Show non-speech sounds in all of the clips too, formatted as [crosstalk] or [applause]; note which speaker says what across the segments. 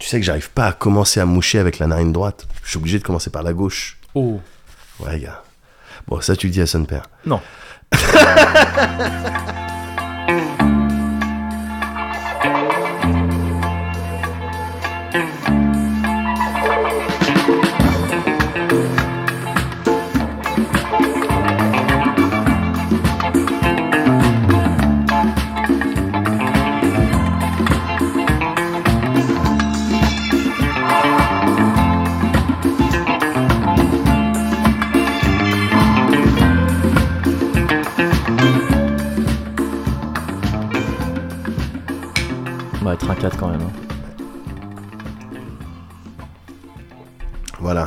Speaker 1: sais que j'arrive pas à commencer à moucher avec la narine droite. Je suis obligé de commencer par la gauche.
Speaker 2: Oh.
Speaker 1: Ouais, gars. Bon, ça, tu le dis à son père.
Speaker 2: Non. Bah, être un 4 quand même. hein.
Speaker 1: Voilà.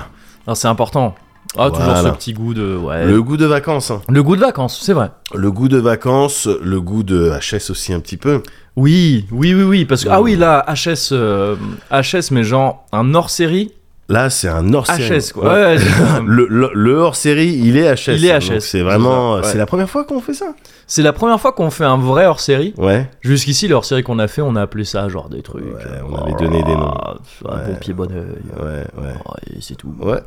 Speaker 2: Non, c'est important. Ah, toujours
Speaker 1: Voilà.
Speaker 2: ce petit goût de. Ouais.
Speaker 1: Le goût de vacances. hein.
Speaker 2: Le goût de vacances, c'est vrai.
Speaker 1: Le goût de vacances, le goût de HS aussi un petit peu.
Speaker 2: Oui, oui, oui, oui. Parce que, ah oui, là, HS, euh, HS, mais genre un hors série.
Speaker 1: Là, c'est un hors série.
Speaker 2: HS, quoi. Ouais, ouais, [laughs] c'est-
Speaker 1: Le, le- le hors série, il est HS.
Speaker 2: Il est
Speaker 1: Donc,
Speaker 2: HS.
Speaker 1: C'est vraiment. euh,
Speaker 2: C'est ça, ouais.
Speaker 1: C'est la première fois qu'on fait ça.
Speaker 2: c'est la première fois qu'on fait un vrai hors série.
Speaker 1: Ouais.
Speaker 2: Jusqu'ici, le hors série qu'on a fait, on a appelé ça genre des trucs.
Speaker 1: Ouais,
Speaker 2: euh,
Speaker 1: on avait donné des noms.
Speaker 2: ah, Un
Speaker 1: Ouais.
Speaker 2: bon pied, bon oeil.
Speaker 1: Ouais, ouais.
Speaker 2: et c'est tout.
Speaker 1: Ouais.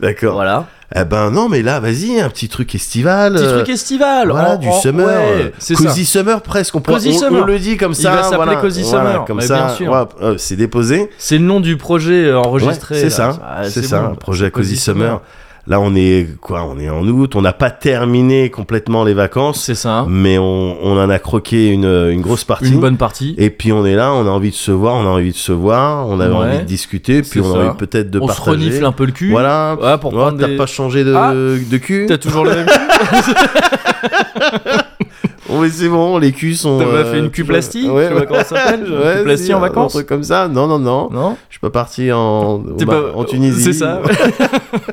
Speaker 1: D'accord.
Speaker 2: Voilà.
Speaker 1: Eh ben non, mais là, vas-y, un petit truc estival.
Speaker 2: Petit
Speaker 1: euh,
Speaker 2: truc estival.
Speaker 1: Voilà,
Speaker 2: en-
Speaker 1: du
Speaker 2: en-
Speaker 1: summer.
Speaker 2: ouais,
Speaker 1: euh,
Speaker 2: c'est ça.
Speaker 1: cozy summer presque. On, pourrait-
Speaker 2: Cozy
Speaker 1: on-
Speaker 2: summer.
Speaker 1: on le dit comme
Speaker 2: Il
Speaker 1: ça.
Speaker 2: va s'appeler
Speaker 1: voilà.
Speaker 2: Cozy
Speaker 1: Voilà,
Speaker 2: summer,
Speaker 1: Comme
Speaker 2: mais
Speaker 1: ça,
Speaker 2: bien sûr.
Speaker 1: voilà, euh, c'est déposé.
Speaker 2: C'est le nom du projet euh, enregistré.
Speaker 1: Ouais,
Speaker 2: là.
Speaker 1: c'est ça,
Speaker 2: Ah,
Speaker 1: c'est
Speaker 2: c'est
Speaker 1: ça,
Speaker 2: bon.
Speaker 1: un projet
Speaker 2: Cozy
Speaker 1: Cozy Summer. Là, on est quoi On est en août, on n'a pas terminé complètement les vacances,
Speaker 2: C'est ça.
Speaker 1: mais on, on en a croqué une, une grosse partie.
Speaker 2: Une bonne partie.
Speaker 1: Et puis on est là, on a envie de se voir, on a envie de se voir, on avait
Speaker 2: Ouais,
Speaker 1: envie de discuter, puis
Speaker 2: c'est
Speaker 1: on a
Speaker 2: ça.
Speaker 1: envie peut-être de
Speaker 2: on se
Speaker 1: partager.
Speaker 2: renifle un peu le cul.
Speaker 1: Voilà,
Speaker 2: Ouais, pour
Speaker 1: Ouais,
Speaker 2: prendre
Speaker 1: t'as
Speaker 2: des- [laughs]
Speaker 1: pas changé de,
Speaker 2: Ah
Speaker 1: de cul
Speaker 2: T'as
Speaker 1: [laughs]
Speaker 2: toujours le même cul.
Speaker 1: Oui, Oh, c'est bon, les culs sont.
Speaker 2: T'as pas
Speaker 1: euh,
Speaker 2: fait une cul plastique
Speaker 1: Ouais,
Speaker 2: Tu vois comment ça
Speaker 1: [laughs]
Speaker 2: s'appelle
Speaker 1: ouais,
Speaker 2: Une cul
Speaker 1: si,
Speaker 2: plastique en vacances
Speaker 1: Un truc comme ça Non, non, non.
Speaker 2: Non
Speaker 1: Je suis pas parti en, au
Speaker 2: [laughs] T'es
Speaker 1: Mar-
Speaker 2: pas-
Speaker 1: en Tunisie.
Speaker 2: C'est ça.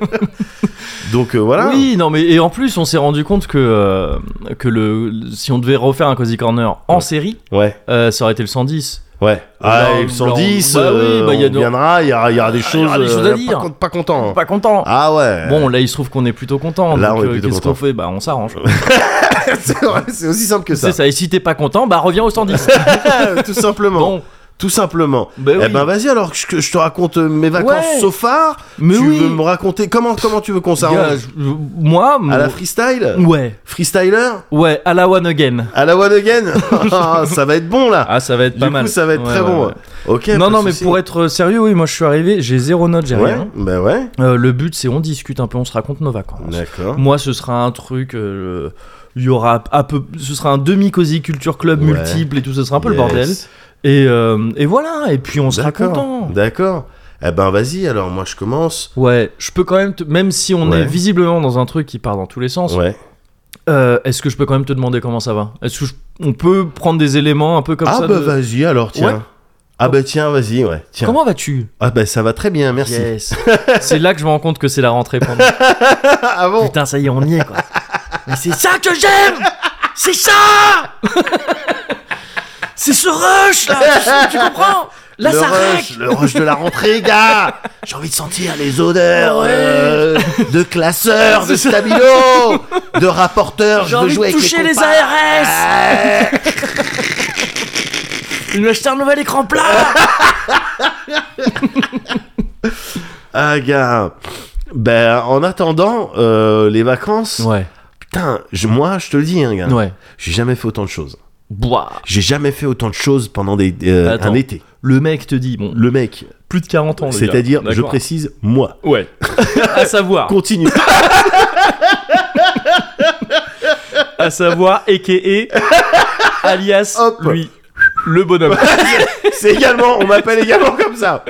Speaker 1: [laughs] Donc euh, voilà.
Speaker 2: Oui, non, mais et en plus, on s'est rendu compte que, euh, que le, si on devait refaire un Cozy Corner en série,
Speaker 1: Ouais.
Speaker 2: euh, ça aurait été le 110.
Speaker 1: Ouais. Ah,
Speaker 2: Blanc,
Speaker 1: et le 110,
Speaker 2: blanc. Bah oui,
Speaker 1: euh,
Speaker 2: bah, y a
Speaker 1: on
Speaker 2: de-
Speaker 1: viendra, il y aura, il y aura des choses,
Speaker 2: aura des choses à
Speaker 1: euh,
Speaker 2: dire.
Speaker 1: Pas, con- pas content.
Speaker 2: Pas content.
Speaker 1: Ah ouais.
Speaker 2: Bon, là, il se trouve qu'on est plutôt content.
Speaker 1: Là,
Speaker 2: donc,
Speaker 1: on est
Speaker 2: euh,
Speaker 1: plutôt
Speaker 2: Qu'est-ce
Speaker 1: content.
Speaker 2: qu'on fait Bah, on s'arrange.
Speaker 1: [laughs] c'est vrai, c'est aussi simple que ça.
Speaker 2: C'est ça. Et si t'es pas content, bah, reviens
Speaker 1: [laughs]
Speaker 2: au 110.
Speaker 1: tout simplement.
Speaker 2: bon,
Speaker 1: Tout simplement.
Speaker 2: bah oui.
Speaker 1: Eh ben vas-y alors que je, que je te raconte euh, mes vacances
Speaker 2: Ouais.
Speaker 1: so far.
Speaker 2: mais
Speaker 1: tu
Speaker 2: oui.
Speaker 1: veux me raconter comment comment tu veux qu'on
Speaker 2: Gars,
Speaker 1: s'arrange
Speaker 2: je- Mmh. je- moi, mon-
Speaker 1: À la freestyle
Speaker 2: ouais,
Speaker 1: Freestyler
Speaker 2: ouais, à la one again.
Speaker 1: À la one
Speaker 2: [laughs]
Speaker 1: again Ah, Ça va être bon là.
Speaker 2: Ah, ça va être
Speaker 1: du
Speaker 2: pas
Speaker 1: coup,
Speaker 2: mal.
Speaker 1: ça va être
Speaker 2: Ouais,
Speaker 1: très
Speaker 2: ouais,
Speaker 1: bon.
Speaker 2: ouais.
Speaker 1: Ok. pas
Speaker 2: Non,
Speaker 1: de
Speaker 2: non, mais
Speaker 1: souci.
Speaker 2: pour être sérieux, oui, moi, je suis arrivé, j'ai zéro note, j'ai
Speaker 1: Ouais.
Speaker 2: rien.
Speaker 1: Bah ouais.
Speaker 2: Euh, le but, c'est on discute un peu, on se raconte nos vacances.
Speaker 1: D'accord.
Speaker 2: Moi, ce sera un truc. euh, Il y aura à peu, ce sera un demi cosy culture club
Speaker 1: Ouais.
Speaker 2: multiple et tout, ce sera un peu le
Speaker 1: Yes.
Speaker 2: bordel. Et, euh, et voilà, et puis on sera
Speaker 1: D'accord.
Speaker 2: content.
Speaker 1: D'accord. Eh ben vas-y alors moi je commence.
Speaker 2: Ouais, je peux quand même, te- même si on
Speaker 1: Ouais.
Speaker 2: est visiblement dans un truc qui part dans tous les sens,
Speaker 1: Ouais.
Speaker 2: euh, est-ce que je peux quand même te demander comment ça va Est-ce que je- on peut prendre des éléments un peu comme
Speaker 1: ah
Speaker 2: ça
Speaker 1: bah
Speaker 2: de-
Speaker 1: vas-y alors tiens.
Speaker 2: Ouais.
Speaker 1: Ah bah tiens vas-y ouais tiens.
Speaker 2: Comment vas-tu
Speaker 1: ah bah ça va très bien merci.
Speaker 2: Yes. c'est là que je me rends compte que c'est la rentrée. pour moi.
Speaker 1: ah bon.
Speaker 2: Putain, ça y est, on y est
Speaker 1: [laughs]
Speaker 2: quoi. Mais c'est ça que j'aime
Speaker 1: [laughs]
Speaker 2: C'est ça C'est ce rush là Tu comprends Là,
Speaker 1: le
Speaker 2: ça
Speaker 1: rush,
Speaker 2: règle
Speaker 1: le rush de la rentrée gars. J'ai envie de sentir les odeurs
Speaker 2: Ouais.
Speaker 1: euh, de classeurs, de stabilo, de rapporteurs.
Speaker 2: J'ai
Speaker 1: Je veux
Speaker 2: envie
Speaker 1: jouer
Speaker 2: de
Speaker 1: avec
Speaker 2: toucher
Speaker 1: les,
Speaker 2: les
Speaker 1: compas.
Speaker 2: ARS
Speaker 1: Ouais.
Speaker 2: Je vais acheter un nouvel écran plat
Speaker 1: Ah gars. Ben en attendant euh, les vacances.
Speaker 2: Ouais,
Speaker 1: Putain je- moi je te le dis hein, gars.
Speaker 2: ouais.
Speaker 1: J'ai jamais fait autant de choses.
Speaker 2: Bois.
Speaker 1: J'ai jamais fait autant de choses pendant des, euh,
Speaker 2: Attends.
Speaker 1: un été.
Speaker 2: Le mec te dit, bon,
Speaker 1: Le mec,
Speaker 2: plus de 40 ans. le gars.
Speaker 1: c'est-à-dire, je
Speaker 2: D'accord. Ah.
Speaker 1: précise, moi.
Speaker 2: Ouais. à savoir, [laughs]
Speaker 1: Continue.
Speaker 2: à savoir,
Speaker 1: [laughs]
Speaker 2: a.k.a. alias,
Speaker 1: Hop.
Speaker 2: lui,
Speaker 1: [laughs]
Speaker 2: le bonhomme.
Speaker 1: c'est également, on m'appelle également comme
Speaker 2: [laughs]
Speaker 1: ça.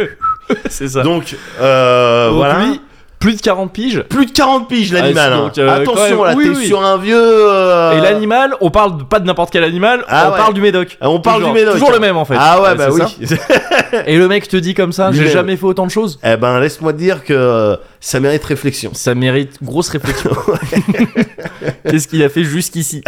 Speaker 2: c'est ça.
Speaker 1: Donc, euh,
Speaker 2: Donc,
Speaker 1: voilà.
Speaker 2: lui, plus de 40 piges.
Speaker 1: Plus de 40 piges l'animal.
Speaker 2: Ah, c'est
Speaker 1: hein.
Speaker 2: donc, euh, quand
Speaker 1: Attention,
Speaker 2: même-
Speaker 1: là,
Speaker 2: oui,
Speaker 1: t'es
Speaker 2: oui.
Speaker 1: sur un vieux. euh,
Speaker 2: Et l'animal, on parle de- pas de n'importe quel animal,
Speaker 1: Ah
Speaker 2: on
Speaker 1: ouais.
Speaker 2: parle du médoc.
Speaker 1: Ah, On parle
Speaker 2: Toujours-
Speaker 1: du médoc.
Speaker 2: Toujours le même en fait.
Speaker 1: Ah ouais, bah
Speaker 2: c'est
Speaker 1: oui.
Speaker 2: ça. Et le mec te dit comme ça, j'ai
Speaker 1: Lui-même.
Speaker 2: jamais fait autant de choses.
Speaker 1: [laughs] eh ben, laisse-moi te dire que ça mérite réflexion.
Speaker 2: Ça mérite grosse réflexion. [laughs] Qu'est-ce qu'il a fait jusqu'ici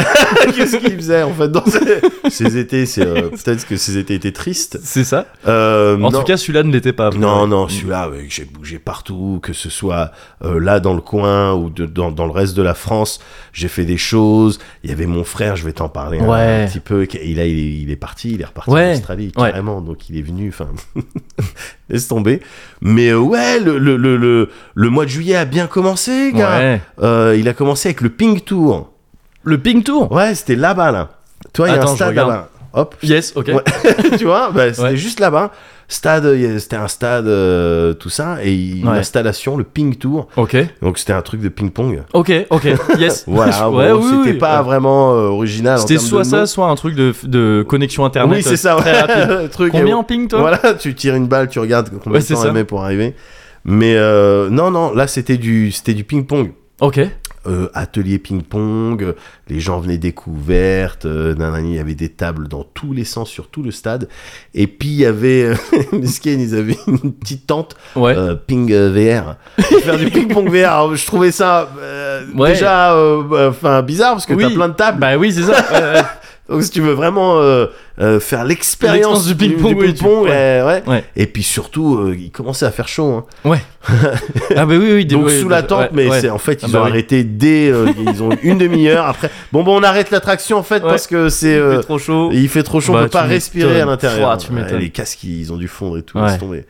Speaker 1: Qu'est-ce qu'il faisait en fait dans ces, [laughs] ces étés c'est, euh, Peut-être que ces étés étaient tristes.
Speaker 2: [laughs] C'est ça
Speaker 1: Euh, non.
Speaker 2: En tout cas, celui-là ne l'était pas.
Speaker 1: Non, non, celui-là, ouais, j'ai bougé partout, que ce soit bah, euh, là dans le coin ou de- dans, dans le reste de la France, j'ai fait des choses. Il y avait mon frère, je vais t'en parler un-
Speaker 2: Ouais.
Speaker 1: un, petit peu. qui- Et là, il est, il est parti, il est reparti en
Speaker 2: Ouais.
Speaker 1: Australie,
Speaker 2: Ouais.
Speaker 1: carrément. Donc il est venu, enfin, [laughs] laisse tomber. Mais euh, ouais, le, le, le, le, le mois de juillet a bien commencé, gars.
Speaker 2: Ouais.
Speaker 1: Euh, il a commencé avec le Ping Tour.
Speaker 2: Le ping tour
Speaker 1: Ouais, c'était là-bas, là. Toi, il y a
Speaker 2: Attends,
Speaker 1: un
Speaker 2: je
Speaker 1: stade
Speaker 2: regarde.
Speaker 1: là-bas. Hop, [laughs]
Speaker 2: Yes, ok.
Speaker 1: Ouais. tu vois, bah, c'était
Speaker 2: Ouais.
Speaker 1: juste là-bas. Stade, il y a- c'était un stade, euh, tout ça, et il- une
Speaker 2: Ouais.
Speaker 1: installation, le ping tour.
Speaker 2: Ok,
Speaker 1: Donc c'était un truc de ping
Speaker 2: [laughs]
Speaker 1: pong.
Speaker 2: ok, ok. [laughs] Yes.
Speaker 1: Voilà,
Speaker 2: Ouais,
Speaker 1: bon,
Speaker 2: oui,
Speaker 1: c'était
Speaker 2: oui.
Speaker 1: pas vraiment euh, original. en
Speaker 2: C'était
Speaker 1: termes de
Speaker 2: soit ça,
Speaker 1: nom.
Speaker 2: soit un truc de, de connexion internet. euh,
Speaker 1: Oui, c'est ça.
Speaker 2: Très
Speaker 1: ouais,
Speaker 2: rapide.
Speaker 1: le [laughs] truc.
Speaker 2: Combien
Speaker 1: Et-
Speaker 2: en ping, toi
Speaker 1: Voilà, tu tires une balle, tu regardes combien
Speaker 2: Ouais,
Speaker 1: de
Speaker 2: c'est
Speaker 1: temps
Speaker 2: ça.
Speaker 1: elle met pour arriver. Mais euh, non, non, là c'était du, c'était du ping pong.
Speaker 2: Ok.
Speaker 1: euh, atelier ping-pong, euh, les gens venaient découvertes, euh, nanani, il y avait des tables dans tous les sens sur tout le stade. Et puis il y avait, euh, [laughs] mesquine, ils avaient une petite tente
Speaker 2: Ouais.
Speaker 1: euh, ping euh, VR. Faire du ping-pong VR, alors, je trouvais ça euh,
Speaker 2: Ouais.
Speaker 1: déjà euh, enfin, bizarre parce que
Speaker 2: Oui.
Speaker 1: t'as plein de tables.
Speaker 2: Bah oui, c'est ça. Ouais, ouais.
Speaker 1: Donc si tu veux vraiment euh, euh, faire l'expérience
Speaker 2: L'expérience du ping-pong, oui, tu-
Speaker 1: ping-pong, euh, ouais.
Speaker 2: Ouais.
Speaker 1: Et puis surtout, euh, il commençait à faire chaud. hein.
Speaker 2: [laughs] Ah bah oui, oui. des-
Speaker 1: Donc
Speaker 2: ouais,
Speaker 1: sous
Speaker 2: bah,
Speaker 1: la tente,
Speaker 2: ouais,
Speaker 1: mais
Speaker 2: ouais.
Speaker 1: c'est en fait
Speaker 2: Ah
Speaker 1: ils
Speaker 2: bah
Speaker 1: ont
Speaker 2: oui.
Speaker 1: arrêté dès
Speaker 2: [laughs]
Speaker 1: euh, ils ont une demi-heure après. Bon bon on arrête l'attraction en fait
Speaker 2: Ouais.
Speaker 1: parce que c'est
Speaker 2: Il
Speaker 1: euh,
Speaker 2: fait trop chaud.
Speaker 1: il fait trop chaud, on
Speaker 2: Bah,
Speaker 1: peut pas
Speaker 2: tu
Speaker 1: respirer à
Speaker 2: m'étonnes.
Speaker 1: l'intérieur.
Speaker 2: Pouah, tu m'étonnes.
Speaker 1: les casques ils ont dû fondre et tout,
Speaker 2: Ouais.
Speaker 1: laisse tomber.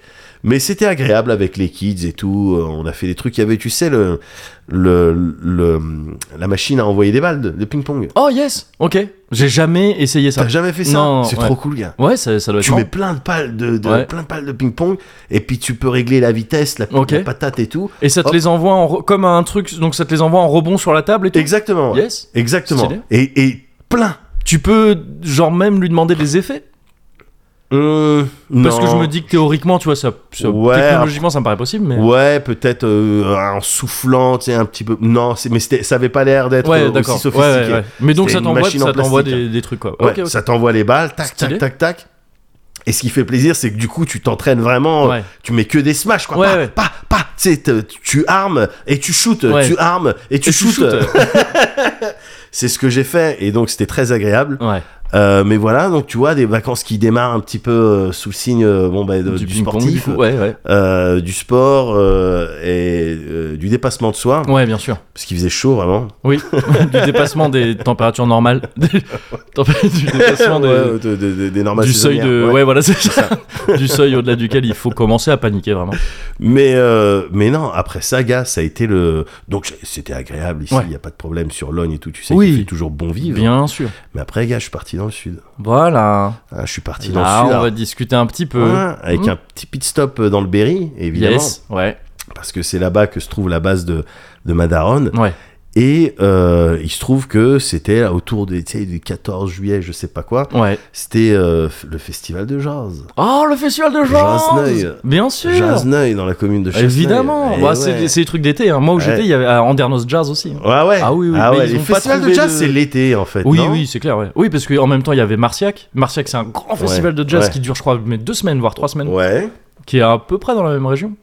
Speaker 1: Mais c'était agréable avec les kids et tout. euh, On a fait des trucs. Il y avait, tu sais, le, le, le- la machine à envoyer des balles de, de ping-pong.
Speaker 2: Oh yes. Ok. J'ai jamais essayé ça.
Speaker 1: T'as jamais fait ça
Speaker 2: Non,
Speaker 1: C'est
Speaker 2: ouais.
Speaker 1: trop cool, gars.
Speaker 2: Ouais, ça, ça doit être.
Speaker 1: Tu
Speaker 2: marrant.
Speaker 1: mets plein de balles de, de-
Speaker 2: Ouais.
Speaker 1: plein de balles de ping-pong et puis tu peux régler la vitesse, la,
Speaker 2: Ok.
Speaker 1: la patate et tout.
Speaker 2: Et ça te
Speaker 1: Hop.
Speaker 2: les envoie en re- comme un truc, donc ça te les envoie en rebond sur la table et tout.
Speaker 1: Exactement. ouais.
Speaker 2: Yes.
Speaker 1: Exactement.
Speaker 2: Stylé.
Speaker 1: Et, et plein.
Speaker 2: Tu peux genre même lui demander des effets
Speaker 1: Euh,
Speaker 2: Parce que je me dis que théoriquement, tu vois, ça, ça-
Speaker 1: Ouais,
Speaker 2: technologiquement, ça me paraît possible, mais.
Speaker 1: Ouais, peut-être euh, en soufflant, tu sais, un petit peu. Non, c'est- mais c'était- ça avait pas l'air d'être
Speaker 2: Ouais,
Speaker 1: euh,
Speaker 2: d'accord.
Speaker 1: aussi
Speaker 2: Ouais,
Speaker 1: sophistiqué.
Speaker 2: ouais, ouais. Mais donc
Speaker 1: C'était
Speaker 2: ça
Speaker 1: une
Speaker 2: t'envoie,
Speaker 1: machine en
Speaker 2: ça t'envoie
Speaker 1: plastique,
Speaker 2: des, des trucs quoi.
Speaker 1: Ouais,
Speaker 2: ok, ok.
Speaker 1: Ça t'envoie les balles, tac,
Speaker 2: Stylé.
Speaker 1: tac, tac, tac. Et ce qui fait plaisir, c'est que du coup, tu t'entraînes vraiment.
Speaker 2: Ouais.
Speaker 1: Tu mets que des smash, quoi.
Speaker 2: Ouais,
Speaker 1: pas,
Speaker 2: ouais.
Speaker 1: pas, pas. Tu sais, te- tu armes et tu shootes.
Speaker 2: Ouais.
Speaker 1: Tu armes et tu
Speaker 2: Et
Speaker 1: shootes.
Speaker 2: shootes.
Speaker 1: [laughs] C'est ce que j'ai fait. Et donc, c'était très agréable.
Speaker 2: ouais.
Speaker 1: Euh, mais voilà, donc tu vois, des vacances qui démarrent un petit peu euh, sous le signe euh, bon, bah, de- du,
Speaker 2: ping-pong,
Speaker 1: sportif.
Speaker 2: du coup. Ouais, ouais.
Speaker 1: euh, du sport euh, et euh, du dépassement de soi,
Speaker 2: Ouais, bien sûr.
Speaker 1: parce qu'il faisait chaud vraiment.
Speaker 2: Oui. [laughs] du dépassement des températures normales. [laughs] Des- tempé- du
Speaker 1: [laughs]
Speaker 2: dépassement des-
Speaker 1: Ouais, de- de- de- des normes
Speaker 2: du seuil de.
Speaker 1: saisonnières,
Speaker 2: Ouais,
Speaker 1: ouais.
Speaker 2: voilà, c'est ça. du seuil au-delà duquel il faut commencer à paniquer vraiment.
Speaker 1: Mais, euh, mais non, après ça, gars, ça a été le. Donc j- c'était agréable ici, il
Speaker 2: Ouais.
Speaker 1: n'y a pas de problème sur l'ogne et tout, tu sais,
Speaker 2: Oui.
Speaker 1: qu'il fait toujours bon vivre.
Speaker 2: Bien sûr.
Speaker 1: Mais après, gars, je suis parti dans le sud.
Speaker 2: Voilà.
Speaker 1: Ah, je suis parti dans le
Speaker 2: Là,
Speaker 1: sud.
Speaker 2: on va
Speaker 1: alors.
Speaker 2: discuter un petit peu.
Speaker 1: Ouais, avec
Speaker 2: Hmm.
Speaker 1: un petit pit stop euh, dans le Berry, évidemment,
Speaker 2: Yes. Ouais.
Speaker 1: parce que c'est là-bas que se trouve la base de, de Madaron.
Speaker 2: Ouais.
Speaker 1: Et euh, il se trouve que c'était autour des, tu sais, du 14 juillet, je sais pas quoi.
Speaker 2: Ouais.
Speaker 1: C'était euh, f- le festival de jazz.
Speaker 2: Oh, le festival de
Speaker 1: Jasneuil.
Speaker 2: jazz. Bien sûr.
Speaker 1: Jasneuil dans la commune de Chasseneuil.
Speaker 2: Évidemment.
Speaker 1: Eh
Speaker 2: Bah,
Speaker 1: ouais.
Speaker 2: C'est c'est les trucs d'été. hein. Moi où
Speaker 1: Ouais.
Speaker 2: j'étais, il y avait à Andernos Jazz aussi.
Speaker 1: Ah ouais.
Speaker 2: Ah oui, oui,
Speaker 1: Ah
Speaker 2: mais
Speaker 1: ouais,
Speaker 2: ils
Speaker 1: les
Speaker 2: ont pas
Speaker 1: festivals de
Speaker 2: trouvé
Speaker 1: jazz,
Speaker 2: de-
Speaker 1: c'est l'été en fait.
Speaker 2: Oui,
Speaker 1: non
Speaker 2: oui, c'est clair. Ouais. Oui, parce qu'en même temps, il y avait Marciac. Marciac, c'est un grand festival de jazz
Speaker 1: ouais.
Speaker 2: qui dure, je crois, mais deux semaines, voire trois semaines,
Speaker 1: Ouais.
Speaker 2: qui est à peu près dans la même région.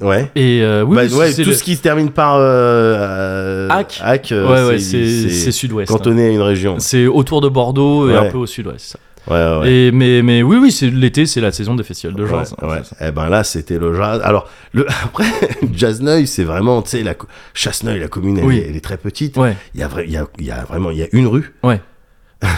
Speaker 1: Ouais.
Speaker 2: Et euh, oui,
Speaker 1: Bah,
Speaker 2: oui,
Speaker 1: ouais,
Speaker 2: c'est
Speaker 1: tout
Speaker 2: le-
Speaker 1: ce qui se termine par euh, euh,
Speaker 2: Hack.
Speaker 1: euh,
Speaker 2: ouais, ouais,
Speaker 1: c'est-
Speaker 2: c'est c'est
Speaker 1: c'est
Speaker 2: sud-ouest. hein.
Speaker 1: cantonné à une région.
Speaker 2: C'est autour de Bordeaux et
Speaker 1: Ouais.
Speaker 2: un peu au sud-ouest. ça.
Speaker 1: Ouais, ouais. ouais.
Speaker 2: Et mais mais oui, oui, c'est l'été, c'est la saison des festivals de jazz.
Speaker 1: Ouais,
Speaker 2: hein.
Speaker 1: ouais. Eh ben là, c'était le jazz. Alors, le... [laughs] après, Jazzneuil, c'est vraiment, tu sais, la... co- Chasseneuil, la commune, elle,
Speaker 2: Oui.
Speaker 1: est, elle est très petite.
Speaker 2: Ouais.
Speaker 1: Il y, a vrai- il y, a, il y a vraiment, il y a une rue.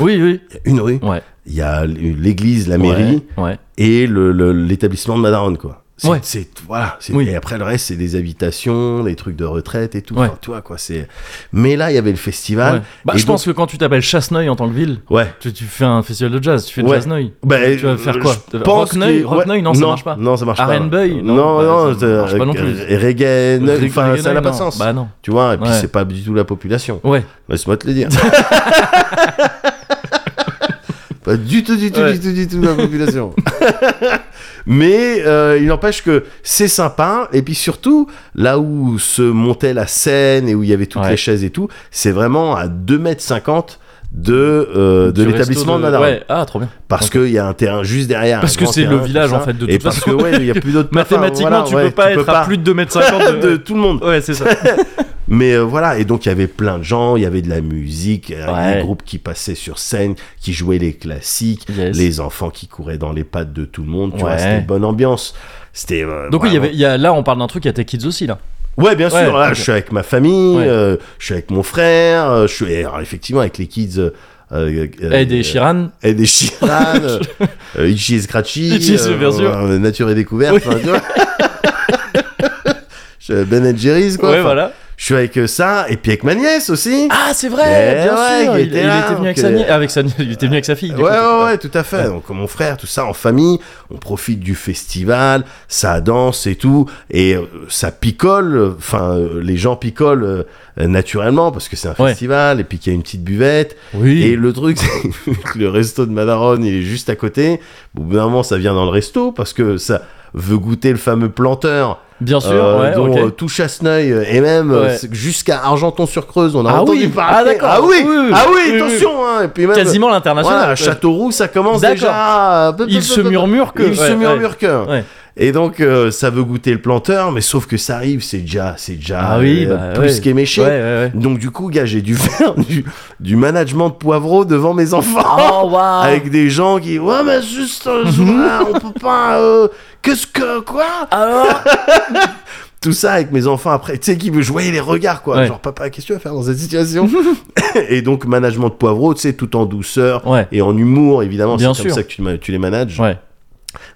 Speaker 2: Oui, oui.
Speaker 1: Il y a une rue.
Speaker 2: Ouais.
Speaker 1: Il y a l'église, la mairie.
Speaker 2: Ouais. ouais.
Speaker 1: et le- le- l'établissement de Madaron, quoi. C'est,
Speaker 2: Ouais.
Speaker 1: c'est- voilà. c'est-
Speaker 2: Oui.
Speaker 1: Et après le reste, c'est des habitations, les trucs de retraite et tout.
Speaker 2: Ouais.
Speaker 1: Enfin, tu vois, quoi. C'est. Mais là, il y avait le festival.
Speaker 2: Ouais. Bah,
Speaker 1: et
Speaker 2: je pense que quand tu t'appelles Chasse-Neuil en tant que ville,
Speaker 1: Ouais.
Speaker 2: tu, tu fais un festival de jazz, tu fais
Speaker 1: Ouais.
Speaker 2: le Chasse-Neuil.
Speaker 1: Ben,
Speaker 2: Bah, tu vas faire
Speaker 1: je
Speaker 2: quoi
Speaker 1: pense
Speaker 2: Rockneuil
Speaker 1: que-
Speaker 2: Rockneuil,
Speaker 1: ouais.
Speaker 2: non, ça marche pas.
Speaker 1: Non, ça marche pas. non,
Speaker 2: Arenbeuil, non,
Speaker 1: non,
Speaker 2: bah,
Speaker 1: non,
Speaker 2: ça marche pas non plus.
Speaker 1: euh, reggae,
Speaker 2: Le
Speaker 1: neuil, enfin,
Speaker 2: Grignonet,
Speaker 1: ça n'a pas
Speaker 2: non.
Speaker 1: de sens.
Speaker 2: Bah non.
Speaker 1: Tu vois, et puis
Speaker 2: Ouais.
Speaker 1: c'est pas du tout la population.
Speaker 2: Ouais.
Speaker 1: Laisse-moi te le
Speaker 2: [laughs]
Speaker 1: dire. Pas du tout, du tout,
Speaker 2: Ouais.
Speaker 1: du tout, du tout la population. [laughs] Mais euh, il n'empêche que c'est sympa. Et puis surtout, là où se montait la scène et où il y avait toutes
Speaker 2: Ouais.
Speaker 1: les chaises et tout, c'est vraiment à 2m50 de, euh, de
Speaker 2: Du
Speaker 1: l'établissement
Speaker 2: resto
Speaker 1: de Madaron.
Speaker 2: Ouais. Ah, trop bien.
Speaker 1: Parce qu'il y a un terrain juste derrière.
Speaker 2: Parce
Speaker 1: un
Speaker 2: que
Speaker 1: grand
Speaker 2: c'est le
Speaker 1: terrain,
Speaker 2: village,
Speaker 1: tout ça.
Speaker 2: en fait, de
Speaker 1: Et
Speaker 2: toute
Speaker 1: parce
Speaker 2: façon.
Speaker 1: que, ouais, il y a plus
Speaker 2: [laughs]
Speaker 1: d'autres
Speaker 2: Mathématiquement,
Speaker 1: Enfin,
Speaker 2: tu
Speaker 1: voilà,
Speaker 2: peux pas
Speaker 1: ouais, tu
Speaker 2: être à plus de 2m50
Speaker 1: [laughs] de
Speaker 2: de...
Speaker 1: tout le monde.
Speaker 2: Ouais, c'est ça.
Speaker 1: Mais euh, voilà, et donc il y avait plein de gens, il y avait de la musique, euh,
Speaker 2: Ouais.
Speaker 1: des groupes qui passaient sur scène, qui jouaient les classiques, [laughs]
Speaker 2: Yes.
Speaker 1: les enfants qui couraient dans les pattes de tout le monde, tu vois,
Speaker 2: Ouais.
Speaker 1: c'était une bonne ambiance. C'était euh,
Speaker 2: Donc oui, il y
Speaker 1: vraiment-
Speaker 2: avait, il y a, là, on parle d'un truc, il y a Tech Kids aussi, là.
Speaker 1: Ouais, bien sûr.
Speaker 2: Ouais,
Speaker 1: là,
Speaker 2: ok.
Speaker 1: je suis avec ma famille,
Speaker 2: Ouais.
Speaker 1: euh, je suis avec mon frère, euh, je suis alors, effectivement avec les kids. Euh, euh,
Speaker 2: Eh, des
Speaker 1: euh,
Speaker 2: Shiran.
Speaker 1: Ed et
Speaker 2: [laughs]
Speaker 1: Sheeran, euh, euh, Itchy et Scratchy,
Speaker 2: Itchy, c'est bien sûr.
Speaker 1: euh, Nature et Découverte,
Speaker 2: Oui.
Speaker 1: enfin, tu
Speaker 2: [laughs]
Speaker 1: vois. Je- ben and Jerry's, quoi.
Speaker 2: Ouais,
Speaker 1: Enfin,
Speaker 2: voilà.
Speaker 1: Je suis avec euh, ça, et puis avec ma nièce aussi.
Speaker 2: Ah, c'est
Speaker 1: Eh
Speaker 2: vrai, bien
Speaker 1: ouais,
Speaker 2: sûr.
Speaker 1: il
Speaker 2: Il,
Speaker 1: était
Speaker 2: il
Speaker 1: là,
Speaker 2: était venu avec
Speaker 1: donc,
Speaker 2: sa
Speaker 1: euh,
Speaker 2: nièce. Avec sa nièce, il était venu avec sa fille. du
Speaker 1: Ouais,
Speaker 2: coup.
Speaker 1: ouais, ouais, tout à fait. Donc, mon frère, tout ça en famille, on profite du festival, ça danse et tout, et euh, ça picole, enfin, euh, les gens picolent euh, euh, naturellement parce que c'est un
Speaker 2: Ouais.
Speaker 1: festival, et puis qu'il y a une petite buvette.
Speaker 2: Oui.
Speaker 1: Et le truc, [laughs] c'est que le resto de Madaron, il est juste à côté. Au bout d'un moment, ça vient dans le resto parce que ça veut goûter le fameux planteur
Speaker 2: Bien sûr,
Speaker 1: euh,
Speaker 2: ouais,
Speaker 1: dont
Speaker 2: ok.
Speaker 1: euh, tout Chasseneuil euh, et même euh,
Speaker 2: Ouais.
Speaker 1: c'est- jusqu'à Argenton-sur-Creuse, on a
Speaker 2: Ah
Speaker 1: entendu
Speaker 2: oui,
Speaker 1: parler.
Speaker 2: ah d'accord.
Speaker 1: Ah oui,
Speaker 2: Oui, oui,
Speaker 1: ah oui,
Speaker 2: oui, oui.
Speaker 1: attention. hein, et puis même,
Speaker 2: Quasiment l'international.
Speaker 1: voilà, à
Speaker 2: Ouais.
Speaker 1: Châteauroux, ça commence
Speaker 2: D'accord.
Speaker 1: déjà. à- peu, peu,
Speaker 2: Il
Speaker 1: peu,
Speaker 2: se
Speaker 1: peu, peu.
Speaker 2: murmure que.
Speaker 1: Il se
Speaker 2: ouais,
Speaker 1: murmure
Speaker 2: ouais.
Speaker 1: que.
Speaker 2: Ouais.
Speaker 1: Et donc, euh, ça veut goûter le planteur, mais sauf que ça arrive, c'est déjà, c'est déjà
Speaker 2: Ah oui,
Speaker 1: euh,
Speaker 2: bah,
Speaker 1: plus
Speaker 2: ouais.
Speaker 1: qu'éméché.
Speaker 2: Ouais, ouais, ouais.
Speaker 1: Donc du coup, gars, j'ai dû [laughs] faire du, du management de poivreau devant mes enfants.
Speaker 2: Oh, waouh.
Speaker 1: Ah, Avec des gens qui, ouais, mais juste,
Speaker 2: [laughs]
Speaker 1: euh, voilà, on peut pas, euh, qu'est-ce que, quoi
Speaker 2: Alors
Speaker 1: Tout ça avec mes enfants après, tu sais, qui me voyais les regards, quoi.
Speaker 2: Ouais.
Speaker 1: Genre, papa, qu'est-ce que tu vas faire dans cette situation [laughs] Et donc, management de poivreau, tu sais, tout en douceur
Speaker 2: Ouais.
Speaker 1: et en humour, évidemment, c'est
Speaker 2: Bien
Speaker 1: comme
Speaker 2: sûr.
Speaker 1: ça que tu, le ma- tu les manages.
Speaker 2: Ouais.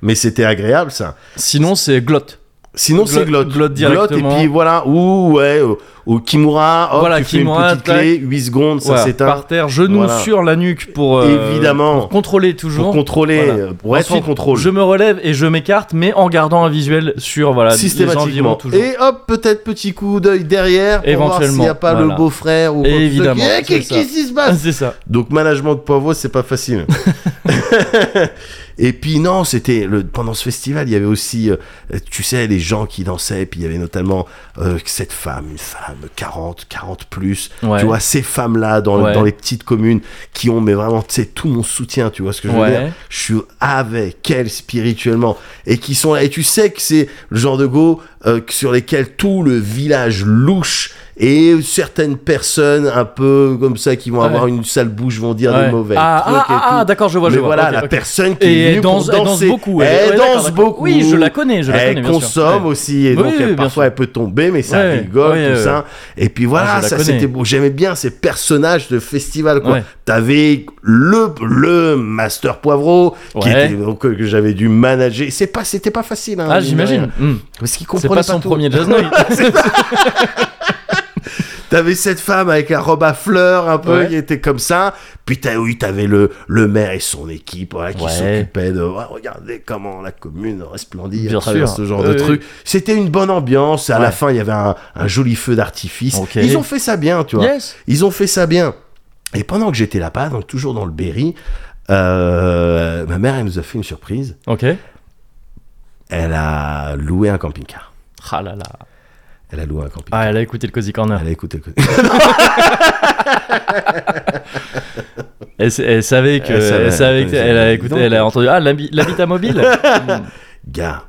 Speaker 1: Mais c'était agréable, ça.
Speaker 2: Sinon, c'est glotte.
Speaker 1: Sinon,
Speaker 2: Glotte-
Speaker 1: c'est glotte.
Speaker 2: glotte directement.
Speaker 1: et puis voilà, ou ouais, au, au Kimura, hop,
Speaker 2: Voilà,
Speaker 1: tu fais
Speaker 2: Kimura,
Speaker 1: une petite clé, 8 secondes, ça
Speaker 2: Voilà,
Speaker 1: s'éteint.
Speaker 2: Par terre, genoux
Speaker 1: Voilà.
Speaker 2: sur la nuque pour. euh,
Speaker 1: Évidemment,
Speaker 2: Contrôler
Speaker 1: pour
Speaker 2: toujours.
Speaker 1: contrôler,
Speaker 2: Voilà.
Speaker 1: euh, pour être
Speaker 2: Ensuite,
Speaker 1: en contrôle.
Speaker 2: Je me relève et je m'écarte, mais en gardant un visuel sur voilà, les environs
Speaker 1: systématiquement.
Speaker 2: toujours.
Speaker 1: Et hop, peut-être petit coup d'œil derrière pour voir s'il
Speaker 2: Éventuellement,
Speaker 1: n'y a pas le
Speaker 2: voilà.
Speaker 1: beau-frère ou quoi
Speaker 2: Et
Speaker 1: que ce soit
Speaker 2: évidemment,
Speaker 1: qui- Eh,
Speaker 2: c'est
Speaker 1: qu'est-
Speaker 2: ça.
Speaker 1: Qu'est-ce qui se passe
Speaker 2: [laughs] C'est ça.
Speaker 1: Donc management de poivreau, c'est pas facile.
Speaker 2: [laughs]
Speaker 1: et puis non, c'était le pendant ce festival, il y avait aussi, euh, tu sais, les gens qui dansaient. Puis il y avait notamment euh, cette femme, une femme 40, 40 plus.
Speaker 2: Ouais.
Speaker 1: Tu vois ces femmes là dans,
Speaker 2: Ouais.
Speaker 1: dans les petites communes qui ont mais vraiment, tu sais, tout mon soutien. Tu vois ce que je veux
Speaker 2: Ouais.
Speaker 1: dire je suis avec elle spirituellement et qui sont là et tu sais que c'est le genre de go euh, que- sur lesquels tout le village louche et certaines personnes un peu comme ça qui vont
Speaker 2: Ouais.
Speaker 1: avoir une sale bouche vont dire
Speaker 2: Ouais.
Speaker 1: des mauvais
Speaker 2: Ah,
Speaker 1: trucs
Speaker 2: ah,
Speaker 1: et
Speaker 2: ah,
Speaker 1: tout.
Speaker 2: ah, d'accord, je vois,
Speaker 1: mais
Speaker 2: je vois.
Speaker 1: voilà
Speaker 2: Ok,
Speaker 1: la
Speaker 2: ok.
Speaker 1: personne qui
Speaker 2: Et
Speaker 1: est
Speaker 2: elle
Speaker 1: venue pour
Speaker 2: danse, elle danse
Speaker 1: danser
Speaker 2: beaucoup.
Speaker 1: elle,
Speaker 2: ouais, d'accord,
Speaker 1: danse
Speaker 2: d'accord.
Speaker 1: beaucoup
Speaker 2: Oui, je la connais, je la
Speaker 1: elle
Speaker 2: connais. bien sûr.
Speaker 1: consomme
Speaker 2: Ouais.
Speaker 1: aussi, et
Speaker 2: Oui,
Speaker 1: donc
Speaker 2: oui,
Speaker 1: elle-
Speaker 2: bien
Speaker 1: parfois
Speaker 2: sûr.
Speaker 1: elle peut tomber, mais ça
Speaker 2: Ouais,
Speaker 1: rigole,
Speaker 2: ouais,
Speaker 1: tout
Speaker 2: ouais.
Speaker 1: ça. Et puis voilà,
Speaker 2: Ah, je la
Speaker 1: ça
Speaker 2: connais.
Speaker 1: c'était beau. J'aimais bien ces personnages de festival, quoi.
Speaker 2: Ouais.
Speaker 1: T'avais le, le Master Poivreau, qui
Speaker 2: Ouais.
Speaker 1: était, donc, euh, que que j'avais dû manager. C'est pas, c'était pas facile, hein,
Speaker 2: Ah,
Speaker 1: mine de
Speaker 2: j'imagine.
Speaker 1: rien.
Speaker 2: Hmm.
Speaker 1: Parce qu'il comprenait
Speaker 2: C'est pas
Speaker 1: pas,
Speaker 2: son
Speaker 1: tout. [laughs]
Speaker 2: premier jazz night. [laughs]
Speaker 1: T'avais cette femme avec la robe à fleurs un peu
Speaker 2: Ouais.
Speaker 1: qui était comme ça. Puis t'as, oui, t'avais le, le maire et son équipe voilà, qui
Speaker 2: Ouais.
Speaker 1: s'occupaient de ouais, regardez comment la commune resplendit
Speaker 2: Bien
Speaker 1: à travers
Speaker 2: sûr.
Speaker 1: ce genre de
Speaker 2: Euh,
Speaker 1: truc. C'était une bonne ambiance. À
Speaker 2: Ouais.
Speaker 1: la fin, il y avait un, un joli feu d'artifice.
Speaker 2: Ok.
Speaker 1: Ils ont fait ça bien, tu vois.
Speaker 2: Yes.
Speaker 1: Ils ont fait ça bien. Et pendant que j'étais là-bas, donc toujours dans le Berry, euh, ma mère, elle nous a fait une surprise.
Speaker 2: Ok.
Speaker 1: Elle a loué un camping-car.
Speaker 2: Ah là là.
Speaker 1: Elle a loué un camping-car.
Speaker 2: Ah, elle a écouté le Cozy Corner.
Speaker 1: Elle a écouté le
Speaker 2: Elle, s- elle savait que.
Speaker 1: Elle
Speaker 2: Elle,
Speaker 1: savait,
Speaker 2: savait
Speaker 1: elle
Speaker 2: que- elle a
Speaker 1: savait.
Speaker 2: écouté.
Speaker 1: Donc-
Speaker 2: Elle a entendu. Ah, l'habi-
Speaker 1: [laughs]
Speaker 2: l'habitat mobile. Hmm.
Speaker 1: Gars,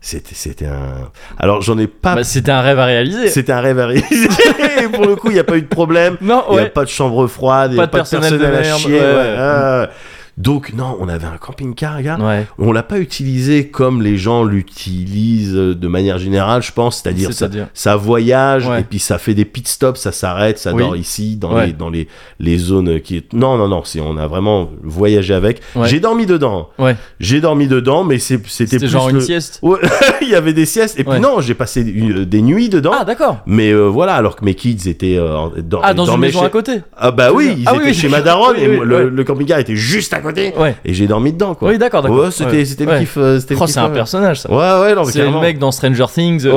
Speaker 1: c'était, c'était un. Alors, j'en ai pas.
Speaker 2: Bah, C'était un rêve à réaliser.
Speaker 1: c'était un rêve à
Speaker 2: [laughs]
Speaker 1: réaliser. Et pour le coup, il n'y a pas eu de problème.
Speaker 2: Non,
Speaker 1: Il n'y a
Speaker 2: ouais.
Speaker 1: pas de chambre froide. Il n'y a
Speaker 2: Pas de
Speaker 1: pas de
Speaker 2: personnel
Speaker 1: personnel,
Speaker 2: de
Speaker 1: à
Speaker 2: merde,
Speaker 1: chier.
Speaker 2: ouais.
Speaker 1: ouais, Ah, ouais, ouais. Donc, non, on avait un camping-car, gars.
Speaker 2: Ouais.
Speaker 1: On l'a pas utilisé comme les gens l'utilisent de manière générale, je pense. C'est-à-dire, ça,
Speaker 2: C'est-à-dire
Speaker 1: ça voyage
Speaker 2: Ouais.
Speaker 1: et puis ça fait des pit stops, ça s'arrête, ça
Speaker 2: Oui.
Speaker 1: dort ici dans
Speaker 2: Ouais.
Speaker 1: les dans les les zones qui est non non non, c'est on a vraiment voyagé avec.
Speaker 2: Ouais.
Speaker 1: J'ai dormi dedans.
Speaker 2: Ouais.
Speaker 1: J'ai dormi dedans, mais c'est- c'était
Speaker 2: C'était
Speaker 1: plus
Speaker 2: genre
Speaker 1: le-
Speaker 2: une sieste.
Speaker 1: Ouais, [laughs] il y avait des siestes et puis
Speaker 2: Ouais.
Speaker 1: non, j'ai passé une- des nuits dedans.
Speaker 2: Ah, d'accord.
Speaker 1: mais euh, voilà, alors que mes kids étaient euh, en- dans,
Speaker 2: Ah, dans une
Speaker 1: dormaient
Speaker 2: maison
Speaker 1: chez-
Speaker 2: à côté.
Speaker 1: Ah bah
Speaker 2: Tu veux
Speaker 1: oui,
Speaker 2: dire.
Speaker 1: ils
Speaker 2: Ah oui,
Speaker 1: étaient
Speaker 2: oui.
Speaker 1: chez ma daronne
Speaker 2: Oui,
Speaker 1: et
Speaker 2: oui,
Speaker 1: moi, le,
Speaker 2: ouais.
Speaker 1: le camping-car était juste à côté
Speaker 2: Ouais.
Speaker 1: et j'ai dormi dedans quoi.
Speaker 2: Oui, d'accord, d'accord.
Speaker 1: Ouais, c'était
Speaker 2: Ouais.
Speaker 1: c'était le
Speaker 2: Ouais.
Speaker 1: kiff, euh, c'était le
Speaker 2: Oh,
Speaker 1: kiff,
Speaker 2: c'est un
Speaker 1: ouais.
Speaker 2: personnage, ça.
Speaker 1: Ouais ouais, non, mais
Speaker 2: C'est le
Speaker 1: carrément.
Speaker 2: mec dans Stranger Things. [laughs]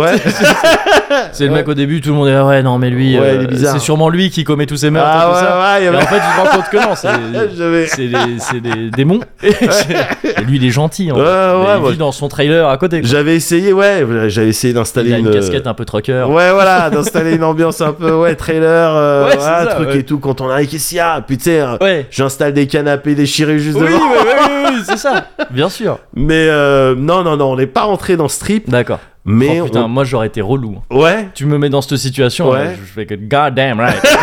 Speaker 1: Ouais.
Speaker 2: C'est le mec au début, tout le monde est là, ouais, non, mais lui,
Speaker 1: Ouais,
Speaker 2: euh,
Speaker 1: il est bizarre.
Speaker 2: c'est sûrement lui qui commet tous ces meurtres. et tout ça.
Speaker 1: Ah ouais, ouais, il y
Speaker 2: Et
Speaker 1: avait-
Speaker 2: en fait, tu te rends compte que
Speaker 1: [laughs]
Speaker 2: non, c'est.
Speaker 1: J'avais-
Speaker 2: C'est des, c'est des démons. Et, c'est- et lui, il est gentil. En
Speaker 1: Ouais,
Speaker 2: fait. Mais
Speaker 1: ouais,
Speaker 2: il
Speaker 1: moi,
Speaker 2: vit dans son trailer à côté. quoi.
Speaker 1: J'avais essayé, ouais, j'avais essayé d'installer
Speaker 2: Il a une
Speaker 1: euh,
Speaker 2: casquette un peu trucker.
Speaker 1: Ouais, voilà, d'installer une ambiance un peu, ouais, trailer, euh,
Speaker 2: Ouais, c'est
Speaker 1: voilà,
Speaker 2: ça,
Speaker 1: truc
Speaker 2: ouais.
Speaker 1: et tout, quand on arrive, qu'est-ce qu'il y a Puis tu sais, euh,
Speaker 2: Ouais.
Speaker 1: j'installe des canapés déchirés juste
Speaker 2: Oui, oui,
Speaker 1: devant.
Speaker 2: oui, oui, oui, c'est ça. Bien sûr.
Speaker 1: Mais euh, non, non, non, on n'est pas rentré dans ce trip,
Speaker 2: D'accord.
Speaker 1: mais
Speaker 2: Oh, putain, moi j'aurais été relou.
Speaker 1: on... Ouais
Speaker 2: Tu me mets dans cette situation,
Speaker 1: Ouais.
Speaker 2: là, je fais que God damn right. je fais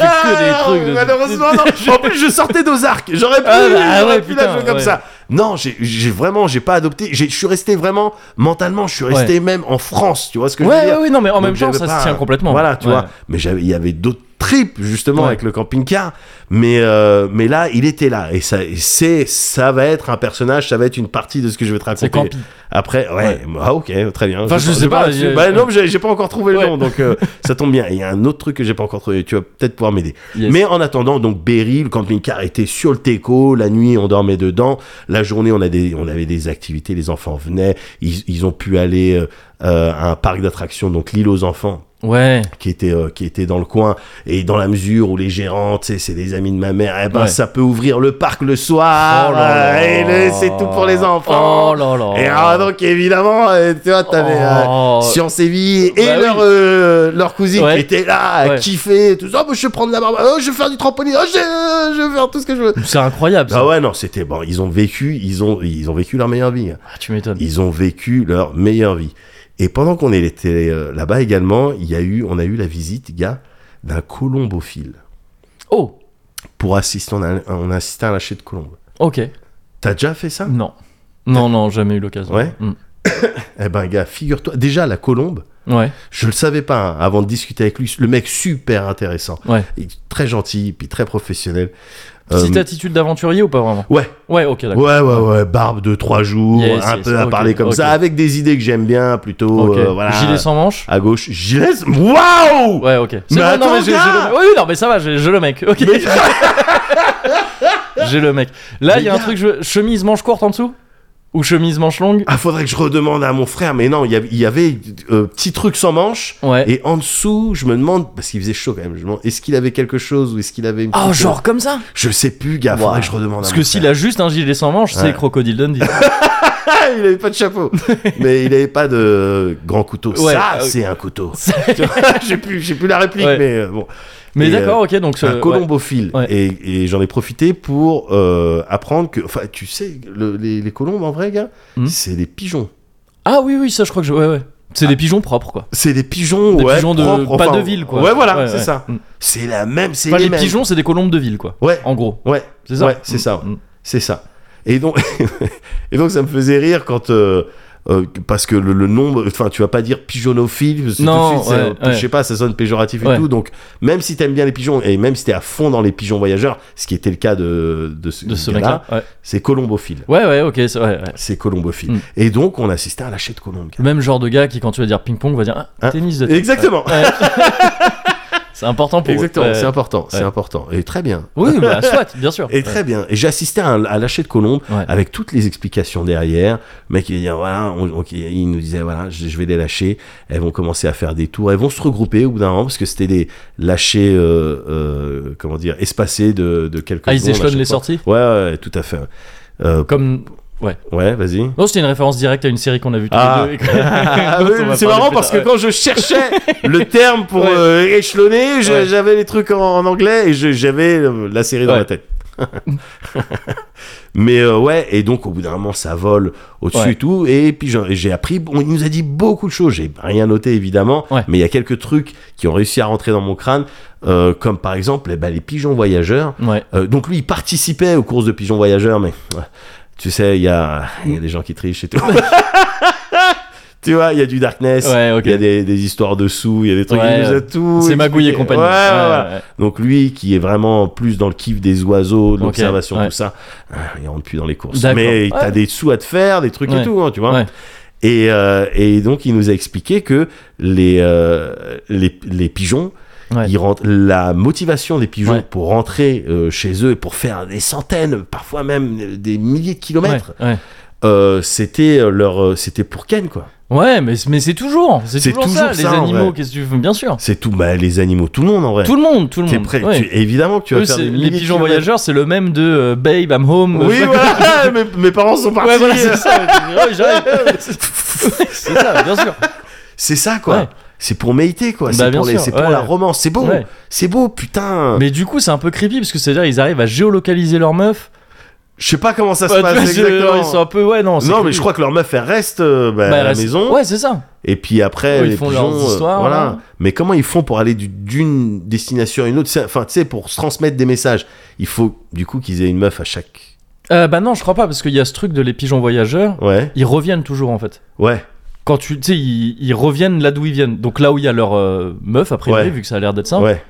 Speaker 1: Ah,
Speaker 2: que des trucs. De... [laughs]
Speaker 1: Malheureusement, non. En plus, je sortais d'Ozark. J'aurais pu,
Speaker 2: Ah, bah,
Speaker 1: j'aurais
Speaker 2: ouais,
Speaker 1: pu la
Speaker 2: putain,
Speaker 1: jouer comme
Speaker 2: ouais.
Speaker 1: ça. Non, j'ai- j'ai vraiment, j'ai pas adopté. J'ai- Je suis resté vraiment mentalement, je suis resté même en France, tu vois ce que je veux
Speaker 2: Ouais,
Speaker 1: dire
Speaker 2: ouais, ouais, non, mais en
Speaker 1: Donc,
Speaker 2: même temps,
Speaker 1: j'avais
Speaker 2: ça
Speaker 1: pas
Speaker 2: se tient
Speaker 1: un-
Speaker 2: complètement.
Speaker 1: Voilà, tu
Speaker 2: Ouais.
Speaker 1: vois. Mais j'avais- il y avait d'autres tripes justement
Speaker 2: Ouais.
Speaker 1: avec le camping-car, mais euh, mais là, il était là et ça, et c'est, ça va être un personnage, ça va être une partie de ce que je vais te raconter.
Speaker 2: C'est campi.
Speaker 1: Après, ouais,
Speaker 2: Ouais.
Speaker 1: ah, ok, très bien.
Speaker 2: Enfin, je sais pas,
Speaker 1: là-dessus.
Speaker 2: je-
Speaker 1: Bah, non, mais j'ai j'ai pas encore trouvé
Speaker 2: Ouais.
Speaker 1: le nom, donc
Speaker 2: [laughs]
Speaker 1: euh, ça tombe bien. Et Il y a un autre truc que j'ai pas encore trouvé. Tu vas peut-être pouvoir m'aider.
Speaker 2: Yes.
Speaker 1: Mais en attendant, donc Berry, le camping-car était sur le Teco. La nuit, on dormait dedans. La journée, on, a des, on avait des activités. Les enfants venaient. Ils, ils ont pu aller euh, euh, à un parc d'attractions, donc l'île aux enfants
Speaker 2: Ouais.
Speaker 1: qui était euh, qui était dans le coin et dans la mesure où les gérants tu sais c'est des amis de ma mère eh ben
Speaker 2: Ouais.
Speaker 1: ça peut ouvrir le parc le soir
Speaker 2: Oh là là.
Speaker 1: Ah, bah, et le- c'est tout pour les enfants
Speaker 2: Oh là là.
Speaker 1: et alors, donc évidemment euh, tu vois t'avais euh,
Speaker 2: Oh.
Speaker 1: Science et Vie et
Speaker 2: Bah
Speaker 1: leur,
Speaker 2: oui.
Speaker 1: euh, leur cousine
Speaker 2: Ouais.
Speaker 1: qui était là à
Speaker 2: Ouais.
Speaker 1: kiffer et tout ça. Oh, je vais prendre la barbe, Oh, je vais faire du trampoline, Oh, je, euh, je vais faire tout ce que je veux.
Speaker 2: C'est incroyable. ça.
Speaker 1: Ah ouais, non, c'était bon. Ils ont vécu, ils ont, ils ont vécu leur meilleure vie.
Speaker 2: Ah, tu m'étonnes.
Speaker 1: Ils ont vécu leur meilleure vie. Et pendant qu'on était euh, là-bas également, il y a eu, on a eu la visite, gars, d'un colombophile
Speaker 2: Oh,
Speaker 1: pour assister. On a, on a assisté à un lâcher de colombe.
Speaker 2: ok.
Speaker 1: T'as déjà fait ça
Speaker 2: Non. Non, non, jamais eu l'occasion.
Speaker 1: Ouais.
Speaker 2: Mm.
Speaker 1: Eh ben, gars, figure-toi. Déjà, la colombe,
Speaker 2: Ouais.
Speaker 1: je le savais pas hein, avant de discuter avec lui. Le mec super intéressant.
Speaker 2: Ouais.
Speaker 1: Il est très gentil, puis très professionnel.
Speaker 2: Petite
Speaker 1: Euh,
Speaker 2: attitude d'aventurier ou pas vraiment
Speaker 1: ouais,
Speaker 2: Ouais, ok, d'accord.
Speaker 1: ouais, ouais, ouais, barbe de trois jours,
Speaker 2: Yes,
Speaker 1: un
Speaker 2: yes,
Speaker 1: peu à
Speaker 2: ok,
Speaker 1: parler comme
Speaker 2: ok.
Speaker 1: ça, avec des idées que j'aime bien, plutôt,
Speaker 2: Ok.
Speaker 1: euh, voilà,
Speaker 2: Gilet sans manche
Speaker 1: à gauche, gilet, waouh
Speaker 2: Ouais, ok. C'est
Speaker 1: Mais
Speaker 2: bon, non,
Speaker 1: attends,
Speaker 2: mais j'ai, j'ai
Speaker 1: gars
Speaker 2: le... Oui, oui, non, mais ça va, j'ai, j'ai le mec. Ok. [laughs] j'ai le mec. Là,
Speaker 1: Mais
Speaker 2: il y a un
Speaker 1: gars.
Speaker 2: truc, je- chemise manche courte en dessous Ou chemise manche longue
Speaker 1: Ah, faudrait que je redemande à mon frère, mais non, il y avait, il y avait, euh, petit truc sans manche,
Speaker 2: Ouais.
Speaker 1: et en dessous, je me demande, parce qu'il faisait chaud quand même, je me demande, est-ce qu'il avait quelque chose, ou est-ce qu'il avait une
Speaker 2: Oh,
Speaker 1: petite-
Speaker 2: genre comme ça
Speaker 1: Je sais plus, gars, faudrait
Speaker 2: Wow.
Speaker 1: que je redemande
Speaker 2: Parce
Speaker 1: à
Speaker 2: que
Speaker 1: mon
Speaker 2: s'il
Speaker 1: frère.
Speaker 2: a juste un gilet sans manche,
Speaker 1: Ouais.
Speaker 2: c'est Crocodile Dundee.
Speaker 1: Ah, il avait pas de
Speaker 2: [laughs]
Speaker 1: chapeau, mais il avait pas de grand couteau,
Speaker 2: Ouais,
Speaker 1: ça,
Speaker 2: euh,
Speaker 1: c'est un
Speaker 2: [laughs]
Speaker 1: couteau.
Speaker 2: C'est-
Speaker 1: Tu vois, [laughs] j'ai plus, j'ai plus la réplique,
Speaker 2: Ouais.
Speaker 1: mais euh, bon.
Speaker 2: mais
Speaker 1: Et,
Speaker 2: d'accord, ok, donc. ce-
Speaker 1: un colombophile.
Speaker 2: Ouais.
Speaker 1: Et, et j'en ai profité pour euh, apprendre que. Enfin, tu sais, le- les, les colombes, en vrai, gars,
Speaker 2: Mhm.
Speaker 1: c'est des pigeons.
Speaker 2: ouais. Ah oui, oui, ça, je crois que je. Ouais, ouais. C'est des pigeons propres, quoi.
Speaker 1: C'est des pigeons,
Speaker 2: Des
Speaker 1: Ah. ouais,
Speaker 2: pigeons de.
Speaker 1: propres,
Speaker 2: pas
Speaker 1: enfin,
Speaker 2: de ville, quoi.
Speaker 1: Ouais, voilà,
Speaker 2: Ouais,
Speaker 1: c'est
Speaker 2: ouais.
Speaker 1: ça.
Speaker 2: Mm.
Speaker 1: C'est la même, c'est
Speaker 2: Enfin,
Speaker 1: les,
Speaker 2: les
Speaker 1: mêmes.
Speaker 2: pigeons, c'est des colombes de ville, quoi.
Speaker 1: Ouais,
Speaker 2: En gros.
Speaker 1: ouais,
Speaker 2: C'est ça
Speaker 1: Ouais, c'est ça, ouais.
Speaker 2: Mm.
Speaker 1: c'est ça. Et donc, [laughs] et donc, ça me faisait rire quand. euh, euh, parce que le, le nombre, enfin, tu vas pas dire pigeonophile, parce que
Speaker 2: Non,
Speaker 1: tout de suite, c'est- euh,
Speaker 2: ouais,
Speaker 1: je
Speaker 2: ouais.
Speaker 1: sais pas, ça sonne péjoratif et
Speaker 2: Ouais.
Speaker 1: tout. Donc, même si t'aimes bien les pigeons, et même si t'es à fond dans les pigeons voyageurs, ce qui était le cas de, de ce,
Speaker 2: De ce
Speaker 1: gars-là,
Speaker 2: mec-là. Ouais.
Speaker 1: c'est colombophile.
Speaker 2: Ouais, ouais, ok, c'est- ouais, ouais.
Speaker 1: C'est colombophile.
Speaker 2: Mm.
Speaker 1: Et donc, on assistait à un lâcher de colombes. gars.
Speaker 2: Le même genre de gars qui, quand tu vas dire ping-pong, va dire ah,
Speaker 1: Hein
Speaker 2: tennis de table.
Speaker 1: Exactement.
Speaker 2: Ouais. c'est important pour eux.
Speaker 1: Exactement.
Speaker 2: Ouais.
Speaker 1: C'est important. C'est
Speaker 2: Ouais.
Speaker 1: important. Et très bien.
Speaker 2: Oui, bah, soit, bien sûr.
Speaker 1: [laughs] Et très bien. Et j'ai assisté à un à un lâcher de colombes
Speaker 2: Ouais.
Speaker 1: avec toutes les explications derrière. Le mec, il disait, voilà, on- on- il nous disait, voilà, je, je vais les lâcher. Elles vont commencer à faire des tours. Elles vont se regrouper au bout d'un moment parce que c'était des lâchers, euh, euh, comment dire, espacés de, de quelques
Speaker 2: Ah, ils
Speaker 1: secondes à
Speaker 2: échelonnent
Speaker 1: chaque
Speaker 2: les
Speaker 1: fois.
Speaker 2: sorties
Speaker 1: Ouais, ouais, tout à fait. Euh,
Speaker 2: Comme.
Speaker 1: ouais, vas-y.
Speaker 2: Non, c'était une référence directe à une série qu'on a vue tous
Speaker 1: Ah.
Speaker 2: les deux.
Speaker 1: [laughs] Ah oui,
Speaker 2: On va
Speaker 1: c'est
Speaker 2: parler
Speaker 1: marrant
Speaker 2: plus
Speaker 1: parce que
Speaker 2: tard,
Speaker 1: quand je cherchais le terme pour
Speaker 2: Ouais.
Speaker 1: euh, échelonner, je-
Speaker 2: Ouais.
Speaker 1: j'avais les trucs en, en anglais et je- j'avais euh, la série dans
Speaker 2: Ouais.
Speaker 1: la tête. [laughs] Mais euh, ouais, et donc au bout d'un moment, ça vole au-dessus
Speaker 2: Ouais.
Speaker 1: et tout. Et puis j'en- j'ai appris, bon, il nous a dit beaucoup de choses. J'ai rien noté évidemment,
Speaker 2: Ouais.
Speaker 1: mais il y a quelques trucs qui ont réussi à rentrer dans mon crâne, euh, comme par exemple eh ben, les pigeons voyageurs.
Speaker 2: ouais. Ouais.
Speaker 1: Euh, donc lui, il participait aux courses de pigeons voyageurs, mais ouais, tu sais, il y a, il y a des gens qui trichent et tout. [laughs] tu vois, il y a du darkness.
Speaker 2: Ouais, ok.
Speaker 1: Il y a des, des histoires dessous, il y a des trucs,
Speaker 2: Ouais,
Speaker 1: il nous a
Speaker 2: ouais.
Speaker 1: tout.
Speaker 2: C'est
Speaker 1: expliqué.
Speaker 2: Magouille et compagnie.
Speaker 1: Ouais, ouais,
Speaker 2: Ouais,
Speaker 1: ouais.
Speaker 2: ouais, ouais.
Speaker 1: Donc lui, qui est vraiment plus dans le kiff des oiseaux, de
Speaker 2: Ok,
Speaker 1: l'observation,
Speaker 2: ouais.
Speaker 1: tout ça, ah, il rentre plus dans les courses.
Speaker 2: D'accord.
Speaker 1: Mais t'as
Speaker 2: Ouais.
Speaker 1: des sous à te faire, des trucs et
Speaker 2: Ouais.
Speaker 1: tout, hein, tu vois.
Speaker 2: Ouais.
Speaker 1: Et, euh, et donc il nous a expliqué que les, euh, les, les pigeons,
Speaker 2: Ouais.
Speaker 1: ils rentrent- la motivation des pigeons
Speaker 2: Ouais.
Speaker 1: pour rentrer euh, chez eux et pour faire des centaines, parfois même euh, des milliers de kilomètres,
Speaker 2: Ouais, ouais.
Speaker 1: euh, c'était euh, leur, euh, c'était pour Ken quoi.
Speaker 2: Ouais, mais, mais c'est toujours. C'est
Speaker 1: C'est
Speaker 2: toujours, ça,
Speaker 1: toujours
Speaker 2: les
Speaker 1: ça, en
Speaker 2: animaux.
Speaker 1: vrai.
Speaker 2: Qu'est-ce que tu veux Bien sûr.
Speaker 1: C'est tout, bah, les animaux, tout le monde en vrai.
Speaker 2: Tout le monde, tout le
Speaker 1: T'es
Speaker 2: monde.
Speaker 1: prêt
Speaker 2: Ouais.
Speaker 1: tu- Évidemment que tu vas
Speaker 2: Eux,
Speaker 1: faire
Speaker 2: c'est-
Speaker 1: des
Speaker 2: les
Speaker 1: milliers de
Speaker 2: pigeons
Speaker 1: kilomètres.
Speaker 2: voyageurs, c'est le même de euh, Babe, I'm home. euh,
Speaker 1: Oui,
Speaker 2: je sais pas [laughs]
Speaker 1: voilà, mes, mes parents sont
Speaker 2: quoi.
Speaker 1: partis.
Speaker 2: Ouais, voilà, c'est ça.
Speaker 1: [laughs]
Speaker 2: Ouais, j'arrive. c'est ça, bien sûr.
Speaker 1: C'est ça quoi.
Speaker 2: Ouais.
Speaker 1: C'est pour méditer quoi.
Speaker 2: Bah,
Speaker 1: c'est
Speaker 2: bien
Speaker 1: pour, les-
Speaker 2: sûr,
Speaker 1: c'est pour
Speaker 2: ouais.
Speaker 1: la romance. C'est beau.
Speaker 2: Ouais.
Speaker 1: C'est beau, putain.
Speaker 2: Mais du coup, c'est un peu creepy parce que c'est-à-dire ils arrivent à géolocaliser leur meuf.
Speaker 1: Je sais pas comment ça
Speaker 2: Bah,
Speaker 1: se
Speaker 2: tu vois,
Speaker 1: passe
Speaker 2: c'est- Ils sont
Speaker 1: exactement.
Speaker 2: un peu ouais non. c'est
Speaker 1: Non, mais
Speaker 2: creepy.
Speaker 1: je crois que leur meuf elle reste euh, bah,
Speaker 2: Bah,
Speaker 1: à la
Speaker 2: reste-
Speaker 1: maison.
Speaker 2: Ouais, c'est ça.
Speaker 1: Et puis après,
Speaker 2: Eux, ils
Speaker 1: les
Speaker 2: font
Speaker 1: pigeons,
Speaker 2: leurs
Speaker 1: euh,
Speaker 2: histoires,
Speaker 1: voilà.
Speaker 2: là.
Speaker 1: Mais comment ils font pour aller du- d'une destination à une autre C'est- Enfin, tu sais, pour se transmettre des messages, il faut du coup qu'ils aient une meuf à chaque
Speaker 2: Euh, bah non, je crois pas, parce qu'il y a ce truc de les pigeons voyageurs,
Speaker 1: Ouais,
Speaker 2: ils reviennent toujours en fait.
Speaker 1: ouais,
Speaker 2: Quand tu tu sais, ils, ils reviennent là d'où ils viennent. Donc là où il y a leur euh, meuf, après,
Speaker 1: Ouais.
Speaker 2: vu que ça a l'air d'être simple.
Speaker 1: ouais,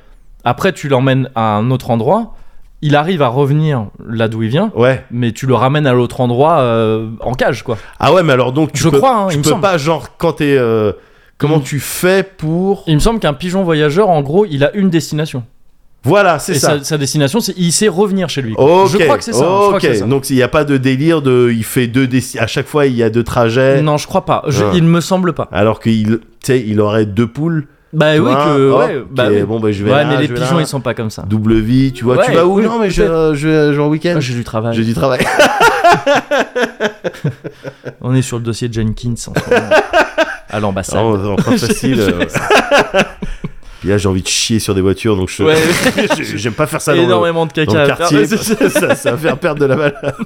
Speaker 2: Après, tu l'emmènes à un autre endroit, il arrive à revenir là d'où il vient,
Speaker 1: ouais.
Speaker 2: mais tu le ramènes à l'autre endroit euh, en cage, quoi.
Speaker 1: Ah ouais, mais alors donc tu
Speaker 2: Je
Speaker 1: peux,
Speaker 2: crois, hein,
Speaker 1: tu
Speaker 2: il me
Speaker 1: peux
Speaker 2: semble.
Speaker 1: pas genre quand t'es euh, comment
Speaker 2: Mm.
Speaker 1: tu fais pour
Speaker 2: Il me semble qu'un pigeon voyageur, en gros, il a une destination.
Speaker 1: voilà c'est
Speaker 2: Et
Speaker 1: ça.
Speaker 2: Sa, sa destination, c'est il sait revenir chez lui. quoi.
Speaker 1: Ok,
Speaker 2: Je crois que c'est ça. je crois
Speaker 1: ok.
Speaker 2: que c'est ça.
Speaker 1: Donc il n'y a pas de délire de il fait deux déci- à chaque fois il y a deux trajets.
Speaker 2: Non, je crois pas. Je-
Speaker 1: Ah.
Speaker 2: Il me semble pas.
Speaker 1: Alors qu'il tu sais il aurait deux poules.
Speaker 2: Bah
Speaker 1: tu
Speaker 2: oui,
Speaker 1: vois,
Speaker 2: que.
Speaker 1: hop,
Speaker 2: ouais,
Speaker 1: qui
Speaker 2: bah,
Speaker 1: est,
Speaker 2: oui.
Speaker 1: bon bah je vais
Speaker 2: ouais
Speaker 1: là,
Speaker 2: mais les
Speaker 1: je vais
Speaker 2: pigeons,
Speaker 1: là.
Speaker 2: ils sont pas comme ça.
Speaker 1: double vie, tu vois, tu
Speaker 2: Ouais,
Speaker 1: vas où
Speaker 2: oui,
Speaker 1: Non mais je,
Speaker 2: peut-être.
Speaker 1: euh, je vais euh, je vais en week-end.
Speaker 2: Ah, J'ai du travail.
Speaker 1: J'ai du
Speaker 2: [laughs]
Speaker 1: travail.
Speaker 2: On est sur le dossier Jenkins en
Speaker 1: [laughs]
Speaker 2: ce moment. à l'ambassade.
Speaker 1: Oh, non, pas facile. euh, Puis là j'ai envie de chier sur des voitures donc [laughs] je
Speaker 2: Ouais,
Speaker 1: j'aime pas faire ça dans le-
Speaker 2: énormément de
Speaker 1: dans le
Speaker 2: caca à faire. [laughs]
Speaker 1: quartier,
Speaker 2: Mais,
Speaker 1: ça, ça, ça va faire perdre de la valeur.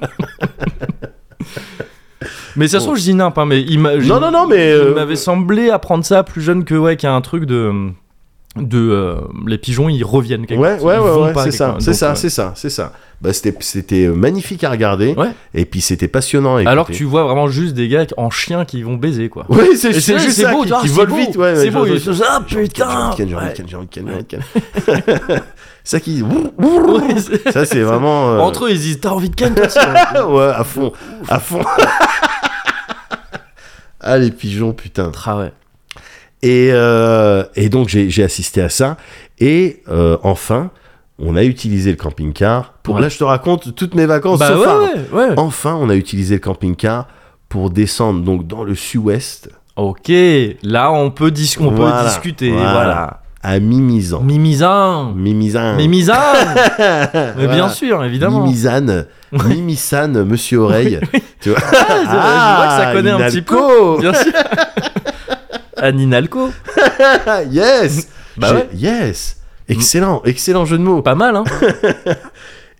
Speaker 2: mais ça se trouve, je dis nimp, hein, mais il m'a-
Speaker 1: Non, non, non, mais, euh,
Speaker 2: Il m'avait semblé apprendre ça plus jeune que, ouais, qu'il y a un truc de. de euh, les pigeons, ils reviennent quelque
Speaker 1: Ouais,
Speaker 2: part.
Speaker 1: ouais,
Speaker 2: Ils
Speaker 1: ouais,
Speaker 2: vont
Speaker 1: ouais,
Speaker 2: pas
Speaker 1: c'est
Speaker 2: quelque
Speaker 1: ça,
Speaker 2: part.
Speaker 1: c'est
Speaker 2: Donc, euh,
Speaker 1: ça,
Speaker 2: ouais.
Speaker 1: c'est ça, c'est ça. Bah, c'était, c'était magnifique à regarder.
Speaker 2: Ouais.
Speaker 1: Et puis c'était passionnant. à écouter.
Speaker 2: Alors que tu vois vraiment juste des gars en chien qui vont baiser, quoi.
Speaker 1: Oui, c'est,
Speaker 2: Et
Speaker 1: c'est
Speaker 2: c'est-
Speaker 1: juste
Speaker 2: c'est
Speaker 1: ça,
Speaker 2: beau,
Speaker 1: qui,
Speaker 2: tu vois,
Speaker 1: qui
Speaker 2: c'est
Speaker 1: vole
Speaker 2: beau.
Speaker 1: vite. Ouais,
Speaker 2: C'est
Speaker 1: ouais,
Speaker 2: beau,
Speaker 1: je-
Speaker 2: ils
Speaker 1: je-
Speaker 2: sont- ah,
Speaker 1: je- je-
Speaker 2: putain,
Speaker 1: je- je- je- je-
Speaker 2: ouais.
Speaker 1: je- je- je-
Speaker 2: [laughs]
Speaker 1: je- Ça qui. Ça c'est vraiment. euh, [laughs]
Speaker 2: Entre eux, ils disent T'as envie de ken toi aussi
Speaker 1: Ouais, à fond, à fond. [laughs] Ah les pigeons, putain.
Speaker 2: Ah ouais.
Speaker 1: Et, euh, et donc j'ai j'ai assisté à ça. Et euh, enfin, on a utilisé le camping-car. Pour...
Speaker 2: Ouais.
Speaker 1: Là, je te raconte toutes mes vacances
Speaker 2: Bah
Speaker 1: sauf un.
Speaker 2: ouais, ouais, ouais.
Speaker 1: Enfin, on a utilisé le camping-car pour descendre donc dans le sud-ouest
Speaker 2: Ok, là on peut, dis- on
Speaker 1: Voilà,
Speaker 2: peut discuter.
Speaker 1: voilà.
Speaker 2: Voilà.
Speaker 1: à Mimizan.
Speaker 2: Mimizan
Speaker 1: Mimizan.
Speaker 2: Mimizan
Speaker 1: [laughs]
Speaker 2: Mais
Speaker 1: Voilà.
Speaker 2: bien sûr, évidemment.
Speaker 1: Mimizan. Mimisan, monsieur oreille. Tu
Speaker 2: [laughs]
Speaker 1: vois
Speaker 2: Ah, je- je vois que ça connaît un petit peu. Bien sûr. [laughs] Aninalco.
Speaker 1: peu. Ah, yes.
Speaker 2: [laughs] Bah
Speaker 1: J'ai-
Speaker 2: ouais. Mm.
Speaker 1: Yes. Excellent, excellent jeu de mots.
Speaker 2: Pas mal, hein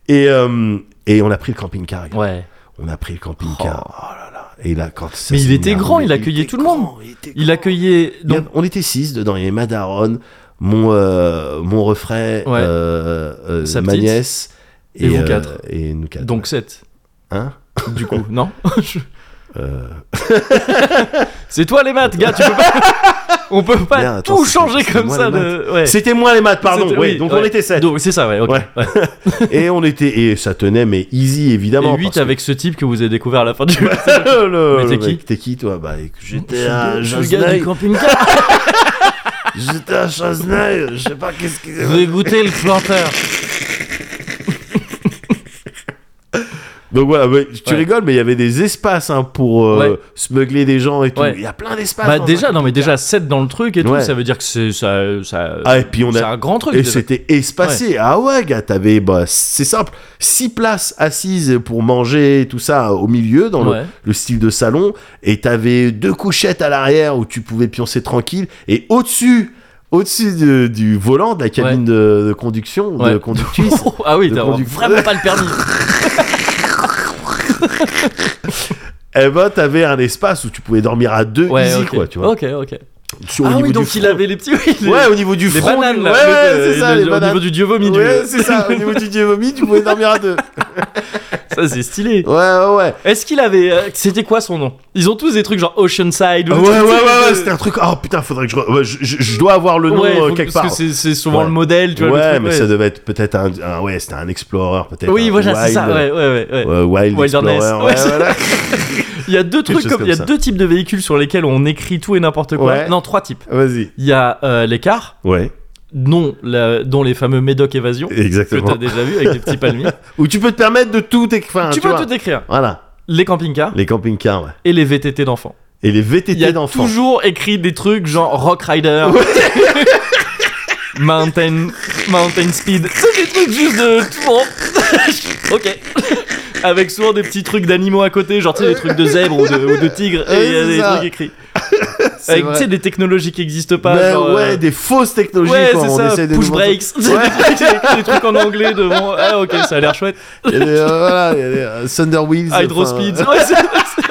Speaker 1: Et, euh, et on a pris le camping-car.
Speaker 2: Ouais.
Speaker 1: On a pris le camping-car. Oh, là là. Et là, quand ça
Speaker 2: Mais il
Speaker 1: s'est
Speaker 2: était
Speaker 1: mis à
Speaker 2: grand,
Speaker 1: rouler,
Speaker 2: il accueillait
Speaker 1: était
Speaker 2: tout le monde.
Speaker 1: grand, Il, était
Speaker 2: Il
Speaker 1: grand.
Speaker 2: accueillait.
Speaker 1: Il y a-
Speaker 2: Donc,
Speaker 1: on était six dedans. Il y avait ma daronne, mon, euh, mon refrain,
Speaker 2: Ouais.
Speaker 1: euh, euh,
Speaker 2: Sa
Speaker 1: ma
Speaker 2: petite.
Speaker 1: nièce.
Speaker 2: Et vous quatre.
Speaker 1: et nous quatre.
Speaker 2: donc 7,
Speaker 1: Hein
Speaker 2: du
Speaker 1: [laughs]
Speaker 2: coup, non Je-
Speaker 1: Euh,
Speaker 2: [laughs] C'est toi les maths, gars, tu peux pas.
Speaker 1: [laughs]
Speaker 2: On peut pas
Speaker 1: Merde, attends,
Speaker 2: tout
Speaker 1: c'est-
Speaker 2: changer
Speaker 1: c'est
Speaker 2: comme
Speaker 1: moi
Speaker 2: ça
Speaker 1: les
Speaker 2: de. Ouais.
Speaker 1: C'était moi les maths, pardon.
Speaker 2: C'était-
Speaker 1: Oui,
Speaker 2: oui,
Speaker 1: donc on
Speaker 2: ouais.
Speaker 1: était sept.
Speaker 2: Donc c'est ça, ouais, ok.
Speaker 1: Ouais.
Speaker 2: ouais.
Speaker 1: et on était et ça tenait mais easy évidemment.
Speaker 2: Et 8
Speaker 1: parce
Speaker 2: avec ce type que vous avez découvert à la fin du. [laughs]
Speaker 1: que- [laughs] le,
Speaker 2: Mais
Speaker 1: le
Speaker 2: t'es
Speaker 1: mec,
Speaker 2: qui
Speaker 1: T'es qui toi Bah écoute,
Speaker 2: Je
Speaker 1: j'étais
Speaker 2: suis
Speaker 1: à
Speaker 2: le- je suis le gars
Speaker 1: Chasseneuil.
Speaker 2: du camping-car.
Speaker 1: [laughs] J'étais à Chasseneuil. Je sais pas qu'est-ce qui.
Speaker 2: Je vais goûter le planteur.
Speaker 1: Donc voilà, mais tu
Speaker 2: Ouais.
Speaker 1: rigoles, mais il y avait des espaces hein, pour euh,
Speaker 2: Ouais.
Speaker 1: smuggler des gens et tout.
Speaker 2: Ouais.
Speaker 1: Il y a plein d'espaces.
Speaker 2: Bah
Speaker 1: dans un
Speaker 2: déjà, non mais
Speaker 1: camping-car.
Speaker 2: déjà 7 dans le truc et tout,
Speaker 1: Ouais.
Speaker 2: ça veut dire que c'est ça, ça
Speaker 1: Ah, et puis on a-
Speaker 2: c'est un grand truc.
Speaker 1: Et
Speaker 2: déjà.
Speaker 1: c'était espacé. Ah ouais, gars, t'avais, bah, c'est simple, six places assises pour manger, et tout ça, au milieu, dans le,
Speaker 2: Ouais.
Speaker 1: le style de salon. Et t'avais deux couchettes à l'arrière où tu pouvais pioncer tranquille. Et au-dessus, au-dessus de- du volant, de la cabine de, de conduction, de
Speaker 2: Ouais. [laughs]
Speaker 1: conductrice,
Speaker 2: ah oui,
Speaker 1: Le
Speaker 2: t'as
Speaker 1: conducteur.
Speaker 2: vraiment pas le
Speaker 1: [laughs]
Speaker 2: permis.
Speaker 1: eh ben, t'avais un espace où tu pouvais dormir à deux,
Speaker 2: Ouais,
Speaker 1: easy,
Speaker 2: ok.
Speaker 1: quoi, tu vois.
Speaker 2: Ok, ok.
Speaker 1: Sur- au
Speaker 2: ah
Speaker 1: niveau
Speaker 2: oui,
Speaker 1: du
Speaker 2: donc il
Speaker 1: front.
Speaker 2: avait les petits. oui, les-
Speaker 1: Ouais, au niveau du
Speaker 2: les
Speaker 1: front.
Speaker 2: bananes
Speaker 1: du-
Speaker 2: là.
Speaker 1: Ouais,
Speaker 2: le-
Speaker 1: ouais, c'est
Speaker 2: le-
Speaker 1: ça,
Speaker 2: le-
Speaker 1: les
Speaker 2: Au
Speaker 1: bananes.
Speaker 2: niveau du dieu vomi. du-
Speaker 1: Ouais, c'est
Speaker 2: [laughs]
Speaker 1: ça, au niveau du dieu vomi, tu pouvais dormir à deux.
Speaker 2: Ça c'est stylé.
Speaker 1: Ouais, ouais, ouais.
Speaker 2: Est-ce qu'il avait. euh, C'était quoi son nom Ils ont tous des trucs genre Oceanside. ou
Speaker 1: Ouais,
Speaker 2: des
Speaker 1: ouais, ouais,
Speaker 2: trucs de-
Speaker 1: ouais, c'était un truc. Oh putain, faudrait que je. re- ouais, je, je- je dois avoir le nom
Speaker 2: Ouais,
Speaker 1: euh,
Speaker 2: faut-
Speaker 1: quelque part.
Speaker 2: parce que c'est- c'est souvent
Speaker 1: Ouais.
Speaker 2: le modèle, tu vois. le
Speaker 1: ouais,
Speaker 2: truc,
Speaker 1: mais ça devait être peut-être un, un- Ouais, c'était un explorer, peut-être.
Speaker 2: Oui,
Speaker 1: un
Speaker 2: voilà, c'est ça.
Speaker 1: wild-
Speaker 2: Ouais, ouais, ouais. ouais.
Speaker 1: euh, wild
Speaker 2: Wilderness.
Speaker 1: Explorer.
Speaker 2: Ouais,
Speaker 1: Ouais,
Speaker 2: c'est-
Speaker 1: voilà.
Speaker 2: Il y a deux trucs
Speaker 1: chose
Speaker 2: comme. Il y a
Speaker 1: comme ça.
Speaker 2: deux types de véhicules sur lesquels on écrit tout et n'importe quoi.
Speaker 1: Ouais.
Speaker 2: Non, trois types.
Speaker 1: Vas-y.
Speaker 2: Il y a euh, les cars,
Speaker 1: Ouais,
Speaker 2: dont, la- dont les fameux médoc évasion. Que t'as
Speaker 1: exactement. Ah,
Speaker 2: déjà vu avec des
Speaker 1: [laughs]
Speaker 2: petits palmiers.
Speaker 1: Où tu peux te permettre de tout écrire.
Speaker 2: tu peux tout décrire.
Speaker 1: Voilà,
Speaker 2: Les camping-cars
Speaker 1: les camping-cars, ouais.
Speaker 2: et les VTT d'enfants.
Speaker 1: Et les
Speaker 2: Il y a
Speaker 1: VTT d'enfants.
Speaker 2: toujours écrit des trucs genre Rock Rider, Mountain, Mountain Speed. C'est des trucs juste de tout
Speaker 1: [laughs]
Speaker 2: bon. ok. Avec souvent des petits trucs d'animaux à côté, genre tu sais, des trucs de zèbre ou de, ou de tigre. Et il y
Speaker 1: Ouais,
Speaker 2: a
Speaker 1: c'est
Speaker 2: des
Speaker 1: ça.
Speaker 2: trucs écrits.
Speaker 1: C'est
Speaker 2: Avec tu
Speaker 1: vrai.
Speaker 2: sais, des technologies qui n'existent pas.
Speaker 1: Mais
Speaker 2: genre, euh,
Speaker 1: ouais, des fausses technologies.
Speaker 2: ouais,
Speaker 1: quoi,
Speaker 2: c'est
Speaker 1: on
Speaker 2: ça,
Speaker 1: essaie des
Speaker 2: push
Speaker 1: nouveaux
Speaker 2: breaks. C'est des trucs- c'est écrit [laughs] des trucs en anglais devant. Ah, ok, ça a l'air chouette.
Speaker 1: trucs. Il y a des, euh, voilà, il y a des, euh, Thunder Wheels.
Speaker 2: Hydro
Speaker 1: enfin,
Speaker 2: Speed.
Speaker 1: euh,
Speaker 2: Ouais, c'est-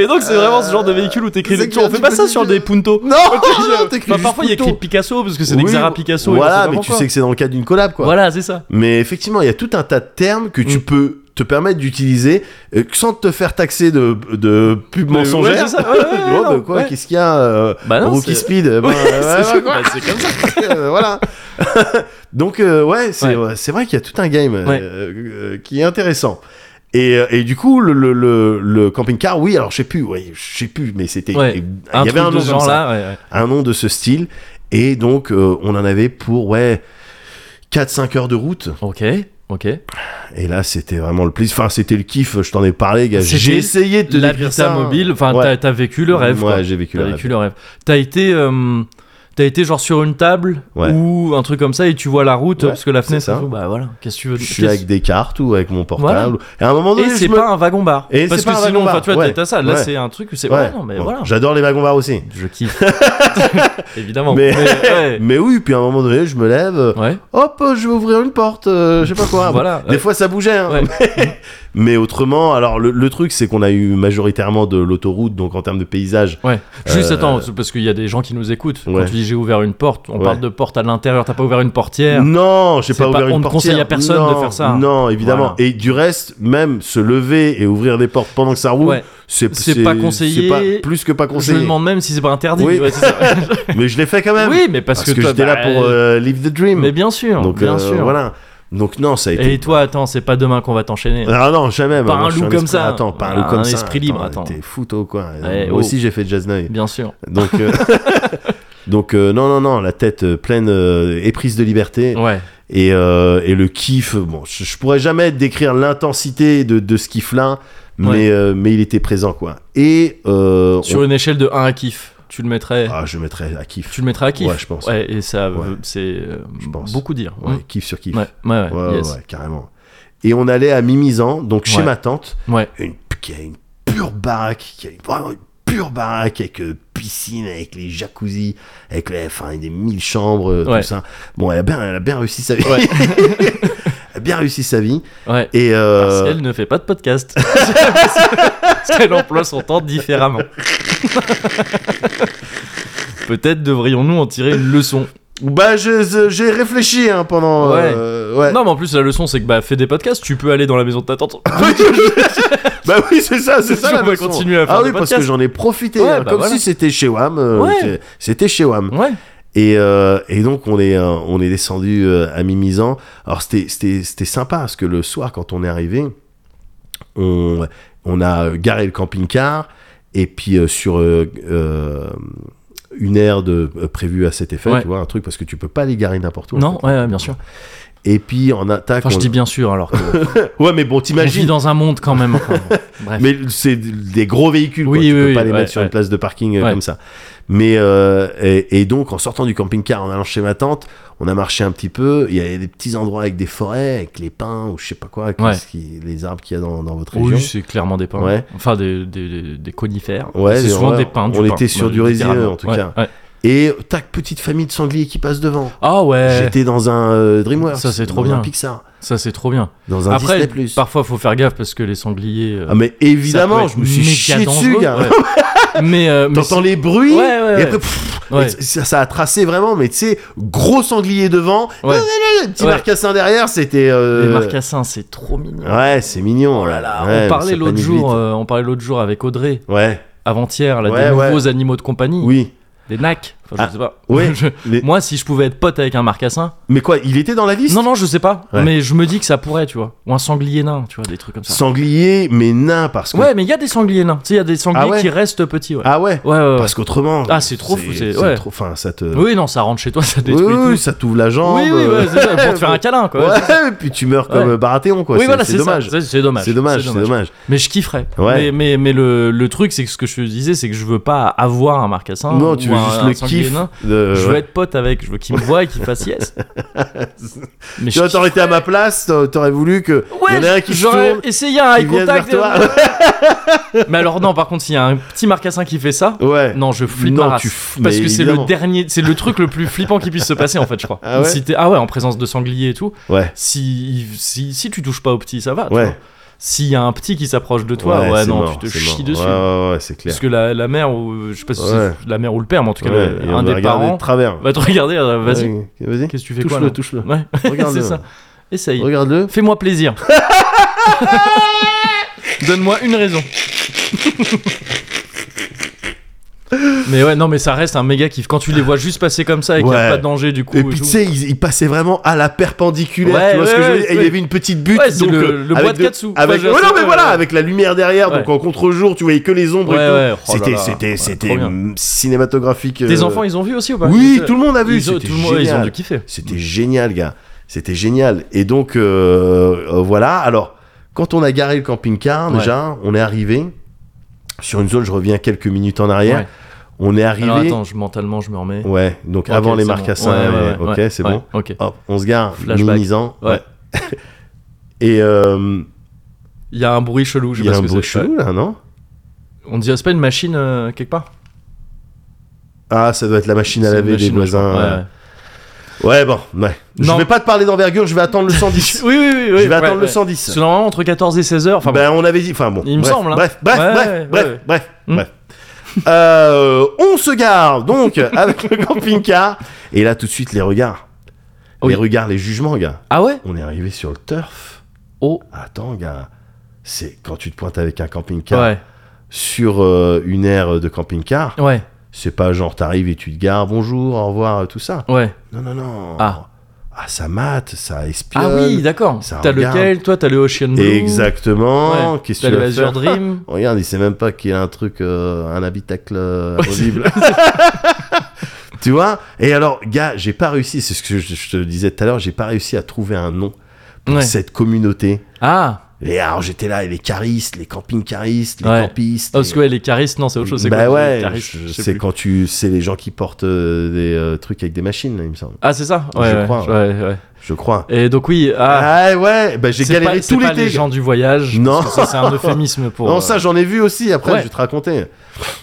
Speaker 2: Et donc, c'est vraiment ce genre de véhicule où t'écris
Speaker 1: C'est
Speaker 2: des tours. On
Speaker 1: clair,
Speaker 2: fait
Speaker 1: tu
Speaker 2: pas
Speaker 1: peux
Speaker 2: ça
Speaker 1: dire-
Speaker 2: sur des Punto.
Speaker 1: Non, non, t'écris
Speaker 2: Enfin,
Speaker 1: juste
Speaker 2: Bah, parfois, il y a
Speaker 1: Punto.
Speaker 2: écrit Picasso parce que c'est
Speaker 1: Oui,
Speaker 2: des Xara Picasso. et on sait
Speaker 1: Voilà,
Speaker 2: pas
Speaker 1: mais tu
Speaker 2: pourquoi.
Speaker 1: sais que c'est dans le cadre d'une collab, quoi.
Speaker 2: Voilà, c'est ça.
Speaker 1: Mais effectivement, il y a tout un tas de termes que
Speaker 2: Mm.
Speaker 1: tu peux te permettre d'utiliser euh, sans te faire taxer de, de pub
Speaker 2: Mais ouais,
Speaker 1: mensongère.
Speaker 2: c'est ça. [laughs] Ouais, ouais, ouais,
Speaker 1: Tu vois,
Speaker 2: non,
Speaker 1: bah, quoi,
Speaker 2: ouais.
Speaker 1: qu'est-ce qu'il y a euh,
Speaker 2: Bah non,
Speaker 1: Rookie
Speaker 2: c'est-
Speaker 1: Speed euh, bah,
Speaker 2: Ouais,
Speaker 1: ouais, ouais,
Speaker 2: [laughs] c'est
Speaker 1: quoi.
Speaker 2: bah, c'est comme ça.
Speaker 1: [laughs] Euh, Voilà. Donc, euh, ouais, c'est
Speaker 2: Ouais.
Speaker 1: ouais, c'est vrai qu'il y a tout un game euh,
Speaker 2: Ouais.
Speaker 1: euh, qui est intéressant. Et, euh, et du coup, le, le, le, le camping-car, oui, alors je sais plus, ouais, je sais plus, mais c'était.
Speaker 2: Ouais,
Speaker 1: Il y avait un nom comme ça
Speaker 2: là. ouais, ouais.
Speaker 1: un nom de ce style. Et donc, euh, on en avait pour, ouais, 4-5 heures de route.
Speaker 2: Ok, ok.
Speaker 1: Et là, c'était vraiment le plaisir. Enfin, c'était le kiff, je t'en ai parlé, gars.
Speaker 2: C'était
Speaker 1: J'ai essayé de te
Speaker 2: La
Speaker 1: décrire
Speaker 2: Vita
Speaker 1: ça.
Speaker 2: mobile, enfin,
Speaker 1: Ouais.
Speaker 2: t'as- t'as vécu le rêve.
Speaker 1: Ouais,
Speaker 2: quoi.
Speaker 1: j'ai vécu
Speaker 2: T'as
Speaker 1: le rêve.
Speaker 2: vécu le rêve. T'as été, euh, t'as été genre sur une table
Speaker 1: Ouais.
Speaker 2: ou un truc comme ça et tu vois la route
Speaker 1: Ouais,
Speaker 2: parce que la
Speaker 1: c'est
Speaker 2: fenêtre.
Speaker 1: ça.
Speaker 2: et tout, Bah voilà, qu'est-ce que tu veux
Speaker 1: Je suis
Speaker 2: qu'est-ce-
Speaker 1: avec des cartes ou avec mon portable. Et à un moment
Speaker 2: Et
Speaker 1: donné,
Speaker 2: c'est
Speaker 1: je me-
Speaker 2: pas un wagon bar.
Speaker 1: Et
Speaker 2: parce
Speaker 1: c'est pas
Speaker 2: que
Speaker 1: un
Speaker 2: sinon,
Speaker 1: wagon-bar,
Speaker 2: enfin, tu vois,
Speaker 1: ouais.
Speaker 2: t'as- t'as ça. Là,
Speaker 1: Ouais.
Speaker 2: c'est un truc où c'est.
Speaker 1: Ouais.
Speaker 2: Ouais, non, mais
Speaker 1: Bon,
Speaker 2: voilà.
Speaker 1: J'adore les wagons bars aussi. [laughs]
Speaker 2: Je kiffe. Évidemment.
Speaker 1: Mais- [laughs]
Speaker 2: ouais.
Speaker 1: Mais oui, puis à un moment donné, je me lève. euh,
Speaker 2: Ouais.
Speaker 1: Hop, euh, je vais ouvrir une porte. euh, je sais pas quoi.
Speaker 2: Voilà.
Speaker 1: Des
Speaker 2: ouais.
Speaker 1: fois, ça bougeait. hein.
Speaker 2: Ouais.
Speaker 1: [laughs] Mais autrement, alors le, le truc, c'est qu'on a eu majoritairement de l'autoroute, donc en termes de paysage.
Speaker 2: Ouais. Juste
Speaker 1: Euh,
Speaker 2: attends, c'est parce qu'il y a des gens qui nous écoutent. Quand
Speaker 1: Ouais.
Speaker 2: tu dis j'ai ouvert une porte, on
Speaker 1: Ouais. Mm.
Speaker 2: parle de porte à l'intérieur. T'as pas ouvert une portière.
Speaker 1: Non, j'ai
Speaker 2: C'est
Speaker 1: pas,
Speaker 2: pas-
Speaker 1: ouvert
Speaker 2: on
Speaker 1: une
Speaker 2: ne
Speaker 1: portière.
Speaker 2: conseille à personne de
Speaker 1: Non,
Speaker 2: faire ça.
Speaker 1: Non, évidemment.
Speaker 2: Voilà.
Speaker 1: Et du reste, même se lever et ouvrir des portes pendant que ça roule,
Speaker 2: Ouais.
Speaker 1: c'est
Speaker 2: C'est pas
Speaker 1: c'est
Speaker 2: conseillé.
Speaker 1: pas- plus que pas
Speaker 2: Je me
Speaker 1: conseillé.
Speaker 2: demande même si c'est pas interdit.
Speaker 1: Oui.
Speaker 2: Ouais, c'est
Speaker 1: [laughs]
Speaker 2: ça.
Speaker 1: Mais je l'ai fait quand même.
Speaker 2: oui, mais parce,
Speaker 1: parce que,
Speaker 2: toi,
Speaker 1: j'étais
Speaker 2: bah,
Speaker 1: là pour euh, live the dream.
Speaker 2: Mais bien sûr.
Speaker 1: Donc
Speaker 2: bien
Speaker 1: euh,
Speaker 2: sûr.
Speaker 1: voilà. Donc non, ça a été.
Speaker 2: Et toi, attends, c'est pas demain qu'on va t'enchaîner.
Speaker 1: Ah non, jamais.
Speaker 2: Pas
Speaker 1: moi,
Speaker 2: un
Speaker 1: je suis
Speaker 2: loup comme
Speaker 1: esprit-
Speaker 2: ça.
Speaker 1: Attends, pas un
Speaker 2: Voilà,
Speaker 1: loup comme
Speaker 2: un
Speaker 1: ça.
Speaker 2: esprit libre, attends.
Speaker 1: T'es fouto quoi. Euh,
Speaker 2: Ouais,
Speaker 1: Moi
Speaker 2: oh.
Speaker 1: aussi, j'ai fait Jazz Night.
Speaker 2: Bien sûr.
Speaker 1: Donc, euh, [laughs] donc euh, non, non, non, la tête euh, pleine euh, éprise de liberté
Speaker 2: Ouais.
Speaker 1: et, euh, et le kiff. Bon, je, je pourrais jamais décrire l'intensité de, de ce kiff-là, mais,
Speaker 2: Ouais.
Speaker 1: euh, mais il était présent, quoi. Et euh,
Speaker 2: Sur
Speaker 1: on-
Speaker 2: une échelle de 1 à kiff, tu le mettrais.
Speaker 1: ah, je mettrais à kiff.
Speaker 2: Tu le mettrais à kiff.
Speaker 1: Ouais, je pense.
Speaker 2: Ouais, et ça,
Speaker 1: Ouais.
Speaker 2: euh, c'est euh,
Speaker 1: Je pense.
Speaker 2: beaucoup dire.
Speaker 1: Ouais,
Speaker 2: Mm.
Speaker 1: kiff sur kiff.
Speaker 2: ouais, ouais, ouais,
Speaker 1: Ouais, ouais,
Speaker 2: yes.
Speaker 1: ouais, carrément. Et on allait à Mimizan, donc chez
Speaker 2: Ouais.
Speaker 1: ma tante,
Speaker 2: Ouais.
Speaker 1: une, qui a une pure baraque, qui a vraiment une pure baraque avec euh, piscine, avec les jacuzzi, avec les, enfin, des mille chambres, euh,
Speaker 2: Ouais.
Speaker 1: tout ça. Bon, elle a bien, elle a bien réussi sa vie.
Speaker 2: Ouais.
Speaker 1: [laughs] elle a bien réussi sa vie.
Speaker 2: Ouais.
Speaker 1: Et euh,
Speaker 2: Parce qu'elle ne fait pas de podcast. [laughs] Parce qu'elle emploie son temps différemment. Peut-être devrions-nous en tirer une leçon.
Speaker 1: bah, je- je- j'ai réfléchi hein, pendant.
Speaker 2: Ouais.
Speaker 1: euh, ouais.
Speaker 2: Non, mais en plus, la leçon, c'est que bah, fais des podcasts, tu peux aller dans la maison de
Speaker 1: [coughs]
Speaker 2: ta tante.
Speaker 1: Bah oui, c'est ça,
Speaker 2: [laughs]
Speaker 1: c'est ça.
Speaker 2: On
Speaker 1: la
Speaker 2: va
Speaker 1: leçon.
Speaker 2: continuer à faire
Speaker 1: Ah
Speaker 2: des
Speaker 1: oui, parce que
Speaker 2: podcasts.
Speaker 1: j'en ai profité,
Speaker 2: Ouais,
Speaker 1: hein,
Speaker 2: bah
Speaker 1: comme
Speaker 2: voilà.
Speaker 1: si c'était chez Wam. euh,
Speaker 2: Ouais.
Speaker 1: c'est- C'était chez Wam.
Speaker 2: Ouais.
Speaker 1: Et, euh, et donc on est euh, on est descendu euh, à Mimizan. Alors c'était c'était c'était sympa parce que le soir quand on est arrivé, on on a euh, garé le camping-car et puis euh, sur euh, euh, une aire de euh, prévue à cet effet,
Speaker 2: Ouais.
Speaker 1: tu vois un truc parce que tu peux pas les garer n'importe où. en
Speaker 2: Non,
Speaker 1: fait.
Speaker 2: ouais, ouais, bien sûr.
Speaker 1: Et puis on a tac,
Speaker 2: Enfin, je
Speaker 1: on-
Speaker 2: dis bien sûr, alors. que-
Speaker 1: ouais mais bon
Speaker 2: On vit
Speaker 1: t'imagines.
Speaker 2: dans un monde quand même. enfin,
Speaker 1: [laughs]
Speaker 2: bon. Bref.
Speaker 1: Mais c'est des gros véhicules,
Speaker 2: Ah, Oui,
Speaker 1: quoi. tu
Speaker 2: oui,
Speaker 1: peux
Speaker 2: oui,
Speaker 1: pas les
Speaker 2: ouais,
Speaker 1: mettre sur
Speaker 2: ouais.
Speaker 1: une place de parking euh,
Speaker 2: Ouais.
Speaker 1: comme ça. Mais euh, et, et donc en sortant du camping-car, en allant chez ma tante, on a marché un petit peu. Il y avait des petits endroits avec des forêts, avec les pins ou je sais pas quoi, avec
Speaker 2: Ouais.
Speaker 1: ce qui- les arbres qu'il y a dans, dans votre région.
Speaker 2: Oui, c'est clairement des pins.
Speaker 1: Ouais.
Speaker 2: Enfin, des, des- des- des conifères.
Speaker 1: Ouais,
Speaker 2: c'est
Speaker 1: mais
Speaker 2: souvent
Speaker 1: ouais,
Speaker 2: des pins. du
Speaker 1: on
Speaker 2: pin.
Speaker 1: était sur
Speaker 2: Ouais,
Speaker 1: du résineux,
Speaker 2: littéralement.
Speaker 1: en tout
Speaker 2: Ouais,
Speaker 1: cas.
Speaker 2: ouais.
Speaker 1: Et euh, tac, petite famille de sangliers qui passe devant.
Speaker 2: Ah ouais,
Speaker 1: J'étais dans un euh, DreamWorks,
Speaker 2: Ça, c'est trop
Speaker 1: dans
Speaker 2: bien.
Speaker 1: un Pixar,
Speaker 2: ça c'est trop bien.
Speaker 1: dans un
Speaker 2: Après,
Speaker 1: Disney Plus.
Speaker 2: parfois faut faire gaffe parce que les sangliers. euh,
Speaker 1: Ah mais
Speaker 2: ça peut
Speaker 1: évidemment,
Speaker 2: être
Speaker 1: je me suis
Speaker 2: méga
Speaker 1: chié dessus,
Speaker 2: dangereux,
Speaker 1: gars.
Speaker 2: ouais. mais euh, mais
Speaker 1: Ah, T'entends
Speaker 2: c'est-
Speaker 1: les bruits
Speaker 2: Ouais, ouais, ouais.
Speaker 1: et après pfff,
Speaker 2: Ouais.
Speaker 1: et ça, ça a tracé vraiment mais tu sais gros sanglier devant
Speaker 2: Ouais.
Speaker 1: petit
Speaker 2: Ouais.
Speaker 1: marcassin derrière c'était euh,
Speaker 2: les marcassins, c'est trop mignon.
Speaker 1: ouais c'est mignon
Speaker 2: Oh
Speaker 1: là
Speaker 2: là
Speaker 1: là
Speaker 2: là,
Speaker 1: Ouais,
Speaker 2: on
Speaker 1: mais
Speaker 2: parlait
Speaker 1: ça
Speaker 2: l'autre
Speaker 1: panique
Speaker 2: jour,
Speaker 1: vite.
Speaker 2: euh, on parlait l'autre jour avec Audrey
Speaker 1: ouais
Speaker 2: avant-hier, là,
Speaker 1: Ouais,
Speaker 2: des
Speaker 1: ouais.
Speaker 2: nouveaux animaux de compagnie,
Speaker 1: oui
Speaker 2: des nacs. Enfin, je
Speaker 1: Ah,
Speaker 2: sais pas.
Speaker 1: ouais.
Speaker 2: [laughs] Je-
Speaker 1: Les-
Speaker 2: Moi, si je pouvais être pote avec un marcassin,
Speaker 1: mais quoi il était dans la liste
Speaker 2: non non, je sais pas,
Speaker 1: Ouais.
Speaker 2: mais je me dis que ça pourrait, tu vois, ou un sanglier nain, tu vois, des trucs comme ça.
Speaker 1: sanglier mais nain parce que
Speaker 2: Ouais, mais il y a des sangliers nains. Tu sais, il y a des sangliers
Speaker 1: Ah ouais
Speaker 2: qui restent petits, ouais.
Speaker 1: ah ouais
Speaker 2: ouais, ouais, ouais.
Speaker 1: parce qu'autrement
Speaker 2: Ah, c'est trop fou, c'est- ouais.
Speaker 1: trop enfin ça te
Speaker 2: Oui, non, ça rentre chez toi, [laughs] ça
Speaker 1: Oui,
Speaker 2: détruit
Speaker 1: oui,
Speaker 2: tout.
Speaker 1: ça t'ouvre la jambe euh,
Speaker 2: oui, oui, ouais, c'est ça, pour
Speaker 1: [laughs]
Speaker 2: te faire un câlin, quoi.
Speaker 1: ouais, et puis tu meurs comme
Speaker 2: Ouais.
Speaker 1: euh, Baratheon quoi
Speaker 2: oui,
Speaker 1: c'est
Speaker 2: voilà,
Speaker 1: c'est
Speaker 2: c'est ça.
Speaker 1: dommage
Speaker 2: C'est- C'est dommage.
Speaker 1: c'est dommage c'est dommage
Speaker 2: Mais je kifferais.
Speaker 1: Ouais.
Speaker 2: Mais, mais, mais le, le truc, c'est que ce que je te disais, c'est que je veux pas avoir un marcassin.
Speaker 1: non
Speaker 2: Oh, ou
Speaker 1: tu veux
Speaker 2: un-
Speaker 1: juste
Speaker 2: un
Speaker 1: le
Speaker 2: sanglier
Speaker 1: kiff
Speaker 2: nain.
Speaker 1: de-
Speaker 2: Je
Speaker 1: ouais.
Speaker 2: veux être pote avec, je veux qu'il me voie et qu'il
Speaker 1: [laughs]
Speaker 2: fasse yes. mais
Speaker 1: Tu vois, t'aurais été à ma place, t'a- t'aurais voulu que.
Speaker 2: Ouais,
Speaker 1: y en a un qui se
Speaker 2: j'aurais
Speaker 1: tourne,
Speaker 2: essayé un
Speaker 1: qui
Speaker 2: eye
Speaker 1: vienne
Speaker 2: contact.
Speaker 1: vers
Speaker 2: euh, [laughs] mais alors, non, par contre, s'il y a un petit marcassin qui fait ça,
Speaker 1: Ouais.
Speaker 2: non, je flippe
Speaker 1: Non,
Speaker 2: ma race.
Speaker 1: tu f-
Speaker 2: Parce
Speaker 1: mais
Speaker 2: que c'est le
Speaker 1: évidemment.
Speaker 2: dernier, c'est le truc le plus flippant qui puisse se passer, en fait, je crois.
Speaker 1: Ah ouais
Speaker 2: si t'es- ah ouais, en présence de sangliers et tout,
Speaker 1: Ouais.
Speaker 2: si, si, si tu touches pas au petit, ça va. tu
Speaker 1: Ouais.
Speaker 2: vois. s'il y a un petit qui s'approche de toi, ouais,
Speaker 1: c'est
Speaker 2: non,
Speaker 1: mort,
Speaker 2: tu te
Speaker 1: c'est
Speaker 2: chies
Speaker 1: mort.
Speaker 2: dessus.
Speaker 1: Ouais, ouais, ouais, c'est clair.
Speaker 2: Parce que la, la mère, ou je sais pas si
Speaker 1: Ouais.
Speaker 2: c'est la mère ou le père, mais en tout cas,
Speaker 1: Ouais,
Speaker 2: le-
Speaker 1: et on va
Speaker 2: un des
Speaker 1: regarder
Speaker 2: parents
Speaker 1: de travers.
Speaker 2: va te regarder. euh, Vas-y,
Speaker 1: Ouais, vas-y.
Speaker 2: qu'est-ce que tu fais quoi
Speaker 1: Touche-le,
Speaker 2: là
Speaker 1: touche-le.
Speaker 2: Ouais, [laughs]
Speaker 1: Regarde-le.
Speaker 2: c'est ça. Essaye.
Speaker 1: Regarde-le. [laughs]
Speaker 2: Fais-moi plaisir. Donne-moi
Speaker 1: [laughs]
Speaker 2: une raison. mais ouais, non, mais ça reste un méga kiff. Quand tu les vois juste passer comme ça et qu'il n'y
Speaker 1: Ouais.
Speaker 2: a pas de danger du coup.
Speaker 1: Et
Speaker 2: et
Speaker 1: puis
Speaker 2: tout.
Speaker 1: tu sais, il, il passait vraiment à la perpendiculaire,
Speaker 2: Ouais,
Speaker 1: tu vois ce que
Speaker 2: ouais,
Speaker 1: je veux
Speaker 2: ouais,
Speaker 1: dire Et Il y
Speaker 2: ouais.
Speaker 1: avait une petite butte,
Speaker 2: Ouais, c'est
Speaker 1: donc
Speaker 2: le-
Speaker 1: euh,
Speaker 2: le bois
Speaker 1: avec
Speaker 2: de Katsu.
Speaker 1: Avec,
Speaker 2: Ouais, je
Speaker 1: ouais, non,
Speaker 2: sais,
Speaker 1: mais
Speaker 2: ouais,
Speaker 1: voilà,
Speaker 2: ouais.
Speaker 1: avec la lumière derrière, donc
Speaker 2: Ouais.
Speaker 1: en contre-jour, tu voyais que les ombres.
Speaker 2: Ouais,
Speaker 1: et tout.
Speaker 2: ouais. Oh là
Speaker 1: c'était,
Speaker 2: là.
Speaker 1: c'était,
Speaker 2: Ouais,
Speaker 1: c'était
Speaker 2: trop bien.
Speaker 1: mm, cinématographique. euh,
Speaker 2: Tes enfants, ils ont vu aussi ou pas
Speaker 1: Oui,
Speaker 2: Ils-
Speaker 1: tout le monde a vu.
Speaker 2: ils ont-
Speaker 1: c'était
Speaker 2: tout le monde- ils ont
Speaker 1: génial.
Speaker 2: dû kiffer.
Speaker 1: C'était génial, gars. C'était génial. Et donc, euh, euh, voilà. Alors, quand on a garé le camping-car,
Speaker 2: Ouais.
Speaker 1: déjà, on est arrivé sur une zone, je reviens quelques minutes en arrière.
Speaker 2: Ouais.
Speaker 1: On est arrivé.
Speaker 2: Alors attends, je, mentalement, je me remets.
Speaker 1: Ouais, donc
Speaker 2: Ok,
Speaker 1: avant les
Speaker 2: c'est
Speaker 1: marques
Speaker 2: bon.
Speaker 1: à seins,
Speaker 2: Ouais, ouais,
Speaker 1: et- ok,
Speaker 2: ouais,
Speaker 1: c'est
Speaker 2: ouais,
Speaker 1: bon.
Speaker 2: Ok.
Speaker 1: Hop, on se gare,
Speaker 2: Flashback.
Speaker 1: minimisant.
Speaker 2: Ouais.
Speaker 1: [laughs] Et euh,
Speaker 2: Il y a un bruit chelou, je
Speaker 1: il
Speaker 2: sais
Speaker 1: y
Speaker 2: pas
Speaker 1: a un
Speaker 2: ce que
Speaker 1: bruit
Speaker 2: c'est. Ouais.
Speaker 1: chelou là, non
Speaker 2: On dirait c'est pas une machine euh, quelque part
Speaker 1: Ah, ça doit être la machine à
Speaker 2: C'est une
Speaker 1: laver des
Speaker 2: machine, je crois.
Speaker 1: voisins. euh. [laughs]
Speaker 2: Ouais,
Speaker 1: Ouais, bon, ouais. Je
Speaker 2: Non.
Speaker 1: vais pas te parler d'envergure, je vais attendre le 110.
Speaker 2: ouais. Oui, oui, [laughs] oui. oui,
Speaker 1: je vais
Speaker 2: ouais,
Speaker 1: attendre le
Speaker 2: ouais.
Speaker 1: 110.
Speaker 2: C'est normalement entre 14 et 16 heures. Enfin, bon.
Speaker 1: ben, on avait dit. Enfin bon.
Speaker 2: Il me
Speaker 1: bref,
Speaker 2: semble, hein.
Speaker 1: Bref, bref,
Speaker 2: Ouais,
Speaker 1: bref,
Speaker 2: ouais,
Speaker 1: bref,
Speaker 2: ouais.
Speaker 1: bref,
Speaker 2: Hmm.
Speaker 1: bref. Euh, on se gare donc [laughs] avec le camping-car. Et là, tout de suite, les regards.
Speaker 2: Oui.
Speaker 1: Les regards, les jugements, gars.
Speaker 2: Ah ouais
Speaker 1: On est arrivé sur le turf.
Speaker 2: Oh.
Speaker 1: Attends, gars. C'est quand tu te pointes avec un camping-car
Speaker 2: Ouais.
Speaker 1: sur euh, une aire de camping-car.
Speaker 2: Ouais.
Speaker 1: C'est pas genre t'arrives et tu te gares, bonjour, au revoir, euh, tout ça.
Speaker 2: Ouais.
Speaker 1: Non, non, non.
Speaker 2: Ah.
Speaker 1: Ah, ça mate, ça espionne.
Speaker 2: Ah oui, d'accord.
Speaker 1: ça
Speaker 2: T'as
Speaker 1: regarde.
Speaker 2: lequel Toi, t'as le Ocean Blue.
Speaker 1: Exactement.
Speaker 2: Ouais.
Speaker 1: Qu'est-ce que
Speaker 2: T'as
Speaker 1: tu
Speaker 2: le
Speaker 1: vas
Speaker 2: Azure
Speaker 1: faire [laughs]
Speaker 2: Dream.
Speaker 1: Regarde, il sait même pas qu'il y a un truc, euh, un habitacle euh,
Speaker 2: Ouais,
Speaker 1: horrible. [laughs] tu vois Et alors, gars, j'ai pas réussi, c'est ce que je, je te disais tout à l'heure, j'ai pas réussi à trouver un nom pour
Speaker 2: Ouais.
Speaker 1: cette communauté.
Speaker 2: Ah.
Speaker 1: Et alors, j'étais là, et les caristes, les camping-caristes, les
Speaker 2: Ouais.
Speaker 1: campistes.
Speaker 2: Oh, parce que
Speaker 1: les-
Speaker 2: ouais, les charistes, non, c'est autre chose. C'est
Speaker 1: bah
Speaker 2: quoi les
Speaker 1: ouais,
Speaker 2: charistes,
Speaker 1: je-
Speaker 2: je sais
Speaker 1: c'est
Speaker 2: plus.
Speaker 1: quand tu, c'est les gens qui portent euh, des euh, trucs avec des machines, là, il me semble.
Speaker 2: Ah, c'est ça ouais,
Speaker 1: Je
Speaker 2: ouais,
Speaker 1: crois,
Speaker 2: Ouais, ouais.
Speaker 1: Je crois.
Speaker 2: Et donc, oui. Ah.
Speaker 1: Ah, ouais, bah j'ai
Speaker 2: c'est
Speaker 1: galéré
Speaker 2: pas- c'est
Speaker 1: tout
Speaker 2: pas
Speaker 1: l'été.
Speaker 2: les gens du voyage.
Speaker 1: Non.
Speaker 2: parce que ça,
Speaker 1: [laughs]
Speaker 2: c'est un euphémisme pour.
Speaker 1: non,
Speaker 2: euh,
Speaker 1: ça j'en ai vu aussi. Après,
Speaker 2: Ouais.
Speaker 1: je vais te raconter.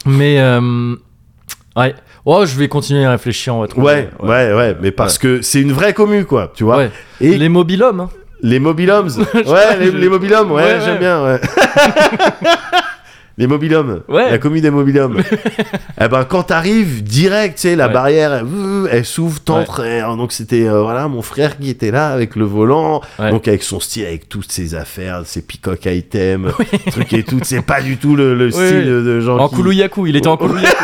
Speaker 2: Mais euh, ouais. Oh, je vais continuer à réfléchir. On va trouver.
Speaker 1: Ouais, ouais, ouais, mais parce que c'est une vraie commu, quoi, tu vois.
Speaker 2: Ouais.
Speaker 1: Et les,
Speaker 2: Les mobilhommes. hein. [laughs]
Speaker 1: mobilhommes, ouais, les, les mobilhommes, ouais,
Speaker 2: Ouais, ouais.
Speaker 1: j'aime bien,
Speaker 2: [laughs]
Speaker 1: ouais. les mobilhommes,
Speaker 2: Ouais.
Speaker 1: la commu des
Speaker 2: [laughs]
Speaker 1: mobilhommes. eh ben, quand t'arrives direct, tu sais, la
Speaker 2: Ouais.
Speaker 1: barrière, elle, euh, elle s'ouvre, t'entres. et- Donc c'était, euh, voilà, mon frère qui était là avec le volant,
Speaker 2: Ouais.
Speaker 1: donc avec son style, avec toutes ses affaires, ses peacock
Speaker 2: [laughs]
Speaker 1: items, [laughs] trucs et tout. C'est pas du tout le, le
Speaker 2: Oui,
Speaker 1: style
Speaker 2: oui.
Speaker 1: de gens
Speaker 2: En
Speaker 1: qui-
Speaker 2: Kuluyaku, il était en
Speaker 1: [laughs]
Speaker 2: Kuluyaku.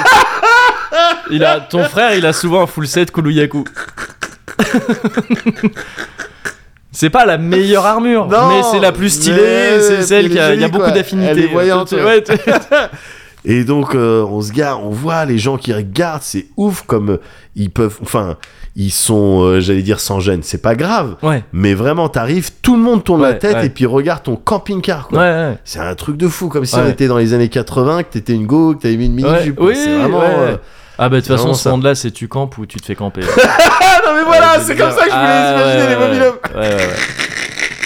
Speaker 2: Il a, ton frère, il a souvent un full
Speaker 1: [laughs]
Speaker 2: set Kuluyaku. C'est pas la meilleure armure,
Speaker 1: Non,
Speaker 2: mais c'est la plus stylée,
Speaker 1: mais
Speaker 2: c'est celle
Speaker 1: elle est
Speaker 2: qui a, il y a
Speaker 1: jolie,
Speaker 2: beaucoup
Speaker 1: quoi. Elle
Speaker 2: d'affinités.
Speaker 1: est voyante, [laughs]
Speaker 2: Ouais,
Speaker 1: ouais.
Speaker 2: tu-
Speaker 1: Et donc euh, on se gare, on voit les gens qui regardent, c'est ouf comme euh, ils peuvent, enfin ils sont, euh, j'allais dire sans gêne, c'est pas grave,
Speaker 2: ouais,
Speaker 1: mais vraiment t'arrives, tout le monde tourne la
Speaker 2: Ouais,
Speaker 1: tête
Speaker 2: ouais.
Speaker 1: et puis regarde ton camping-car
Speaker 2: ouais,
Speaker 1: quoi.
Speaker 2: ouais.
Speaker 1: C'est un truc de fou, comme si on
Speaker 2: Ouais.
Speaker 1: était dans les années 80, que t'étais une go, que t'avais mis une mini
Speaker 2: Ouais,
Speaker 1: jupe.
Speaker 2: oui,
Speaker 1: c'est vraiment.
Speaker 2: ouais.
Speaker 1: euh,
Speaker 2: Ah bah de toute
Speaker 1: c'est
Speaker 2: façon,
Speaker 1: vraiment
Speaker 2: ce
Speaker 1: ça.
Speaker 2: monde-là, c'est tu campes ou tu te fais camper.
Speaker 1: Ah non mais voilà,
Speaker 2: Ouais,
Speaker 1: c'est comme ça que je voulais
Speaker 2: ah,
Speaker 1: imaginer
Speaker 2: ouais,
Speaker 1: les
Speaker 2: ouais,
Speaker 1: mobilhommes.
Speaker 2: Ouais, ouais, ouais.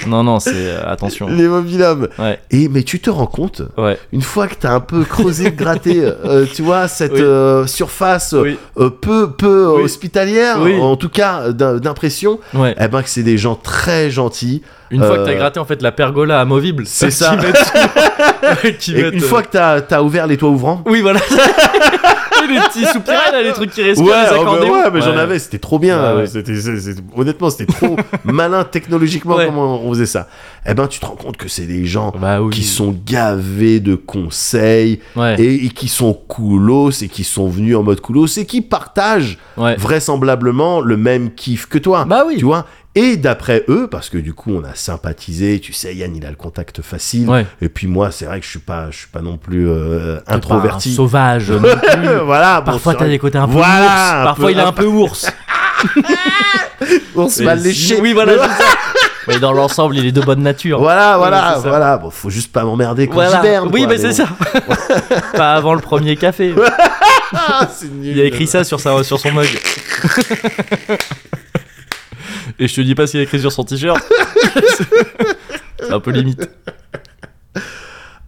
Speaker 2: Non, non, c'est euh, attention.
Speaker 1: Les mobilhommes.
Speaker 2: Ouais.
Speaker 1: Et mais tu te rends compte,
Speaker 2: Ouais.
Speaker 1: une fois que t'as un peu creusé, gratté, euh, tu vois cette
Speaker 2: Oui.
Speaker 1: euh, surface
Speaker 2: Oui.
Speaker 1: euh, peu peu euh,
Speaker 2: Oui.
Speaker 1: hospitalière,
Speaker 2: Oui.
Speaker 1: en tout cas euh, d'im- d'impression,
Speaker 2: Ouais.
Speaker 1: eh ben que c'est des gens très gentils.
Speaker 2: Une fois que
Speaker 1: Euh,
Speaker 2: t'as gratté en fait la pergola amovible,
Speaker 1: c'est ça.
Speaker 2: Qui mettent- [laughs] qui
Speaker 1: Et
Speaker 2: mettent,
Speaker 1: une
Speaker 2: euh,
Speaker 1: fois que t'as as ouvert les toits ouvrants.
Speaker 2: Oui, voilà. [laughs] les petits soupirails, là, les trucs qui respirent, les
Speaker 1: oh, bah
Speaker 2: accordéons.
Speaker 1: ouais, mais j'en avais, c'était trop bien.
Speaker 2: Ouais, Bah
Speaker 1: euh,
Speaker 2: ouais.
Speaker 1: c'était- c'est- c'est- honnêtement, c'était
Speaker 2: [laughs]
Speaker 1: trop malin technologiquement
Speaker 2: Ouais.
Speaker 1: comment on faisait ça. Eh ben, tu te rends compte que c'est des gens
Speaker 2: Bah oui.
Speaker 1: qui sont gavés de conseils
Speaker 2: Ouais,
Speaker 1: et, et qui sont coolos et qui sont venus en mode coolos et qui partagent
Speaker 2: ouais.
Speaker 1: vraisemblablement le même kiff que toi.
Speaker 2: Bah oui.
Speaker 1: Tu vois Et d'après eux, parce que du coup, on a sympathisé, tu sais, Yann, il a le contact facile.
Speaker 2: Ouais.
Speaker 1: Et puis moi, c'est vrai que je suis pas, je suis pas non plus euh,
Speaker 2: T'es pas un
Speaker 1: introverti. [laughs]
Speaker 2: sauvage. non plus.
Speaker 1: voilà, bon,
Speaker 2: Parfois
Speaker 1: c'est
Speaker 2: t'as
Speaker 1: vrai
Speaker 2: des côtés un peu
Speaker 1: Voilà,
Speaker 2: ours.
Speaker 1: un
Speaker 2: Parfois
Speaker 1: peu-
Speaker 2: il est
Speaker 1: un
Speaker 2: un
Speaker 1: [laughs]
Speaker 2: peu ours.
Speaker 1: que on se mal léché.
Speaker 2: Oui, voilà, c'est
Speaker 1: [laughs]
Speaker 2: ça. Mais dans l'ensemble, il est de bonne nature.
Speaker 1: Voilà,
Speaker 2: Ouais,
Speaker 1: voilà,
Speaker 2: c'est ça.
Speaker 1: voilà. Bon, faut juste pas m'emmerder quand hein,
Speaker 2: Voilà.
Speaker 1: j'hiberne.
Speaker 2: oui,
Speaker 1: quoi,
Speaker 2: bah c'est
Speaker 1: bon.
Speaker 2: ça.
Speaker 1: [laughs]
Speaker 2: pas avant le premier café.
Speaker 1: Ah, c'est nul.
Speaker 2: [laughs] Il a écrit ça sur, sa, sur
Speaker 1: [laughs]
Speaker 2: son mug. Et je te dis pas s'il a écrit sur son t-shirt.
Speaker 1: [laughs]
Speaker 2: c'est un peu limite.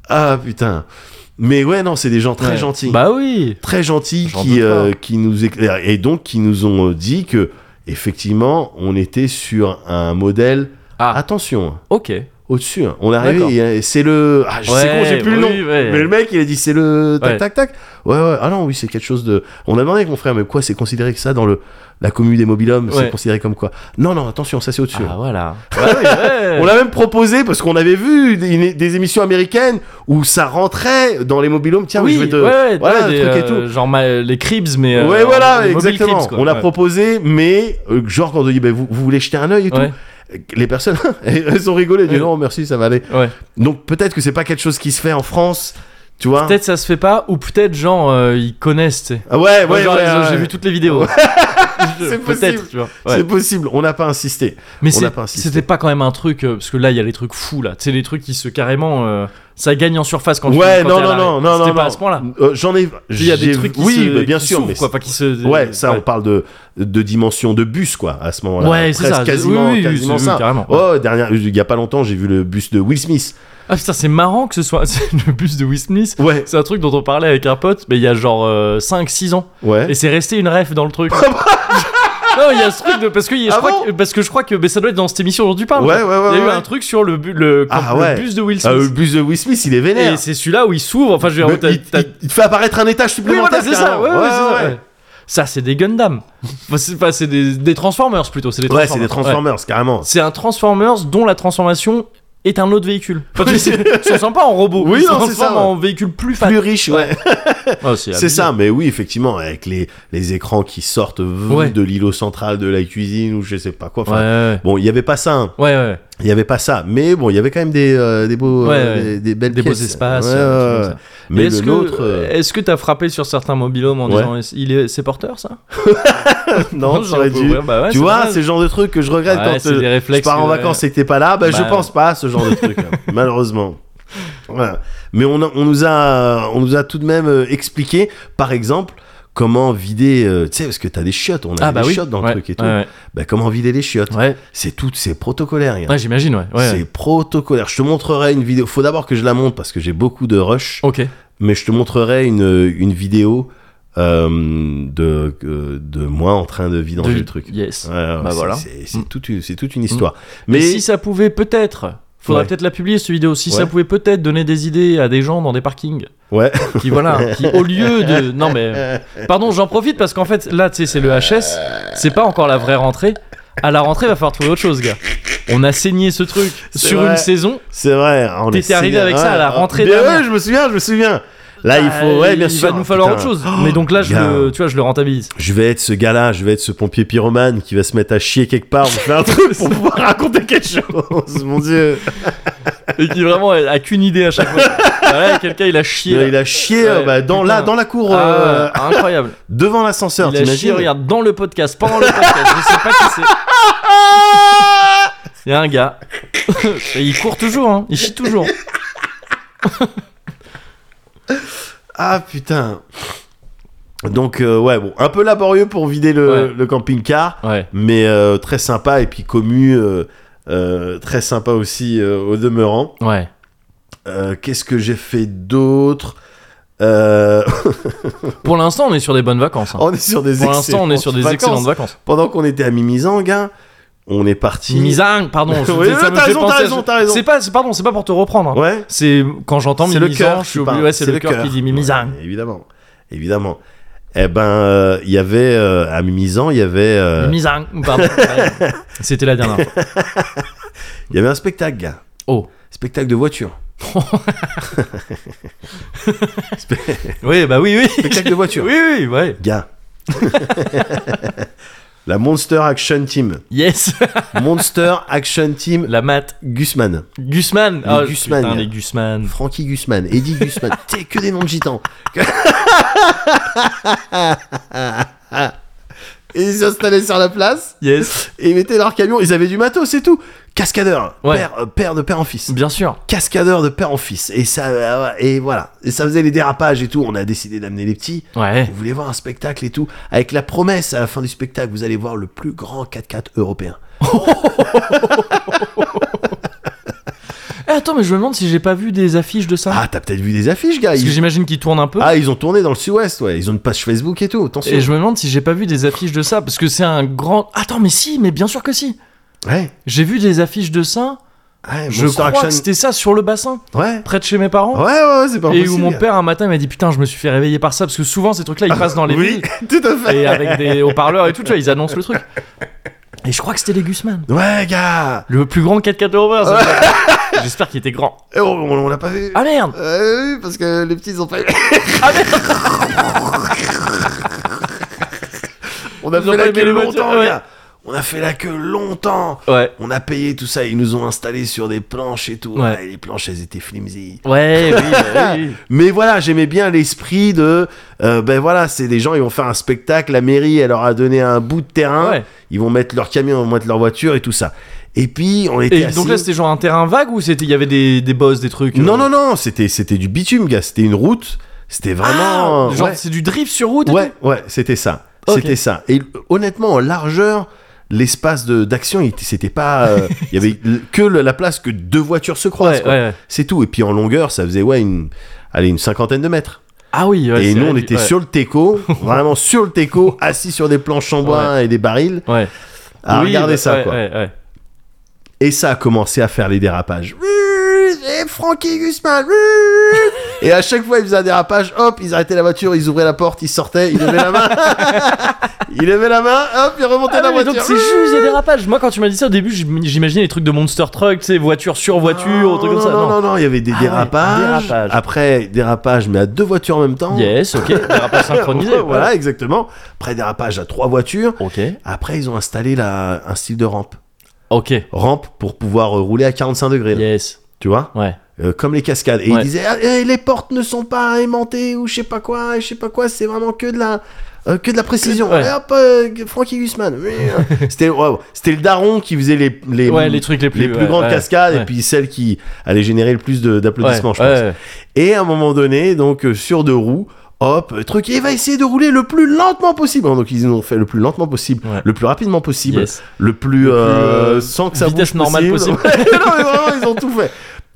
Speaker 1: Ah putain. Mais ouais, non, c'est des gens très
Speaker 2: Ouais.
Speaker 1: gentils.
Speaker 2: Bah oui.
Speaker 1: très gentils
Speaker 2: J'en
Speaker 1: qui,
Speaker 2: doute
Speaker 1: euh, qui nous éclairent et donc qui nous ont euh, dit que effectivement on était sur un modèle
Speaker 2: Ah.
Speaker 1: attention
Speaker 2: Ok.
Speaker 1: au-dessus. hein. On est arrivé,
Speaker 2: D'accord.
Speaker 1: il y a- c'est le. Ah, je sais
Speaker 2: Ouais,
Speaker 1: con, j'ai plus le nom.
Speaker 2: oui, ouais.
Speaker 1: Mais le mec, il a dit c'est le tac
Speaker 2: Ouais.
Speaker 1: tac tac. Ouais ouais. Ah non, oui, c'est quelque chose de. On a demandé avec mon frère, mais quoi, c'est considéré que ça dans le la commune des mobilhommes,
Speaker 2: Ouais.
Speaker 1: c'est considéré comme quoi Non non, attention, ça c'est au-dessus. hein.
Speaker 2: Ah
Speaker 1: [laughs]
Speaker 2: voilà. Ouais, ouais.
Speaker 1: On l'a même proposé parce qu'on avait vu des, des émissions américaines où ça rentrait dans les mobilhomes. Tiens,
Speaker 2: oui,
Speaker 1: je vais te.
Speaker 2: ouais, ouais,
Speaker 1: voilà, le
Speaker 2: des,
Speaker 1: truc et
Speaker 2: euh,
Speaker 1: tout.
Speaker 2: Genre ma- les cribs, mais. euh,
Speaker 1: ouais, voilà,
Speaker 2: les mobile
Speaker 1: exactement.
Speaker 2: cribs, quoi.
Speaker 1: on a
Speaker 2: Ouais.
Speaker 1: proposé, mais euh, genre quand on dit, bah, vous, vous voulez jeter un œil et tout,
Speaker 2: Ouais.
Speaker 1: les personnes, [laughs] elles ont rigolé, elles disent,
Speaker 2: Ouais.
Speaker 1: non, merci, ça va aller.
Speaker 2: Ouais.
Speaker 1: Donc peut-être que c'est pas quelque chose qui se fait en France, tu vois.
Speaker 2: Peut-être ça se fait pas, ou peut-être genre euh, ils connaissent, tu sais.
Speaker 1: Ah ouais, ouais,
Speaker 2: Moi, genre,
Speaker 1: ouais,
Speaker 2: les-
Speaker 1: ouais.
Speaker 2: J'ai vu toutes les vidéos. Je-
Speaker 1: [laughs] C'est
Speaker 2: Peut-être,
Speaker 1: possible.
Speaker 2: tu vois.
Speaker 1: C'est
Speaker 2: Ouais.
Speaker 1: possible, on n'a pas insisté.
Speaker 2: Mais
Speaker 1: on
Speaker 2: c'est-
Speaker 1: n'a pas insisté.
Speaker 2: c'était pas quand même un truc, euh, parce que là il y a les trucs fous là. Tu sais, les trucs qui se carrément. euh, ça gagne en surface quand tu-
Speaker 1: ouais,
Speaker 2: quand
Speaker 1: non,
Speaker 2: t'es à
Speaker 1: non,
Speaker 2: l'arrêt.
Speaker 1: non, non, non,
Speaker 2: C'était pas
Speaker 1: non.
Speaker 2: à ce point là.
Speaker 1: Euh, J'en ai.
Speaker 2: Il y a des
Speaker 1: j'ai-
Speaker 2: trucs qui
Speaker 1: Oui,
Speaker 2: se-
Speaker 1: bah, bien
Speaker 2: qui
Speaker 1: sûr,
Speaker 2: s'ouvrent,
Speaker 1: mais
Speaker 2: quoi, pas qui se.
Speaker 1: Ouais, ça, on
Speaker 2: ouais.
Speaker 1: parle de, de dimension de bus, quoi, à ce moment-là.
Speaker 2: Ouais, c'est
Speaker 1: Presque
Speaker 2: ça.
Speaker 1: Quasiment,
Speaker 2: Oui, oui, oui,
Speaker 1: quasiment
Speaker 2: oui,
Speaker 1: ça.
Speaker 2: carrément.
Speaker 1: Oh, dernière, il y a pas longtemps, j'ai vu le bus de Will Smith.
Speaker 2: Ah putain, c'est marrant que ce soit [laughs] c'est le bus de Will Smith.
Speaker 1: Ouais,
Speaker 2: C'est un truc dont on parlait avec un pote, mais il y a genre 5-6 ans.
Speaker 1: ouais.
Speaker 2: Et c'est resté une ref dans
Speaker 1: [laughs]
Speaker 2: le truc. [laughs] non, il y a ce truc de. Parce que, il y a- je,
Speaker 1: Ah
Speaker 2: crois
Speaker 1: bon
Speaker 2: que parce que je crois que mais ça doit être dans cette émission dont tu parles.
Speaker 1: Ouais, ouais, ouais,
Speaker 2: Il y a eu
Speaker 1: ouais.
Speaker 2: un truc sur le, bu- le,
Speaker 1: Ah,
Speaker 2: le
Speaker 1: ouais.
Speaker 2: bus de Will
Speaker 1: Ah, le
Speaker 2: Smith.
Speaker 1: bus de Will Smith, il est
Speaker 2: et
Speaker 1: vénère.
Speaker 2: c'est celui-là où il s'ouvre. Enfin, je veux
Speaker 1: Mais
Speaker 2: dire, t'as-
Speaker 1: il,
Speaker 2: t'as-
Speaker 1: il- il te fait apparaître un étage
Speaker 2: Oui,
Speaker 1: supplémentaire.
Speaker 2: voilà, c'est ça.
Speaker 1: carrément.
Speaker 2: Ouais, ouais, c'est ça,
Speaker 1: ouais.
Speaker 2: ouais. Ça, c'est des Gundam. Enfin, c'est pas- c'est des, des Transformers plutôt. C'est des
Speaker 1: Ouais, c'est des
Speaker 2: Transformers. Ouais.
Speaker 1: Transformers, carrément.
Speaker 2: C'est un Transformers dont la transformation est un autre véhicule. Enfin, tu sais, ils se transforment pas en robot.
Speaker 1: Oui,
Speaker 2: ils se
Speaker 1: non, c'est ça,
Speaker 2: transforment
Speaker 1: ouais.
Speaker 2: en véhicule plus fat.
Speaker 1: Plus riche, ouais.
Speaker 2: Ah,
Speaker 1: C'est
Speaker 2: abusé.
Speaker 1: ça, mais oui, effectivement, avec les, les écrans qui sortent v-
Speaker 2: Ouais.
Speaker 1: de l'îlot central de la cuisine ou je sais pas quoi.
Speaker 2: Ouais,
Speaker 1: Enfin,
Speaker 2: ouais,
Speaker 1: Bon, il y avait pas ça, hein.
Speaker 2: ouais. ouais.
Speaker 1: il y avait pas ça, mais bon, il y avait quand même des, euh, des beaux, euh,
Speaker 2: Ouais, ouais.
Speaker 1: Des, des belles
Speaker 2: Des beaux
Speaker 1: pièces.
Speaker 2: espaces.
Speaker 1: Ouais,
Speaker 2: euh, des trucs
Speaker 1: ouais.
Speaker 2: comme ça.
Speaker 1: Mais
Speaker 2: est-ce
Speaker 1: le
Speaker 2: que,
Speaker 1: nôtre, euh,
Speaker 2: Est-ce que t'as frappé sur certains mobilhomes en
Speaker 1: Ouais.
Speaker 2: disant est-ce- il est, c'est porteur ça
Speaker 1: euh, [laughs] non,
Speaker 2: Si
Speaker 1: j'aurais
Speaker 2: on peut
Speaker 1: dû.
Speaker 2: ouvrir, bah ouais,
Speaker 1: tu
Speaker 2: c'est
Speaker 1: vois,
Speaker 2: normal.
Speaker 1: c'est le genre de truc que je regrette
Speaker 2: Ouais,
Speaker 1: quand
Speaker 2: c'est
Speaker 1: euh,
Speaker 2: des
Speaker 1: je
Speaker 2: réflexes.
Speaker 1: pars en
Speaker 2: que-
Speaker 1: vacances et que t'es pas là. Bah, je
Speaker 2: Bah,
Speaker 1: pense pas à ce
Speaker 2: [laughs]
Speaker 1: genre de truc, hein. malheureusement. Voilà. Mais on, a- on nous a, on nous a tout de même euh, expliqué, par exemple, comment vider. euh, tu sais, parce que t'as des chiottes, on a
Speaker 2: Ah bah
Speaker 1: des
Speaker 2: oui.
Speaker 1: chiottes dans
Speaker 2: Ouais,
Speaker 1: le truc et tout.
Speaker 2: Ouais,
Speaker 1: Bah, comment vider les chiottes
Speaker 2: ouais. ouais.
Speaker 1: C'est tout, c'est protocolaire. gars.
Speaker 2: Ouais, j'imagine, ouais. ouais.
Speaker 1: c'est protocolaire. Je te montrerai une vidéo. Faut d'abord que je la monte parce que j'ai beaucoup de rush.
Speaker 2: Ok.
Speaker 1: Mais je te montrerai une, une vidéo euh, de, euh, de moi en train de vidanger
Speaker 2: De-
Speaker 1: le truc.
Speaker 2: Yes.
Speaker 1: Ouais, ouais,
Speaker 2: Bah
Speaker 1: c'est-
Speaker 2: voilà.
Speaker 1: C'est c'est
Speaker 2: Mm.
Speaker 1: toute une, c'est toute une histoire.
Speaker 2: Mais
Speaker 1: Mais
Speaker 2: si ça pouvait peut-être. Faudrait
Speaker 1: Ouais.
Speaker 2: peut-être la publier cette vidéo. Si ça
Speaker 1: Ouais.
Speaker 2: pouvait peut-être donner des idées à des gens dans des parkings.
Speaker 1: ouais.
Speaker 2: Qui voilà. qui au
Speaker 1: [laughs]
Speaker 2: lieu de. Non mais. Pardon, j'en profite parce qu'en fait là, tu sais, c'est le HS. C'est pas encore la vraie rentrée. À la rentrée, va falloir trouver autre chose, gars. On a saigné ce truc
Speaker 1: C'est
Speaker 2: sur
Speaker 1: vrai.
Speaker 2: une saison.
Speaker 1: c'est vrai. on
Speaker 2: T'étais
Speaker 1: est-
Speaker 2: arrivé avec ça à la
Speaker 1: ouais,
Speaker 2: rentrée
Speaker 1: mais
Speaker 2: dernière.
Speaker 1: ouais, je me souviens, je me souviens. Là, Ah, il
Speaker 2: Bah,
Speaker 1: faut, ouais, bien
Speaker 2: il
Speaker 1: sûr.
Speaker 2: va nous falloir
Speaker 1: putain. Oh,
Speaker 2: autre chose. Mais donc là, je
Speaker 1: gars.
Speaker 2: le, tu vois, je le rentabilise.
Speaker 1: Je vais être ce gars-là, je vais être ce pompier pyromane qui va se mettre à chier quelque part, on fait un truc
Speaker 2: [laughs]
Speaker 1: pour pouvoir raconter quelque chose. Oh, Mon dieu.
Speaker 2: Et qui vraiment a, a qu'une idée à chaque
Speaker 1: [laughs]
Speaker 2: fois. voilà, quelqu'un il a chié. là.
Speaker 1: Il a chié
Speaker 2: Ouais,
Speaker 1: euh, bah, dans,
Speaker 2: putain.
Speaker 1: là, dans la cour, euh,
Speaker 2: Ah, incroyable.
Speaker 1: devant l'ascenseur,
Speaker 2: Il a chié,
Speaker 1: t'imagines
Speaker 2: regarde, dans le podcast, pendant le podcast. Je sais pas qui c'est. Il y a un gars. [laughs] Et il court toujours, hein. Il chie toujours.
Speaker 1: Ah putain. Donc euh, ouais bon un peu laborieux pour vider le,
Speaker 2: Ouais.
Speaker 1: le camping-car
Speaker 2: Ouais.
Speaker 1: mais euh, très sympa et puis commu euh, euh, très sympa aussi euh, au demeurant.
Speaker 2: Ouais.
Speaker 1: Euh, Qu'est-ce que j'ai fait d'autre Euh,
Speaker 2: Pour l'instant, on est sur des bonnes vacances. hein.
Speaker 1: [laughs] On est sur Oh, des
Speaker 2: Pour l'instant, on est sur des
Speaker 1: vacances.
Speaker 2: excellentes vacances.
Speaker 1: Pendant qu'on était à Mimizan, gars, on est parti.
Speaker 2: Misang,
Speaker 1: [laughs]
Speaker 2: pardon. je-
Speaker 1: Oui,
Speaker 2: ça me
Speaker 1: t'as
Speaker 2: fait
Speaker 1: raison,
Speaker 2: penser
Speaker 1: t'as
Speaker 2: à-
Speaker 1: raison, t'as raison.
Speaker 2: C'est pas, c'est- pardon, c'est pas pour te reprendre. hein.
Speaker 1: Ouais.
Speaker 2: C'est quand j'entends
Speaker 1: C'est le
Speaker 2: Mimizan,
Speaker 1: cœur
Speaker 2: je
Speaker 1: qui
Speaker 2: suis obligé-
Speaker 1: parle.
Speaker 2: Ouais, c'est le cœur qui dit Mimizan.
Speaker 1: Ouais, évidemment, évidemment. Eh ben, euh, il y avait euh, à Mimizan, il y avait, euh,
Speaker 2: Mimizan,
Speaker 1: [laughs]
Speaker 2: pardon. Ouais. C'était la dernière fois.
Speaker 1: il y avait un spectacle, gars.
Speaker 2: Oh.
Speaker 1: Spectacle de
Speaker 2: [laughs]
Speaker 1: voiture.
Speaker 2: Oui, bah oui, oui.
Speaker 1: Spectacle de [laughs] voiture.
Speaker 2: Oui, oui, ouais.
Speaker 1: Gars. [laughs] La Monster Action Team.
Speaker 2: Yes. [laughs]
Speaker 1: Monster Action Team
Speaker 2: La mat.
Speaker 1: Gusman.
Speaker 2: Gusman. Ah,
Speaker 1: Les Gusman,
Speaker 2: putain,
Speaker 1: gars.
Speaker 2: les Gusman.
Speaker 1: Frankie Gusman, Eddie [laughs] Gusman, t'es que des noms de gitans. [laughs] Et ils s'installaient sur la place [laughs]
Speaker 2: Yes.
Speaker 1: et ils mettaient leur camion. Ils avaient du matos, c'est tout. Cascadeur,
Speaker 2: Ouais.
Speaker 1: père, euh, père de père en fils.
Speaker 2: Bien sûr.
Speaker 1: Cascadeur de père en fils. Et ça, euh, et voilà. Et ça faisait les dérapages et tout. On a décidé d'amener les petits.
Speaker 2: Ouais.
Speaker 1: Vous voulez voir un spectacle et tout Avec la promesse à la fin du spectacle, vous allez voir le plus grand 4x4 européen.
Speaker 2: Eh, attends, mais je me demande si j'ai pas vu des affiches de ça.
Speaker 1: Ah, t'as peut-être vu des affiches, gars.
Speaker 2: Parce que
Speaker 1: Ils-
Speaker 2: j'imagine qu'ils tournent un peu.
Speaker 1: Ah, ils ont tourné dans le sud-ouest, ouais. Ils ont une page Facebook et tout. Attention.
Speaker 2: Et je me demande si j'ai pas vu des affiches de ça. Parce que c'est un grand. Attends, mais si, mais bien sûr que si.
Speaker 1: Ouais.
Speaker 2: J'ai vu des affiches de ça.
Speaker 1: Ouais,
Speaker 2: Je
Speaker 1: Monster
Speaker 2: crois
Speaker 1: Action.
Speaker 2: que c'était ça sur le bassin,
Speaker 1: Ouais.
Speaker 2: près de chez mes parents.
Speaker 1: Ouais, ouais, ouais, c'est pas
Speaker 2: Oh. Et
Speaker 1: possible. Ah,
Speaker 2: où mon père un matin m'a dit putain je me suis fait réveiller par ça parce que souvent ces trucs là ils passent dans les
Speaker 1: Oui,
Speaker 2: villes
Speaker 1: [laughs] tout à fait.
Speaker 2: et avec
Speaker 1: [laughs]
Speaker 2: des haut-parleurs et tout tu vois ils annoncent le truc et je crois que c'était les Guzman
Speaker 1: Ouais, gars.
Speaker 2: le plus grand 4x4 Rover
Speaker 1: [laughs]
Speaker 2: ça. j'espère qu'il était grand
Speaker 1: Eh, On, on l'a pas vu.
Speaker 2: ah merde
Speaker 1: Euh, oui, parce que les petits ils ont pas eu.
Speaker 2: ah merde
Speaker 1: [laughs] On a
Speaker 2: Ils ont
Speaker 1: fait
Speaker 2: pas
Speaker 1: la
Speaker 2: aimé
Speaker 1: queue
Speaker 2: les voitures,
Speaker 1: longtemps,
Speaker 2: ouais.
Speaker 1: gars. On a fait la queue longtemps.
Speaker 2: ouais
Speaker 1: On a payé tout ça, ils nous ont installés sur des planches et tout.
Speaker 2: Ouais.
Speaker 1: Ah, les planches, elles étaient flimsy.
Speaker 2: ouais oui, bah oui,
Speaker 1: [laughs]
Speaker 2: oui.
Speaker 1: Mais voilà, j'aimais bien l'esprit de, euh, ben voilà, c'est des gens, ils vont faire un spectacle, la mairie, elle leur a donné un bout de terrain,
Speaker 2: Ouais.
Speaker 1: ils vont mettre leur camion, ils vont mettre leur voiture et tout ça. Et puis, on était
Speaker 2: et
Speaker 1: assis-
Speaker 2: donc là c'était genre un terrain vague ou c'était il y avait des, des bosses des trucs euh,
Speaker 1: Non, non, non, c'était, c'était du bitume, gars, c'était une route, c'était vraiment...
Speaker 2: Ah, euh, genre
Speaker 1: ah, ouais.
Speaker 2: c'est du drift sur route et
Speaker 1: Ouais, ouais, c'était ça.
Speaker 2: Ok.
Speaker 1: C'était ça. Et honnêtement, en largeur, l'espace de d'action, il était- c'était pas. euh, Il y
Speaker 2: [laughs]
Speaker 1: avait l- que le- la place que deux voitures se
Speaker 2: tout
Speaker 1: croisent.
Speaker 2: ouais,
Speaker 1: quoi.
Speaker 2: ouais.
Speaker 1: C'est tout. Et puis en longueur, ça faisait ouais une, allez, une cinquantaine de mètres.
Speaker 2: ah oui ouais,
Speaker 1: et
Speaker 2: c'est
Speaker 1: nous, on
Speaker 2: réduit,
Speaker 1: était
Speaker 2: ouais.
Speaker 1: sur le
Speaker 2: [laughs]
Speaker 1: teco, vraiment sur le teco, assis sur des planches en bois et des barils,
Speaker 2: ouais
Speaker 1: à
Speaker 2: Oui,
Speaker 1: regarder
Speaker 2: bah,
Speaker 1: ça.
Speaker 2: ouais,
Speaker 1: quoi.
Speaker 2: ouais, ouais.
Speaker 1: Et ça a commencé à faire les dérapages. Et Frankie Guzman.
Speaker 2: [laughs]
Speaker 1: Et à chaque fois, ils faisaient un dérapage. Hop, ils arrêtaient la voiture, ils ouvraient la porte, ils sortaient, ils levaient la
Speaker 2: [laughs]
Speaker 1: main. ils levaient la main, hop, ils remontaient
Speaker 2: Ah
Speaker 1: la
Speaker 2: oui, mais
Speaker 1: voiture.
Speaker 2: donc c'est juste des dérapages. Moi, quand tu m'as dit ça au début, j'im- j'imaginais les trucs de Monster Truck, tu sais, voiture sur voiture,
Speaker 1: Non,
Speaker 2: trucs comme
Speaker 1: non,
Speaker 2: ça.
Speaker 1: non, non, non, il y avait des
Speaker 2: Ah ouais,
Speaker 1: dérapages.
Speaker 2: dérapage.
Speaker 1: Après, dérapage, mais à deux voitures en même temps. [laughs]
Speaker 2: Yes, ok, dérapage synchronisé.
Speaker 1: voilà, exactement. Après, dérapage à trois voitures.
Speaker 2: Ok.
Speaker 1: Après, ils ont installé la, un style de rampe.
Speaker 2: Ok.
Speaker 1: Rampe pour pouvoir euh, rouler à 45 degrés.
Speaker 2: Yes.
Speaker 1: Tu vois
Speaker 2: Ouais.
Speaker 1: Euh, comme les cascades. Et
Speaker 2: Ouais.
Speaker 1: il disait Ah, eh, les portes ne sont pas aimantées ou je sais pas quoi, et je sais pas quoi, c'est vraiment que de la euh, que de la précision.
Speaker 2: Ouais.
Speaker 1: Et hop, euh, Frankie Guzman. Oui,
Speaker 2: [laughs]
Speaker 1: euh. c'était waouh. c'était le daron qui faisait les les,
Speaker 2: ouais, les trucs les plus,
Speaker 1: les plus
Speaker 2: ouais,
Speaker 1: grandes
Speaker 2: ouais,
Speaker 1: cascades
Speaker 2: ouais.
Speaker 1: et puis celle qui allait générer le plus de- d'applaudissements,
Speaker 2: Ouais,
Speaker 1: je pense.
Speaker 2: ouais.
Speaker 1: Et à un moment donné, donc euh, sur deux roues. Hop, euh, truc, et il va essayer de rouler le plus lentement possible. Donc ils ont fait le plus lentement possible,
Speaker 2: Ouais.
Speaker 1: le plus rapidement possible,
Speaker 2: Yes.
Speaker 1: le plus, euh,
Speaker 2: euh,
Speaker 1: sans que ça
Speaker 2: vitesse
Speaker 1: bouge
Speaker 2: normale possible.
Speaker 1: [laughs] Ouais, non, mais vraiment, ils ont tout fait.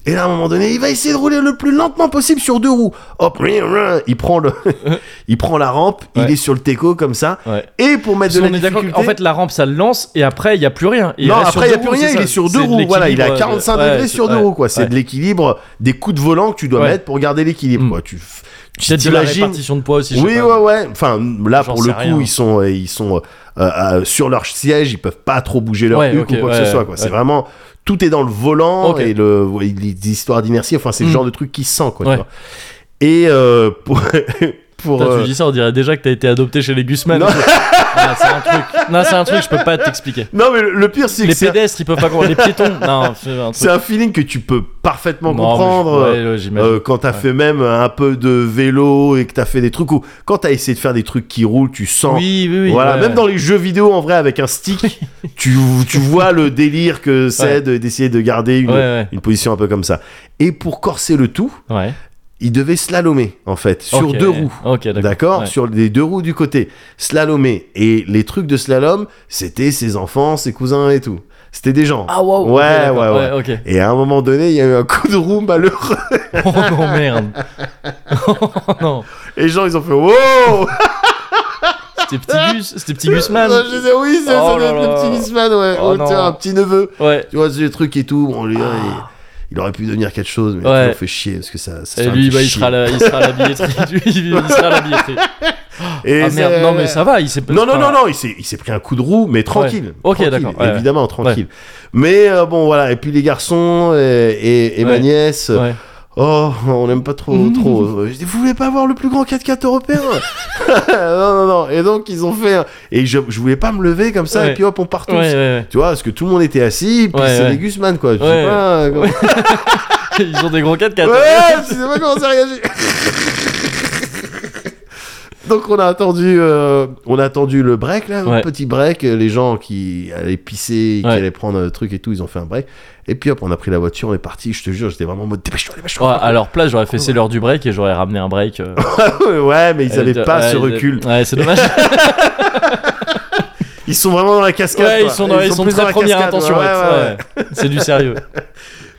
Speaker 1: Et là, à un moment donné, il va essayer de rouler le plus lentement possible sur deux roues. Hop, rin, rin, il prend le, [laughs] il prend la rampe, il
Speaker 2: Ouais.
Speaker 1: est sur le teco comme ça.
Speaker 2: Ouais.
Speaker 1: Et pour mettre
Speaker 2: Parce
Speaker 1: de
Speaker 2: qu'on
Speaker 1: la
Speaker 2: est d'accord
Speaker 1: difficulté,
Speaker 2: qu'en fait, la rampe, ça le lance et après, il n'y a plus rien.
Speaker 1: non,
Speaker 2: reste sur
Speaker 1: après il y a
Speaker 2: deux
Speaker 1: plus
Speaker 2: roues,
Speaker 1: rien,
Speaker 2: c'est
Speaker 1: il
Speaker 2: ça.
Speaker 1: est sur
Speaker 2: C'est
Speaker 1: deux
Speaker 2: de
Speaker 1: roues. Voilà, il est à
Speaker 2: l'équilibre, euh,
Speaker 1: 45
Speaker 2: ouais,
Speaker 1: degrés
Speaker 2: c'est-
Speaker 1: sur deux
Speaker 2: ouais.
Speaker 1: roues quoi. C'est de l'équilibre, des coups de volant que tu dois
Speaker 2: Ouais.
Speaker 1: mettre pour garder l'équilibre
Speaker 2: Mm.
Speaker 1: quoi. Tu, f- tu
Speaker 2: Peut-être de la
Speaker 1: t'imagines-
Speaker 2: répartition de poids aussi. je sais
Speaker 1: oui,
Speaker 2: pas.
Speaker 1: ouais, ouais. Enfin, là,
Speaker 2: J'en
Speaker 1: pour le
Speaker 2: sais
Speaker 1: coup,
Speaker 2: rien.
Speaker 1: ils sont, euh, ils sont euh, euh, euh, sur leur siège, ils peuvent pas trop bouger leur
Speaker 2: Ouais,
Speaker 1: nuque
Speaker 2: ok,
Speaker 1: ou quoi que
Speaker 2: ouais,
Speaker 1: ce soit. Quoi.
Speaker 2: ouais.
Speaker 1: C'est vraiment tout est dans le volant
Speaker 2: Ok.
Speaker 1: et le, ouais, les histoires d'inertie. Enfin, c'est le
Speaker 2: Mm.
Speaker 1: genre de truc qui se sent. Quoi, tu
Speaker 2: Ouais.
Speaker 1: vois. Et euh, [laughs] pour, pour
Speaker 2: Putain,
Speaker 1: euh,
Speaker 2: tu dis ça, on dirait déjà que t'as été adopté chez les Guzman.
Speaker 1: Non.
Speaker 2: Ah, c'est un truc. Non, c'est un truc, je peux pas t'expliquer.
Speaker 1: non, mais le, le pire, [laughs] c'est que
Speaker 2: Les
Speaker 1: c'est un-
Speaker 2: pédestres, ils peuvent pas comprendre.
Speaker 1: [laughs]
Speaker 2: Les piétons, non, c'est un
Speaker 1: c'est
Speaker 2: truc.
Speaker 1: un, feeling que tu peux parfaitement
Speaker 2: Non, mais je-
Speaker 1: comprendre. euh,
Speaker 2: ouais, ouais, j'imagine.
Speaker 1: euh, quand t'as
Speaker 2: ouais.
Speaker 1: fait même un peu de vélo et que t'as fait des trucs ou quand t'as essayé de faire des trucs qui roulent, tu sens
Speaker 2: oui, oui, oui.
Speaker 1: Euh, voilà,
Speaker 2: ouais,
Speaker 1: même
Speaker 2: ouais.
Speaker 1: dans les jeux vidéo en vrai avec un
Speaker 2: [laughs]
Speaker 1: stick, tu, tu vois le délire que c'est
Speaker 2: Ouais.
Speaker 1: de- d'essayer de garder une,
Speaker 2: Ouais, ouais.
Speaker 1: une position un peu comme ça. Et pour corser le tout,
Speaker 2: Ouais.
Speaker 1: il devait slalomer en fait sur
Speaker 2: Ok.
Speaker 1: deux roues.
Speaker 2: Ok, d'accord.
Speaker 1: D'accord
Speaker 2: Ouais.
Speaker 1: Sur les deux roues du côté. Slalomer. Et les trucs de slalom, c'était ses enfants, ses cousins et tout. C'était des gens.
Speaker 2: Ah, waouh.
Speaker 1: Ouais,
Speaker 2: ok, d'accord.
Speaker 1: ouais,
Speaker 2: ouais. Ok.
Speaker 1: Et à un moment donné, il y a eu un coup de roue malheureux. [laughs]
Speaker 2: [laughs] Oh non, merde. oh non.
Speaker 1: Et les gens, ils ont fait Wow
Speaker 2: C'était
Speaker 1: [laughs]
Speaker 2: petit bus, c'était petit Guzman.
Speaker 1: Je disais, oui, c'est
Speaker 2: Oh
Speaker 1: ça doit
Speaker 2: là
Speaker 1: être le
Speaker 2: là.
Speaker 1: petit Guzman, ouais.
Speaker 2: Oh
Speaker 1: Oh, tiens,
Speaker 2: non.
Speaker 1: un petit neveu.
Speaker 2: Ouais.
Speaker 1: Tu vois, ces trucs et tout, bon, lui, hein,
Speaker 2: Ah.
Speaker 1: il, il aurait pu devenir quelque chose, mais il
Speaker 2: Ouais.
Speaker 1: a toujours fait chier parce que ça, ça
Speaker 2: Et
Speaker 1: fait un
Speaker 2: lui,
Speaker 1: petit
Speaker 2: bah, il
Speaker 1: chier.
Speaker 2: sera à la, il sera à
Speaker 1: [laughs]
Speaker 2: la billetterie. Lui, il sera à la billetterie.
Speaker 1: Et
Speaker 2: Ah
Speaker 1: c'est- euh,
Speaker 2: merde, non mais ça va, il s'est pas-
Speaker 1: Non, non, non,
Speaker 2: enfin,
Speaker 1: non, il s'est, il s'est pris un coup de roue, mais tranquille.
Speaker 2: Ok,
Speaker 1: tranquille,
Speaker 2: d'accord, ouais, ouais.
Speaker 1: évidemment, tranquille. Mais euh, bon, voilà, et puis les garçons et, et- et ma
Speaker 2: Ouais.
Speaker 1: nièce,
Speaker 2: ouais.
Speaker 1: oh, on n'aime pas trop,
Speaker 2: [laughs] Mhm.
Speaker 1: trop. Je dis, vous voulez pas voir le plus grand 4x4 européen [laughs] Non, non, non. Et donc, ils ont fait. un- Et je, je voulais pas me lever comme ça,
Speaker 2: Ouais.
Speaker 1: et puis hop, on part tous.
Speaker 2: Ouais, ouais,
Speaker 1: Tu vois, parce que tout le monde était assis, puis
Speaker 2: Ouais,
Speaker 1: c'est
Speaker 2: ouais.
Speaker 1: les Guzman, quoi. Je sais
Speaker 2: Ouais.
Speaker 1: pas, euh,
Speaker 2: ouais. Ils ont des gros 4 4
Speaker 1: Ouais, je sais pas comment ça réagit. [laughs] Donc on a attendu, euh, on a attendu le break là,
Speaker 2: Ouais.
Speaker 1: un petit break. euh, Les gens qui allaient pisser, qui
Speaker 2: Ouais.
Speaker 1: allaient prendre le truc et tout, ils ont fait un break. Et puis hop, on a pris la voiture, on est parti. Je te jure, j'étais vraiment en mode dépêche-toi,
Speaker 2: Ouais,
Speaker 1: dépêche-toi.
Speaker 2: à leur place, j'aurais fait c'est l'heure du break et j'aurais ramené un break. euh,
Speaker 1: [laughs] ouais, mais ils
Speaker 2: euh,
Speaker 1: avaient
Speaker 2: de-
Speaker 1: pas
Speaker 2: ouais,
Speaker 1: ce
Speaker 2: de-
Speaker 1: recul.
Speaker 2: Ouais,
Speaker 1: [laughs]
Speaker 2: c'est dommage.
Speaker 1: Ils sont vraiment dans la cascade.
Speaker 2: ouais, ils
Speaker 1: quoi.
Speaker 2: sont dans, ils sont
Speaker 1: plus dans
Speaker 2: très
Speaker 1: la
Speaker 2: première
Speaker 1: cascade,
Speaker 2: intention.
Speaker 1: ouais, ouais, ouais.
Speaker 2: ouais. C'est du sérieux.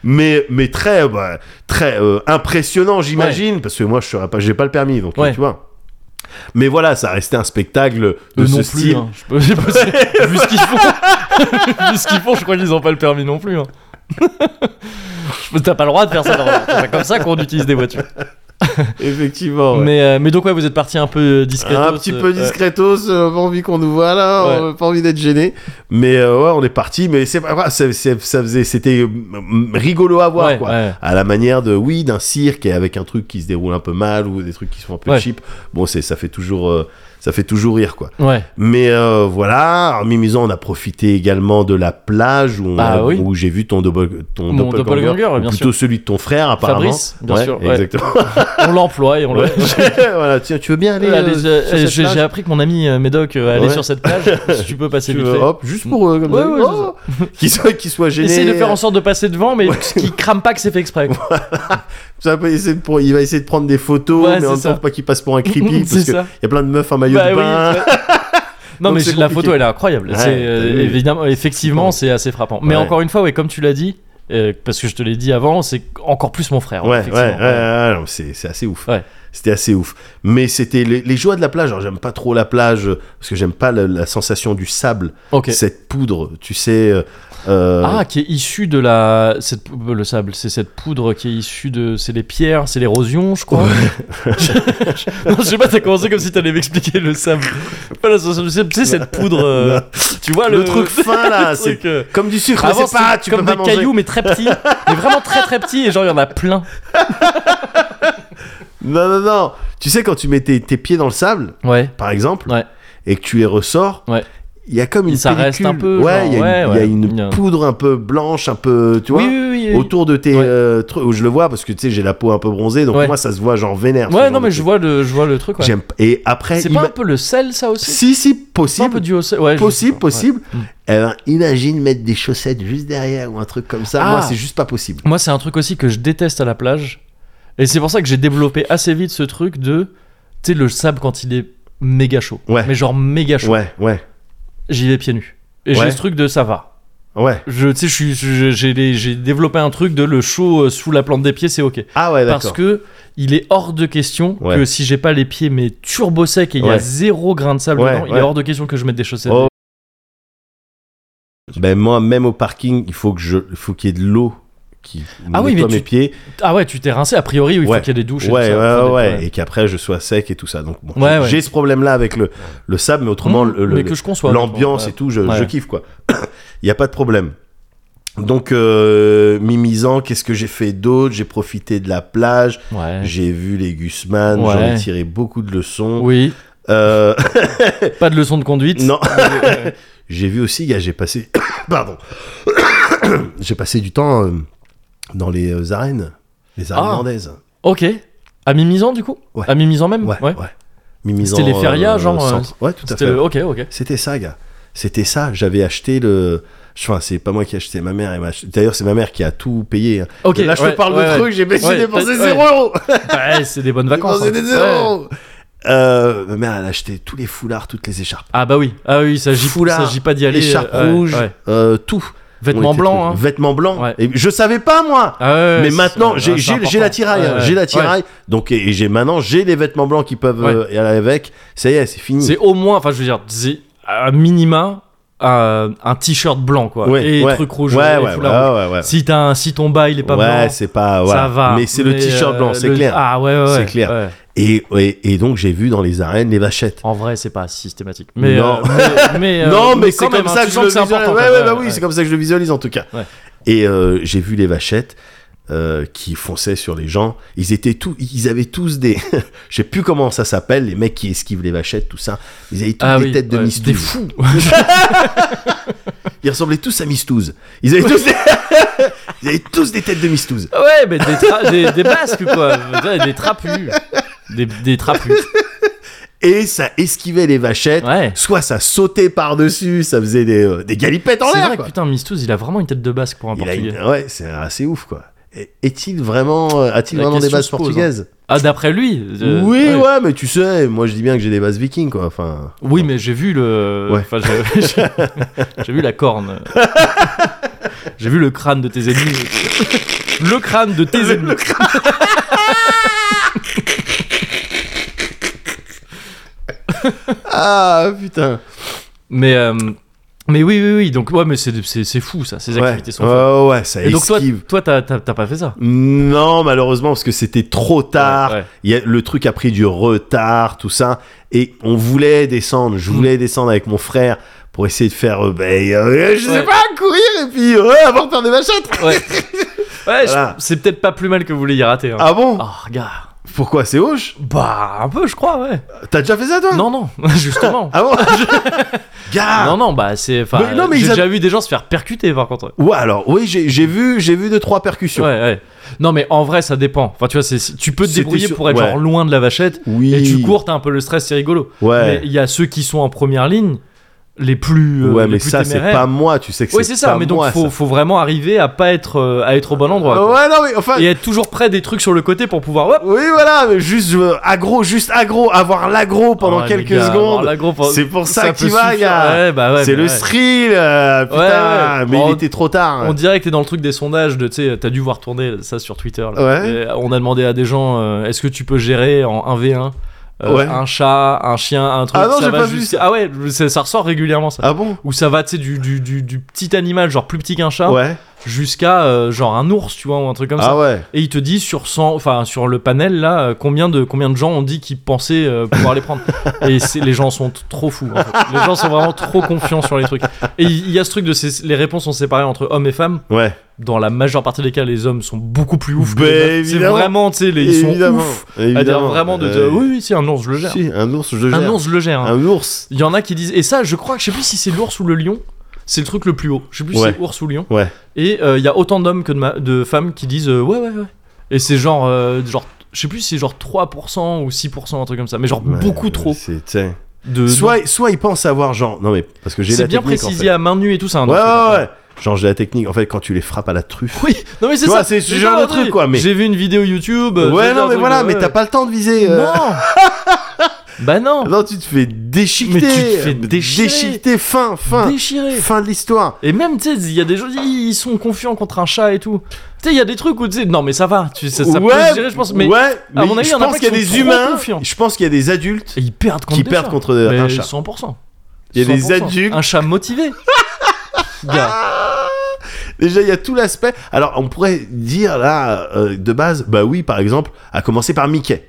Speaker 1: Mais mais très bah, très euh, impressionnant, j'imagine, parce que moi je serais pas, j'ai pas le permis, donc
Speaker 2: Ouais.
Speaker 1: tu vois. Mais voilà, ça restait un spectacle de
Speaker 2: Eux
Speaker 1: ce
Speaker 2: non plus.
Speaker 1: style. [laughs]
Speaker 2: [laughs] hein. [laughs] Je peux- c'est possible. Vu ce qu'ils font, vu ce qu'ils font, je crois qu'ils ont pas le permis non plus. hein. T'as pas le droit de faire ça dans la- C'est pas comme ça qu'on utilise des voitures.
Speaker 1: Effectivement. ouais.
Speaker 2: Mais, euh, mais donc, ouais, vous êtes parti un peu discret.
Speaker 1: Un petit peu discretos, euh, pas envie qu'on nous voit là,
Speaker 2: Ouais.
Speaker 1: on a pas envie d'être gêné. Mais euh, ouais, on est parti, mais c'est pas grave, ça, ça- ça faisait, c'était euh, rigolo à voir
Speaker 2: Ouais,
Speaker 1: quoi.
Speaker 2: ouais.
Speaker 1: à la manière de oui d'un cirque et avec un truc qui se déroule un peu mal ou des trucs qui sont un peu
Speaker 2: Ouais.
Speaker 1: cheap bon c'est ça fait toujours euh, ça fait toujours rire quoi
Speaker 2: Ouais.
Speaker 1: mais euh, voilà en mimisant on a profité également de la plage où, on
Speaker 2: Ah
Speaker 1: a-
Speaker 2: oui.
Speaker 1: où j'ai vu ton, double ton
Speaker 2: Mon doppelganger,
Speaker 1: ou
Speaker 2: bien
Speaker 1: plutôt celui de ton frère apparemment
Speaker 2: Fabrice, bien
Speaker 1: Ouais,
Speaker 2: sûr. ouais.
Speaker 1: exactement
Speaker 2: On l'emploie et on le.
Speaker 1: Ouais. voilà tiens tu veux bien aller
Speaker 2: Euh, [laughs] allez,
Speaker 1: euh, sur
Speaker 2: j'ai- euh,
Speaker 1: cette
Speaker 2: j'ai
Speaker 1: plage
Speaker 2: j'ai appris que mon ami euh, Médoc euh, allait
Speaker 1: Ouais.
Speaker 2: sur
Speaker 1: [laughs]
Speaker 2: cette plage. si tu peux passer
Speaker 1: Tu
Speaker 2: vite
Speaker 1: veux-
Speaker 2: fait.
Speaker 1: hop juste pour eux comme
Speaker 2: Ouais,
Speaker 1: ça.
Speaker 2: ouais,
Speaker 1: Oh qu'il soit qu'il soit gêné
Speaker 2: Essaye de faire en sorte de passer devant, mais qui crame pas que c'est fait
Speaker 1: [laughs]
Speaker 2: exprès. quoi.
Speaker 1: Ça va essayer de- pour- il va essayer de prendre des photos mais
Speaker 2: Ouais,
Speaker 1: en
Speaker 2: c'est
Speaker 1: même temps
Speaker 2: ça.
Speaker 1: faut pas qu'il passe
Speaker 2: [laughs]
Speaker 1: pour un creepy
Speaker 2: C'est
Speaker 1: parce que
Speaker 2: ça.
Speaker 1: y a plein de meufs en maillot
Speaker 2: Bah
Speaker 1: de
Speaker 2: oui,
Speaker 1: bain
Speaker 2: ouais. non,
Speaker 1: Donc
Speaker 2: mais
Speaker 1: c'est
Speaker 2: la
Speaker 1: compliqué.
Speaker 2: photo, elle est incroyable.
Speaker 1: Ouais,
Speaker 2: c'est, euh,
Speaker 1: t'as vu.
Speaker 2: évidemment, effectivement, c'est assez frappant. Mais
Speaker 1: Ouais.
Speaker 2: encore une fois, ouais, comme tu l'as dit, euh, parce que je te l'ai dit avant, c'est encore plus mon
Speaker 1: [laughs]
Speaker 2: frère.
Speaker 1: Ouais, ouais, ouais,
Speaker 2: effectivement.
Speaker 1: ouais, non, c'est c'est assez ouf.
Speaker 2: Ouais.
Speaker 1: C'était assez ouf. Mais c'était les, les joies de la plage. Alors, j'aime pas trop la plage euh, parce que j'aime pas la, la sensation du sable,
Speaker 2: Ok.
Speaker 1: cette poudre, tu sais. euh, euh,
Speaker 2: Ah, qui est issu de la. Cette... euh, Le sable, c'est cette poudre qui est issue de. C'est les pierres, c'est l'érosion, je crois. [laughs] non, je sais pas, t'as commencé comme si t'allais m'expliquer le sable. Pas la sensation du sable, tu sais, cette poudre. euh, Tu vois,
Speaker 1: le,
Speaker 2: le, [laughs]
Speaker 1: truc fin là, c'est
Speaker 2: truc, euh,
Speaker 1: comme du sucre,
Speaker 2: Avant,
Speaker 1: c'est pas,
Speaker 2: c'était
Speaker 1: tu
Speaker 2: comme
Speaker 1: peux pas
Speaker 2: des
Speaker 1: manger.
Speaker 2: cailloux, mais très petits. mais vraiment très très petits, et genre, il y en a plein.
Speaker 1: Non, non, non. Tu sais, quand tu mets tes, tes pieds dans le sable,
Speaker 2: Ouais.
Speaker 1: par exemple,
Speaker 2: Ouais.
Speaker 1: et que tu les ressors,
Speaker 2: Ouais.
Speaker 1: il y a comme une
Speaker 2: Ça reste
Speaker 1: pellicule.
Speaker 2: un peu,
Speaker 1: Ouais,
Speaker 2: genre,
Speaker 1: il y a
Speaker 2: ouais,
Speaker 1: une,
Speaker 2: ouais.
Speaker 1: il y a une
Speaker 2: Il y a-
Speaker 1: poudre un peu blanche, un peu, tu vois.
Speaker 2: Oui, oui, oui, oui.
Speaker 1: Autour de tes
Speaker 2: Ouais.
Speaker 1: euh, trucs, où je le vois parce que tu sais, j'ai la peau un peu bronzée, donc
Speaker 2: Ouais.
Speaker 1: moi ça se voit genre vénère. ce
Speaker 2: Ouais,
Speaker 1: genre
Speaker 2: non,
Speaker 1: de
Speaker 2: mais
Speaker 1: truc.
Speaker 2: je vois le, je vois le truc. ouais.
Speaker 1: J'aime p- Et après,
Speaker 2: C'est
Speaker 1: ima-
Speaker 2: pas un peu le sel, ça aussi
Speaker 1: si si
Speaker 2: C'est pas un peu
Speaker 1: possible,
Speaker 2: du haut sel. Ouais, je-
Speaker 1: possible,
Speaker 2: ouais.
Speaker 1: possible.
Speaker 2: Mm.
Speaker 1: Eh ben, imagine mettre des chaussettes juste derrière ou un truc comme ça.
Speaker 2: Ah.
Speaker 1: Moi, c'est juste pas possible.
Speaker 2: Moi, c'est un truc aussi que je déteste à la plage. Et c'est pour ça que j'ai développé assez vite ce truc de. Tu sais, le sable quand il est méga chaud.
Speaker 1: Ouais.
Speaker 2: Mais genre méga chaud.
Speaker 1: Ouais, ouais,
Speaker 2: J'y vais pieds nus. Et
Speaker 1: Ouais.
Speaker 2: j'ai ce truc de ça va.
Speaker 1: ouais.
Speaker 2: Je, tu sais, je suis- je- j'ai les- j'ai développé un truc de le chaud euh, sous la plante des pieds, c'est ok.
Speaker 1: Ah ouais,
Speaker 2: Parce
Speaker 1: d'accord.
Speaker 2: que il est hors de question
Speaker 1: Ouais.
Speaker 2: que si j'ai pas les pieds mais turbo secs et il y
Speaker 1: Ouais.
Speaker 2: a zéro grain de sable
Speaker 1: Ouais,
Speaker 2: dedans, il
Speaker 1: ouais.
Speaker 2: est hors de question que je mette des chaussettes.
Speaker 1: Oh. Ben moi, même au parking, il faut que je, il faut qu'il y ait de l'eau qui
Speaker 2: Ah oui,
Speaker 1: nettoie
Speaker 2: mais
Speaker 1: mes
Speaker 2: tu-
Speaker 1: pieds.
Speaker 2: Ah ouais, tu t'es rincé a priori, oui, il
Speaker 1: Ouais.
Speaker 2: faut qu'il y ait des douches.
Speaker 1: Ouais, ouais,
Speaker 2: et tout ça,
Speaker 1: ouais,
Speaker 2: faut des-
Speaker 1: Et qu'après, je sois sec et tout ça. Donc bon,
Speaker 2: Ouais, ouais.
Speaker 1: j'ai ce problème-là avec le, le sable, mais autrement,
Speaker 2: Mmh,
Speaker 1: le- le-
Speaker 2: mais que je conçois.
Speaker 1: l'ambiance
Speaker 2: ouais.
Speaker 1: et tout, je,
Speaker 2: Ouais.
Speaker 1: je kiffe quoi. [coughs] Il n'y a pas de problème. Donc, euh, mimisant, qu'est-ce que j'ai fait d'autre J'ai profité de la plage,
Speaker 2: Ouais.
Speaker 1: j'ai vu les Gusman,
Speaker 2: Ouais.
Speaker 1: j'en ai tiré beaucoup de leçons.
Speaker 2: Oui,
Speaker 1: Euh,
Speaker 2: pas de leçon de conduite.
Speaker 1: non, [laughs] j'ai vu aussi, gars, j'ai passé, [coughs] pardon, j'ai passé du temps euh, dans les euh, arènes, les arènes
Speaker 2: Ah.
Speaker 1: landaises.
Speaker 2: Ok. À Mimisan du coup
Speaker 1: Ouais.
Speaker 2: À Mimisan même
Speaker 1: Ouais, ouais. Mimisant,
Speaker 2: C'était les férias, genre, euh,
Speaker 1: centre. Ouais, tout à
Speaker 2: C'était
Speaker 1: fait.
Speaker 2: le- Ok, ok.
Speaker 1: C'était ça, gars. C'était ça. J'avais acheté le. Enfin, c'est pas moi qui ai acheté, ma mère. elle m'a acheté- D'ailleurs, c'est ma mère qui a tout payé. hein.
Speaker 2: Ok.
Speaker 1: Là, je
Speaker 2: ouais,
Speaker 1: te parle
Speaker 2: ouais,
Speaker 1: de
Speaker 2: ouais.
Speaker 1: trucs, j'ai baissé
Speaker 2: Ouais,
Speaker 1: dépensé
Speaker 2: ouais.
Speaker 1: 0 euros.
Speaker 2: [laughs] Ouais, c'est des bonnes vacances.
Speaker 1: Dépensé
Speaker 2: hein.
Speaker 1: des
Speaker 2: Ouais.
Speaker 1: 0 Euh, Ma mère, elle a acheté tous les foulards, toutes les écharpes.
Speaker 2: Ah bah oui, ah oui, il s'agit il
Speaker 1: Foulard,
Speaker 2: s'agit pas d'y aller.
Speaker 1: Écharpe
Speaker 2: euh, ouais,
Speaker 1: rouge,
Speaker 2: ouais.
Speaker 1: euh, tout. On
Speaker 2: vêtements
Speaker 1: était
Speaker 2: blancs.
Speaker 1: tous-
Speaker 2: hein.
Speaker 1: Vêtements blancs.
Speaker 2: Ouais.
Speaker 1: Et je savais pas, moi.
Speaker 2: Ah ouais, ouais,
Speaker 1: Mais
Speaker 2: c'est-
Speaker 1: maintenant,
Speaker 2: ouais,
Speaker 1: j'ai
Speaker 2: c'est
Speaker 1: j'ai-
Speaker 2: important.
Speaker 1: j'ai la tiraille, hein,
Speaker 2: Ouais,
Speaker 1: j'ai
Speaker 2: ouais.
Speaker 1: la tiraille. Donc, et, et j'ai maintenant, j'ai les vêtements blancs qui peuvent
Speaker 2: Ouais.
Speaker 1: euh, y aller avec. Ça y est, c'est fini.
Speaker 2: C'est au moins, enfin, je veux dire, c'est un minima un, un t-shirt blanc, quoi.
Speaker 1: Ouais,
Speaker 2: et
Speaker 1: ouais.
Speaker 2: truc rouge.
Speaker 1: Ouais,
Speaker 2: et
Speaker 1: ouais, ouais,
Speaker 2: foulard rouge.
Speaker 1: ouais, ouais.
Speaker 2: Si, t'as un- si ton bail il est pas
Speaker 1: Ouais,
Speaker 2: blanc,
Speaker 1: c'est pas. voilà.
Speaker 2: ça va.
Speaker 1: Mais c'est le t-shirt
Speaker 2: euh,
Speaker 1: blanc, c'est
Speaker 2: le-
Speaker 1: clair.
Speaker 2: Ah ouais, ouais.
Speaker 1: C'est
Speaker 2: ouais,
Speaker 1: clair.
Speaker 2: ouais.
Speaker 1: Et, et, et donc j'ai vu dans les arènes les vachettes.
Speaker 2: En vrai, c'est pas systématique. Mais,
Speaker 1: Non.
Speaker 2: euh, mais,
Speaker 1: [laughs]
Speaker 2: mais, euh,
Speaker 1: non, mais c'est
Speaker 2: quand
Speaker 1: comme
Speaker 2: même, hein,
Speaker 1: ça
Speaker 2: tu
Speaker 1: que je
Speaker 2: sens
Speaker 1: le
Speaker 2: c'est
Speaker 1: visualise.
Speaker 2: important.
Speaker 1: Ouais,
Speaker 2: quoi.
Speaker 1: ouais, bah oui, c'est comme ça que je le visualise en tout cas.
Speaker 2: Ouais.
Speaker 1: Et euh, j'ai vu les vachettes euh, qui fonçaient sur les gens. Ils étaient tous, ils avaient tous des, [laughs] je sais plus comment ça s'appelle, les mecs qui esquivent les vachettes, tout ça. Ils avaient tous
Speaker 2: Ah
Speaker 1: des
Speaker 2: oui,
Speaker 1: têtes de
Speaker 2: ouais,
Speaker 1: mistouze.
Speaker 2: des fous.
Speaker 1: [laughs] Ils ressemblaient tous à mistouze. Ils avaient tous, des... [laughs] ils avaient tous des têtes de mistouze.
Speaker 2: Ouais, mais des, tra- des, des basques, quoi.
Speaker 1: [laughs]
Speaker 2: Des trapus. Des, des trapus.
Speaker 1: Et ça esquivait les vachettes.
Speaker 2: Ouais.
Speaker 1: Soit ça sautait par dessus, ça faisait des, euh, des galipettes en
Speaker 2: C'est
Speaker 1: l'air.
Speaker 2: vrai que
Speaker 1: quoi.
Speaker 2: putain, Mistouz, il a vraiment une tête de basque pour un
Speaker 1: Il a
Speaker 2: portugais.
Speaker 1: une- Ouais, c'est assez ouf quoi. Et- Est-il vraiment, euh, a-t-il
Speaker 2: La
Speaker 1: vraiment des
Speaker 2: question
Speaker 1: bases
Speaker 2: se pose,
Speaker 1: portugaises
Speaker 2: Ah, d'après lui euh,
Speaker 1: Oui, ouais.
Speaker 2: ouais.
Speaker 1: mais tu sais, moi je dis bien que j'ai des bases vikings quoi. Enfin,
Speaker 2: Oui, mais j'ai vu le.
Speaker 1: Ouais.
Speaker 2: Enfin, [laughs] j'ai- j'ai j'ai vu
Speaker 1: [laughs]
Speaker 2: la corne. j'ai vu le crâne de tes ennemis. Le crâne de tes ennemis.
Speaker 1: ah putain. Ah,
Speaker 2: Mais, euh, Mais oui, oui, oui. Donc, ouais, mais c'est c'est- c'est fou ça. Ces
Speaker 1: Ouais,
Speaker 2: activités sont folles.
Speaker 1: ouais, ouais, ça
Speaker 2: Et donc, toi,
Speaker 1: esquive.
Speaker 2: toi t'as t'as- t'as pas fait ça
Speaker 1: Non, malheureusement, parce que c'était trop tard.
Speaker 2: Ouais, ouais.
Speaker 1: Il y a- le truc a pris du retard, tout ça. Et on voulait descendre.
Speaker 2: Hmm.
Speaker 1: Je voulais descendre avec mon frère pour essayer de faire, euh, ben, euh, je sais
Speaker 2: Ouais.
Speaker 1: pas, courir et puis euh, avoir peur des machettes.
Speaker 2: Ouais, Ouais, je-
Speaker 1: Voilà.
Speaker 2: c'est peut-être pas plus mal que vous l'ayez raté. hein.
Speaker 1: Ah bon
Speaker 2: Ah, regarde.
Speaker 1: Pourquoi c'est hoche
Speaker 2: Bah, un peu, je crois, ouais.
Speaker 1: T'as déjà fait ça toi
Speaker 2: Non, [laughs] non, justement. [laughs]
Speaker 1: Ah bon Gars
Speaker 2: Non, non, bah, c'est.
Speaker 1: Ah. Mais
Speaker 2: Enfin,
Speaker 1: non, mais
Speaker 2: j'ai
Speaker 1: ils a-
Speaker 2: déjà vu des gens se faire percuter, par contre.
Speaker 1: Ouais, alors, oui, j'ai j'ai vu, j'ai vu deux, trois percussions.
Speaker 2: Ouais, ouais. Non, mais en vrai, ça dépend. Enfin, tu vois, c'est- tu peux te
Speaker 1: C'était
Speaker 2: débrouiller
Speaker 1: sur-
Speaker 2: pour être
Speaker 1: ouais.
Speaker 2: genre loin de la vachette.
Speaker 1: Oui.
Speaker 2: Et tu cours, t'as un peu le stress, c'est rigolo.
Speaker 1: Ouais.
Speaker 2: Mais il y a ceux qui sont en première ligne, les plus. euh,
Speaker 1: ouais,
Speaker 2: les
Speaker 1: mais
Speaker 2: plus
Speaker 1: ça, c'est
Speaker 2: téméraires.
Speaker 1: pas moi, tu sais que
Speaker 2: Ouais,
Speaker 1: c'est
Speaker 2: c'est ça,
Speaker 1: pas
Speaker 2: mais donc
Speaker 1: moi,
Speaker 2: faut,
Speaker 1: ça.
Speaker 2: faut vraiment arriver à pas être, euh, à être au bon endroit. quoi.
Speaker 1: Ouais, non, mais enfin.
Speaker 2: Et être toujours près des trucs sur le côté pour pouvoir. hop,
Speaker 1: Oui, voilà, mais juste euh, aggro, juste aggro, avoir l'aggro pendant
Speaker 2: Ah,
Speaker 1: quelques
Speaker 2: les gars,
Speaker 1: secondes.
Speaker 2: alors là, gros, faut-
Speaker 1: C'est pour ça,
Speaker 2: peut
Speaker 1: qu'il va,
Speaker 2: suffire.
Speaker 1: gars.
Speaker 2: Ouais, bah ouais,
Speaker 1: c'est le
Speaker 2: mais ouais.
Speaker 1: thrill, euh, putain,
Speaker 2: Ouais, ouais.
Speaker 1: mais
Speaker 2: On-
Speaker 1: il était trop tard.
Speaker 2: On dirait que t'es dans le truc des sondages, de, tu sais, t'as dû voir tourner ça sur Twitter. là.
Speaker 1: Ouais.
Speaker 2: Et on a demandé à des gens, euh, est-ce que tu peux gérer en 1v1 euh,
Speaker 1: Ouais.
Speaker 2: un chat, un chien, un truc
Speaker 1: Ah non,
Speaker 2: ça
Speaker 1: j'ai
Speaker 2: va
Speaker 1: pas vu
Speaker 2: jusqu'à- Ah ouais, ça, ça ressort régulièrement ça.
Speaker 1: Ah bon
Speaker 2: Où ça va, tu sais, du, du, du, du petit animal, genre plus petit qu'un chat,
Speaker 1: Ouais.
Speaker 2: jusqu'à euh, genre un ours, tu vois, ou un truc hein, comme ça.
Speaker 1: Ah ouais.
Speaker 2: Et il te dit sur 100, enfin sur le panel là, euh, combien de combien de gens ont dit qu'ils pensaient euh, pouvoir
Speaker 1: [laughs]
Speaker 2: les prendre. Et c'est- les gens sont t- trop fous. en fait. Les gens sont vraiment trop confiants sur les trucs. Et il il y a ce truc de ces, les réponses sont séparées entre hommes et femmes.
Speaker 1: Ouais.
Speaker 2: Dans la majeure partie des cas, les hommes sont beaucoup plus ouf. que
Speaker 1: Ben,
Speaker 2: les femmes. C'est
Speaker 1: évidemment.
Speaker 2: vraiment, tu sais, les- ils sont
Speaker 1: évidemment.
Speaker 2: ouf.
Speaker 1: évidemment.
Speaker 2: À dire vraiment de,
Speaker 1: Euh,
Speaker 2: dire, oui oui si un ours je le gère.
Speaker 1: si, un ours, je
Speaker 2: Un
Speaker 1: gère.
Speaker 2: ours je le gère. hein.
Speaker 1: Un ours.
Speaker 2: Il y en a qui disent et ça je crois que je sais plus si c'est l'ours ou le lion. C'est le truc le plus haut. Je sais plus
Speaker 1: Ouais.
Speaker 2: si c'est ours ou lion.
Speaker 1: Ouais.
Speaker 2: Et euh, il y a autant d'hommes que de, ma- de femmes qui disent euh, ouais, ouais, ouais. Et c'est genre, euh, genre, je sais plus si c'est genre 3% ou 6%, un truc comme ça, mais genre
Speaker 1: Ouais,
Speaker 2: beaucoup trop.
Speaker 1: C'est, tiens.
Speaker 2: De,
Speaker 1: soit, soit il pense avoir genre. Non mais parce que j'ai
Speaker 2: Euh, c'est
Speaker 1: la
Speaker 2: bien
Speaker 1: technique.
Speaker 2: précisé
Speaker 1: En
Speaker 2: à main nue et tout ça. un
Speaker 1: fait. Ouais,
Speaker 2: autre truc,
Speaker 1: ouais,
Speaker 2: hein.
Speaker 1: ouais. Genre j'ai la technique. En fait, quand tu les frappes à la truffe.
Speaker 2: Oui, non mais c'est
Speaker 1: Tu vois,
Speaker 2: ça.
Speaker 1: c'est ce genre
Speaker 2: pas
Speaker 1: de
Speaker 2: vrai.
Speaker 1: truc, quoi, mais-
Speaker 2: J'ai vu une vidéo YouTube. euh, j'ai
Speaker 1: ouais,
Speaker 2: vu un
Speaker 1: non mais
Speaker 2: truc,
Speaker 1: voilà,
Speaker 2: ouais,
Speaker 1: mais
Speaker 2: ouais.
Speaker 1: t'as pas le temps de viser. euh.
Speaker 2: Non.
Speaker 1: [laughs]
Speaker 2: bah non.
Speaker 1: Non, tu te fais déchiqueter.
Speaker 2: Mais tu te fais déchirer.
Speaker 1: déchiqueter, fin, fin.
Speaker 2: Déchiré.
Speaker 1: Fin de l'histoire.
Speaker 2: Et même, tu sais, il y a des gens, ils sont confiants contre un chat et tout. Tu sais, il y a des trucs où tu sais, non mais ça va, tu sais, ça, ça peut se gérer, je pense, mais
Speaker 1: ouais, mais
Speaker 2: mon avis,
Speaker 1: je
Speaker 2: il y en a
Speaker 1: pense
Speaker 2: pas
Speaker 1: qu'il y a
Speaker 2: qui sont
Speaker 1: des
Speaker 2: trop
Speaker 1: humains,
Speaker 2: confiants.
Speaker 1: je pense qu'il y a des adultes
Speaker 2: ils perdent contre
Speaker 1: qui
Speaker 2: des
Speaker 1: perdent
Speaker 2: chats.
Speaker 1: contre euh, un
Speaker 2: Mais
Speaker 1: chat.
Speaker 2: 100%.
Speaker 1: Il y a des
Speaker 2: 100%.
Speaker 1: adultes.
Speaker 2: Un
Speaker 1: [laughs]
Speaker 2: chat motivé. Gars.
Speaker 1: Déjà, il y a tout l'aspect. Alors, on pourrait dire là, euh, de base, bah oui, par exemple, à commencer par Mickey.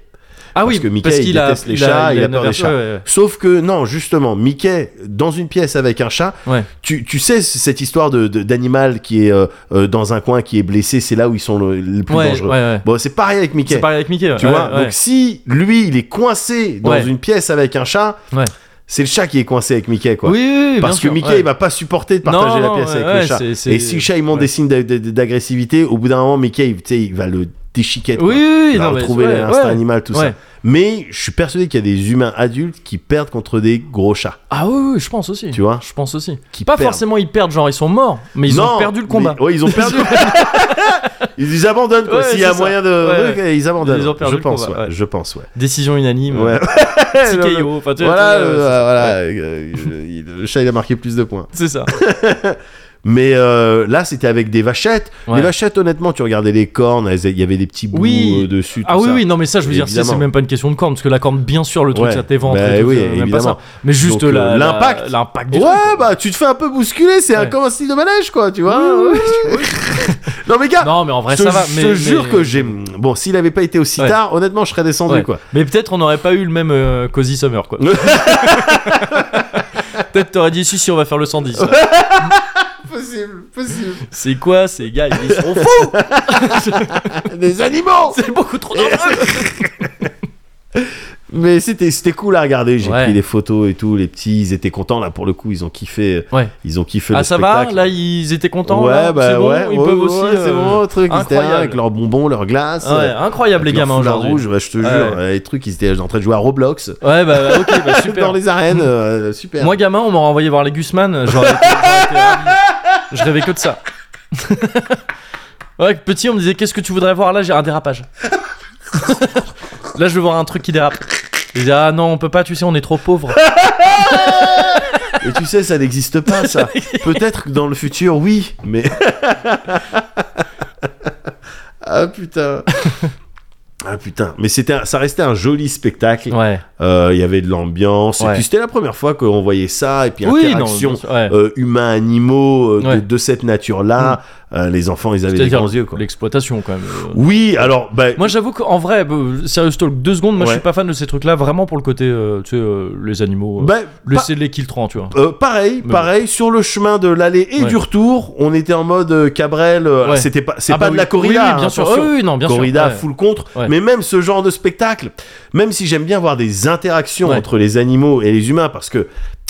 Speaker 2: Ah oui,
Speaker 1: que Mickey, il
Speaker 2: qu'il a-
Speaker 1: déteste les chats, il a
Speaker 2: une
Speaker 1: peur des
Speaker 2: aversion,
Speaker 1: chats.
Speaker 2: ouais, ouais.
Speaker 1: Sauf que, non, justement, Mickey, dans une pièce avec un chat,
Speaker 2: Ouais.
Speaker 1: tu, tu sais c- cette histoire de- de- d'animal qui est euh, euh, dans un coin, qui est blessé, c'est là où ils sont le, le plus
Speaker 2: Ouais,
Speaker 1: dangereux.
Speaker 2: ouais, ouais.
Speaker 1: Bon, c'est pareil avec Mickey.
Speaker 2: C'est pareil avec Mickey. ouais,
Speaker 1: Tu
Speaker 2: ouais,
Speaker 1: vois,
Speaker 2: ouais.
Speaker 1: donc si lui, il est coincé dans
Speaker 2: Ouais.
Speaker 1: une pièce avec un chat,
Speaker 2: Ouais.
Speaker 1: c'est le chat qui est coincé avec Mickey, quoi.
Speaker 2: Oui, oui, oui,
Speaker 1: Parce que
Speaker 2: bien sûr,
Speaker 1: Mickey,
Speaker 2: ouais.
Speaker 1: il va pas supporter de partager la
Speaker 2: Non,
Speaker 1: pièce
Speaker 2: ouais,
Speaker 1: avec
Speaker 2: ouais,
Speaker 1: le chat.
Speaker 2: c'est- c'est-
Speaker 1: Et si le chat, il montre
Speaker 2: ouais.
Speaker 1: des signes d'a- d'a- d'agressivité, au bout d'un moment, Mickey, il, tu sais, il va le déchiqueter.
Speaker 2: Oui,
Speaker 1: quoi.
Speaker 2: oui, oui,
Speaker 1: il va
Speaker 2: non, mais-
Speaker 1: retrouver
Speaker 2: ouais,
Speaker 1: l'instinct
Speaker 2: ouais.
Speaker 1: animal, tout
Speaker 2: Ouais.
Speaker 1: ça. Mais je suis persuadé qu'il y a des humains adultes qui perdent contre des gros chats.
Speaker 2: Ah oui, oui, je pense aussi.
Speaker 1: Tu vois
Speaker 2: Je pense aussi.
Speaker 1: Qui
Speaker 2: Pas
Speaker 1: perdent.
Speaker 2: forcément ils perdent, genre ils sont morts, mais ils
Speaker 1: Non,
Speaker 2: ont perdu le combat.
Speaker 1: mais- ouais, ils ont perdu.
Speaker 2: [laughs]
Speaker 1: ils, ils abandonnent, quoi.
Speaker 2: Ouais,
Speaker 1: S'il y a
Speaker 2: c'est ça.
Speaker 1: moyen de.
Speaker 2: Ouais,
Speaker 1: Ouais, Ils abandonnent.
Speaker 2: Ils ont perdu
Speaker 1: je
Speaker 2: le
Speaker 1: pense,
Speaker 2: combat,
Speaker 1: ouais,
Speaker 2: ouais.
Speaker 1: Je pense, ouais.
Speaker 2: Décision unanime.
Speaker 1: Ouais. [laughs]
Speaker 2: Petit KO. Enfin, tu vois,
Speaker 1: Voilà,
Speaker 2: tu vois,
Speaker 1: euh,
Speaker 2: c'est-
Speaker 1: voilà, euh, euh, il- le chat il a marqué plus de points.
Speaker 2: C'est ça.
Speaker 1: Mais euh, là, c'était avec des vachettes. Les
Speaker 2: Ouais.
Speaker 1: vachettes, honnêtement, tu regardais les cornes, elles- il y avait des petits bouts
Speaker 2: Oui.
Speaker 1: euh, dessus.
Speaker 2: Ah
Speaker 1: tout
Speaker 2: oui,
Speaker 1: ça.
Speaker 2: oui, non, mais ça, je veux dire, ça,
Speaker 1: Évidemment.
Speaker 2: c'est même pas une question de corne, parce que la corne, bien sûr, le truc,
Speaker 1: Ouais.
Speaker 2: ça t'est ventre.
Speaker 1: Bah
Speaker 2: et tout,
Speaker 1: oui,
Speaker 2: c'est même pas
Speaker 1: évidemment.
Speaker 2: ça. Mais juste
Speaker 1: Donc, euh,
Speaker 2: la- la-
Speaker 1: l'impact.
Speaker 2: L'impact du
Speaker 1: Ouais,
Speaker 2: truc.
Speaker 1: bah tu te fais un peu bousculer, c'est un
Speaker 2: Ouais.
Speaker 1: comme un style de manège, quoi, tu vois.
Speaker 2: Oui,
Speaker 1: [laughs] non, mais gars,
Speaker 2: Non, mais en vrai,
Speaker 1: je
Speaker 2: ça va.
Speaker 1: je
Speaker 2: mais-
Speaker 1: te
Speaker 2: mais-
Speaker 1: jure que j'ai. Bon, s'il avait pas été aussi
Speaker 2: Ouais.
Speaker 1: tard, honnêtement, je serais descendu,
Speaker 2: Ouais.
Speaker 1: quoi.
Speaker 2: Mais peut-être on n'aurait pas eu le même euh, Cozy
Speaker 1: [laughs]
Speaker 2: Summer, quoi. peut-être t'aurais dit si, si, on va faire le 110.
Speaker 1: Possible, possible.
Speaker 2: C'est quoi ces gars Ils sont fous
Speaker 1: [laughs]
Speaker 2: [laughs]
Speaker 1: des animaux
Speaker 2: C'est beaucoup trop dangereux
Speaker 1: Mais c'était c'était cool à regarder, j'ai
Speaker 2: Ouais.
Speaker 1: pris des photos et tout, les petits, ils étaient contents, là, pour le coup, ils ont kiffé. euh,
Speaker 2: Ouais.
Speaker 1: Ils ont kiffé
Speaker 2: Ah,
Speaker 1: le
Speaker 2: ça
Speaker 1: spectacle.
Speaker 2: va Là, ils étaient contents
Speaker 1: ouais,
Speaker 2: là
Speaker 1: bah
Speaker 2: C'est bon
Speaker 1: ouais,
Speaker 2: Ils
Speaker 1: ouais,
Speaker 2: peuvent
Speaker 1: ouais,
Speaker 2: aussi.
Speaker 1: ouais, c'est
Speaker 2: euh,
Speaker 1: bon, le truc, ils étaient là
Speaker 2: incroyable.
Speaker 1: avec leurs bonbons, leurs glaces.
Speaker 2: Ouais,
Speaker 1: euh,
Speaker 2: incroyable les
Speaker 1: avec leur
Speaker 2: gamins
Speaker 1: foulard
Speaker 2: aujourd'hui.
Speaker 1: rouge, ouais, je te
Speaker 2: Ouais.
Speaker 1: jure, euh, les trucs, ils étaient en train de jouer à Roblox euh,
Speaker 2: Ouais, bah ok,
Speaker 1: [laughs]
Speaker 2: bah
Speaker 1: dans
Speaker 2: super.
Speaker 1: les arènes,
Speaker 2: [laughs]
Speaker 1: euh, super.
Speaker 2: Moi, gamin, on m'aurait envoyé voir les Gusman. J'aurais été- j'aurais été ravi. Je rêvais que de ça. [laughs] ouais, petit, on me disait Qu'est-ce que tu voudrais voir Là, j'ai un dérapage. là, je veux voir un truc qui dérape. Je disais Ah non, on peut pas, tu sais, on est trop pauvre.
Speaker 1: Et tu sais, ça n'existe pas,
Speaker 2: [laughs]
Speaker 1: ça. Peut-être que dans le futur, oui, mais. ah putain. [laughs] Ah putain, mais c'était, un- ça restait un joli spectacle.
Speaker 2: [laughs] Ouais.
Speaker 1: Euh, Il y avait de l'ambiance. Et
Speaker 2: Ouais.
Speaker 1: puis c'était la première fois qu'on voyait ça. Et puis
Speaker 2: Oui, non.
Speaker 1: interaction
Speaker 2: ouais.
Speaker 1: euh, humains-animaux euh, de-
Speaker 2: Ouais. Mm.
Speaker 1: de, cette nature-là. Euh, les enfants, ils avaient des
Speaker 2: C'est-à-dire
Speaker 1: grands yeux. Quoi.
Speaker 2: L'exploitation, quand même. euh.
Speaker 1: Oui, alors, bah,
Speaker 2: Moi, j'avoue qu'en vrai, euh, Serious Talk, deux secondes, moi,
Speaker 1: Ouais.
Speaker 2: je suis pas fan de ces trucs-là, vraiment pour le côté, euh, tu sais, euh, les animaux. euh,
Speaker 1: bah,
Speaker 2: le
Speaker 1: pa-
Speaker 2: c'est les kill 30, tu vois.
Speaker 1: euh, pareil,
Speaker 2: Mais
Speaker 1: pareil, sur le chemin de l'aller et
Speaker 2: Ouais.
Speaker 1: du retour, on était en mode euh, Cabrel, euh, alors
Speaker 2: Ouais.
Speaker 1: c'était pas, c'est
Speaker 2: Ah
Speaker 1: pas
Speaker 2: bah
Speaker 1: de
Speaker 2: oui.
Speaker 1: la corrida,
Speaker 2: Oui, oui, bien
Speaker 1: hein,
Speaker 2: sûr.
Speaker 1: attention.
Speaker 2: Oui, oui, non, bien sûr.
Speaker 1: corrida
Speaker 2: Ouais.
Speaker 1: full contre,
Speaker 2: Ouais.
Speaker 1: mais même ce genre de spectacle, même si j'aime bien voir des interactions
Speaker 2: Ouais.
Speaker 1: entre les animaux et les humains, parce que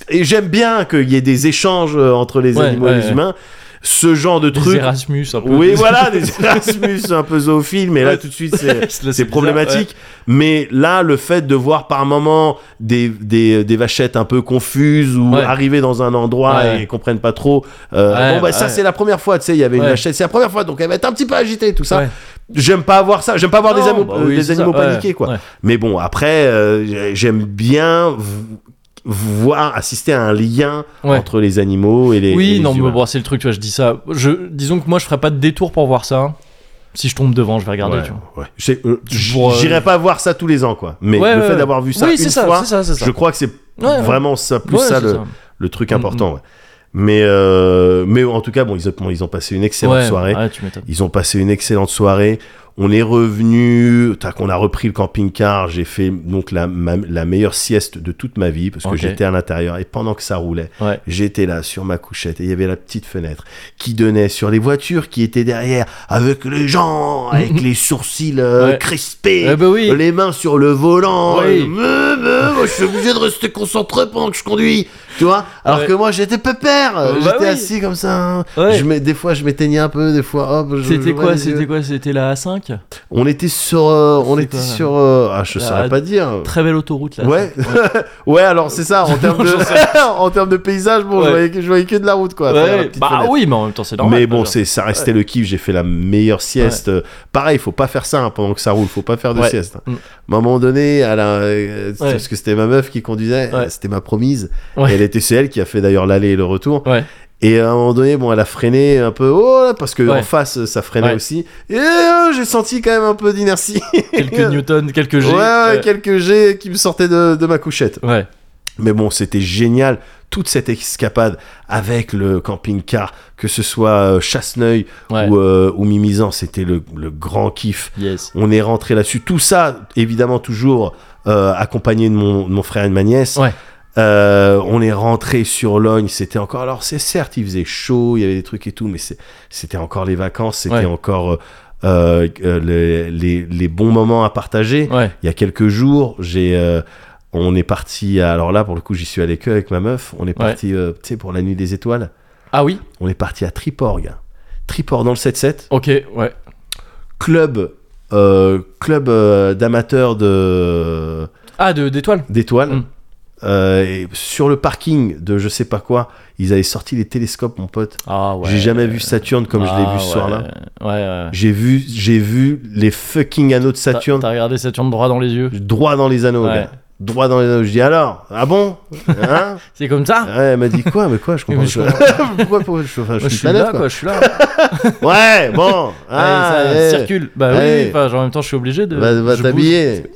Speaker 1: et j'aime bien qu'il y ait des échanges euh, entre les
Speaker 2: Ouais,
Speaker 1: animaux et
Speaker 2: ouais,
Speaker 1: les
Speaker 2: ouais.
Speaker 1: humains, ce genre de
Speaker 2: Des
Speaker 1: truc.
Speaker 2: Erasmus, un peu.
Speaker 1: Oui,
Speaker 2: [laughs]
Speaker 1: voilà, des Erasmus un peu zoophiles, mais là
Speaker 2: Ouais.
Speaker 1: tout de suite c'est
Speaker 2: [laughs] Là, bizarre,
Speaker 1: c'est problématique. Mais là, le fait de voir par moment des, des, des vachettes un peu confuses ou
Speaker 2: Ouais.
Speaker 1: arriver dans un endroit
Speaker 2: Ouais.
Speaker 1: et comprennent pas trop. euh,
Speaker 2: Ouais,
Speaker 1: bon, bah, ça,
Speaker 2: ouais.
Speaker 1: c'est la première fois, tu sais, il y avait une
Speaker 2: Ouais.
Speaker 1: vachette, c'est la première fois, donc elle va être un petit peu agitée, tout ça.
Speaker 2: Ouais.
Speaker 1: J'aime pas voir ça, j'aime pas voir des,
Speaker 2: Non,
Speaker 1: amo-
Speaker 2: bah
Speaker 1: euh,
Speaker 2: oui,
Speaker 1: des
Speaker 2: c'est ça,
Speaker 1: animaux
Speaker 2: ouais,
Speaker 1: paniqués, quoi.
Speaker 2: ouais.
Speaker 1: Mais bon, après, euh, j'ai- j'aime bien v- voir, assister à un lien
Speaker 2: Ouais.
Speaker 1: entre les animaux et les. et
Speaker 2: oui,
Speaker 1: les
Speaker 2: non, mais
Speaker 1: humains.
Speaker 2: bon, c'est le truc, tu vois, je dis ça. Je, disons que moi, je ferais pas de détour pour voir ça. Si je tombe devant, je vais regarder,
Speaker 1: Ouais,
Speaker 2: tu vois.
Speaker 1: ouais. J'ai- euh, j-
Speaker 2: Pour, euh,
Speaker 1: J'irai pas voir ça tous les ans, quoi. Mais
Speaker 2: Ouais,
Speaker 1: le
Speaker 2: ouais,
Speaker 1: fait
Speaker 2: ouais.
Speaker 1: d'avoir vu ça
Speaker 2: oui,
Speaker 1: une
Speaker 2: c'est ça,
Speaker 1: fois,
Speaker 2: c'est ça, c'est ça.
Speaker 1: je crois que c'est
Speaker 2: Ouais, ouais.
Speaker 1: vraiment ça plus
Speaker 2: Ouais,
Speaker 1: ça,
Speaker 2: c'est
Speaker 1: le,
Speaker 2: Mm,
Speaker 1: le truc important. ouais. Mais euh, mais en tout cas bon ils ont, bon, ils ont passé une excellente
Speaker 2: Ouais,
Speaker 1: soirée.
Speaker 2: ouais, tu m'étonnes.
Speaker 1: Ils ont passé une excellente soirée. On est revenu, tac, on a repris le camping-car. J'ai fait donc la, ma- la meilleure sieste de toute ma vie parce que
Speaker 2: Ok.
Speaker 1: j'étais à l'intérieur et pendant que ça roulait,
Speaker 2: Ouais.
Speaker 1: j'étais là sur ma couchette et il y avait la petite fenêtre qui donnait sur les voitures qui étaient derrière avec les gens
Speaker 2: [laughs]
Speaker 1: avec les sourcils euh,
Speaker 2: Ouais.
Speaker 1: crispés.
Speaker 2: Eh ben oui.
Speaker 1: Les mains sur le volant.
Speaker 2: Oui.
Speaker 1: Euh, me, me, moi, je suis obligé de rester concentré pendant que je conduis. Tu vois Alors
Speaker 2: Ouais.
Speaker 1: que moi, j'étais pépère.
Speaker 2: Bah
Speaker 1: j'étais
Speaker 2: oui.
Speaker 1: assis comme ça. hein.
Speaker 2: Ouais.
Speaker 1: Je mets- des fois, je m'éteignais un peu. Des fois, hop. je-
Speaker 2: C'était
Speaker 1: j'ouvrais
Speaker 2: quoi
Speaker 1: les
Speaker 2: C'était
Speaker 1: yeux.
Speaker 2: quoi C'était la A5
Speaker 1: On était sur. euh, on
Speaker 2: C'est
Speaker 1: était
Speaker 2: quoi, là
Speaker 1: sur. euh, ah, je
Speaker 2: La-
Speaker 1: saurais pas dire.
Speaker 2: Très belle autoroute, là.
Speaker 1: Ouais. [laughs] ouais, alors c'est
Speaker 2: [laughs]
Speaker 1: ça. En termes
Speaker 2: J'en
Speaker 1: de, [laughs] en termes de paysage, bon, je,
Speaker 2: Ouais.
Speaker 1: voyais que, je voyais que de la route, quoi. à
Speaker 2: Ouais,
Speaker 1: travers la petite
Speaker 2: bah
Speaker 1: fenêtre.
Speaker 2: oui, mais en même temps, c'est normal.
Speaker 1: Mais bon,
Speaker 2: genre.
Speaker 1: c'est ça restait le kiff. J'ai fait la meilleure sieste. Euh, Pareil, faut pas faire ça hein, pendant que ça roule. Faut pas faire de
Speaker 2: Ouais.
Speaker 1: sieste. hein.
Speaker 2: Mm.
Speaker 1: À un moment donné, à la- euh,
Speaker 2: Ouais.
Speaker 1: parce que c'était ma meuf qui conduisait,
Speaker 2: Ouais.
Speaker 1: euh, c'était ma promise.
Speaker 2: Ouais.
Speaker 1: Et elle était c'est elle qui a fait d'ailleurs l'aller et le retour.
Speaker 2: Ouais.
Speaker 1: Et à un moment donné, bon, elle a freiné un peu, oh, là, parce que
Speaker 2: Ouais.
Speaker 1: en face, euh, ça freinait
Speaker 2: Ouais.
Speaker 1: aussi. Et euh, j'ai senti quand même un peu d'inertie.
Speaker 2: Quelques newtons,
Speaker 1: [laughs]
Speaker 2: quelques
Speaker 1: Ouais,
Speaker 2: G.
Speaker 1: ouais,
Speaker 2: euh,
Speaker 1: quelques jets qui me sortaient de, de ma couchette.
Speaker 2: ouais.
Speaker 1: Mais bon, c'était génial, toute cette escapade avec le camping-car, que ce soit euh, Chasseneuil
Speaker 2: Ouais.
Speaker 1: ou, euh, ou Mimizan, c'était le, le grand kiff.
Speaker 2: Yes.
Speaker 1: On est rentré là-dessus. Tout ça, évidemment, toujours euh, accompagné de mon, de mon frère et de ma nièce.
Speaker 2: Ouais.
Speaker 1: Euh, on est rentré sur Logne, c'était encore. Alors, c'est certes, il faisait chaud, il y avait des trucs et tout, mais c'est- c'était encore les vacances, c'était
Speaker 2: Ouais.
Speaker 1: encore euh, euh, euh, les, les- les bons moments à partager
Speaker 2: Ouais.
Speaker 1: il y a quelques jours, j'ai, euh, on est parti. à- alors là, pour le coup, j'y suis allé que avec ma meuf. On est parti, euh, tu sais, pour la nuit des étoiles.
Speaker 2: Ah oui
Speaker 1: On est parti à Triporg. Triporg dans le 7-7.
Speaker 2: Ok, ouais.
Speaker 1: Club, euh, club euh, d'amateurs de
Speaker 2: Ah, de- d'étoiles
Speaker 1: d'étoiles.
Speaker 2: Mm.
Speaker 1: Euh, et sur le parking de je sais pas quoi, ils avaient sorti les télescopes, mon pote.
Speaker 2: Ah ouais.
Speaker 1: j'ai jamais vu Saturne comme je l'ai
Speaker 2: Ah,
Speaker 1: vu ce
Speaker 2: ouais.
Speaker 1: soir-là.
Speaker 2: Ouais, ouais.
Speaker 1: J'ai vu, j'ai vu les fucking anneaux de
Speaker 2: T'as-
Speaker 1: Saturne
Speaker 2: T'as regardé Saturne droit dans les yeux
Speaker 1: droit dans les anneaux.
Speaker 2: Ouais.
Speaker 1: gars. Droit dans les anneaux. Je dis alors, ah bon,
Speaker 2: [laughs]
Speaker 1: hein
Speaker 2: C'est comme ça
Speaker 1: Ouais, elle m'a dit quoi, mais quoi, je comprends
Speaker 2: Mais je
Speaker 1: pas. [laughs] Pourquoi, pourquoi, je, enfin, je suis
Speaker 2: Moi, je
Speaker 1: une
Speaker 2: suis
Speaker 1: planète,
Speaker 2: là,
Speaker 1: quoi.
Speaker 2: quoi. Je suis
Speaker 1: [laughs]
Speaker 2: là.
Speaker 1: Ouais, bon,
Speaker 2: Ah,
Speaker 1: ah,
Speaker 2: ça
Speaker 1: eh,
Speaker 2: circule. Bah
Speaker 1: Allez.
Speaker 2: oui, enfin, genre, en même temps, je suis obligé de.
Speaker 1: va, va
Speaker 2: je
Speaker 1: t'habiller. [laughs]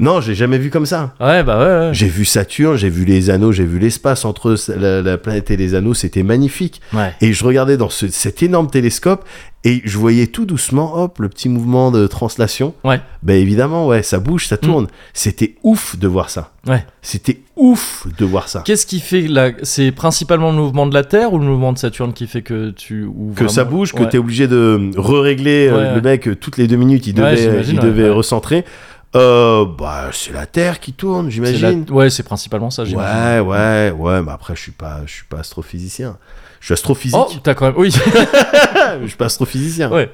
Speaker 1: non, j'ai jamais vu comme ça.
Speaker 2: bouge. Ouais, bah ouais, ouais.
Speaker 1: J'ai vu Saturne, j'ai vu les anneaux, j'ai vu l'espace entre la, la planète et les anneaux, c'était magnifique.
Speaker 2: Ouais.
Speaker 1: Et je regardais dans ce- cet énorme télescope et je voyais tout doucement, hop, le petit mouvement de translation.
Speaker 2: Ouais. Mm.
Speaker 1: Ben évidemment, ouais, ça bouge, ça tourne. C'était ouf de voir ça.
Speaker 2: Ouais.
Speaker 1: C'était ouf de voir ça.
Speaker 2: Qu'est-ce qui fait la... C'est principalement le mouvement de la Terre ou le mouvement de Saturne qui fait que tu... ou
Speaker 1: que
Speaker 2: vraiment-
Speaker 1: ça bouge, que
Speaker 2: Ouais.
Speaker 1: t'es obligé de re-régler euh,
Speaker 2: Ouais, ouais.
Speaker 1: le mec euh, toutes les deux minutes, il
Speaker 2: Ouais,
Speaker 1: devait, euh,
Speaker 2: j'imagine,
Speaker 1: il
Speaker 2: ouais,
Speaker 1: devait
Speaker 2: ouais.
Speaker 1: recentrer. Euh, bah, c'est la Terre qui tourne,
Speaker 2: C'est la-
Speaker 1: j'imagine.
Speaker 2: Ouais, c'est principalement ça,
Speaker 1: Ouais,
Speaker 2: j'imagine.
Speaker 1: ouais, ouais, mais après, je suis pas, je suis pas astrophysicien. Je suis astrophysique,
Speaker 2: Oh, t'as quand même. Oui,
Speaker 1: mais
Speaker 2: [laughs]
Speaker 1: je suis pas astrophysicien.
Speaker 2: Oh. ouais.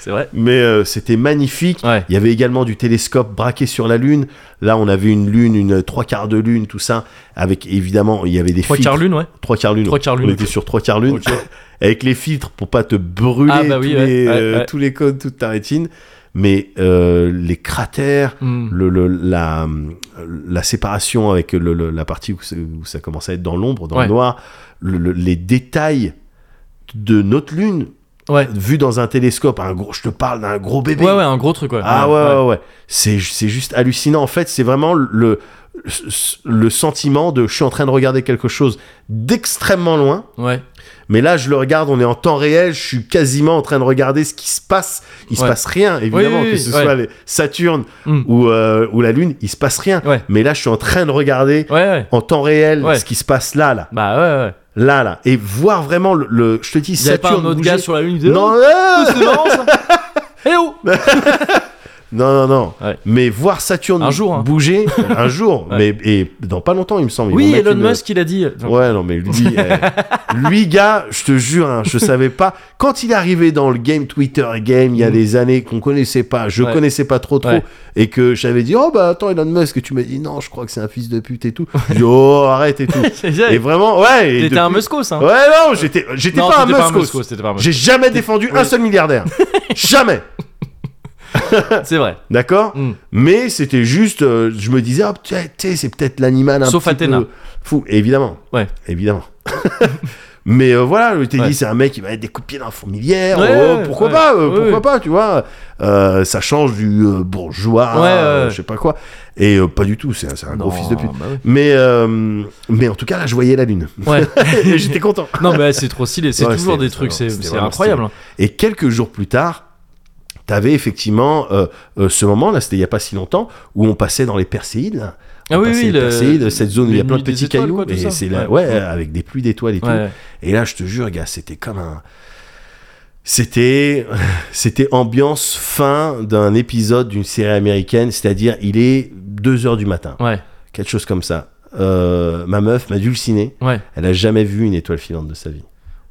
Speaker 2: c'est vrai.
Speaker 1: Mais euh, c'était magnifique.
Speaker 2: Ouais.
Speaker 1: Il y avait également du télescope braqué sur la Lune. Là, on avait une Lune, une euh, trois quarts de Lune, tout ça. Avec évidemment, il y avait des
Speaker 2: Trois
Speaker 1: filtres.
Speaker 2: quarts lune, ouais.
Speaker 1: trois quarts lune.
Speaker 2: Trois quarts lune,
Speaker 1: On
Speaker 2: ok.
Speaker 1: était sur trois quarts lune.
Speaker 2: Ok.
Speaker 1: [laughs] Avec les filtres pour pas te brûler
Speaker 2: Ah, bah oui,
Speaker 1: tous,
Speaker 2: ouais,
Speaker 1: les,
Speaker 2: ouais,
Speaker 1: euh,
Speaker 2: ouais.
Speaker 1: tous les cônes, toute ta rétine. Mais euh, les cratères,
Speaker 2: Hmm.
Speaker 1: le, le- la, la séparation avec le- le- la partie où, c'est- où ça commence à être dans l'ombre, dans
Speaker 2: Ouais.
Speaker 1: le noir, le- le- les détails de notre lune.
Speaker 2: Ouais.
Speaker 1: vu dans un télescope. Un gros, je te parle d'un gros bébé.
Speaker 2: Ouais, ouais, un gros truc, ouais.
Speaker 1: Ah ouais, ouais, ouais. C'est, ju- c'est juste hallucinant. En fait, c'est vraiment le, le sentiment de je suis en train de regarder quelque chose d'extrêmement loin.
Speaker 2: ouais. Ouais.
Speaker 1: Mais là, je le regarde, on est en temps réel, je suis quasiment en train de regarder ce qui se passe. Il se
Speaker 2: Ouais.
Speaker 1: passe rien, évidemment,
Speaker 2: Oui, oui,
Speaker 1: que
Speaker 2: oui,
Speaker 1: ce
Speaker 2: ouais.
Speaker 1: soit les Saturne
Speaker 2: Mm.
Speaker 1: ou, euh, ou la Lune, il se passe rien.
Speaker 2: Ouais.
Speaker 1: Mais là, je suis en train de regarder
Speaker 2: Ouais, ouais.
Speaker 1: en temps réel
Speaker 2: Ouais.
Speaker 1: ce qui se passe là, là,
Speaker 2: Bah ouais, ouais.
Speaker 1: là, là. Et voir vraiment le, le- je te dis,
Speaker 2: Il y avait pas
Speaker 1: Saturne.
Speaker 2: un autre
Speaker 1: bouger.
Speaker 2: gars sur la lune qui disait,
Speaker 1: non, euh,
Speaker 2: oh,
Speaker 1: non,
Speaker 2: c'est marrant ça
Speaker 1: hein.
Speaker 2: [laughs] Eh oh
Speaker 1: Bah non, non, non.
Speaker 2: Ouais.
Speaker 1: Mais voir Saturne
Speaker 2: Un jour, hein. [laughs]
Speaker 1: bouger, un jour,
Speaker 2: Ouais.
Speaker 1: mais et dans pas longtemps, il me semble. ils vont
Speaker 2: Oui,
Speaker 1: mettre
Speaker 2: Elon
Speaker 1: une-
Speaker 2: Musk, il a dit. euh, [laughs]
Speaker 1: Ouais, non, mais lui, euh, lui, gars, je te jure, hein, je savais pas. Quand il est arrivé dans le game Twitter game, il y a
Speaker 2: Mm.
Speaker 1: des années qu'on connaissait pas, je
Speaker 2: Ouais.
Speaker 1: connaissais pas trop trop,
Speaker 2: Ouais.
Speaker 1: et que j'avais dit, oh bah attends, Elon Musk, et tu m'as dit, non, je crois que c'est un fils de pute et tout. J'ai dit, oh, arrête
Speaker 2: [laughs]
Speaker 1: et tout. et
Speaker 2: T'étais
Speaker 1: vraiment, ouais. et depuis-
Speaker 2: un Muskos, hein
Speaker 1: Ouais, non, j'étais j'étais
Speaker 2: Non,
Speaker 1: pas un
Speaker 2: t'étais pas un
Speaker 1: Muskos.
Speaker 2: Muskos, t'étais pas un Muskos.
Speaker 1: J'ai jamais défendu un seul
Speaker 2: [laughs]
Speaker 1: milliardaire. jamais.
Speaker 2: C'est vrai.
Speaker 1: D'accord
Speaker 2: Mm.
Speaker 1: Mais c'était juste, euh, je me disais, ah, tu sais, c'est peut-être l'animal un
Speaker 2: Sauf
Speaker 1: petit
Speaker 2: Athéna.
Speaker 1: peu fou. Évidemment.
Speaker 2: Ouais.
Speaker 1: Évidemment. [laughs] Mais euh, voilà, je t'ai
Speaker 2: Ouais.
Speaker 1: dit, c'est un mec qui va être des coups de pied dans la fourmilière.
Speaker 2: Ouais,
Speaker 1: oh,
Speaker 2: ouais,
Speaker 1: pourquoi
Speaker 2: ouais.
Speaker 1: pas euh,
Speaker 2: Ouais,
Speaker 1: Pourquoi
Speaker 2: ouais.
Speaker 1: pas Tu vois Euh, Ça change du euh, bourgeois,
Speaker 2: Ouais, ouais,
Speaker 1: euh,
Speaker 2: ouais.
Speaker 1: je sais pas quoi. Et euh, pas du tout, c'est c'est un gros
Speaker 2: Non,
Speaker 1: fils de pute.
Speaker 2: bah ouais.
Speaker 1: Mais, euh, mais en tout cas, là, je voyais la
Speaker 2: [laughs]
Speaker 1: lune.
Speaker 2: Ouais.
Speaker 1: Et J'étais content.
Speaker 2: Non, mais c'est trop stylé. C'est
Speaker 1: Ouais,
Speaker 2: toujours
Speaker 1: c'était-
Speaker 2: des trucs, c'est
Speaker 1: c'était
Speaker 2: c'est
Speaker 1: vraiment
Speaker 2: incroyable. hein.
Speaker 1: Et quelques jours plus tard, t'avais effectivement euh, euh, ce moment, là, c'était il y a pas si longtemps, où on passait dans les Perséides. là. On
Speaker 2: Ah oui,
Speaker 1: passait
Speaker 2: oui,
Speaker 1: les
Speaker 2: le-
Speaker 1: Perséides, cette zone où il y a
Speaker 2: les
Speaker 1: plein de
Speaker 2: nuits des
Speaker 1: petits
Speaker 2: étoiles,
Speaker 1: cailloux.
Speaker 2: quoi, tout
Speaker 1: et
Speaker 2: ça.
Speaker 1: c'est là, ouais,
Speaker 2: Ouais.
Speaker 1: avec des pluies d'étoiles et tout.
Speaker 2: Ouais.
Speaker 1: Et là, je te jure, gars, c'était comme un. C'était, [laughs] c'était ambiance fin d'un épisode d'une série américaine, c'est-à-dire il est 2h du matin,
Speaker 2: Ouais.
Speaker 1: quelque chose comme ça. Euh, ma meuf, ma dulcinée,
Speaker 2: Ouais.
Speaker 1: elle a jamais vu une étoile filante de sa vie.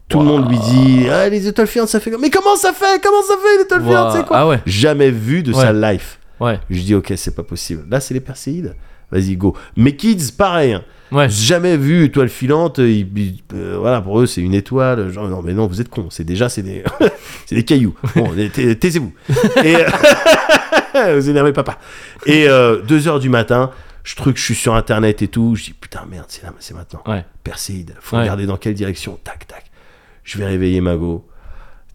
Speaker 1: Tout le monde lui dit ah, les étoiles filantes ça fait comme- mais comment ça fait comment ça fait les étoiles filantes
Speaker 2: Ouah.
Speaker 1: c'est quoi
Speaker 2: Ah ouais.
Speaker 1: jamais vu de sa life
Speaker 2: Ouais.
Speaker 1: je dis ok c'est pas possible là c'est les perséides vas-y go mes kids pareil hein.
Speaker 2: Ouais.
Speaker 1: jamais vu étoile filante ils- ils- euh, voilà pour eux c'est une étoile genre non mais non vous êtes cons c'est déjà c'est des [laughs] c'est des cailloux bon [laughs] tais- taisez-vous et euh, [laughs] vous énervez papa et 2h du matin je truc je suis sur internet et tout je dis putain merde c'est là c'est maintenant
Speaker 2: Ouais.
Speaker 1: Perséide, faut
Speaker 2: Ouais.
Speaker 1: regarder dans quelle direction, tac, tac. Je vais réveiller Mago,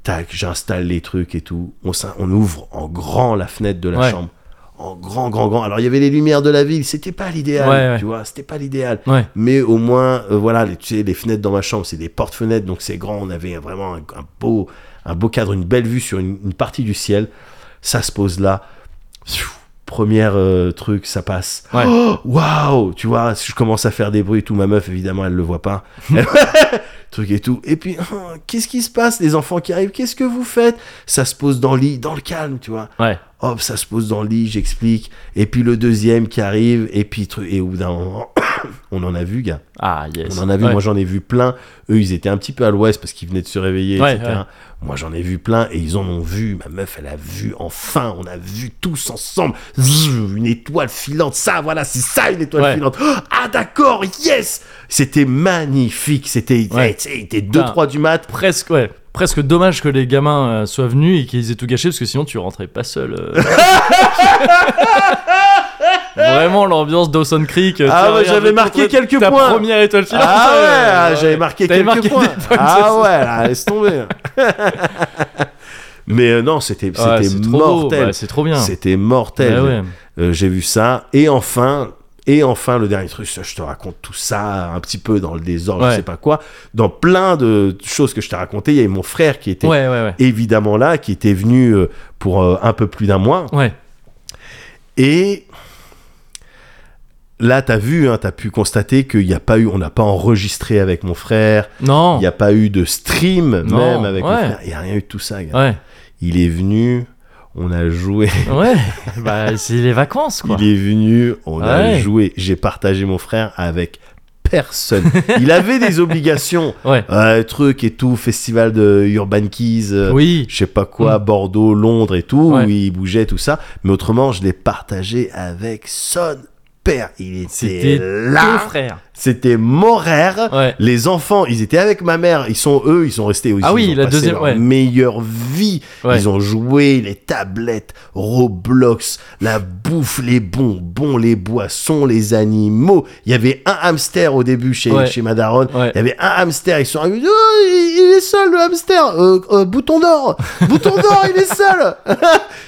Speaker 1: tac, j'installe les trucs et tout. On, s'in- on ouvre en grand la fenêtre de la
Speaker 2: Ouais.
Speaker 1: chambre. En grand, grand, grand. Alors, il y avait les lumières de la ville, c'était pas l'idéal,
Speaker 2: Ouais, ouais.
Speaker 1: tu vois, c'était pas l'idéal.
Speaker 2: Ouais.
Speaker 1: Mais au moins, euh, voilà, les, tu sais, les fenêtres dans ma chambre, c'est des portes-fenêtres, donc c'est grand. On avait vraiment un, un beau, un beau cadre, une belle vue sur une, une partie du ciel. Ça se pose là. Pfiou, Première euh, truc, ça passe.
Speaker 2: Ouais.
Speaker 1: Oh, Waouh, tu vois, je commence à faire des bruits, et tout ma meuf évidemment elle le voit pas, [laughs] Elle- truc et tout. Et puis oh, qu'est-ce qui se passe, les enfants qui arrivent, qu'est-ce que vous faites Ça se pose dans le lit, dans le calme, tu vois.
Speaker 2: Ouais.
Speaker 1: Hop, ça se pose dans le lit, j'explique. Et puis le deuxième qui arrive, et puis truc, et au bout d'un moment, [coughs] on en a vu, gars.
Speaker 2: Ah yes.
Speaker 1: On en a vu,
Speaker 2: Ouais.
Speaker 1: moi j'en ai vu plein. Eux, ils étaient un petit peu à l'ouest parce qu'ils venaient de se réveiller,
Speaker 2: Ouais,
Speaker 1: etc.
Speaker 2: ouais.
Speaker 1: Moi j'en ai vu plein et ils en ont vu. Ma meuf, elle a vu enfin. On a vu tous ensemble Zzz, une étoile filante. Ça, voilà, c'est ça une étoile
Speaker 2: Ouais.
Speaker 1: filante. Oh, ah d'accord, yes. C'était magnifique. C'était,
Speaker 2: Ouais.
Speaker 1: eh, tu sais, il était 2
Speaker 2: Putain.
Speaker 1: 3 du mat.
Speaker 2: Presque, ouais. Presque dommage que les gamins euh, soient venus et qu'ils aient tout gâché parce que sinon tu rentrais pas seul.
Speaker 1: [laughs]
Speaker 2: euh. Vraiment l'ambiance Dawson Creek. euh,
Speaker 1: Ah
Speaker 2: tiens,
Speaker 1: ouais,
Speaker 2: regarde,
Speaker 1: j'avais
Speaker 2: le-
Speaker 1: marqué quelques
Speaker 2: ta
Speaker 1: points.
Speaker 2: première étoile filante.
Speaker 1: Ah ouais,
Speaker 2: euh,
Speaker 1: ah,
Speaker 2: ouais.
Speaker 1: j'avais marqué
Speaker 2: T'avais
Speaker 1: quelques
Speaker 2: marqué
Speaker 1: points.
Speaker 2: des points,
Speaker 1: ah
Speaker 2: ça,
Speaker 1: ouais, là, laisse
Speaker 2: [laughs]
Speaker 1: tomber. Mais euh, non, c'était
Speaker 2: ça. Ouais,
Speaker 1: c'était
Speaker 2: c'est trop beau,
Speaker 1: mortel.
Speaker 2: bah, c'est trop bien.
Speaker 1: c'était mortel.
Speaker 2: Bah ouais.
Speaker 1: Euh, j'ai vu ça. Et enfin, et enfin, le dernier truc, ça, je te raconte tout ça un petit peu dans le désordre, je
Speaker 2: Ouais.
Speaker 1: sais pas quoi. Dans plein de choses que je t'ai racontées, il y avait mon frère qui était
Speaker 2: ouais, ouais, ouais.
Speaker 1: évidemment là, qui était venu euh, pour euh, un peu plus d'un mois.
Speaker 2: Ouais,
Speaker 1: Et là, t'as vu, hein, t'as pu constater qu'il n'y a pas eu, on n'a pas enregistré avec mon frère, il
Speaker 2: non.
Speaker 1: n'y a pas eu de stream
Speaker 2: Non,
Speaker 1: même avec mon
Speaker 2: ouais.
Speaker 1: frère, il n'y a rien eu de tout ça. gars.
Speaker 2: Ouais,
Speaker 1: Il est venu, on a joué.
Speaker 2: ouais. bah, c'est les vacances, quoi.
Speaker 1: Il est venu, on a
Speaker 2: Ouais.
Speaker 1: joué. J'ai partagé mon frère avec personne. Il avait
Speaker 2: [laughs]
Speaker 1: des obligations,
Speaker 2: Ouais.
Speaker 1: euh, truc et tout, festival de Urban Keys, euh,
Speaker 2: Oui. Mm.
Speaker 1: je sais pas quoi, Bordeaux, Londres et tout,
Speaker 2: Ouais.
Speaker 1: où il bougeait tout ça. Mais autrement, je l'ai partagé avec son père, il était
Speaker 2: C'était
Speaker 1: là.
Speaker 2: Deux frères.
Speaker 1: C'était Morère.
Speaker 2: Ouais.
Speaker 1: Les enfants, ils étaient avec ma mère. Ils sont eux, ils sont restés aussi.
Speaker 2: Ah oui,
Speaker 1: ils ont
Speaker 2: la
Speaker 1: passé
Speaker 2: deuxième,
Speaker 1: leur
Speaker 2: ouais.
Speaker 1: meilleure vie.
Speaker 2: Ouais.
Speaker 1: Ils ont joué les tablettes, Roblox, la bouffe, les bonbons, les boissons, les animaux. Il y avait un hamster au début chez,
Speaker 2: Ouais.
Speaker 1: chez ma daronne.
Speaker 2: Ouais.
Speaker 1: Il y avait un hamster. Ils sont arrivés. Oh, il il est seul le hamster. Euh, euh, bouton d'or. bouton d'or, il est seul. [laughs]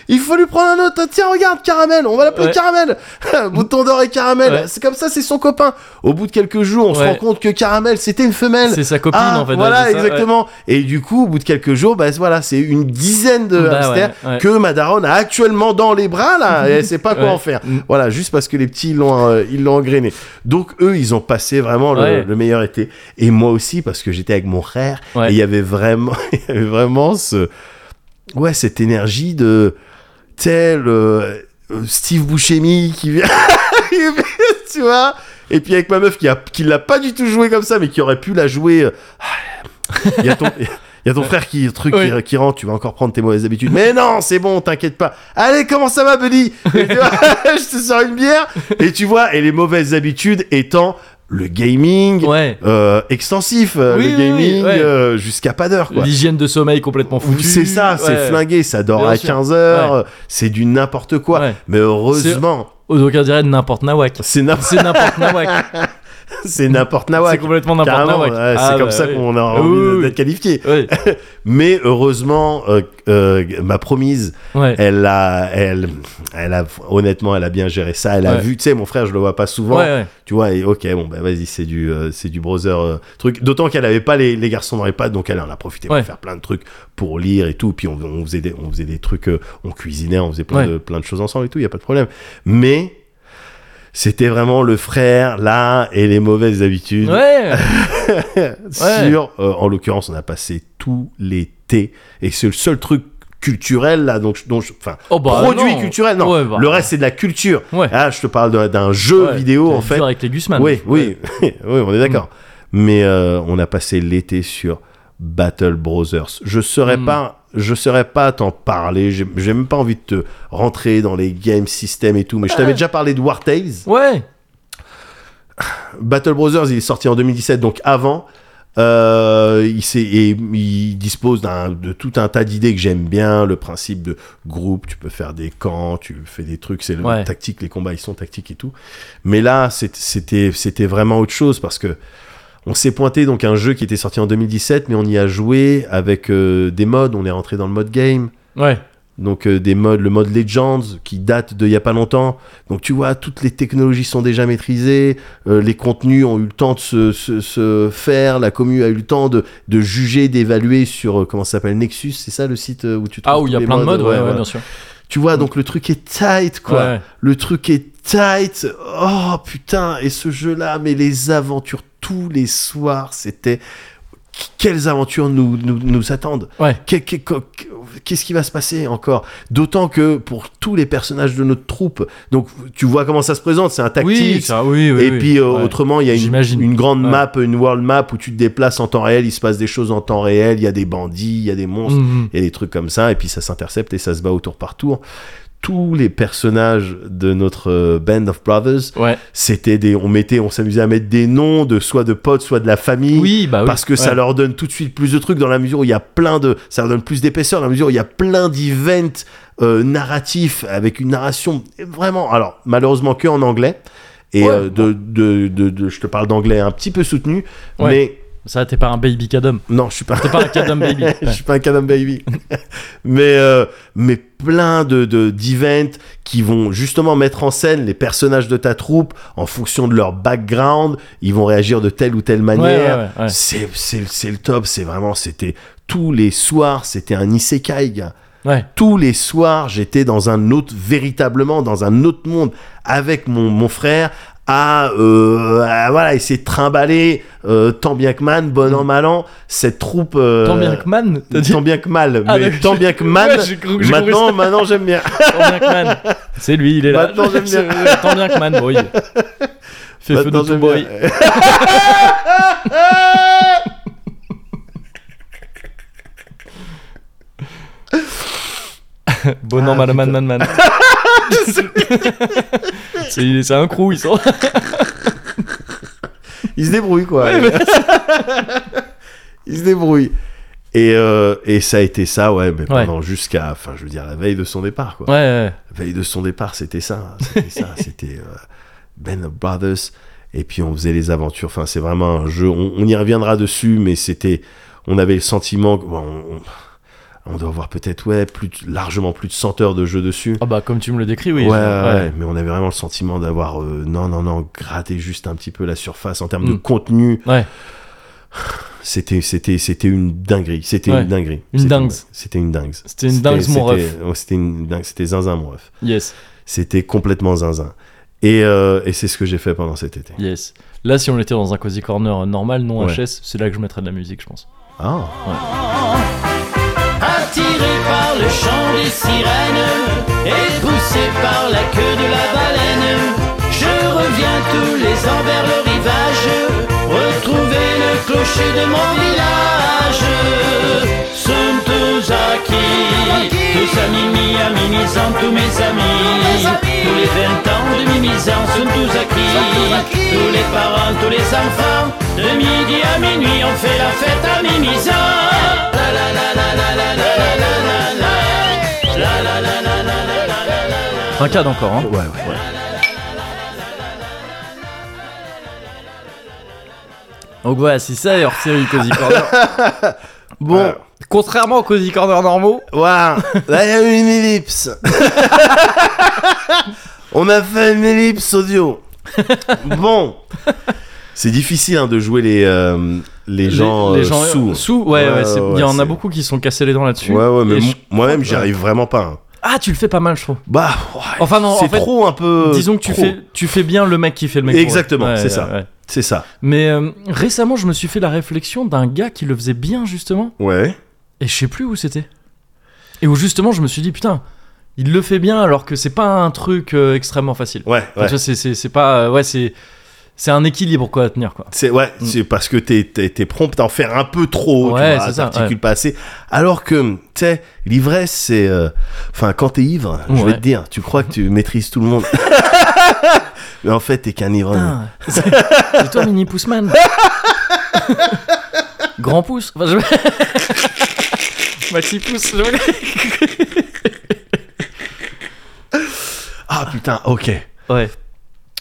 Speaker 1: il faut lui prendre un autre. Tiens, regarde, caramel. On va l'appeler
Speaker 2: Ouais.
Speaker 1: caramel. [laughs] bouton d'or et caramel.
Speaker 2: Ouais.
Speaker 1: C'est comme ça, c'est son copain. Au bout de quelques jours, on se
Speaker 2: Ouais.
Speaker 1: rend compte que caramel, c'était une femelle.
Speaker 2: C'est sa copine
Speaker 1: Ah,
Speaker 2: en fait. ouais,
Speaker 1: Voilà,
Speaker 2: c'est ça, ouais.
Speaker 1: exactement. Et du coup, au bout de quelques jours, bah, voilà, c'est une dizaine de
Speaker 2: Bah,
Speaker 1: hamsters
Speaker 2: ouais, ouais.
Speaker 1: que ma daronne a actuellement dans les bras,
Speaker 2: [laughs]
Speaker 1: là. et elle sait pas quoi
Speaker 2: Ouais.
Speaker 1: en faire.
Speaker 2: Mm.
Speaker 1: Voilà, juste parce que les petits l'ont, euh, ils l'ont engrainé. Donc, eux, ils ont passé vraiment le,
Speaker 2: Ouais.
Speaker 1: le meilleur été. Et moi aussi, parce que j'étais avec mon frère,
Speaker 2: Ouais.
Speaker 1: et il y avait vraiment, [laughs] il y avait vraiment ce, ouais, cette énergie de, tel, euh, Steve Buscemi qui vient, [laughs] tu vois. Et puis avec ma meuf qui a qui l'a pas du tout joué comme ça, mais qui aurait pu la jouer. euh, Il y a ton, [laughs] il y a ton frère qui truc qui-
Speaker 2: Oui.
Speaker 1: qui, rentre, tu vas encore prendre tes mauvaises habitudes. Mais non, c'est bon, t'inquiète pas. Allez, comment ça va, buddy Et tu vois, [laughs] Je te sors une bière et tu vois. Et les mauvaises habitudes étant le gaming.
Speaker 2: Ouais.
Speaker 1: euh, extensif euh,
Speaker 2: Oui,
Speaker 1: le
Speaker 2: oui,
Speaker 1: gaming
Speaker 2: oui, ouais.
Speaker 1: euh, jusqu'à pas d'heure quoi
Speaker 2: L'hygiène de sommeil complètement foutue.
Speaker 1: c'est ça c'est
Speaker 2: ouais.
Speaker 1: flingué ça dort
Speaker 2: Bien
Speaker 1: à
Speaker 2: sûr.
Speaker 1: 15 heures euh, c'est du n'importe quoi
Speaker 2: Ouais.
Speaker 1: mais heureusement
Speaker 2: Oh, Donc on dirait n'importe nawak.
Speaker 1: c'est n'im- [laughs]
Speaker 2: C'est n'importe nawak.
Speaker 1: c'est n'importe
Speaker 2: C'est
Speaker 1: nawak
Speaker 2: complètement n'importe
Speaker 1: Carrément,
Speaker 2: nawak.
Speaker 1: ouais,
Speaker 2: Ah,
Speaker 1: c'est comme
Speaker 2: bah,
Speaker 1: ça
Speaker 2: oui.
Speaker 1: qu'on a
Speaker 2: Ah,
Speaker 1: envie
Speaker 2: oui,
Speaker 1: de-
Speaker 2: oui.
Speaker 1: d'être qualifié.
Speaker 2: [laughs] Ouais,
Speaker 1: Mais heureusement, euh, euh, ma promise, [laughs]
Speaker 2: ouais.
Speaker 1: elle a, elle, elle a, honnêtement, elle a bien géré ça. Elle a
Speaker 2: Ouais.
Speaker 1: vu, tu sais, mon frère, je le vois pas souvent.
Speaker 2: Ouais, ouais.
Speaker 1: Tu vois, et ok, bon, bah vas-y, c'est du, euh, c'est du browser euh, truc. D'autant qu'elle avait pas les, les garçons dans les pattes, donc elle en a profité
Speaker 2: Ouais.
Speaker 1: pour faire plein de trucs, pour lire et tout. Puis on, on faisait, des, on faisait des trucs, euh, on cuisinait, on faisait plein,
Speaker 2: Ouais.
Speaker 1: de, plein de choses ensemble et tout, il y a pas de problème. Mais c'était vraiment le frère, là, et les mauvaises habitudes.
Speaker 2: Ouais.
Speaker 1: sur, euh, en l'occurrence, on a passé tout l'été et c'est le seul truc culturel là, donc je- dont je- enfin
Speaker 2: Oh, bah,
Speaker 1: produit
Speaker 2: non.
Speaker 1: culturel, non,
Speaker 2: Ouais, bah.
Speaker 1: le reste c'est de la culture.
Speaker 2: Ouais.
Speaker 1: Ah, je te parle d'un- d'un jeu
Speaker 2: Ouais,
Speaker 1: vidéo
Speaker 2: t'as
Speaker 1: en
Speaker 2: dû
Speaker 1: fait.
Speaker 2: faire avec les Guzman.
Speaker 1: Oui, oui, [laughs] oui, on est d'accord. Mais euh, on a passé l'été sur Battle Brothers. Je saurais
Speaker 2: Mm.
Speaker 1: pas, je saurais pas t'en parler. J'ai j'ai même pas envie de te rentrer dans les game systems et tout. Mais je t'avais déjà parlé de War Tales.
Speaker 2: Ouais.
Speaker 1: Battle Brothers, il est sorti en 2017, donc avant. Euh, il, s'est- et il dispose d'un- de tout un tas d'idées que j'aime bien. Le principe de groupe, tu peux faire des camps, tu fais des trucs, c'est le
Speaker 2: Ouais.
Speaker 1: tactique, les combats ils sont tactiques et tout. Mais là, c'est- c'était c'était vraiment autre chose parce que on s'est pointé donc un jeu qui était sorti en 2017, mais on y a joué avec euh, des modes. On est rentré dans le mode game.
Speaker 2: Ouais.
Speaker 1: Donc euh, des modes, le mode Legends qui date de il y a pas longtemps. Donc tu vois, toutes les technologies sont déjà maîtrisées, euh, les contenus ont eu le temps de se, se- se faire, la commu a eu le temps de, de juger, d'évaluer sur euh, comment ça s'appelle Nexus, c'est ça le site euh, où tu trouves
Speaker 2: Ah, où il y
Speaker 1: tous
Speaker 2: a
Speaker 1: les
Speaker 2: plein de modes, ouais, ouais,
Speaker 1: voilà.
Speaker 2: bien sûr.
Speaker 1: Tu vois, donc le truc est tight quoi.
Speaker 2: Ouais.
Speaker 1: Le truc est tight. Oh putain, et ce jeu-là, mais les aventures tous les soirs, c'était quelles aventures nous- nous, nous attendent.
Speaker 2: Ouais.
Speaker 1: Qu'est- qu'est- qu'est- Qu'est-ce qui va se passer encore D'autant que pour tous les personnages de notre troupe, donc tu vois comment ça se présente, c'est un tactique.
Speaker 2: Oui, ça, oui, oui.
Speaker 1: et
Speaker 2: oui.
Speaker 1: puis euh,
Speaker 2: Ouais.
Speaker 1: autrement, il y a une,
Speaker 2: J'imagine.
Speaker 1: une grande
Speaker 2: Ouais.
Speaker 1: map, une world map où tu te déplaces en temps réel, il se passe des choses en temps réel, il y a des bandits, il y a des monstres,
Speaker 2: Mhm.
Speaker 1: il y a des trucs comme ça, et puis ça s'intercepte et ça se bat au tour par tour. Tous les personnages de notre euh, band of brothers,
Speaker 2: Ouais.
Speaker 1: c'était des, on mettait, on s'amusait à mettre des noms de soit de potes, soit de la famille
Speaker 2: Oui, bah oui.
Speaker 1: parce que ça
Speaker 2: Ouais.
Speaker 1: leur donne tout de suite plus de trucs dans la mesure où il y a plein de ça leur donne plus d'épaisseur dans la mesure où il y a plein d'events euh, narratifs avec une narration vraiment alors malheureusement que en anglais et
Speaker 2: Ouais.
Speaker 1: euh, de, de, de- de- je te parle d'anglais un petit peu soutenu
Speaker 2: Ouais.
Speaker 1: mais
Speaker 2: Ça, t'es pas un baby cadom.
Speaker 1: non je suis pas
Speaker 2: T'es pas un
Speaker 1: [laughs]
Speaker 2: cadom baby. Ouais.
Speaker 1: Eh, je suis pas un Canam Baby. [laughs] mais, euh, mais plein de, de, d'events qui vont justement mettre en scène les personnages de ta troupe en fonction de leur background. Ils vont réagir de telle ou telle manière.
Speaker 2: Ouais, ouais, ouais, ouais.
Speaker 1: C'est, c'est, c'est le top. C'est vraiment, c'était tous les soirs, c'était un isekai, gars.
Speaker 2: Ouais.
Speaker 1: Tous les soirs, j'étais dans un autre, véritablement dans un autre monde avec mon, mon frère à, euh, à, voilà, essayer de trimballer euh, tant bien que man, bon an, mal an, cette troupe. euh,
Speaker 2: Mm. Tant bien que man, t'as dit.
Speaker 1: Tant bien que mal,
Speaker 2: Ah,
Speaker 1: mais
Speaker 2: d'accord.
Speaker 1: tant bien que mal.
Speaker 2: Ouais, j'ai cru- j'ai compris
Speaker 1: maintenant, maintenant j'aime bien.
Speaker 2: ça. Tant bien que man. C'est lui, il est là.
Speaker 1: Maintenant, j'aime bien.
Speaker 2: [laughs] Tant bien que man, boy. Fais feu de
Speaker 1: Maintenant,
Speaker 2: tout
Speaker 1: j'aime
Speaker 2: boy.
Speaker 1: bien.
Speaker 2: Bon an,
Speaker 1: Ah, [laughs]
Speaker 2: man, man, man, man. C'est c'est un crew, ils sont.
Speaker 1: Ils se débrouillent, quoi. Ils se débrouillent. Et, euh, et ça a été ça, ouais, mais pendant jusqu'à, enfin, je veux dire, la veille de son départ, quoi.
Speaker 2: [laughs] Ouais, ouais.
Speaker 1: La veille de son départ, c'était ça. hein. C'était
Speaker 2: [laughs]
Speaker 1: ça. C'était euh, Band of Brothers. Et puis on faisait les aventures. Enfin, c'est vraiment un jeu. On, on y reviendra dessus, mais c'était. On avait le sentiment. que- bon, on, on doit avoir peut-être, ouais, plus de- largement plus de 100 heures de jeu dessus.
Speaker 2: Ah bah, comme tu me le décris, oui.
Speaker 1: ouais, ouais,
Speaker 2: je-
Speaker 1: ouais, mais on avait vraiment le sentiment d'avoir, euh, non, non, non, gratté juste un petit peu la surface en termes de
Speaker 2: Mm.
Speaker 1: contenu.
Speaker 2: Ouais.
Speaker 1: [sighs] C'était, c'était, c'était une dinguerie. C'était
Speaker 2: Ouais.
Speaker 1: une dinguerie.
Speaker 2: Une
Speaker 1: C'était
Speaker 2: dingue.
Speaker 1: C'était une dingue.
Speaker 2: C'était une dingue, mon ref.
Speaker 1: c'était- ouais, C'était une dingue. C'était zinzin, mon ref.
Speaker 2: Yes,
Speaker 1: C'était complètement zinzin. Et, euh, et c'est ce que j'ai fait pendant cet été.
Speaker 2: yes. Là, si on était dans un cozy corner euh, normal, non
Speaker 1: Ouais.
Speaker 2: HS, c'est là que je mettrais de la musique, je pense.
Speaker 1: Ah,
Speaker 3: Attiré par le chant des sirènes et poussé par la queue de la baleine, je reviens tous les ans vers le rivage, retrouver le clocher de mon village. Sommes tous acquis, tous à Mimi, à Mimizan, tous mes amis. Tous les 20 ans de Mimizan, sommes tous acquis. Tous les parents, tous les enfants, de midi à minuit, on fait la fête à Mimizan.
Speaker 2: Un cadre encore, hein.
Speaker 1: ouais, ouais.
Speaker 2: Donc voilà, c'est ça hors série
Speaker 1: [laughs]
Speaker 2: Cozy Corner. bon,
Speaker 1: Ouais.
Speaker 2: contrairement aux Cozy Corner normaux,
Speaker 1: Waouh, là, il y a eu une
Speaker 2: [laughs]
Speaker 1: ellipse. On a fait une ellipse audio. Bon, c'est difficile hein, de jouer les, euh, les, gens, euh, sourds.
Speaker 2: sous, ouais, ouais, c'est- il y en a
Speaker 1: c'est-
Speaker 2: beaucoup qui se sont cassés les dents là-dessus.
Speaker 1: Ouais, ouais,
Speaker 2: Et
Speaker 1: mais
Speaker 2: je-
Speaker 1: mo- moi-même, j'y arrive vraiment pas. hein.
Speaker 2: Ah, tu le fais pas mal, je trouve.
Speaker 1: Bah, ouais,
Speaker 2: Enfin, non, en
Speaker 1: c'est
Speaker 2: fait,
Speaker 1: trop un peu.
Speaker 2: Disons que tu
Speaker 1: Euh, trop.
Speaker 2: fais, tu fais bien le mec qui fait le mec. pour-
Speaker 1: Exactement,
Speaker 2: Ouais,
Speaker 1: c'est
Speaker 2: ouais,
Speaker 1: ça.
Speaker 2: ouais.
Speaker 1: C'est ça.
Speaker 2: Mais euh, récemment, je me suis fait la réflexion d'un gars qui le faisait bien, justement,
Speaker 1: Ouais.
Speaker 2: et je sais plus où c'était. Et où, justement, je me suis dit, putain, il le fait bien alors que c'est pas un truc euh, extrêmement facile.
Speaker 1: Ouais,
Speaker 2: Enfin,
Speaker 1: ouais.
Speaker 2: tu vois, c'est- c'est c'est pas. euh, ouais, c'est. C'est un équilibre quoi à tenir quoi.
Speaker 1: C'est ouais,
Speaker 2: Mm.
Speaker 1: c'est parce que t'es t'es t'es prompt à en faire un peu trop,
Speaker 2: Ouais,
Speaker 1: tu vois,
Speaker 2: c'est ça,
Speaker 1: t'articules
Speaker 2: ouais.
Speaker 1: pas assez. Alors que tu sais, l'ivresse c'est, euh, enfin quand t'es ivre, je
Speaker 2: Ouais.
Speaker 1: vais te dire, tu crois que tu maîtrises tout le
Speaker 2: [laughs]
Speaker 1: monde, [laughs] mais en fait t'es qu'un ivrogne.
Speaker 2: Putain, [laughs] c'est c'est toi mini
Speaker 1: [laughs]
Speaker 2: Poussman. Grand pouce.
Speaker 1: [laughs]
Speaker 2: Enfin, je- Ma petite pouce. je-
Speaker 1: Ah putain, ok,
Speaker 2: Ouais.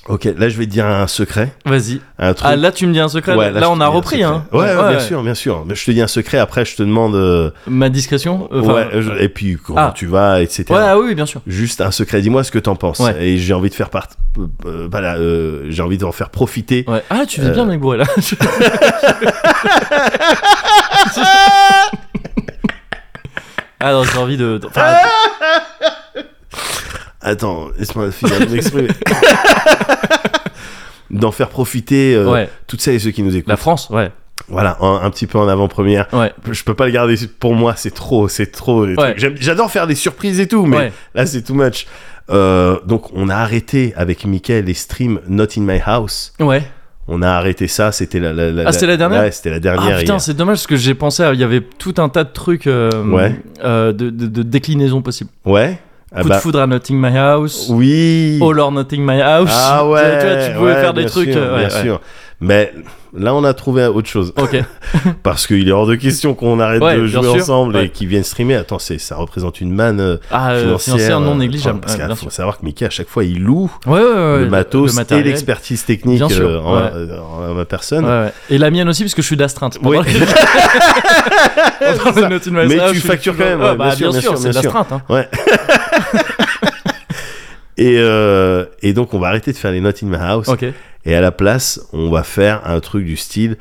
Speaker 1: ok. Là je vais te dire un secret,
Speaker 2: Vas-y.
Speaker 1: un truc.
Speaker 2: Ah là tu me dis un secret.
Speaker 1: Ouais,
Speaker 2: là
Speaker 1: je te
Speaker 2: on a
Speaker 1: dis un
Speaker 2: repris
Speaker 1: secret.
Speaker 2: hein.
Speaker 1: Ouais, ouais, bien sûr, bien sûr. Mais je te dis un secret. Après je te demande, euh,
Speaker 2: Ma discrétion. euh, enfin,
Speaker 1: ouais, je- et puis comment
Speaker 2: ah.
Speaker 1: tu vas, etc.
Speaker 2: ouais, ah oui oui, bien sûr.
Speaker 1: Juste un secret. Dis-moi ce que t'en penses.
Speaker 2: Ouais.
Speaker 1: Et j'ai envie de faire part. euh, voilà, euh, j'ai envie d'en faire profiter.
Speaker 2: Ouais. Ah tu
Speaker 1: Euh.
Speaker 2: faisais bien le mec
Speaker 1: [laughs]
Speaker 2: bourré là. ah non j'ai envie de. enfin,
Speaker 1: Attends, laisse-moi [laughs] finir de m'exprimer.
Speaker 2: [laughs]
Speaker 1: D'en faire profiter euh,
Speaker 2: ouais.
Speaker 1: toutes celles et ceux qui nous écoutent.
Speaker 2: La France ouais.
Speaker 1: Voilà, un, un petit peu en avant-première.
Speaker 2: Ouais.
Speaker 1: Je peux pas le garder pour moi, c'est trop, c'est trop. les
Speaker 2: Ouais.
Speaker 1: trucs. J'aime- J'adore faire des surprises et tout, mais
Speaker 2: Ouais.
Speaker 1: là c'est too much. Euh, donc on a arrêté avec Mickaël les streams Not in My House.
Speaker 2: Ouais.
Speaker 1: On a arrêté ça, c'était la, la, la,
Speaker 2: Ah, c'était la dernière
Speaker 1: Ouais, c'était la dernière.
Speaker 2: Ah putain,
Speaker 1: hier.
Speaker 2: c'est dommage parce que j'ai pensé, à- il y avait tout un tas de trucs euh,
Speaker 1: Ouais.
Speaker 2: euh, de, de, de déclinaisons possibles.
Speaker 1: Ouais. Ah
Speaker 2: Coup de Oh, foudre à Notting My House,
Speaker 1: Oui.
Speaker 2: All or Notting My House.
Speaker 1: ah
Speaker 2: Tu-
Speaker 1: ouais.
Speaker 2: tu, vois, tu pouvais
Speaker 1: ouais,
Speaker 2: faire des
Speaker 1: bien
Speaker 2: trucs.
Speaker 1: sûr,
Speaker 2: euh, ouais,
Speaker 1: bien
Speaker 2: ouais.
Speaker 1: sûr. Mais là on a trouvé autre chose.
Speaker 2: Ok.
Speaker 1: Parce qu'il est hors de question qu'on arrête
Speaker 2: Ouais,
Speaker 1: de
Speaker 2: bien
Speaker 1: jouer
Speaker 2: sûr.
Speaker 1: ensemble
Speaker 2: Ouais.
Speaker 1: et qu'ils viennent streamer. Attends, c'est, ça représente une manne euh,
Speaker 2: Ah, euh,
Speaker 1: financière,
Speaker 2: financière non
Speaker 1: euh,
Speaker 2: négligeable.
Speaker 1: parce
Speaker 2: ouais,
Speaker 1: qu'il
Speaker 2: bien
Speaker 1: faut
Speaker 2: sûr.
Speaker 1: savoir que Mickey, à chaque fois, il loue
Speaker 2: Ouais, ouais, ouais,
Speaker 1: le matos et
Speaker 2: matériel.
Speaker 1: l'expertise technique
Speaker 2: Bien sûr,
Speaker 1: euh, en,
Speaker 2: ouais.
Speaker 1: euh, en- en ma personne.
Speaker 2: Ouais, ouais. Et la mienne aussi, parce que je suis d'astreinte.
Speaker 1: Oui.
Speaker 2: On
Speaker 1: [laughs]
Speaker 2: parle de Notting My
Speaker 1: Mais
Speaker 2: House,
Speaker 1: tu
Speaker 2: je suis
Speaker 1: factures
Speaker 2: toujours-
Speaker 1: quand même,
Speaker 2: Ah,
Speaker 1: ouais,
Speaker 2: bah,
Speaker 1: bien sûr, bien sûr,
Speaker 2: c'est de
Speaker 1: bien sûr.
Speaker 2: l'astreinte. hein.
Speaker 1: Et, euh, et donc, on va arrêter de faire les notes in my house.
Speaker 2: Ok.
Speaker 1: Et à la place, on va faire un truc du style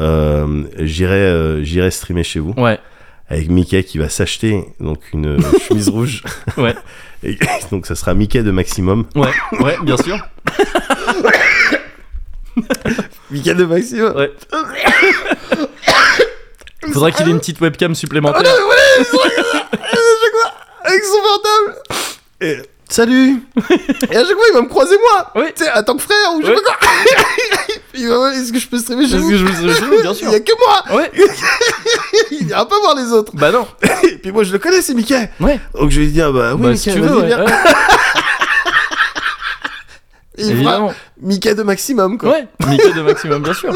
Speaker 1: euh, j'irai, euh, j'irai streamer chez vous.
Speaker 2: Ouais.
Speaker 1: Avec Mickey qui va s'acheter donc une [laughs] euh, chemise rouge.
Speaker 2: Ouais.
Speaker 1: [laughs] Et donc, ça sera Mickey de maximum.
Speaker 2: Ouais. Ouais, bien sûr.
Speaker 1: Mickey de maximum
Speaker 2: Ouais. [coughs] Faudrait qu'il ait une petite webcam supplémentaire.
Speaker 1: avec son portable. Et, Salut Et à chaque fois, il va me croiser moi
Speaker 2: Oui.
Speaker 1: Tu sais, en tant que frère, ou je sais
Speaker 2: Ouais.
Speaker 1: pas quoi [laughs] Il va voir, Est-ce que je peux streamer chez
Speaker 2: Parce
Speaker 1: vous
Speaker 2: que je me suis- je- bien sûr.
Speaker 1: [laughs] Il y a que moi
Speaker 2: Ouais.
Speaker 1: Il ira pas voir les autres
Speaker 2: Bah non.
Speaker 1: Et puis moi, je le connais, c'est Mickey
Speaker 2: Ouais.
Speaker 1: Donc je vais lui dire, bah oui,
Speaker 2: Bah,
Speaker 1: Mickey,
Speaker 2: si tu
Speaker 1: vas-y,
Speaker 2: veux, ouais.
Speaker 1: viens.
Speaker 2: ouais.
Speaker 1: il fera
Speaker 2: Évidemment.
Speaker 1: Mika de maximum, quoi.
Speaker 2: Ouais, Mickey de maximum, bien sûr.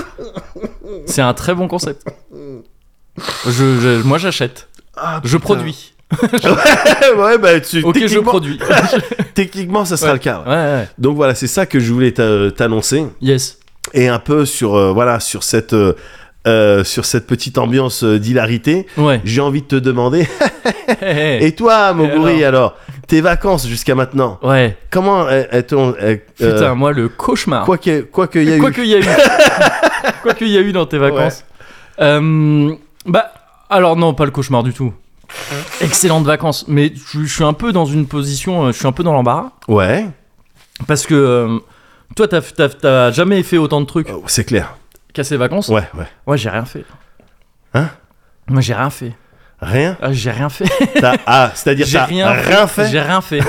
Speaker 2: C'est un très
Speaker 1: [laughs]
Speaker 2: bon concept. Je, je- moi, j'achète.
Speaker 1: Ah,
Speaker 2: Je
Speaker 1: putain.
Speaker 2: produis.
Speaker 1: ouais, [laughs] bah, tu,
Speaker 2: Ok, je
Speaker 1: techniquement, [laughs]
Speaker 2: produis. ouais,
Speaker 1: techniquement, ça sera le cas. ouais.
Speaker 2: ouais.
Speaker 1: Donc voilà, c'est ça que je voulais t'a- t'annoncer.
Speaker 2: Yes.
Speaker 1: Et un peu sur, euh, voilà, sur cette, euh, euh, sur cette petite ambiance euh, d'hilarité,
Speaker 2: Ouais.
Speaker 1: j'ai envie de te
Speaker 2: [laughs]
Speaker 1: demander.
Speaker 2: Hey, hey.
Speaker 1: [laughs] Et toi, Moguri, alors, tes vacances jusqu'à maintenant,
Speaker 2: Ouais.
Speaker 1: comment elles elles t'ont. elles- euh,
Speaker 2: Putain, moi, le cauchemar.
Speaker 1: Quoi que- quoi qu'il y a
Speaker 2: Quoi
Speaker 1: eu. [laughs]
Speaker 2: qu'il y a eu. Quoi qu'il y a eu dans tes vacances. Euh, bah, alors non, pas le cauchemar du tout. Excellentes vacances, mais je, je suis un peu dans une position, euh, je suis un peu dans l'embarras.
Speaker 1: Ouais,
Speaker 2: Parce que euh, toi, t'as- t'as t'as jamais fait autant de trucs
Speaker 1: Oh, c'est clair.
Speaker 2: qu'à ces vacances.
Speaker 1: Ouais, ouais.
Speaker 2: Moi, j'ai rien fait.
Speaker 1: Hein
Speaker 2: Moi, j'ai rien fait.
Speaker 1: Rien.
Speaker 2: Ah, j'ai
Speaker 1: [laughs]
Speaker 2: rien fait.
Speaker 1: T'as- ah, c'est-à-dire
Speaker 2: J'ai
Speaker 1: t'as
Speaker 2: rien
Speaker 1: rien, fait.
Speaker 2: J'ai
Speaker 1: [laughs]
Speaker 2: rien fait.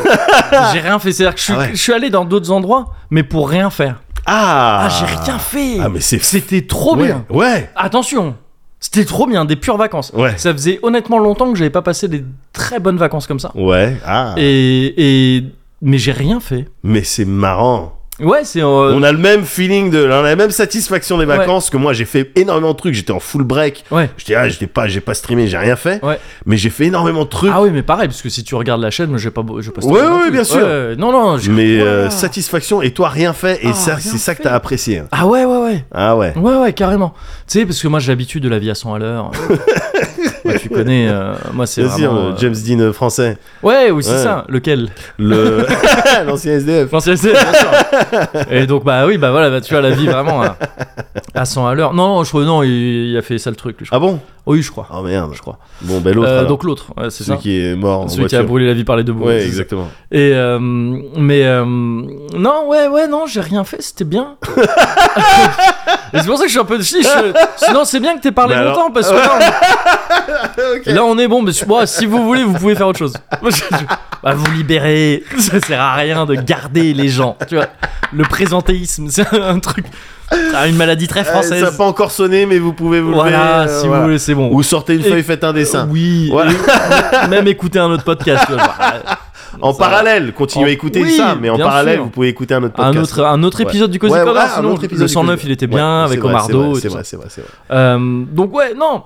Speaker 2: j'ai rien fait. C'est-à-dire que je suis,
Speaker 1: Ah ouais.
Speaker 2: je suis allé dans d'autres endroits, mais pour rien faire.
Speaker 1: Ah.
Speaker 2: Ah, j'ai rien fait.
Speaker 1: Ah, mais c'est
Speaker 2: C'était trop
Speaker 1: ouais,
Speaker 2: bien.
Speaker 1: Ouais.
Speaker 2: Attention, c'était trop bien, des pures vacances.
Speaker 1: Ouais.
Speaker 2: Ça faisait honnêtement longtemps que j'avais pas passé des très bonnes vacances comme ça.
Speaker 1: Ouais. Ah.
Speaker 2: Et, et- mais j'ai rien fait.
Speaker 1: Mais c'est marrant.
Speaker 2: Ouais, c'est euh,
Speaker 1: On a le même feeling de, on a la même satisfaction des
Speaker 2: Ouais.
Speaker 1: vacances que moi. J'ai fait énormément de trucs. J'étais en full break.
Speaker 2: ouais.
Speaker 1: J'étais, ah, j'étais pas, j'ai pas streamé, j'ai rien fait.
Speaker 2: Ouais.
Speaker 1: Mais j'ai fait énormément de trucs.
Speaker 2: Ah oui, mais pareil, parce que si tu regardes la chaîne, moi, j'ai pas, beau- j'ai pas.
Speaker 1: Ouais,
Speaker 2: stressé non
Speaker 1: ouais,
Speaker 2: plus.
Speaker 1: bien sûr.
Speaker 2: Ouais, non, non. j'ai-
Speaker 1: mais euh,
Speaker 2: Voilà.
Speaker 1: satisfaction et toi rien fait et
Speaker 2: Ah,
Speaker 1: ça,
Speaker 2: rien
Speaker 1: c'est ça que
Speaker 2: fait.
Speaker 1: t'as apprécié.
Speaker 2: Ah ouais, ouais, ouais.
Speaker 1: Ah ouais.
Speaker 2: Ouais, ouais, carrément. Tu sais, parce que moi, j'ai l'habitude de la vie à 100
Speaker 1: [laughs]
Speaker 2: à l'heure. Moi, tu connais. euh, moi, c'est
Speaker 1: Bien sûr,
Speaker 2: vraiment.
Speaker 1: le
Speaker 2: euh,
Speaker 1: James Dean euh, français,
Speaker 2: Ouais, oui, c'est
Speaker 1: Ouais.
Speaker 2: ça. Lequel
Speaker 1: le [laughs] l'ancien SDF.
Speaker 2: L'ancien SDF, bien sûr. Et donc, bah oui, bah voilà, bah, tu vois, la vie vraiment à, à 100 à l'heure. Non, non, je crois, non, il, il a fait ça le truc, lui, je crois.
Speaker 1: Ah bon
Speaker 2: Oui, je crois.
Speaker 1: Oh merde.
Speaker 2: Je crois.
Speaker 1: Bon, ben l'autre.
Speaker 2: Euh,
Speaker 1: alors.
Speaker 2: donc, l'autre, ouais, c'est ça.
Speaker 1: celui qui est mort en
Speaker 2: Celui qui a
Speaker 1: voiture.
Speaker 2: brûlé la vie par les deux bouts.
Speaker 1: Ouais,
Speaker 2: c'est ça.
Speaker 1: exactement.
Speaker 2: Et euh, mais euh, non, ouais, ouais, non, j'ai rien fait,
Speaker 1: [laughs]
Speaker 2: c'était bien. Et c'est pour ça que je suis un peu chiche. Sinon, c'est bien que t'aies parlé
Speaker 1: Mais Bah alors-
Speaker 2: longtemps parce que là,
Speaker 1: [laughs]
Speaker 2: on... là, on est bon. Mais moi, si vous voulez, vous pouvez faire autre chose. [laughs] Moi, je- je- Bah, vous libérer, ça sert à rien de garder les gens. Tu vois, le présentéisme, [laughs] c'est un truc, c'est une maladie très
Speaker 1: Euh,
Speaker 2: française.
Speaker 1: ça n'a pas encore sonné, mais vous pouvez vous
Speaker 2: voilà,
Speaker 1: lever. euh,
Speaker 2: si
Speaker 1: voilà.
Speaker 2: vous voulez, c'est bon.
Speaker 1: Ou sortez une
Speaker 2: Et- euh,
Speaker 1: feuille, faites un dessin.
Speaker 2: Oui,
Speaker 1: Voilà.
Speaker 2: et- même écouter un autre podcast. tu
Speaker 1: [laughs]
Speaker 2: vois, genre,
Speaker 1: en
Speaker 2: ça-
Speaker 1: parallèle, continuez
Speaker 2: En-
Speaker 1: à écouter
Speaker 2: Oui,
Speaker 1: ça, mais en
Speaker 2: bien
Speaker 1: parallèle,
Speaker 2: sûr.
Speaker 1: vous pouvez écouter un autre
Speaker 2: un
Speaker 1: podcast.
Speaker 2: autre, un autre
Speaker 1: Ouais.
Speaker 2: épisode du Cosy
Speaker 1: Ouais,
Speaker 2: Corner,
Speaker 1: ouais, un
Speaker 2: sinon
Speaker 1: autre épisode
Speaker 2: le
Speaker 1: du
Speaker 2: 109
Speaker 1: Cosy-
Speaker 2: il était
Speaker 1: Ouais,
Speaker 2: bien
Speaker 1: c'est
Speaker 2: avec
Speaker 1: vrai,
Speaker 2: Omardo. et
Speaker 1: C'est
Speaker 2: tout
Speaker 1: vrai,
Speaker 2: ça.
Speaker 1: c'est vrai, c'est vrai.
Speaker 2: Euh, donc ouais, non,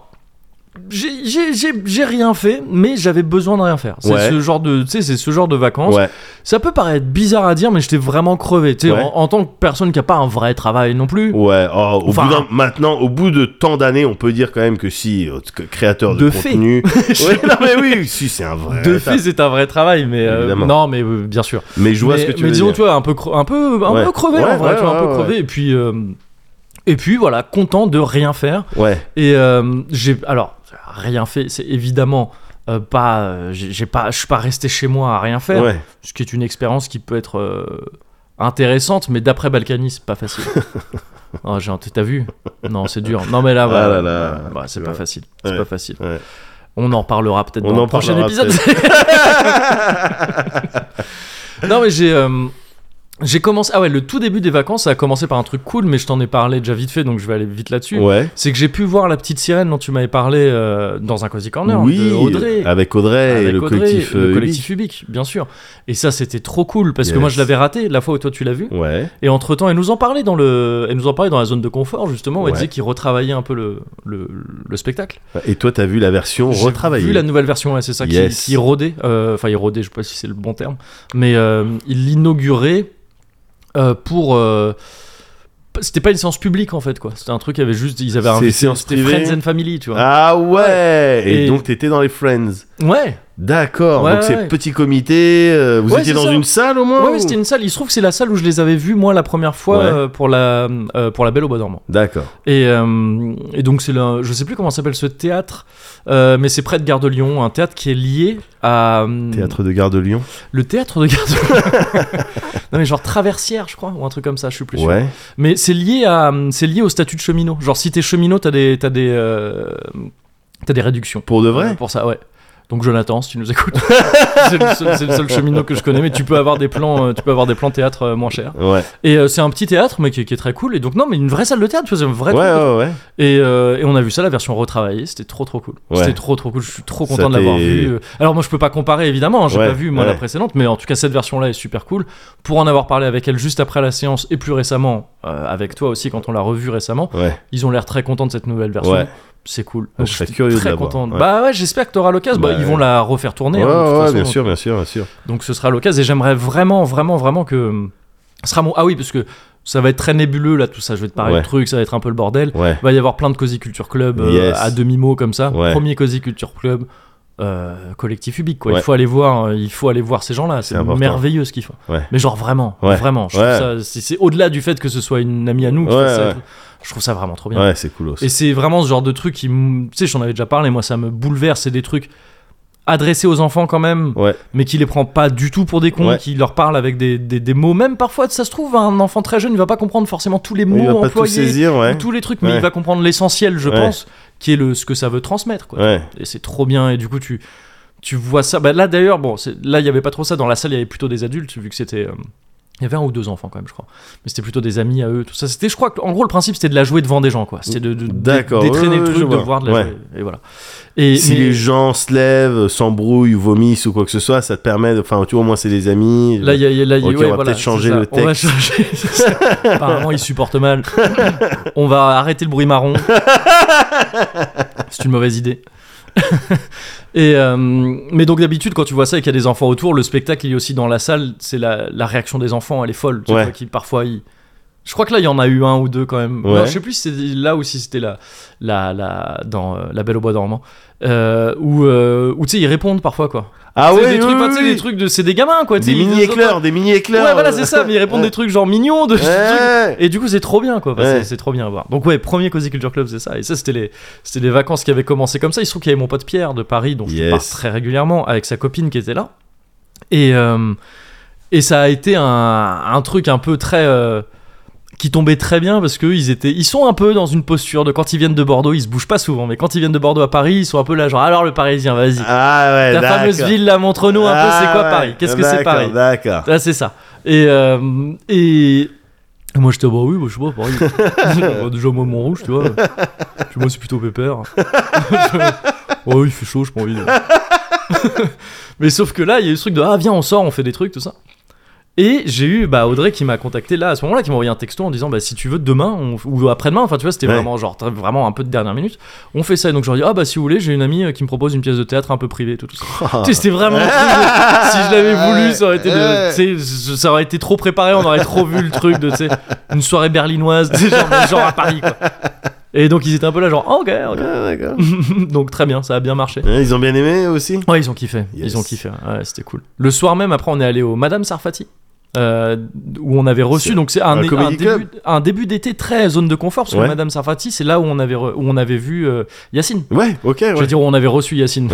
Speaker 2: j'ai- j'ai j'ai- j'ai rien fait, mais j'avais besoin de rien faire. C'est
Speaker 1: Ouais.
Speaker 2: ce genre de, tu sais, c'est ce genre de
Speaker 1: c'est
Speaker 2: vacances.
Speaker 1: vrai. Ouais,
Speaker 2: Ça peut paraître bizarre à dire, mais j'étais vraiment crevé. Tu sais,
Speaker 1: Ouais.
Speaker 2: en, en tant que personne qui a pas un vrai travail non plus.
Speaker 1: ouais. oh, au
Speaker 2: Enfin-
Speaker 1: bout d'un- maintenant, au bout de tant d'années, on peut dire quand même que si euh, que créateur de,
Speaker 2: De fait. [laughs]
Speaker 1: contenu, ouais, non mais oui, si c'est un vrai.
Speaker 2: De
Speaker 1: taf.
Speaker 2: fait, c'est un vrai travail, mais euh,
Speaker 1: Évidemment.
Speaker 2: non, mais euh, bien sûr.
Speaker 1: mais je vois
Speaker 2: mais,
Speaker 1: ce que tu
Speaker 2: mais
Speaker 1: veux
Speaker 2: disons,
Speaker 1: dire.
Speaker 2: tu vois, un peu, cre- un peu, un
Speaker 1: Ouais.
Speaker 2: peu crevé
Speaker 1: Ouais,
Speaker 2: en vrai,
Speaker 1: ouais,
Speaker 2: tu vois, un
Speaker 1: ouais,
Speaker 2: peu
Speaker 1: ouais,
Speaker 2: crevé. Et puis, euh, et puis voilà, content de rien faire.
Speaker 1: Ouais,
Speaker 2: Et euh, j'ai alors rien fait. C'est évidemment euh, pas. euh, j'ai j'ai pas. Je suis pas resté chez moi à rien faire.
Speaker 1: ouais.
Speaker 2: Ce qui est une expérience qui peut être euh, intéressante, mais d'après Balkany, c'est
Speaker 1: [laughs]
Speaker 2: pas facile. oh, j'ai t'as vu Non, c'est dur. Non, mais là,
Speaker 1: Ah
Speaker 2: voilà,
Speaker 1: là là.
Speaker 2: ouais, c'est pas
Speaker 1: Ouais.
Speaker 2: facile. C'est
Speaker 1: Ouais.
Speaker 2: pas facile.
Speaker 1: Ouais.
Speaker 2: On en parlera peut-être
Speaker 1: On
Speaker 2: dans
Speaker 1: en
Speaker 2: le prochain
Speaker 1: parlera
Speaker 2: épisode. [laughs] non, mais j'ai. euh, j'ai commencé. Ah ouais, le tout début des vacances, ça a commencé par un truc cool, mais je t'en ai parlé déjà vite fait, donc je vais aller vite là-dessus
Speaker 1: Ouais.
Speaker 2: c'est que j'ai pu voir la petite sirène dont tu m'avais parlé euh, dans un Cozy Corner de
Speaker 1: Oui,
Speaker 2: Audrey.
Speaker 1: avec Audrey et
Speaker 2: Avec
Speaker 1: le
Speaker 2: Audrey,
Speaker 1: collectif.
Speaker 2: le
Speaker 1: euh,
Speaker 2: collectif Ubique, bien sûr. Et ça, c'était trop cool parce que
Speaker 1: Yes.
Speaker 2: moi, je l'avais raté la fois où toi tu l'as vu.
Speaker 1: Ubique. Ouais.
Speaker 2: Et entre temps, elle nous en parlait dans le, elle nous en parlait dans la zone de confort justement. Où Elle
Speaker 1: Ouais.
Speaker 2: disait qu'ils retravaillaient un peu le le, le spectacle.
Speaker 1: Et toi, t'as vu la version
Speaker 2: J'ai
Speaker 1: retravaillée.
Speaker 2: Vu la nouvelle version, ouais, c'est ça
Speaker 1: Yes.
Speaker 2: qui, qui rodait. euh, Enfin, il rodait, je sais pas si c'est le bon terme, mais euh, il l'inaugurait euh, pour. euh, c'était pas une séance publique en fait quoi. C'était un truc, il y avait juste, ils avaient
Speaker 1: C'est
Speaker 2: invité.
Speaker 1: séance
Speaker 2: C'était
Speaker 1: privée.
Speaker 2: Friends and Family, tu vois.
Speaker 1: Ah ouais Et,
Speaker 2: Et-
Speaker 1: donc t'étais dans les Friends.
Speaker 2: Ouais,
Speaker 1: D'accord,
Speaker 2: Ouais,
Speaker 1: donc
Speaker 2: ouais,
Speaker 1: c'est
Speaker 2: ouais.
Speaker 1: petit comité, euh, vous
Speaker 2: Ouais,
Speaker 1: étiez
Speaker 2: c'est
Speaker 1: dans
Speaker 2: ça.
Speaker 1: une salle au moins
Speaker 2: ouais,
Speaker 1: ou-
Speaker 2: ouais, c'était une salle. Il se trouve que c'est la salle où je les avais vus moi la première fois
Speaker 1: Oh. Ouais.
Speaker 2: euh, pour la euh, pour la Belle au Bois dormant.
Speaker 1: D'accord.
Speaker 2: Et, euh, et donc c'est le, je sais plus comment s'appelle ce théâtre, euh, mais c'est près de Gare de Lyon, un théâtre qui est lié à euh,
Speaker 1: Théâtre de Gare de Lyon.
Speaker 2: le théâtre de Gare de Lyon. [laughs] non mais genre traversière, je crois, ou un truc comme ça. Je suis plus sûr.
Speaker 1: Ouais.
Speaker 2: Mais c'est lié à euh, c'est lié au statut de cheminot. Genre si t'es cheminot, t'as des t'as des euh, t'as des réductions.
Speaker 1: Pour de vrai
Speaker 2: Pour ça, ouais. Donc Jonathan, si tu nous écoutes, [laughs] c'est le, seul- c'est le seul cheminot que je connais, mais tu peux avoir des plans, euh, tu peux avoir des plans théâtre euh, moins chers.
Speaker 1: Ouais,
Speaker 2: Et euh, c'est un petit théâtre, mais qui, qui est très cool. Et donc non, mais une vraie salle de théâtre, tu vois, c'est un vrai.
Speaker 1: ouais,
Speaker 2: truc.
Speaker 1: ouais. ouais.
Speaker 2: Et, euh, et on a vu ça, la version retravaillée, c'était trop trop cool.
Speaker 1: Ouais.
Speaker 2: C'était trop trop cool, je suis trop
Speaker 1: Ça
Speaker 2: content de l'avoir
Speaker 1: t'est-
Speaker 2: vu. Euh, Alors moi je peux pas comparer évidemment, hein, j'ai
Speaker 1: Ouais,
Speaker 2: pas vu moi la
Speaker 1: ouais.
Speaker 2: précédente, mais en tout cas cette version là est super cool. Pour en avoir parlé avec elle juste après la séance et plus récemment euh, avec toi aussi quand on l'a revue récemment,
Speaker 1: ouais.
Speaker 2: ils ont l'air très contents de cette nouvelle version.
Speaker 1: Ouais.
Speaker 2: C'est cool.
Speaker 1: Je
Speaker 2: Donc,
Speaker 1: serais
Speaker 2: suis
Speaker 1: curieux de
Speaker 2: très
Speaker 1: la voir,
Speaker 2: content.
Speaker 1: ouais.
Speaker 2: Bah ouais, j'espère que t'auras l'occasion. Bah,
Speaker 1: Bah,
Speaker 2: ils vont
Speaker 1: ouais.
Speaker 2: la refaire tourner.
Speaker 1: Ouais,
Speaker 2: hein, de toute
Speaker 1: ouais,
Speaker 2: façon.
Speaker 1: bien sûr, bien sûr, bien sûr.
Speaker 2: Donc ce sera l'occasion et j'aimerais vraiment, vraiment, vraiment que ce sera mon ah oui parce que ça va être très nébuleux là tout ça. Je vais te parler
Speaker 1: Ouais.
Speaker 2: de trucs, ça va être un peu le bordel.
Speaker 1: Ouais.
Speaker 2: Il va y avoir plein de Cozy Culture Club euh,
Speaker 1: Yes.
Speaker 2: à demi-mot comme ça.
Speaker 1: Ouais.
Speaker 2: Premier Cozy Culture Club euh, collectif ubique quoi.
Speaker 1: Ouais.
Speaker 2: Il faut aller voir, euh, il faut aller voir ces gens-là. C'est
Speaker 1: C'est important.
Speaker 2: merveilleux ce qu'ils font.
Speaker 1: Ouais.
Speaker 2: Mais genre vraiment,
Speaker 1: Ouais.
Speaker 2: vraiment. Je
Speaker 1: Ouais.
Speaker 2: trouve ça, c'est, c'est au-delà du fait que ce soit une amie à nous. qui
Speaker 1: Ouais,
Speaker 2: fasse ça.
Speaker 1: ouais.
Speaker 2: Je trouve ça vraiment trop bien.
Speaker 1: Ouais, c'est cool aussi.
Speaker 2: Et c'est vraiment ce genre de truc qui, m- tu sais, j'en avais déjà parlé. Moi, ça me bouleverse. C'est des trucs adressés aux enfants quand même
Speaker 1: Ouais,
Speaker 2: mais qui les prend pas du tout pour des cons,
Speaker 1: Ouais.
Speaker 2: qui leur parle avec des, des- des mots, même parfois, ça se trouve, un enfant très jeune, il va pas comprendre forcément tous les mots
Speaker 1: il va pas tout
Speaker 2: employés,
Speaker 1: saisir, ouais.
Speaker 2: ou tous les trucs, mais
Speaker 1: Ouais.
Speaker 2: il va comprendre l'essentiel, je
Speaker 1: Ouais.
Speaker 2: pense, qui est le, ce que ça veut transmettre. Quoi.
Speaker 1: Ouais,
Speaker 2: Et c'est trop bien, et du coup, tu, tu vois ça. Bah, là, d'ailleurs, bon, c'est- là, il y avait pas trop ça, dans la salle, il y avait plutôt des adultes, vu que c'était... euh, Il y avait un ou deux enfants quand même, je crois. Mais c'était plutôt des amis à eux, tout ça. C'était, je crois, que, en gros, le principe, c'était de la jouer devant des gens, quoi. C'était de, de, de-
Speaker 1: D'accord,
Speaker 2: d'étraîner
Speaker 1: ouais,
Speaker 2: le
Speaker 1: ouais,
Speaker 2: truc,
Speaker 1: je
Speaker 2: de
Speaker 1: vois.
Speaker 2: voir, de la
Speaker 1: Ouais.
Speaker 2: jouer, et voilà. Et,
Speaker 1: si
Speaker 2: mais-
Speaker 1: les gens se lèvent, s'embrouillent, vomissent ou quoi que ce soit, ça te permet de. Enfin, tu vois, au moins, c'est des amis.
Speaker 2: Là, il y a, il y a- là, il y a-
Speaker 1: Ok, on
Speaker 2: ouais,
Speaker 1: va
Speaker 2: voilà,
Speaker 1: peut-être changer
Speaker 2: c'est ça.
Speaker 1: le
Speaker 2: On va changer. [laughs] c'est ça. Apparemment, il
Speaker 1: [laughs]
Speaker 2: supporte mal. On va arrêter le bruit marron. C'est une mauvaise idée. [laughs] Et euh, mais donc d'habitude quand tu vois ça et qu'il y a des enfants autour, le spectacle il est aussi dans la salle, c'est la, la réaction des enfants, elle est folle. Tu
Speaker 1: Ouais.
Speaker 2: vois, qui parfois ils- Je crois que là il y en a eu un ou deux quand même.
Speaker 1: Ouais.
Speaker 2: Non, je sais plus si c'était là ou si c'était là, là, dans euh, La Belle au Bois dormant, euh, où, euh, où tu sais ils répondent parfois quoi.
Speaker 1: Ah
Speaker 2: C'est
Speaker 1: ouais,
Speaker 2: des
Speaker 1: oui,
Speaker 2: trucs,
Speaker 1: oui,
Speaker 2: enfin, tu sais,
Speaker 1: oui.
Speaker 2: des trucs de, c'est des gamins quoi. tu sais,
Speaker 1: Des
Speaker 2: ils-
Speaker 1: mini éclairs, des mini éclairs.
Speaker 2: Ouais, voilà, c'est ça, mais
Speaker 1: [laughs]
Speaker 2: ils répondent des trucs genre mignons, de
Speaker 1: euh, Ouais.
Speaker 2: Et du coup, c'est trop bien, quoi. Enfin,
Speaker 1: Ouais.
Speaker 2: c'est- C'est trop bien à voir. Donc, ouais, premier Cozy Culture Club, c'est ça. Et ça, c'était les, c'était les vacances qui avaient commencé comme ça. Il se trouve qu'il y avait mon pote Pierre de Paris, dont je
Speaker 1: Yes.
Speaker 2: parle très régulièrement, avec sa copine qui était là. Et, euh, et ça a été un, un truc un peu très. euh, qui tombait très bien parce qu'ils étaient ils sont un peu dans une posture de quand ils viennent de Bordeaux ils se bougent pas souvent mais quand ils viennent de Bordeaux à Paris ils sont un peu là genre alors le Parisien vas-y
Speaker 1: Ah ouais,
Speaker 2: ta
Speaker 1: d'accord.
Speaker 2: fameuse ville là montre-nous un peu c'est quoi
Speaker 1: Ah ouais,
Speaker 2: Paris qu'est-ce que c'est
Speaker 1: d'accord,
Speaker 2: Paris
Speaker 1: D'accord.
Speaker 2: ah, c'est ça. Et, euh, et... et moi, j'étais, bah oui, bah, je sais pas, pareil. Bah, déjà, moi, mon rouge, tu vois. Puis moi, c'est plutôt pépère. [laughs] oh, il fait chaud, j'ai pas envie de. [laughs] Mais sauf que là, il y a eu ce truc de, ah, viens, on sort, on fait des trucs, tout ça. Et j'ai eu bah, Audrey qui m'a contacté là à ce moment-là, qui m'a envoyé un texto en disant bah, si tu veux demain on- ou après-demain, enfin tu vois, c'était
Speaker 1: Ouais.
Speaker 2: vraiment genre très- vraiment un peu de dernière minute, on fait ça. Et donc j'aurais dit ah bah si vous voulez, j'ai une amie euh, qui me propose une pièce de théâtre un peu privée, tout, tout ça. Tu sais, c'était vraiment. un truc de- [laughs] si je l'avais
Speaker 1: Ah
Speaker 2: voulu, ça aurait été, de, tu sais, ça aurait été trop préparé, on aurait trop vu le truc de, tu sais, une soirée berlinoise, tu sais, genre, mais genre à Paris, quoi. Et donc ils étaient un peu là, genre, Ah, ok,
Speaker 1: Ah,
Speaker 2: ok. [laughs]
Speaker 1: d'accord.
Speaker 2: donc très bien, ça a bien marché.
Speaker 1: Ouais, Ils ont bien aimé aussi
Speaker 2: Ouais, ils ont kiffé,
Speaker 1: Yes.
Speaker 2: ils ont kiffé, ouais, c'était cool. Le soir même, après, on est allé au Madame Sarfati. euh, où on avait reçu
Speaker 1: C'est
Speaker 2: donc c'est un,
Speaker 1: un
Speaker 2: un
Speaker 1: comedy
Speaker 2: début, un début d'été très zone de confort parce que
Speaker 1: Ouais.
Speaker 2: Madame Sarfati c'est là où on avait re- où on avait vu euh, Yacine
Speaker 1: Ouais, ok,
Speaker 2: je veux
Speaker 1: ouais.
Speaker 2: dire où on avait
Speaker 1: [laughs]
Speaker 2: reçu Yacine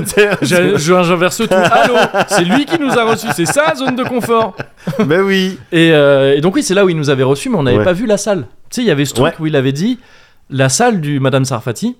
Speaker 2: J'ai- [laughs] je- J'inverse tout. Allô, c'est lui qui nous a reçus. C'est ça, zone de confort.
Speaker 1: Ben oui.
Speaker 2: Et, euh, et donc oui, c'est là où il nous avait reçus, mais on n'avait
Speaker 1: Ouais.
Speaker 2: pas vu la salle. Tu sais, il y avait ce truc
Speaker 1: Ouais.
Speaker 2: où il avait dit la salle du Madame Sarfati.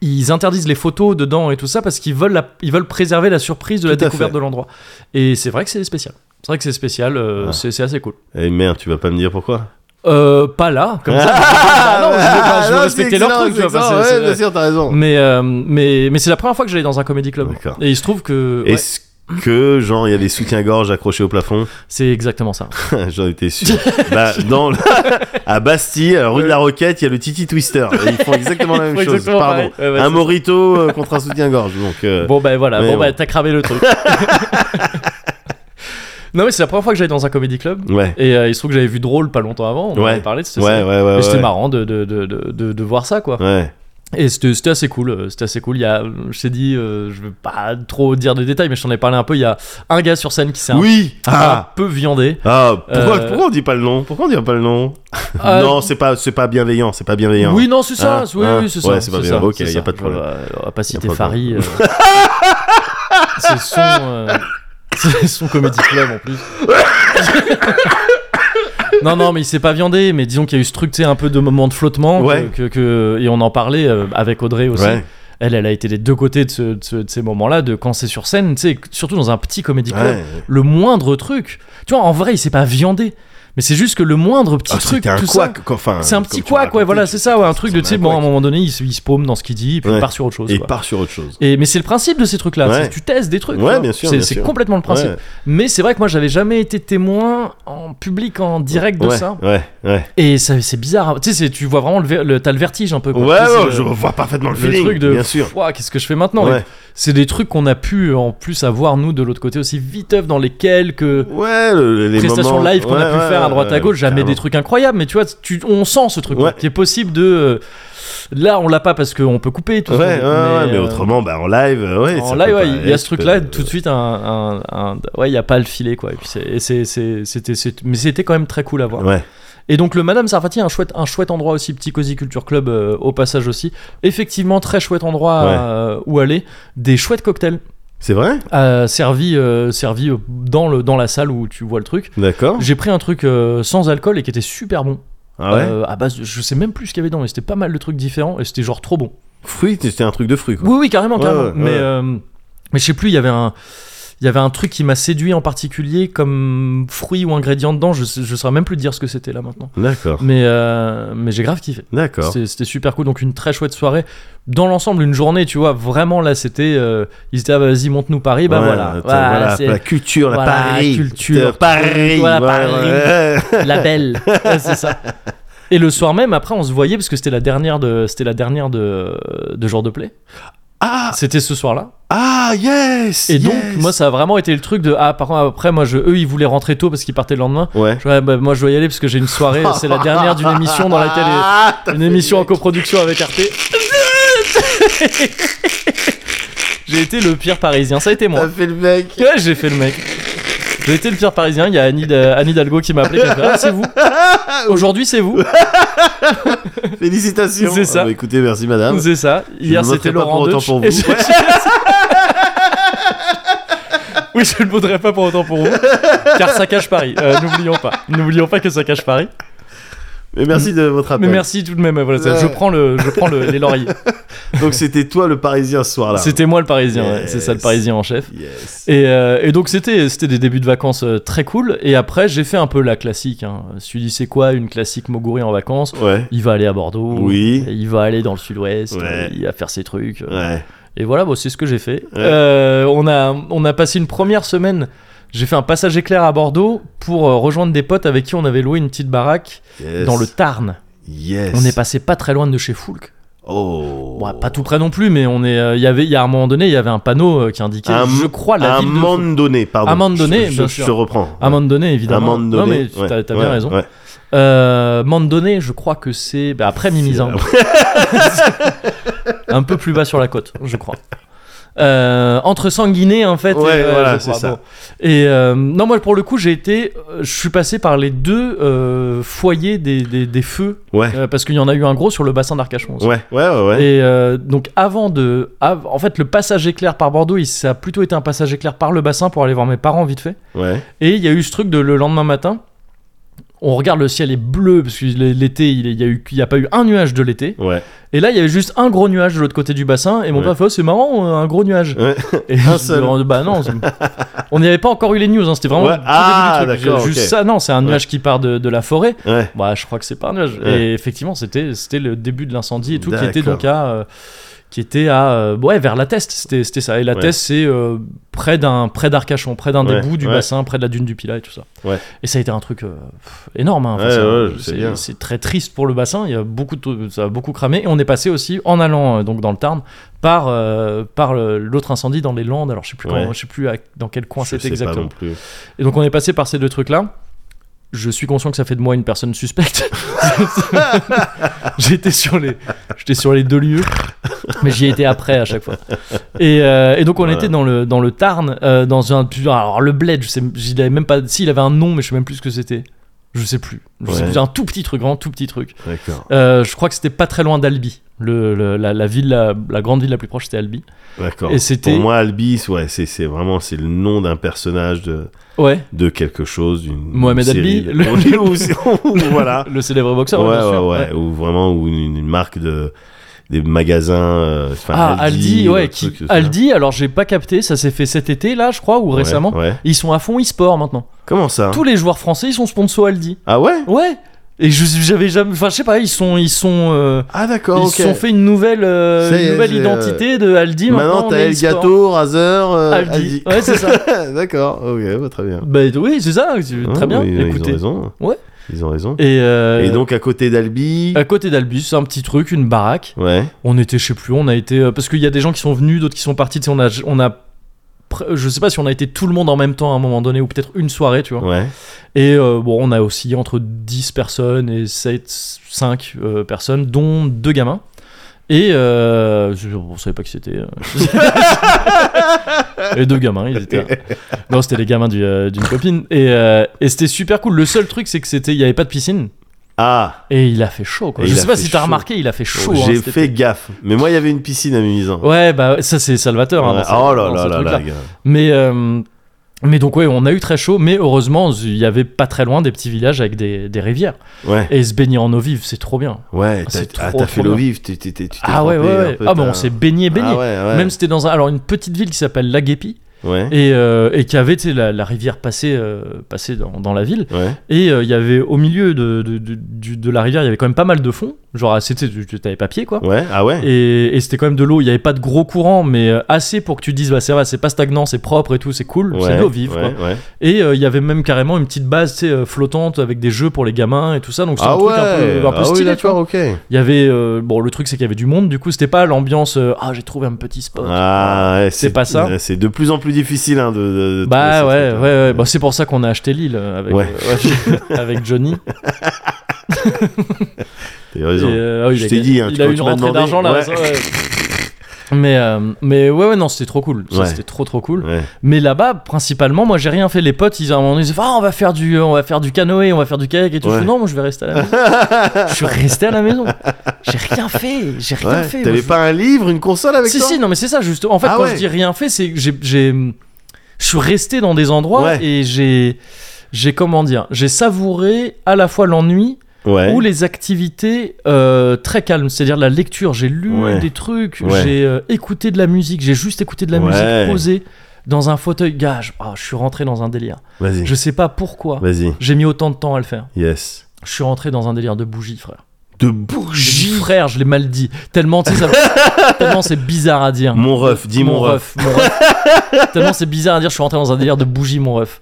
Speaker 2: Ils interdisent les photos dedans et tout ça parce qu'ils veulent, la- ils veulent préserver la surprise de la
Speaker 1: Tout à
Speaker 2: découverte
Speaker 1: fait.
Speaker 2: de l'endroit. Et c'est vrai que c'est spécial. C'est vrai que c'est spécial. euh,
Speaker 1: Ouais.
Speaker 2: C'est c'est assez cool.
Speaker 1: Eh merde, tu vas pas me dire pourquoi
Speaker 2: Euh, pas là, comme
Speaker 1: [laughs]
Speaker 2: ça. Ah non, je veux pas- je veux
Speaker 1: non, c'est
Speaker 2: respecter leur
Speaker 1: excellent,
Speaker 2: truc. tu
Speaker 1: c'est
Speaker 2: vois, parce
Speaker 1: excellent,
Speaker 2: que
Speaker 1: ouais,
Speaker 2: c'est-
Speaker 1: bien sûr, t'as raison.
Speaker 2: Mais, euh, mais, mais c'est la première fois que j'allais dans un comédie club.
Speaker 1: D'accord.
Speaker 2: Et il se trouve que ouais,
Speaker 1: Est-ce que, genre, il y a des soutiens-gorge accrochés au plafond [laughs]
Speaker 2: c'est exactement ça.
Speaker 1: J'en étais
Speaker 2: [laughs]
Speaker 1: sûr. bah, dans le- [laughs] à Bastille, à la rue de la Roquette, il y a le Titi Twister. Et ils font exactement la
Speaker 2: Ils
Speaker 1: même
Speaker 2: font
Speaker 1: chose.
Speaker 2: exactement
Speaker 1: Pardon.
Speaker 2: pareil. Ouais, ouais,
Speaker 1: un
Speaker 2: c'est-
Speaker 1: morito euh, contre un soutien-gorge. Donc, euh,
Speaker 2: Bon bah voilà,
Speaker 1: Mais
Speaker 2: bon,
Speaker 1: bon.
Speaker 2: bah t'as cramé
Speaker 1: [laughs]
Speaker 2: le truc. non mais c'est la première fois que j'allais dans un comedy club
Speaker 1: ouais.
Speaker 2: et euh, il se trouve que j'avais vu Drôle pas longtemps avant, on en
Speaker 1: Ouais.
Speaker 2: avait parlé, c'était
Speaker 1: Ouais, ouais, ouais. ouais,
Speaker 2: c'était marrant de, de, de, de, de- de voir ça quoi.
Speaker 1: Ouais.
Speaker 2: Et c'était c'était assez cool, euh, c'était assez cool. Il y a, je t'ai dit, euh, je veux pas trop dire de détails, mais je t'en ai parlé un peu. Il y a un gars sur scène qui s'est un-
Speaker 1: Oui.
Speaker 2: un,
Speaker 1: Ah.
Speaker 2: peu viandé.
Speaker 1: Ah, pourquoi,
Speaker 2: Euh,
Speaker 1: pourquoi on dit pas le nom Pourquoi on dit pas le nom
Speaker 2: Euh,
Speaker 1: Non, c'est pas, c'est pas bienveillant, c'est pas bienveillant.
Speaker 2: Oui, non, c'est ça.
Speaker 1: Hein,
Speaker 2: oui,
Speaker 1: hein.
Speaker 2: oui, c'est ça.
Speaker 1: Ouais, c'est pas bien.
Speaker 2: ça,
Speaker 1: Ok,
Speaker 2: c'est
Speaker 1: y a
Speaker 2: ça.
Speaker 1: pas de problème.
Speaker 2: On va- on va pas citer
Speaker 1: pas de
Speaker 2: Farid. euh,
Speaker 1: [laughs]
Speaker 2: c'est son, euh, [laughs] c'est son comédie club en plus. [laughs] Non, non, mais il s'est pas viandé, mais disons qu'il y a eu ce truc, tu sais, un peu de moment de flottement, que-
Speaker 1: Ouais.
Speaker 2: que, que- et on en parlait euh, avec Audrey aussi,
Speaker 1: Ouais.
Speaker 2: elle, elle a été des deux côtés de, ce- de ce- de ces moments-là, de quand c'est sur scène, tu sais, surtout dans un petit comédie club,
Speaker 1: Ouais.
Speaker 2: le moindre truc. Tu vois, en vrai, il s'est pas viandé, mais c'est juste que le moindre petit
Speaker 1: Ah,
Speaker 2: truc,
Speaker 1: c'était un
Speaker 2: tout ça.
Speaker 1: couac, quoi, enfin,
Speaker 2: C'est un
Speaker 1: Euh, comme
Speaker 2: petit
Speaker 1: tu m'as
Speaker 2: quoi, ouais,
Speaker 1: raconté,
Speaker 2: voilà, c'est ça, ouais, un truc de,
Speaker 1: ressemble
Speaker 2: tu
Speaker 1: à
Speaker 2: sais,
Speaker 1: un
Speaker 2: bon, à un
Speaker 1: couac.
Speaker 2: moment donné, il se, il se paume dans ce qu'il dit, puis il
Speaker 1: Ouais.
Speaker 2: part sur autre chose.
Speaker 1: Et
Speaker 2: quoi.
Speaker 1: part sur autre chose.
Speaker 2: Et, mais c'est le principe de ces trucs-là,
Speaker 1: Ouais.
Speaker 2: c'est- tu testes des trucs.
Speaker 1: Ouais,
Speaker 2: tu vois.
Speaker 1: bien sûr,
Speaker 2: C'est-
Speaker 1: bien
Speaker 2: C'est
Speaker 1: sûr.
Speaker 2: complètement le principe.
Speaker 1: Ouais.
Speaker 2: Mais c'est vrai que moi, j'avais jamais été témoin en public, en direct de
Speaker 1: ouais,
Speaker 2: ça.
Speaker 1: Ouais, ouais.
Speaker 2: Et ça, c'est bizarre. Tu sais, c'est- tu vois vraiment le, ver- le- t'as le vertige un peu. quoi.
Speaker 1: Ouais,
Speaker 2: Tu sais, c'est
Speaker 1: ouais,
Speaker 2: le-
Speaker 1: je vois parfaitement le
Speaker 2: le
Speaker 1: feeling.
Speaker 2: truc de
Speaker 1: Bien sûr.
Speaker 2: Ouah, qu'est-ce que je fais maintenant
Speaker 1: Ouais.
Speaker 2: Et C'est des trucs qu'on a pu en plus avoir nous de l'autre côté aussi viteuf dans les quelques
Speaker 1: Ouais, le- les
Speaker 2: prestations
Speaker 1: moments-
Speaker 2: live qu'on a
Speaker 1: ouais,
Speaker 2: pu
Speaker 1: ouais,
Speaker 2: faire à droite à
Speaker 1: ouais,
Speaker 2: gauche, jamais
Speaker 1: carrément.
Speaker 2: des trucs incroyables, mais tu vois, tu, on sent ce truc
Speaker 1: Ouais.
Speaker 2: qui est possible de euh, là on l'a pas parce qu'on peut couper et tout
Speaker 1: Ouais,
Speaker 2: ça,
Speaker 1: ouais, ouais, mais
Speaker 2: euh,
Speaker 1: autrement, bah, en live, euh, ouais.
Speaker 2: en
Speaker 1: ça
Speaker 2: live,
Speaker 1: peut
Speaker 2: ouais,
Speaker 1: pas
Speaker 2: il y a ce
Speaker 1: être,
Speaker 2: truc-là,
Speaker 1: euh,
Speaker 2: tout de suite, un, un- un- ouais, il n'y a pas le filet, quoi. Et puis c'est- et c'est- c'est- c'était, c'est- mais c'était quand même très cool à voir.
Speaker 1: Ouais,
Speaker 2: Et donc le Madame Sarfati, un chouette, un chouette endroit aussi, petit Cozy Culture Club euh, au passage aussi. Effectivement, très chouette endroit
Speaker 1: Ouais.
Speaker 2: euh, où aller. Des chouettes cocktails
Speaker 1: c'est vrai
Speaker 2: euh, servis, euh, servis euh, dans, le, dans la salle où tu vois le truc.
Speaker 1: D'accord.
Speaker 2: J'ai pris un truc euh, sans alcool et qui était super bon.
Speaker 1: Ah ouais
Speaker 2: Euh, à base, de- je sais même plus ce qu'il y avait dedans, mais c'était pas mal de trucs différents et c'était genre trop bon.
Speaker 1: Fruit, c'était un truc de fruit, quoi.
Speaker 2: Oui, oui, carrément,
Speaker 1: Ouais,
Speaker 2: carrément.
Speaker 1: ouais,
Speaker 2: mais,
Speaker 1: ouais.
Speaker 2: euh, mais je sais plus, il y avait un. Il y avait un truc qui m'a séduit en particulier comme fruit ou ingrédient dedans, je, sais- je saurais même plus te dire ce que c'était là maintenant.
Speaker 1: D'accord,
Speaker 2: Mais, euh, mais j'ai grave kiffé.
Speaker 1: d'accord.
Speaker 2: C'était c'était super cool, donc une très chouette soirée. Dans l'ensemble, une journée, tu vois, vraiment là, c'était. euh, ils étaient, ah, vas-y, monte-nous Paris, bah
Speaker 1: Ouais,
Speaker 2: voilà.
Speaker 1: t'as-
Speaker 2: Voilà,
Speaker 1: voilà,
Speaker 2: c'est
Speaker 1: la culture, la
Speaker 2: voilà,
Speaker 1: Paris.
Speaker 2: culture,
Speaker 1: t'as- Paris.
Speaker 2: voilà,
Speaker 1: ouais, ouais.
Speaker 2: la belle. [laughs] Ouais, c'est ça. Et le soir même, après, on se voyait parce que c'était la dernière de, c'était la dernière de, de Jour de Play.
Speaker 1: Ah,
Speaker 2: C'était ce soir-là.
Speaker 1: ah, yes
Speaker 2: Et
Speaker 1: yes.
Speaker 2: donc, moi, ça a vraiment été le truc de ah, par contre, après, moi, je, eux, ils voulaient rentrer tôt parce qu'ils partaient le lendemain.
Speaker 1: Ouais.
Speaker 2: Je, ouais, bah, moi, je dois y aller parce que j'ai une soirée.
Speaker 1: [laughs]
Speaker 2: C'est la dernière d'une émission [laughs] dans laquelle
Speaker 1: Ah, [laughs] t'as
Speaker 2: une émission en coproduction avec
Speaker 1: [laughs]
Speaker 2: Arte. j'ai été le pire parisien. Ça a été moi.
Speaker 1: t'as fait le mec.
Speaker 2: Ouais, j'ai fait le mec. J'ai été le pire parisien. Il y a Annie, de- Annie Hidalgo qui m'a appelé. qui a fait,
Speaker 1: [laughs]
Speaker 2: Ah, c'est vous. Aujourd'hui, c'est vous.
Speaker 1: Félicitations.
Speaker 2: [laughs] C'est ça.
Speaker 1: Ah, bah, écoutez, merci madame.
Speaker 2: C'est ça. Hier,
Speaker 1: ne
Speaker 2: c'était
Speaker 1: voterai pas
Speaker 2: Laurent
Speaker 1: pour autant
Speaker 2: Deutsch. [laughs]
Speaker 1: pour vous.
Speaker 2: Et je- oui, je ne voterai pas pour autant pour vous. Car ça cache Paris. Euh, N'oublions pas. N'oublions pas que ça cache Paris.
Speaker 1: Mais merci de votre
Speaker 2: Mais
Speaker 1: appel.
Speaker 2: merci tout de même. Voilà, ça, Je
Speaker 1: Ah, Ouais.
Speaker 2: prends, le, je prends le- les lauriers.
Speaker 1: Donc c'était toi le parisien ce soir-là.
Speaker 2: C'était moi le parisien. ouais. C'est ça le
Speaker 1: Yes.
Speaker 2: parisien en chef.
Speaker 1: Yes.
Speaker 2: Et, euh, et donc c'était c'était des débuts de vacances euh, très cool et après j'ai fait un peu la classique. Hein. Je me suis dit c'est quoi une classique Moguri en vacances
Speaker 1: Ouais.
Speaker 2: Il va aller à Bordeaux,
Speaker 1: Oui.
Speaker 2: et il va aller dans le sud-ouest,
Speaker 1: Ouais.
Speaker 2: euh, il va faire ses trucs. euh,
Speaker 1: Ouais.
Speaker 2: Et voilà, bon, c'est ce que j'ai fait.
Speaker 1: Ouais.
Speaker 2: Euh, on, a, on a passé une première semaine. J'ai fait un passage éclair à Bordeaux pour euh, rejoindre des potes avec qui on avait loué une petite baraque
Speaker 1: Yes.
Speaker 2: dans le Tarn.
Speaker 1: Yes.
Speaker 2: On est passé pas très loin de chez Foulk.
Speaker 1: Oh.
Speaker 2: Bon, pas tout près non plus, mais on est. euh, Il y avait, il y a un moment donné, il y avait un panneau euh, qui indiquait,
Speaker 1: Un-
Speaker 2: je crois, la
Speaker 1: à un
Speaker 2: ville de
Speaker 1: moment
Speaker 2: Foulques.
Speaker 1: donné, pardon.
Speaker 2: À un moment donné,
Speaker 1: je, je,
Speaker 2: bien
Speaker 1: je
Speaker 2: sûr.
Speaker 1: te reprends.
Speaker 2: À un moment donné, évidemment.
Speaker 1: À un moment
Speaker 2: non,
Speaker 1: donné,
Speaker 2: mais tu-
Speaker 1: ouais,
Speaker 2: t'as, t'as
Speaker 1: ouais,
Speaker 2: bien raison.
Speaker 1: ouais.
Speaker 2: Euh, moment donné, je crois que c'est bah, après Mimizan. [laughs] un peu plus bas sur la côte, je crois. Euh, entre Sanguiné en fait.
Speaker 1: Ouais,
Speaker 2: et, euh,
Speaker 1: voilà,
Speaker 2: je crois,
Speaker 1: c'est ça.
Speaker 2: Et euh, non, moi pour le coup, j'ai été, euh, je suis passé par les deux euh, foyers des, des- des feux
Speaker 1: Ouais.
Speaker 2: euh, parce qu'il y en a eu un gros sur le bassin d'Arcachon. aussi.
Speaker 1: Ouais, ouais, ouais. ouais.
Speaker 2: Et euh, donc avant de, av- en fait, le passage éclair par Bordeaux, il, ça a plutôt été un passage éclair par le bassin pour aller voir mes parents vite fait.
Speaker 1: ouais.
Speaker 2: Et il y a eu ce truc de le lendemain matin, on regarde le ciel est bleu parce que l'été, il est- il y a eu, il y a pas eu un nuage de l'été.
Speaker 1: Ouais.
Speaker 2: Et là, il y avait juste un gros nuage de l'autre côté du bassin. Et mon
Speaker 1: Ouais.
Speaker 2: père fait, oh, c'est marrant, euh, un gros nuage.
Speaker 1: Ouais.
Speaker 2: Et
Speaker 1: Un
Speaker 2: je
Speaker 1: seul.
Speaker 2: me demande, bah
Speaker 1: [laughs]
Speaker 2: non, c'est- on n'y avait pas encore eu les news. hein, C'était vraiment
Speaker 1: Ouais.
Speaker 2: le tout début
Speaker 1: Ah,
Speaker 2: du truc.
Speaker 1: d'accord,
Speaker 2: Juste
Speaker 1: ok.
Speaker 2: ça, non, c'est un
Speaker 1: Ouais.
Speaker 2: nuage qui part de, de la forêt.
Speaker 1: ouais.
Speaker 2: Bah, je crois que c'est pas un nuage.
Speaker 1: Ouais.
Speaker 2: Et effectivement, c'était c'était le début de l'incendie et tout qui était
Speaker 1: D'accord.
Speaker 2: donc à euh, qui était à euh, ouais vers la Teste. C'était c'était ça. Et la
Speaker 1: Ouais.
Speaker 2: Teste, c'est euh, près d'un près d'Arcachon, près d'un
Speaker 1: Ouais,
Speaker 2: des bouts du
Speaker 1: ouais.
Speaker 2: bassin, près de la dune du Pilat et tout ça.
Speaker 1: Ouais.
Speaker 2: Et ça a été un truc euh, pff, énorme. hein. Enfin,
Speaker 1: Ouais,
Speaker 2: c'est-
Speaker 1: ouais, je sais
Speaker 2: c'est-
Speaker 1: bien.
Speaker 2: c'est très triste pour le bassin. Il y a beaucoup de- ça a beaucoup cramé. Et on est passé aussi en allant euh, donc dans le Tarn par euh, par euh, l'autre incendie dans les Landes. Alors je sais plus
Speaker 1: Ouais.
Speaker 2: quand- je sais plus à- dans quel coin
Speaker 1: Je
Speaker 2: c'était
Speaker 1: sais pas
Speaker 2: exactement.
Speaker 1: non plus.
Speaker 2: Et donc on est passé par ces deux trucs là. Je suis conscient que ça fait de moi une personne suspecte. [laughs] J'étais sur les, j'étais sur les deux lieux, mais j'y étais après à chaque fois. Et, euh, et donc on
Speaker 1: Voilà.
Speaker 2: était dans le dans le Tarn, euh, dans un alors le bled, je sais, il avait même pas, s'il avait un nom, mais je sais même plus ce que c'était. Je sais plus. Je sais
Speaker 1: Ouais.
Speaker 2: plus. Un tout petit truc, un tout petit truc.
Speaker 1: D'accord.
Speaker 2: Euh, je crois que c'était pas très loin d'Albi. Le, le- la, la ville, la, la grande ville la plus proche, c'était Albi.
Speaker 1: D'accord.
Speaker 2: Et c'était-
Speaker 1: Pour moi, Albis, ouais, c'est c'est vraiment c'est le nom d'un personnage de,
Speaker 2: Ouais.
Speaker 1: de quelque chose. d'une-
Speaker 2: Mohamed
Speaker 1: d'une série.
Speaker 2: Albi, le-
Speaker 1: [laughs]
Speaker 2: [laughs]
Speaker 1: Oui, ou- ou- voilà.
Speaker 2: Le célèbre boxeur. hein,
Speaker 1: ouais,
Speaker 2: bien
Speaker 1: ouais,
Speaker 2: sûr.
Speaker 1: ouais, Ou vraiment ou une, une marque de. des magasins. euh, enfin,
Speaker 2: Ah, Aldi,
Speaker 1: ou un
Speaker 2: ouais, qui,
Speaker 1: truc, ça.
Speaker 2: Aldi, alors j'ai pas capté, ça s'est fait cet été là, je crois, ou
Speaker 1: Ouais,
Speaker 2: récemment.
Speaker 1: ouais. Hein
Speaker 2: Ils sont à fond e-sport maintenant.
Speaker 1: Comment ça
Speaker 2: Tous les joueurs français, ils sont sponsors Aldi.
Speaker 1: Ah ouais
Speaker 2: Ouais. Et je- j'avais jamais, enfin je sais pas, ils sont, ils sont, euh,
Speaker 1: Ah d'accord,
Speaker 2: ils
Speaker 1: ok.
Speaker 2: se sont fait une nouvelle, euh,
Speaker 1: C'est-
Speaker 2: une nouvelle
Speaker 1: c'est, euh,
Speaker 2: identité de Aldi. Maintenant,
Speaker 1: Maintenant,
Speaker 2: on
Speaker 1: t'as
Speaker 2: est
Speaker 1: El
Speaker 2: e-sport.
Speaker 1: Gâteau, Razer, euh,
Speaker 2: Aldi. Ouais,
Speaker 1: [laughs]
Speaker 2: c'est ça.
Speaker 1: d'accord, ok, bah, très bien.
Speaker 2: Bah oui, c'est ça, c'est
Speaker 1: Ah,
Speaker 2: très bien.
Speaker 1: oui, Ils, ont
Speaker 2: Écoutez.
Speaker 1: raison.
Speaker 2: Ouais.
Speaker 1: Ils ont raison.
Speaker 2: Et, euh,
Speaker 1: Et donc, à côté d'Albi.
Speaker 2: à côté d'Albi, c'est un petit truc, une baraque.
Speaker 1: Ouais.
Speaker 2: On était, je sais plus, on a été. euh, Parce qu'il y a des gens qui sont venus, d'autres qui sont partis. Tu sais, on a. On a pr- je sais pas si on a été tout le monde en même temps à un moment donné, ou peut-être une soirée, tu vois.
Speaker 1: Ouais.
Speaker 2: Et euh, bon, on a aussi entre 10 personnes et 7, 5 euh, personnes, dont deux gamins. Et euh, je- on savait pas qui c'était.
Speaker 1: [laughs]
Speaker 2: euh. et deux gamins, ils étaient. là. Non, c'était les gamins du, euh, d'une copine. Et, euh, et c'était super cool. Le seul truc, c'est que c'était, il y avait pas de piscine.
Speaker 1: Ah,
Speaker 2: Et il a fait chaud. Quoi.
Speaker 1: Et
Speaker 2: Je
Speaker 1: il
Speaker 2: sais
Speaker 1: a
Speaker 2: pas
Speaker 1: fait
Speaker 2: si t'as
Speaker 1: chaud.
Speaker 2: remarqué, il a fait chaud. hein,
Speaker 1: j'ai
Speaker 2: cet été.
Speaker 1: fait gaffe. Mais moi, il y avait une piscine à Mimizan.
Speaker 2: Ouais, bah ça c'est salvateur. hein,
Speaker 1: Ouais.
Speaker 2: dans ce-
Speaker 1: Oh là
Speaker 2: dans
Speaker 1: là
Speaker 2: ce
Speaker 1: là
Speaker 2: truc-là.
Speaker 1: là, gars.
Speaker 2: Mais euh, mais donc ouais, on a eu très chaud, mais heureusement il y avait pas très loin des petits villages avec des, des rivières
Speaker 1: Ouais,
Speaker 2: et se baigner en eau vive, c'est trop bien.
Speaker 1: ouais, t'as
Speaker 2: c'est
Speaker 1: ah,
Speaker 2: trop,
Speaker 1: t'as
Speaker 2: trop
Speaker 1: fait l'eau
Speaker 2: bien.
Speaker 1: vive, tu t'es tu t'es
Speaker 2: Ah ouais ouais
Speaker 1: trempé un
Speaker 2: ouais.
Speaker 1: peu,
Speaker 2: Ah bah
Speaker 1: t'as-
Speaker 2: on s'est baigné baigné.
Speaker 1: Ah ouais, ouais.
Speaker 2: Même c'était dans un alors une petite ville qui s'appelle La Guépie
Speaker 1: Ouais,
Speaker 2: et, euh, et qui avait tu sais, la, la rivière passée euh, passée dans, dans la ville
Speaker 1: ouais,
Speaker 2: et euh, il y avait au milieu de de, de, du- de la rivière il y avait quand même pas mal de fond genre ah, c'était tu tu- t'avais papier quoi
Speaker 1: ouais, ah ouais.
Speaker 2: et, et c'était quand même de l'eau. Il n'y avait pas de gros courant, mais euh, assez pour que tu te dises, bah, ça va, c'est pas stagnant, c'est propre et tout, c'est cool, c'est
Speaker 1: Ouais,
Speaker 2: de l'eau vive.
Speaker 1: ouais,
Speaker 2: Quoi.
Speaker 1: ouais.
Speaker 2: Et euh, il y avait même carrément une petite base tu sais, euh, flottante avec des jeux pour les gamins et tout ça, donc c'est
Speaker 1: Ah
Speaker 2: un
Speaker 1: ouais,
Speaker 2: truc un peu, un peu
Speaker 1: ah oui,
Speaker 2: stylé. tu
Speaker 1: d'accord,
Speaker 2: vois.
Speaker 1: ok.
Speaker 2: il y avait, euh, bon, le truc c'est qu'il y avait du monde, du coup, c'était pas l'ambiance, euh, ah, j'ai trouvé un petit spot.
Speaker 1: Ah, ouais,
Speaker 2: C'est pas ça.
Speaker 1: euh, C'est de plus en plus difficile hein, de, de- de
Speaker 2: Bah ouais,
Speaker 1: trouver ces
Speaker 2: ouais, ouais,
Speaker 1: trucs-là.
Speaker 2: Bah, c'est pour ça qu'on a acheté l'île euh, avec,
Speaker 1: Ouais.
Speaker 2: euh, [laughs] avec Johnny.
Speaker 1: T'as [laughs] raison.
Speaker 2: Et, euh, ah oui,
Speaker 1: Je
Speaker 2: il a
Speaker 1: t'ai
Speaker 2: gagné-
Speaker 1: dit, hein,
Speaker 2: il
Speaker 1: tu-
Speaker 2: a
Speaker 1: quand
Speaker 2: une
Speaker 1: tu m'as
Speaker 2: rentrée
Speaker 1: demandé,
Speaker 2: d'argent là.
Speaker 1: ouais.
Speaker 2: ça, ouais. Mais, euh, mais ouais, ouais, non, c'était trop cool. Ça,
Speaker 1: Ouais.
Speaker 2: C'était trop, trop cool.
Speaker 1: Ouais.
Speaker 2: Mais là-bas, principalement, moi j'ai rien fait. Les potes, ils à un moment donné, ils disaient ah, on va faire du, on va faire du canoë, on va faire du kayak et tout.
Speaker 1: Ouais.
Speaker 2: Je dis non, moi je vais rester à la maison. je suis resté à la maison. J'ai rien fait, j'ai rien
Speaker 1: Ouais,
Speaker 2: fait.
Speaker 1: T'avais
Speaker 2: Moi, je-
Speaker 1: pas un livre, une console avec
Speaker 2: Si
Speaker 1: toi
Speaker 2: si, non mais c'est ça juste. En fait,
Speaker 1: Ah
Speaker 2: quand
Speaker 1: ouais.
Speaker 2: je dis rien fait, c'est que j'ai, j'ai- je suis resté dans des endroits
Speaker 1: Ouais.
Speaker 2: et j'ai, j'ai comment dire, j'ai savouré à la fois l'ennui
Speaker 1: Ouais.
Speaker 2: ou les activités euh, très calmes, c'est-à-dire la lecture. J'ai lu
Speaker 1: Ouais.
Speaker 2: des trucs,
Speaker 1: Ouais.
Speaker 2: j'ai euh, écouté de la musique, j'ai juste écouté de la
Speaker 1: Ouais.
Speaker 2: musique posée dans un fauteuil. Gage, Ah, je suis rentré dans un délire.
Speaker 1: Vas-y.
Speaker 2: Je sais pas pourquoi.
Speaker 1: Vas-y.
Speaker 2: J'ai mis autant de temps à le faire.
Speaker 1: Yes.
Speaker 2: Je suis rentré dans un délire de bougie, frère.
Speaker 1: De
Speaker 2: J'ai dit
Speaker 1: bougie.
Speaker 2: frère, je l'ai mal dit. Tellement, tu
Speaker 1: [laughs]
Speaker 2: sais, ça- tellement c'est bizarre à dire.
Speaker 1: Mon ref, dis mon ref.
Speaker 2: ref, mon ref. [laughs] Tellement c'est bizarre à dire, je suis rentré dans un délire de bougie, mon ref.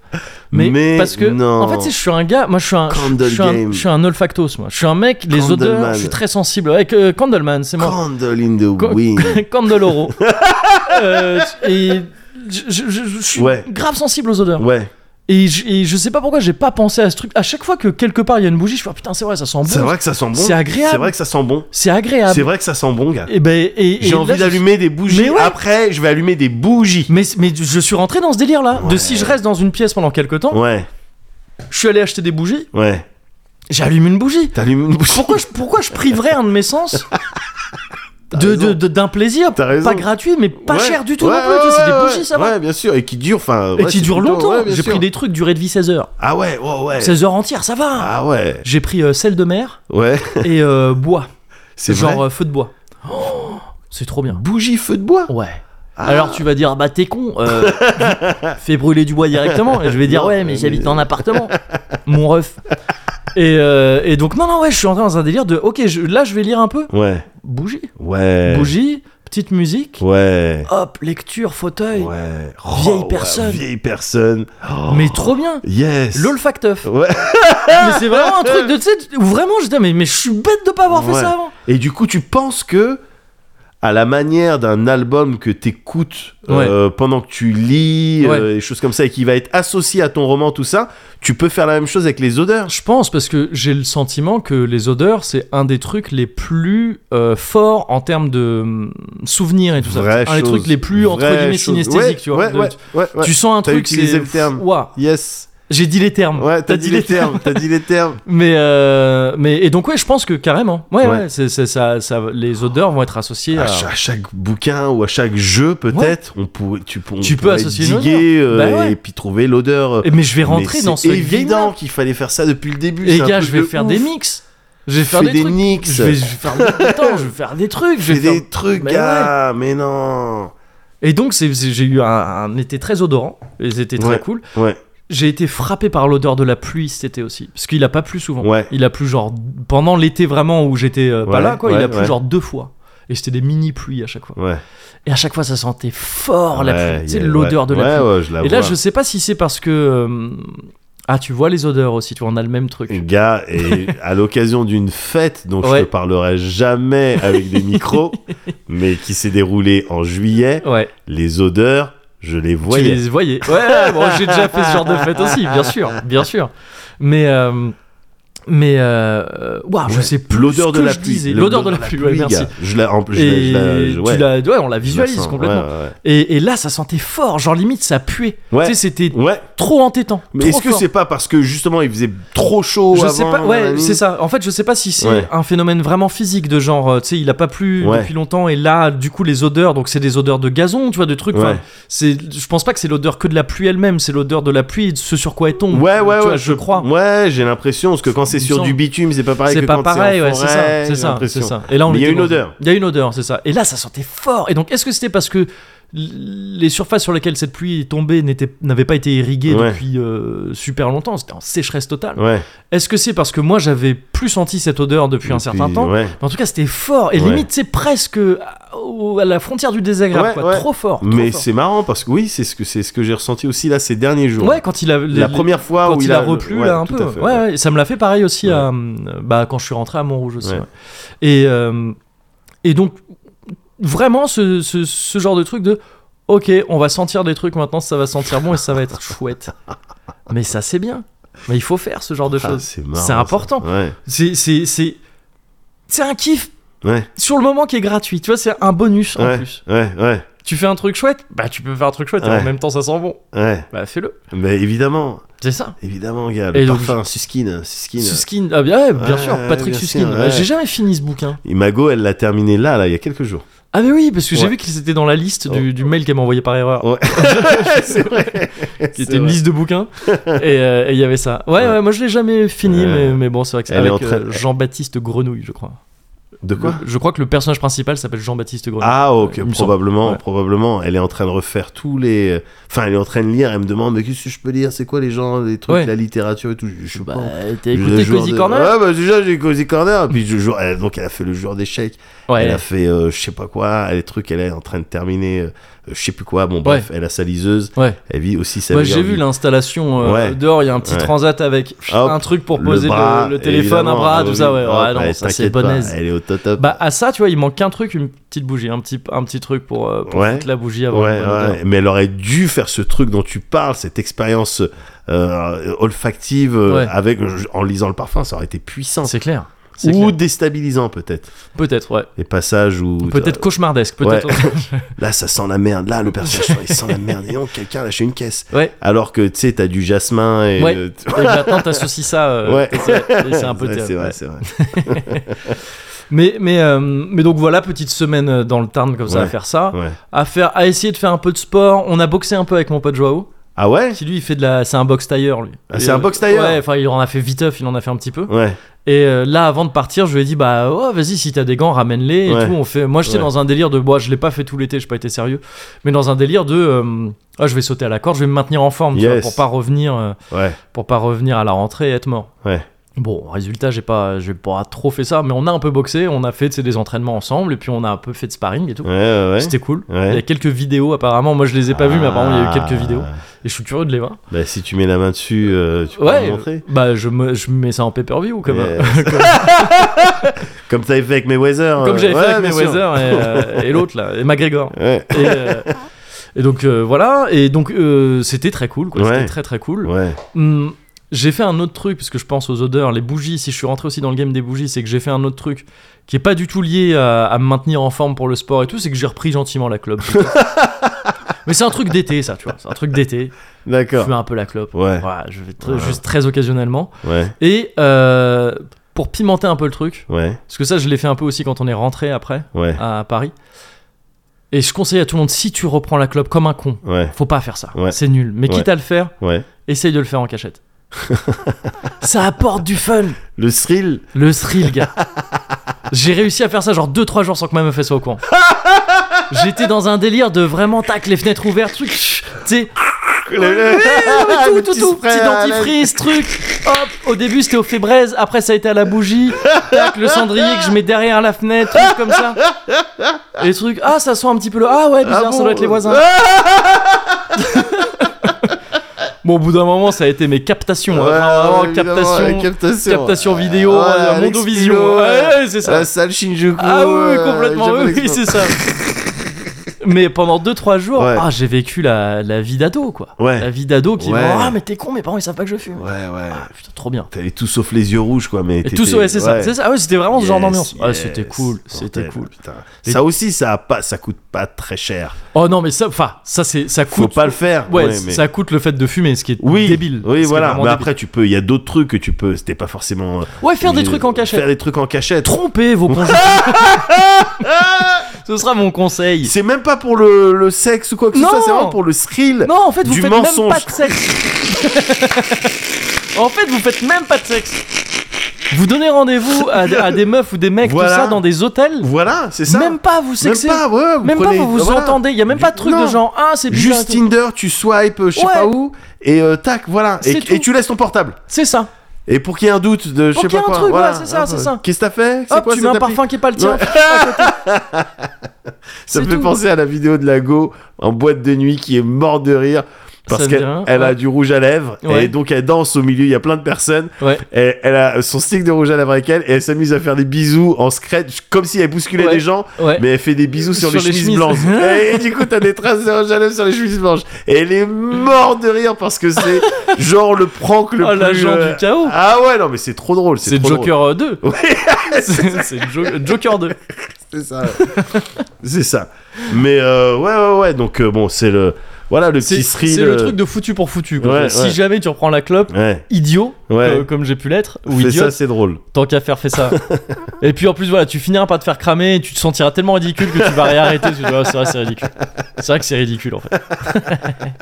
Speaker 2: Mais,
Speaker 1: Mais
Speaker 2: parce que,
Speaker 1: non.
Speaker 2: en fait, tu sais, je suis un gars, moi je suis un, je,
Speaker 1: Candle
Speaker 2: suis un,
Speaker 1: game.
Speaker 2: je suis un olfactos, moi. Je suis un mec, les
Speaker 1: Candleman.
Speaker 2: odeurs, je suis très sensible. Avec euh, Candleman, c'est moi.
Speaker 1: Candle in the
Speaker 2: Co- [laughs]
Speaker 1: wind. [laughs]
Speaker 2: Candeloro. Euh, et je, je- je- je suis
Speaker 1: Ouais.
Speaker 2: grave sensible aux odeurs.
Speaker 1: Ouais.
Speaker 2: Et je, et je sais pas pourquoi j'ai pas pensé à ce truc. À chaque fois que quelque part il y a une bougie, je fais ah, putain, c'est vrai, ça sent bon.
Speaker 1: C'est vrai que ça sent bon.
Speaker 2: C'est agréable.
Speaker 1: C'est vrai que ça sent bon.
Speaker 2: C'est agréable.
Speaker 1: C'est vrai que ça sent bon, gars.
Speaker 2: Et ben, et, et
Speaker 1: J'ai
Speaker 2: là,
Speaker 1: envie
Speaker 2: je-
Speaker 1: d'allumer des bougies.
Speaker 2: Mais ouais.
Speaker 1: Après, je vais allumer des bougies.
Speaker 2: Mais, mais je suis rentré dans ce délire là.
Speaker 1: Ouais.
Speaker 2: De si je reste dans une pièce pendant quelques temps,
Speaker 1: Ouais,
Speaker 2: je suis allé acheter des bougies,
Speaker 1: ouais.
Speaker 2: j'allume une bougie.
Speaker 1: T'allumes une bougie.
Speaker 2: Pourquoi je, pourquoi je priverais un de mes sens
Speaker 1: T'as
Speaker 2: de,
Speaker 1: raison.
Speaker 2: de- de- d'un plaisir
Speaker 1: T'as raison.
Speaker 2: Pas gratuit, mais pas
Speaker 1: Ouais.
Speaker 2: cher du tout
Speaker 1: Ouais,
Speaker 2: non plus. tu sais, c'est
Speaker 1: ouais,
Speaker 2: des
Speaker 1: ouais,
Speaker 2: bougies, ça va.
Speaker 1: Ouais, bien sûr. Et qui dure, enfin.
Speaker 2: Et
Speaker 1: ouais,
Speaker 2: qui
Speaker 1: c'est
Speaker 2: durent
Speaker 1: plutôt-
Speaker 2: longtemps.
Speaker 1: ouais, bien
Speaker 2: J'ai
Speaker 1: sûr.
Speaker 2: pris des trucs durés de vie 16 heures.
Speaker 1: Ah ouais, ouais, ouais.
Speaker 2: 16 heures entières, ça va.
Speaker 1: Ah ouais.
Speaker 2: J'ai pris euh, sel de mer
Speaker 1: [laughs] Ouais.
Speaker 2: et euh, bois.
Speaker 1: C'est
Speaker 2: genre
Speaker 1: vrai.
Speaker 2: euh, feu de bois. c'est trop bien.
Speaker 1: Bougie feu de bois.
Speaker 2: Ouais.
Speaker 1: Ah.
Speaker 2: Alors tu vas dire bah t'es con,
Speaker 1: [laughs]
Speaker 2: euh, fais brûler du bois directement. Et je vais dire
Speaker 1: Non,
Speaker 2: ouais
Speaker 1: mais-
Speaker 2: mais j'habite en appartement, mon ref. Et, euh, et donc non non ouais je suis entré dans un délire de ok je- là je vais lire un peu
Speaker 1: Ouais.
Speaker 2: bougie
Speaker 1: Ouais.
Speaker 2: bougie petite musique
Speaker 1: Ouais.
Speaker 2: hop lecture fauteuil
Speaker 1: Ouais. Oh,
Speaker 2: Vieille
Speaker 1: ouais,
Speaker 2: personne.
Speaker 1: Vieille personne. Oh. Ah.
Speaker 2: mais trop bien
Speaker 1: Yes.
Speaker 2: l'olfacteuf
Speaker 1: Ouais.
Speaker 2: mais c'est vraiment un truc de tu sais où vraiment je dis mais mais je suis bête de pas avoir fait
Speaker 1: Ouais.
Speaker 2: ça avant
Speaker 1: Et du coup, tu penses que, à la manière d'un album que t'écoutes euh, pendant que tu lis,
Speaker 2: Ouais.
Speaker 1: euh, des choses comme ça, et qui va être associé à ton roman, tout ça, tu peux faire la même chose avec les odeurs.
Speaker 2: Je pense parce que j'ai le sentiment que les odeurs, c'est un des trucs les plus euh, forts en termes de hum, souvenirs et tout
Speaker 1: Vraie
Speaker 2: ça. Un des
Speaker 1: chose.
Speaker 2: trucs les plus entre
Speaker 1: Vraie
Speaker 2: guillemets
Speaker 1: chose.
Speaker 2: synesthésiques,
Speaker 1: Ouais,
Speaker 2: tu vois.
Speaker 1: ouais,
Speaker 2: De-
Speaker 1: ouais, ouais, ouais.
Speaker 2: Tu sens un
Speaker 1: T'as
Speaker 2: truc,
Speaker 1: utilisé
Speaker 2: c'est
Speaker 1: le terme.
Speaker 2: Ouah,
Speaker 1: Yes.
Speaker 2: j'ai dit les termes.
Speaker 1: Ouais, t'as dit, les termes. T'as dit les termes.
Speaker 2: [laughs] Mais euh, mais et donc ouais, je pense que carrément. Ouais
Speaker 1: Ouais. Ah,
Speaker 2: ouais, c'est- c'est ça, ça, les odeurs vont être associées à.
Speaker 1: À, cha- à chaque bouquin ou à chaque jeu, peut-être, on pourrait, tu, pour- on
Speaker 2: Tu peux
Speaker 1: pourrait
Speaker 2: associer une
Speaker 1: diguer euh,
Speaker 2: Bah ouais.
Speaker 1: et puis trouver l'odeur.
Speaker 2: Et- Mais je vais
Speaker 1: Mais
Speaker 2: rentrer dans ce
Speaker 1: C'est évident
Speaker 2: game.
Speaker 1: qu'il fallait faire ça depuis le début.
Speaker 2: Et
Speaker 1: c'est un
Speaker 2: gars,
Speaker 1: truc
Speaker 2: je vais
Speaker 1: de
Speaker 2: faire
Speaker 1: ouf.
Speaker 2: des mix. Je vais faire
Speaker 1: Fais
Speaker 2: des,
Speaker 1: des
Speaker 2: trucs.
Speaker 1: nicks.
Speaker 2: Je vais, je vais faire des... Attends, je vais faire des trucs. je
Speaker 1: Fais
Speaker 2: vais faire-
Speaker 1: des trucs,
Speaker 2: Mais
Speaker 1: gars, mais non.
Speaker 2: ouais. Et donc, c'est- c'est- j'ai eu un, un été très odorant. Et c'était très
Speaker 1: Ouais.
Speaker 2: cool.
Speaker 1: Ouais,
Speaker 2: J'ai été frappé par l'odeur de la pluie cet été aussi. Parce qu'il a pas plu souvent.
Speaker 1: ouais.
Speaker 2: Il a plu genre pendant l'été vraiment où j'étais euh, pas
Speaker 1: Ouais,
Speaker 2: là quoi, il
Speaker 1: ouais,
Speaker 2: a plu
Speaker 1: ouais.
Speaker 2: genre deux fois. Et c'était des mini pluies à chaque fois.
Speaker 1: Ouais.
Speaker 2: Et à chaque fois ça sentait fort Oh, la
Speaker 1: Ouais,
Speaker 2: pluie, tu sais,
Speaker 1: y a-
Speaker 2: l'odeur de
Speaker 1: ouais.
Speaker 2: la pluie.
Speaker 1: Ouais, ouais, je la
Speaker 2: Et là
Speaker 1: vois.
Speaker 2: je sais pas si c'est parce que euh, ah tu vois les odeurs aussi, tu vois on a le même truc.
Speaker 1: Gars, et à l'occasion d'une fête dont
Speaker 2: Ouais.
Speaker 1: je ne parlerai jamais avec des micros,
Speaker 2: [laughs]
Speaker 1: mais qui s'est déroulée en juillet,
Speaker 2: Ouais,
Speaker 1: les odeurs, je les
Speaker 2: tu
Speaker 1: voyais.
Speaker 2: les voyais. Ouais, Ouais, bon, j'ai déjà fait ce genre de fête aussi, bien sûr, bien sûr. Mais euh, mais euh, waouh, je
Speaker 1: Ouais.
Speaker 2: sais plus
Speaker 1: L'odeur
Speaker 2: ce
Speaker 1: de
Speaker 2: que
Speaker 1: la
Speaker 2: je
Speaker 1: pluie.
Speaker 2: disais. L'odeur de la pluie, ouais, merci.
Speaker 1: gars. Je la, en, je la-
Speaker 2: Et
Speaker 1: je la- je- ouais,
Speaker 2: tu l'as, ouais, on la
Speaker 1: je la
Speaker 2: visualise
Speaker 1: sens,
Speaker 2: complètement.
Speaker 1: Ouais,
Speaker 2: Et, et là, ça sentait fort, genre limite ça puait.
Speaker 1: ouais. Ouais,
Speaker 2: Tu sais, c'était
Speaker 1: ouais.
Speaker 2: trop entêtant.
Speaker 1: Mais
Speaker 2: trop
Speaker 1: est-ce que
Speaker 2: fort.
Speaker 1: c'est pas parce que justement il faisait trop chaud
Speaker 2: je
Speaker 1: avant,
Speaker 2: sais pas, ouais,
Speaker 1: nanani
Speaker 2: c'est ça. En fait, je sais pas si c'est
Speaker 1: Ouais.
Speaker 2: un phénomène vraiment physique de genre, euh, tu sais, il a pas plu
Speaker 1: Ouais.
Speaker 2: depuis longtemps et là, du coup, les odeurs, donc c'est des odeurs de gazon, tu vois, de trucs. enfin,
Speaker 1: Ouais.
Speaker 2: C'est, je pense pas que c'est l'odeur que de la pluie elle-même, c'est l'odeur de la pluie, et de ce sur quoi elle tombe.
Speaker 1: Ouais, ouais,
Speaker 2: tu
Speaker 1: ouais.
Speaker 2: vois, je crois.
Speaker 1: Ouais, j'ai l'impression parce que quand c'est
Speaker 2: Il me
Speaker 1: sur du
Speaker 2: semble.
Speaker 1: bitume, c'est pas pareil.
Speaker 2: c'est
Speaker 1: que
Speaker 2: pas
Speaker 1: quand
Speaker 2: pareil,
Speaker 1: en
Speaker 2: ouais, c'est
Speaker 1: forêt,
Speaker 2: ça, c'est
Speaker 1: j'ai
Speaker 2: ça,
Speaker 1: l'impression.
Speaker 2: c'est ça. Et là, on
Speaker 1: Mais il y a
Speaker 2: était
Speaker 1: une
Speaker 2: dans-
Speaker 1: odeur.
Speaker 2: Il y a une odeur, c'est ça. Et là, ça sentait fort. Et donc, est-ce que c'était parce que l- les surfaces sur lesquelles cette pluie est tombée n'étaient- n'avaient pas été irriguées
Speaker 1: Ouais.
Speaker 2: depuis euh, super longtemps C'était en sécheresse totale.
Speaker 1: Ouais.
Speaker 2: Est-ce que c'est parce que moi j'avais plus senti cette odeur depuis un certain
Speaker 1: Puis,
Speaker 2: temps
Speaker 1: Ouais.
Speaker 2: Mais En tout cas, c'était fort. Et
Speaker 1: Ouais.
Speaker 2: limite, c'est presque à, au- à la frontière du désagréable.
Speaker 1: Ouais,
Speaker 2: quoi.
Speaker 1: ouais.
Speaker 2: Trop fort. trop
Speaker 1: Mais
Speaker 2: fort.
Speaker 1: c'est marrant parce que oui, c'est ce que c'est ce que j'ai ressenti aussi là ces derniers jours.
Speaker 2: Ouais, quand il a. les-
Speaker 1: la première fois
Speaker 2: quand
Speaker 1: où
Speaker 2: il, a, replu
Speaker 1: ouais,
Speaker 2: là un
Speaker 1: tout
Speaker 2: peu.
Speaker 1: à fait,
Speaker 2: ouais, ouais, ça me l'a fait pareil aussi
Speaker 1: Ouais.
Speaker 2: à, euh, bah, quand je suis rentré à Montrouge aussi.
Speaker 1: Ouais.
Speaker 2: ouais. Et, euh, et donc, vraiment, ce, ce- ce genre de truc de ok, on va sentir des trucs maintenant, ça va sentir bon et ça va
Speaker 1: [laughs]
Speaker 2: être chouette. Mais ça, c'est bien. Mais il faut faire ce genre de
Speaker 1: Ah,
Speaker 2: choses.
Speaker 1: c'est marrant,
Speaker 2: c'est important.
Speaker 1: ça. Ouais.
Speaker 2: C'est- c'est- c'est c'est un kiff
Speaker 1: Ouais.
Speaker 2: sur le moment qui est gratuit. Tu vois, c'est un bonus en
Speaker 1: ouais,
Speaker 2: plus.
Speaker 1: ouais, ouais,
Speaker 2: Tu fais un truc chouette, bah tu peux faire un truc chouette et
Speaker 1: Ouais.
Speaker 2: en même temps ça sent bon.
Speaker 1: ouais.
Speaker 2: Bah fais-le.
Speaker 1: Mais évidemment,
Speaker 2: C'est ça.
Speaker 1: évidemment, gars. Le
Speaker 2: Et donc-
Speaker 1: parfum, Suskin, Suskin.
Speaker 2: Suskin, ah, bien, ouais, bien
Speaker 1: Ouais,
Speaker 2: sûr,
Speaker 1: ouais,
Speaker 2: Patrick
Speaker 1: bien
Speaker 2: Suskin.
Speaker 1: sûr, ouais.
Speaker 2: J'ai jamais fini ce bouquin.
Speaker 1: Imago, elle l'a terminé là, là, il y a quelques jours.
Speaker 2: Ah mais oui, parce que j'ai
Speaker 1: Ouais. Oh.
Speaker 2: vu qu'il était dans la liste du, du mail qu'elle m'a envoyé par erreur, [laughs]
Speaker 1: Ouais. [laughs] c'est vrai.
Speaker 2: qui était une liste
Speaker 1: [laughs]
Speaker 2: de bouquins, et euh, et il y avait ça. Ouais,
Speaker 1: Ouais.
Speaker 2: ouais, moi je l'ai jamais fini,
Speaker 1: Ouais.
Speaker 2: mais, mais bon, c'est vrai que c'est
Speaker 1: Elle est
Speaker 2: avec
Speaker 1: en train-
Speaker 2: euh, Jean-Baptiste Grenouille, je crois.
Speaker 1: De quoi
Speaker 2: Le- Je crois que le personnage principal s'appelle Jean-Baptiste Grenouille.
Speaker 1: Ah ok,
Speaker 2: Il me semble.
Speaker 1: probablement,
Speaker 2: Ouais.
Speaker 1: probablement. Elle est en train de refaire tous les. Enfin, elle est en train de lire. Elle me demande mais qu'est-ce que je peux lire C'est quoi les gens, les trucs,
Speaker 2: Ouais.
Speaker 1: la littérature et tout. Je, je sais
Speaker 2: Bah,
Speaker 1: pas.
Speaker 2: t'as
Speaker 1: Je-
Speaker 2: écouté
Speaker 1: le jour
Speaker 2: Cozy
Speaker 1: de-
Speaker 2: Corner
Speaker 1: Ouais, bah déjà j'ai Cozy Corner. Puis je joue- elle- donc elle a fait le joueur d'échecs.
Speaker 2: Ouais.
Speaker 1: Elle a fait euh, je sais pas quoi. Elle, les trucs, elle est en train de terminer. euh, je sais plus quoi. Bon bref, elle a sa liseuse.
Speaker 2: Ouais.
Speaker 1: Elle vit aussi sa.
Speaker 2: Ouais,
Speaker 1: meilleure
Speaker 2: j'ai vu
Speaker 1: vie.
Speaker 2: l'installation euh,
Speaker 1: Ouais.
Speaker 2: dehors, il y a un petit
Speaker 1: Ouais.
Speaker 2: transat avec
Speaker 1: Hop,
Speaker 2: un truc pour poser le,
Speaker 1: bras,
Speaker 2: le téléphone, un
Speaker 1: évidemment.
Speaker 2: bras,
Speaker 1: Ah
Speaker 2: tout
Speaker 1: oui,
Speaker 2: ça. Ouais,
Speaker 1: hop,
Speaker 2: ouais, non,
Speaker 1: elle,
Speaker 2: ça c'est
Speaker 1: t'inquiète pas,
Speaker 2: bonnaise.
Speaker 1: Elle est au top top.
Speaker 2: Bah à ça, tu vois, il manque qu'un truc, une petite bougie, un petit, un petit truc pour, euh, pour
Speaker 1: Ouais.
Speaker 2: foutre la
Speaker 1: Ouais,
Speaker 2: bougie avant. le bonheur.
Speaker 1: ouais, mais elle aurait dû faire ce truc dont tu parles, cette expérience euh, olfactive euh,
Speaker 2: Ouais.
Speaker 1: avec en lisant le parfum, ça aurait été puissant.
Speaker 2: C'est clair.
Speaker 1: Ou
Speaker 2: C'est clair.
Speaker 1: déstabilisant peut-être.
Speaker 2: Peut-être, ouais.
Speaker 1: Les passages où
Speaker 2: Peut-être cauchemardesque, peut-être.
Speaker 1: [laughs] là ça sent la merde, là le personnage il sent la merde et non quelqu'un a lâché une caisse.
Speaker 2: Ouais.
Speaker 1: Alors que tu sais t'as du jasmin et
Speaker 2: [laughs] Ouais.
Speaker 1: euh, tu-
Speaker 2: Et maintenant, t'associes ça. euh,
Speaker 1: Ouais.
Speaker 2: c'est- et C'est un peu
Speaker 1: [laughs] Ouais,
Speaker 2: terrible,
Speaker 1: c'est vrai,
Speaker 2: ouais.
Speaker 1: c'est vrai.
Speaker 2: Mais, mais, euh, mais donc voilà, petite semaine euh, dans le Tarn comme ça à
Speaker 1: Ouais.
Speaker 2: faire ça.
Speaker 1: Ouais.
Speaker 2: À, faire, à essayer de faire un peu de sport. On a boxé un peu avec mon pote Joao.
Speaker 1: Ah ouais
Speaker 2: Qui lui, il fait de la. C'est un box tailleur, lui.
Speaker 1: Ah,
Speaker 2: Et,
Speaker 1: c'est un
Speaker 2: euh,
Speaker 1: box tailleur
Speaker 2: Ouais, enfin, il en a fait viteuf, il en a fait un petit peu.
Speaker 1: Ouais.
Speaker 2: Et euh, là, avant de partir, je lui ai dit, bah, oh, vas-y, si t'as des gants, ramène-les et
Speaker 1: Ouais.
Speaker 2: tout. On fait... Moi, j'étais
Speaker 1: Ouais.
Speaker 2: dans un délire de, moi, je l'ai pas fait tout l'été, j'ai pas été sérieux, mais dans un délire de, euh, Ah, je vais sauter à la corde, je vais me maintenir en forme, tu
Speaker 1: Yes.
Speaker 2: vois, pour pas revenir, euh,
Speaker 1: Ouais.
Speaker 2: pour pas revenir à la rentrée et être mort.
Speaker 1: Ouais.
Speaker 2: Bon, résultat, j'ai pas, j'ai pas trop fait ça, mais on a un peu boxé, on a fait tu sais, des entraînements ensemble, et puis on a un peu fait de sparring et tout.
Speaker 1: Ouais ouais. ouais.
Speaker 2: C'était cool.
Speaker 1: Ouais.
Speaker 2: Il y a quelques vidéos apparemment, moi je les ai pas vues, mais apparemment il y a eu
Speaker 1: Ah.
Speaker 2: quelques vidéos. Et je suis curieux de les voir.
Speaker 1: Bah si tu mets la main dessus, euh, tu peux
Speaker 2: Ouais,
Speaker 1: me montrer.
Speaker 2: bah je, me, je mets ça en pay-per-view comme, euh,
Speaker 1: Yes. [laughs] Comme t'avais fait avec Mayweather.
Speaker 2: comme
Speaker 1: euh,
Speaker 2: j'avais
Speaker 1: ouais,
Speaker 2: fait
Speaker 1: bien
Speaker 2: avec
Speaker 1: sûr.
Speaker 2: Mayweather et, euh, et l'autre là, et McGregor.
Speaker 1: Ouais.
Speaker 2: Et, euh,
Speaker 1: [laughs]
Speaker 2: et donc euh, voilà, et donc euh, c'était très cool, quoi.
Speaker 1: Ouais.
Speaker 2: C'était très très cool.
Speaker 1: Ouais.
Speaker 2: Hum, j'ai fait un autre truc, parce que je pense aux odeurs, les bougies, si je suis rentré aussi dans le game des bougies, c'est que j'ai fait un autre truc qui est pas du tout lié à, à me maintenir en forme pour le sport et tout, c'est que j'ai repris gentiment
Speaker 1: [laughs]
Speaker 2: la clope. Mais c'est un truc d'été, ça, tu vois. C'est un truc d'été. Je
Speaker 1: D'accord.
Speaker 2: fume un peu la clope.
Speaker 1: Ouais.
Speaker 2: Voilà, je vais très-
Speaker 1: Ouais.
Speaker 2: juste très occasionnellement.
Speaker 1: Ouais.
Speaker 2: Et euh, pour pimenter un peu le truc,
Speaker 1: Ouais.
Speaker 2: parce que ça, je l'ai fait un peu aussi quand on est rentré après
Speaker 1: Ouais.
Speaker 2: à Paris. Et je conseille à tout le monde, si tu reprends la clope comme un con,
Speaker 1: Ouais.
Speaker 2: faut pas faire ça.
Speaker 1: Ouais.
Speaker 2: C'est nul. Mais
Speaker 1: Ouais.
Speaker 2: quitte à le faire,
Speaker 1: Ouais.
Speaker 2: essaye de le faire en cachette. [laughs] Ça apporte du fun.
Speaker 1: Le thrill.
Speaker 2: Le thrill, gars. J'ai réussi à faire ça genre 2-3 jours sans que ma meuf elle soit au courant. J'étais dans un délire de vraiment tac, les fenêtres ouvertes, truc, tu sais,
Speaker 1: Ah,
Speaker 2: tout, tout, tout, petit dentifrice, truc. Hop, au début c'était au fait braise, après ça a été à la bougie. Tac, le cendrier que je mets derrière la fenêtre, truc comme ça. Et les trucs, ah, ça sent un petit peu le. Ah ouais, bizarre, ça doit
Speaker 1: euh.
Speaker 2: être
Speaker 1: [laughs]
Speaker 2: les voisins. Bon, au bout d'un moment, ça a été mes captations. hein. Enfin, vraiment, captation,
Speaker 1: captation.
Speaker 2: captation vidéo,
Speaker 1: Ouais,
Speaker 2: euh,
Speaker 1: Alex
Speaker 2: mondovision.
Speaker 1: Pilot,
Speaker 2: Ouais, ouais, c'est ça.
Speaker 1: La salle Shinjuku.
Speaker 2: Ah oui,
Speaker 1: euh,
Speaker 2: complètement,
Speaker 1: Japan
Speaker 2: oui, oui,
Speaker 1: Expo.
Speaker 2: c'est ça. Mais pendant 2-3 jours,
Speaker 1: Ouais.
Speaker 2: ah, j'ai vécu la, la vie d'ado, quoi.
Speaker 1: Ouais.
Speaker 2: La vie d'ado qui
Speaker 1: Ouais.
Speaker 2: me dit, Ah, mais t'es con, mes parents ils savent pas que je fume.
Speaker 1: Ouais, ouais.
Speaker 2: Ah, putain, trop bien.
Speaker 1: T'avais tout sauf les yeux rouges, quoi. Mais
Speaker 2: Et tout ça, ouais, c'est ça. C'est ça. Ah ouais, c'était vraiment ce genre d'ambiance. Ah, c'était cool, c'était cool. Et-
Speaker 1: Ça aussi, ça, a pas, ça coûte pas très cher.
Speaker 2: Oh non, mais ça, enfin, ça, c'est, ça
Speaker 1: Faut
Speaker 2: coûte.
Speaker 1: pas le faire.
Speaker 2: Ouais,
Speaker 1: mais-
Speaker 2: ça coûte le fait de fumer, ce qui est
Speaker 1: Oui,
Speaker 2: débile. ce qui
Speaker 1: oui,
Speaker 2: est
Speaker 1: voilà.
Speaker 2: vraiment
Speaker 1: Mais
Speaker 2: débile.
Speaker 1: après, tu peux. Il y a d'autres trucs que tu peux. C'était pas forcément. euh,
Speaker 2: Ouais, faire des
Speaker 1: obligé de-
Speaker 2: trucs en cachette.
Speaker 1: Faire des trucs en cachette.
Speaker 2: Trompez vos
Speaker 1: [laughs]
Speaker 2: conjoints. ce sera mon conseil.
Speaker 1: C'est même pas pour le, le sexe ou quoi que ce
Speaker 2: Non.
Speaker 1: soit. C'est vraiment pour le thrill.
Speaker 2: Non, en fait, vous
Speaker 1: Du
Speaker 2: faites même
Speaker 1: mensonge.
Speaker 2: pas de sexe. [laughs] en fait, vous faites même pas de sexe. Vous donnez rendez-vous à, à des meufs ou des mecs, tout
Speaker 1: Voilà.
Speaker 2: ça, dans des hôtels.
Speaker 1: Voilà, c'est ça.
Speaker 2: Même pas vous
Speaker 1: Même
Speaker 2: sexez.
Speaker 1: pas, ouais,
Speaker 2: Même pas,
Speaker 1: prenez- Ah,
Speaker 2: vous vous
Speaker 1: voilà.
Speaker 2: entendez. Il y a même pas de truc de
Speaker 1: Non.
Speaker 2: genre, ah, c'est bizarre.
Speaker 1: Juste Tinder, tu swipes, euh, je sais
Speaker 2: Ouais.
Speaker 1: pas où, et euh, tac, voilà.
Speaker 2: C'est tout.
Speaker 1: Et, et tu laisses ton portable.
Speaker 2: C'est ça.
Speaker 1: Et pour qu'il y ait un doute de je
Speaker 2: Pour
Speaker 1: sais
Speaker 2: qu'il y
Speaker 1: pas
Speaker 2: ait un
Speaker 1: quoi.
Speaker 2: truc,
Speaker 1: voilà.
Speaker 2: ouais, c'est ça,
Speaker 1: Hop,
Speaker 2: c'est
Speaker 1: euh,
Speaker 2: ça.
Speaker 1: Qu'est-ce que t'as fait C'est
Speaker 2: Hop,
Speaker 1: quoi
Speaker 2: tu
Speaker 1: cette
Speaker 2: mets un
Speaker 1: appli
Speaker 2: parfum qui est pas le tien. [laughs]
Speaker 1: Ouais. [laughs] Ça
Speaker 2: c'est
Speaker 1: me fait
Speaker 2: tout.
Speaker 1: penser à la vidéo de Lago en boîte de nuit qui est morte de rire.
Speaker 2: Ça
Speaker 1: Parce
Speaker 2: me dit
Speaker 1: qu'elle
Speaker 2: rien,
Speaker 1: elle
Speaker 2: ouais.
Speaker 1: a du rouge à lèvres
Speaker 2: Ouais.
Speaker 1: et donc elle danse au milieu, il y a plein de personnes.
Speaker 2: Ouais.
Speaker 1: Et elle a son stick de rouge à lèvres avec elle et elle s'amuse à faire des bisous en scratch comme si elle bousculait
Speaker 2: Ouais.
Speaker 1: des gens
Speaker 2: Ouais.
Speaker 1: mais elle fait des bisous sur,
Speaker 2: Sur
Speaker 1: les,
Speaker 2: les
Speaker 1: chemises,
Speaker 2: chemises.
Speaker 1: blanches.
Speaker 2: [laughs]
Speaker 1: et, et du coup, t'as des traces de rouge à lèvres sur les chemises blanches. Et elle est morte de rire parce que
Speaker 2: [laughs]
Speaker 1: c'est genre le prank le
Speaker 2: Oh,
Speaker 1: plus.
Speaker 2: l'agent
Speaker 1: euh,
Speaker 2: du chaos.
Speaker 1: Ah ouais, non, mais c'est trop drôle.
Speaker 2: C'est
Speaker 1: trop drôle.
Speaker 2: Joker euh,
Speaker 1: [laughs]
Speaker 2: 2.
Speaker 1: Oui,
Speaker 2: [laughs] c'est c'est Jo- Joker 2.
Speaker 1: c'est ça.
Speaker 2: [laughs]
Speaker 1: c'est ça. Mais euh, ouais, ouais, ouais. Donc euh, bon, c'est le. Voilà le
Speaker 2: C'est
Speaker 1: petit thrill.
Speaker 2: c'est le
Speaker 1: euh,
Speaker 2: truc de foutu pour foutu. quoi.
Speaker 1: Ouais,
Speaker 2: si
Speaker 1: ouais.
Speaker 2: jamais tu reprends la clope,
Speaker 1: Ouais.
Speaker 2: idiot,
Speaker 1: Ouais.
Speaker 2: euh, comme j'ai pu l'être, ou
Speaker 1: Fais
Speaker 2: idiot,
Speaker 1: ça, c'est drôle.
Speaker 2: tant qu'à faire, fais ça. et puis en plus, voilà, tu finiras par te faire cramer, et tu te sentiras tellement ridicule que tu vas réarrêter. tu te dis, Ah, c'est vrai, c'est ridicule. C'est vrai que c'est ridicule en fait. [laughs]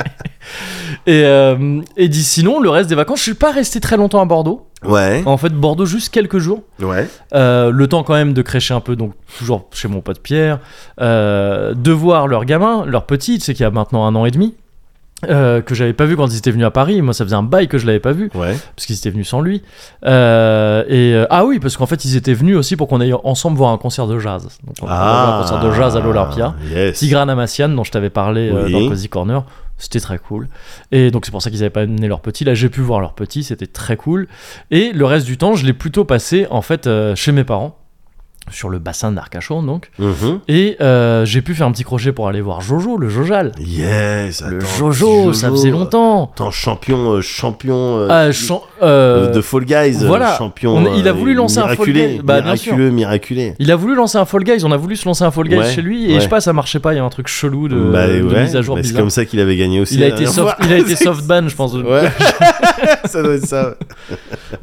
Speaker 2: et, euh, et dit sinon, le reste des vacances, je suis pas resté très longtemps à Bordeaux.
Speaker 1: Ouais.
Speaker 2: En fait, Bordeaux, juste quelques jours.
Speaker 1: Ouais.
Speaker 2: Euh, le temps quand même de crécher un peu, donc toujours chez mon pote Pierre, euh, de voir leur gamin, leur petit, tu sais qu'il y a maintenant un an et demi, euh, que j'avais pas vu quand ils étaient venus à Paris. Moi, ça faisait un bail que je l'avais pas vu,
Speaker 1: Ouais.
Speaker 2: parce qu'ils étaient venus sans lui. Euh, et euh, ah oui, parce qu'en fait, ils étaient venus aussi pour qu'on aille ensemble voir un concert de jazz. Donc, on va voir un concert de jazz à l'Olympia.
Speaker 1: Ah. Yes.
Speaker 2: Tigran Amassian, dont je t'avais parlé
Speaker 1: Ah.
Speaker 2: euh,
Speaker 1: Oui.
Speaker 2: dans Cozy Corner, c'était très cool. Et donc c'est pour ça qu'ils n'avaient pas amené leur petit. Là, j'ai pu voir leur petit, c'était très cool. Et le reste du temps, je l'ai plutôt passé en fait euh, chez mes parents, sur le bassin d'Arcachon donc.
Speaker 1: Mhm.
Speaker 2: Et euh, j'ai pu faire un petit crochet pour aller voir Jojo, le Jojal.
Speaker 1: Yes.
Speaker 2: Le
Speaker 1: attends,
Speaker 2: Jojo, ça faisait longtemps.
Speaker 1: Attends, champion, euh, champion. euh,
Speaker 2: Ah, chan- euh,
Speaker 1: de Fall Guys,
Speaker 2: voilà.
Speaker 1: euh, champion.
Speaker 2: On- il a
Speaker 1: euh,
Speaker 2: voulu lancer un Fall
Speaker 1: miraculé,
Speaker 2: Guys. Bah, bien sûr.
Speaker 1: miraculeux, miraculé.
Speaker 2: Il a voulu lancer un Fall Guys, on a voulu se lancer un Fall Guys
Speaker 1: Ouais,
Speaker 2: chez lui, et
Speaker 1: ouais.
Speaker 2: je sais pas, ça marchait pas, il y a un truc chelou de,
Speaker 1: Bah,
Speaker 2: de
Speaker 1: ouais,
Speaker 2: mise à jour
Speaker 1: bah, c'est
Speaker 2: bizarre.
Speaker 1: comme ça qu'il avait gagné aussi.
Speaker 2: Il a,
Speaker 1: la [laughs]
Speaker 2: été
Speaker 1: dernière
Speaker 2: soft,
Speaker 1: fois.
Speaker 2: il a été soft ban, je pense.
Speaker 1: Ouais. [laughs] ça doit être ça.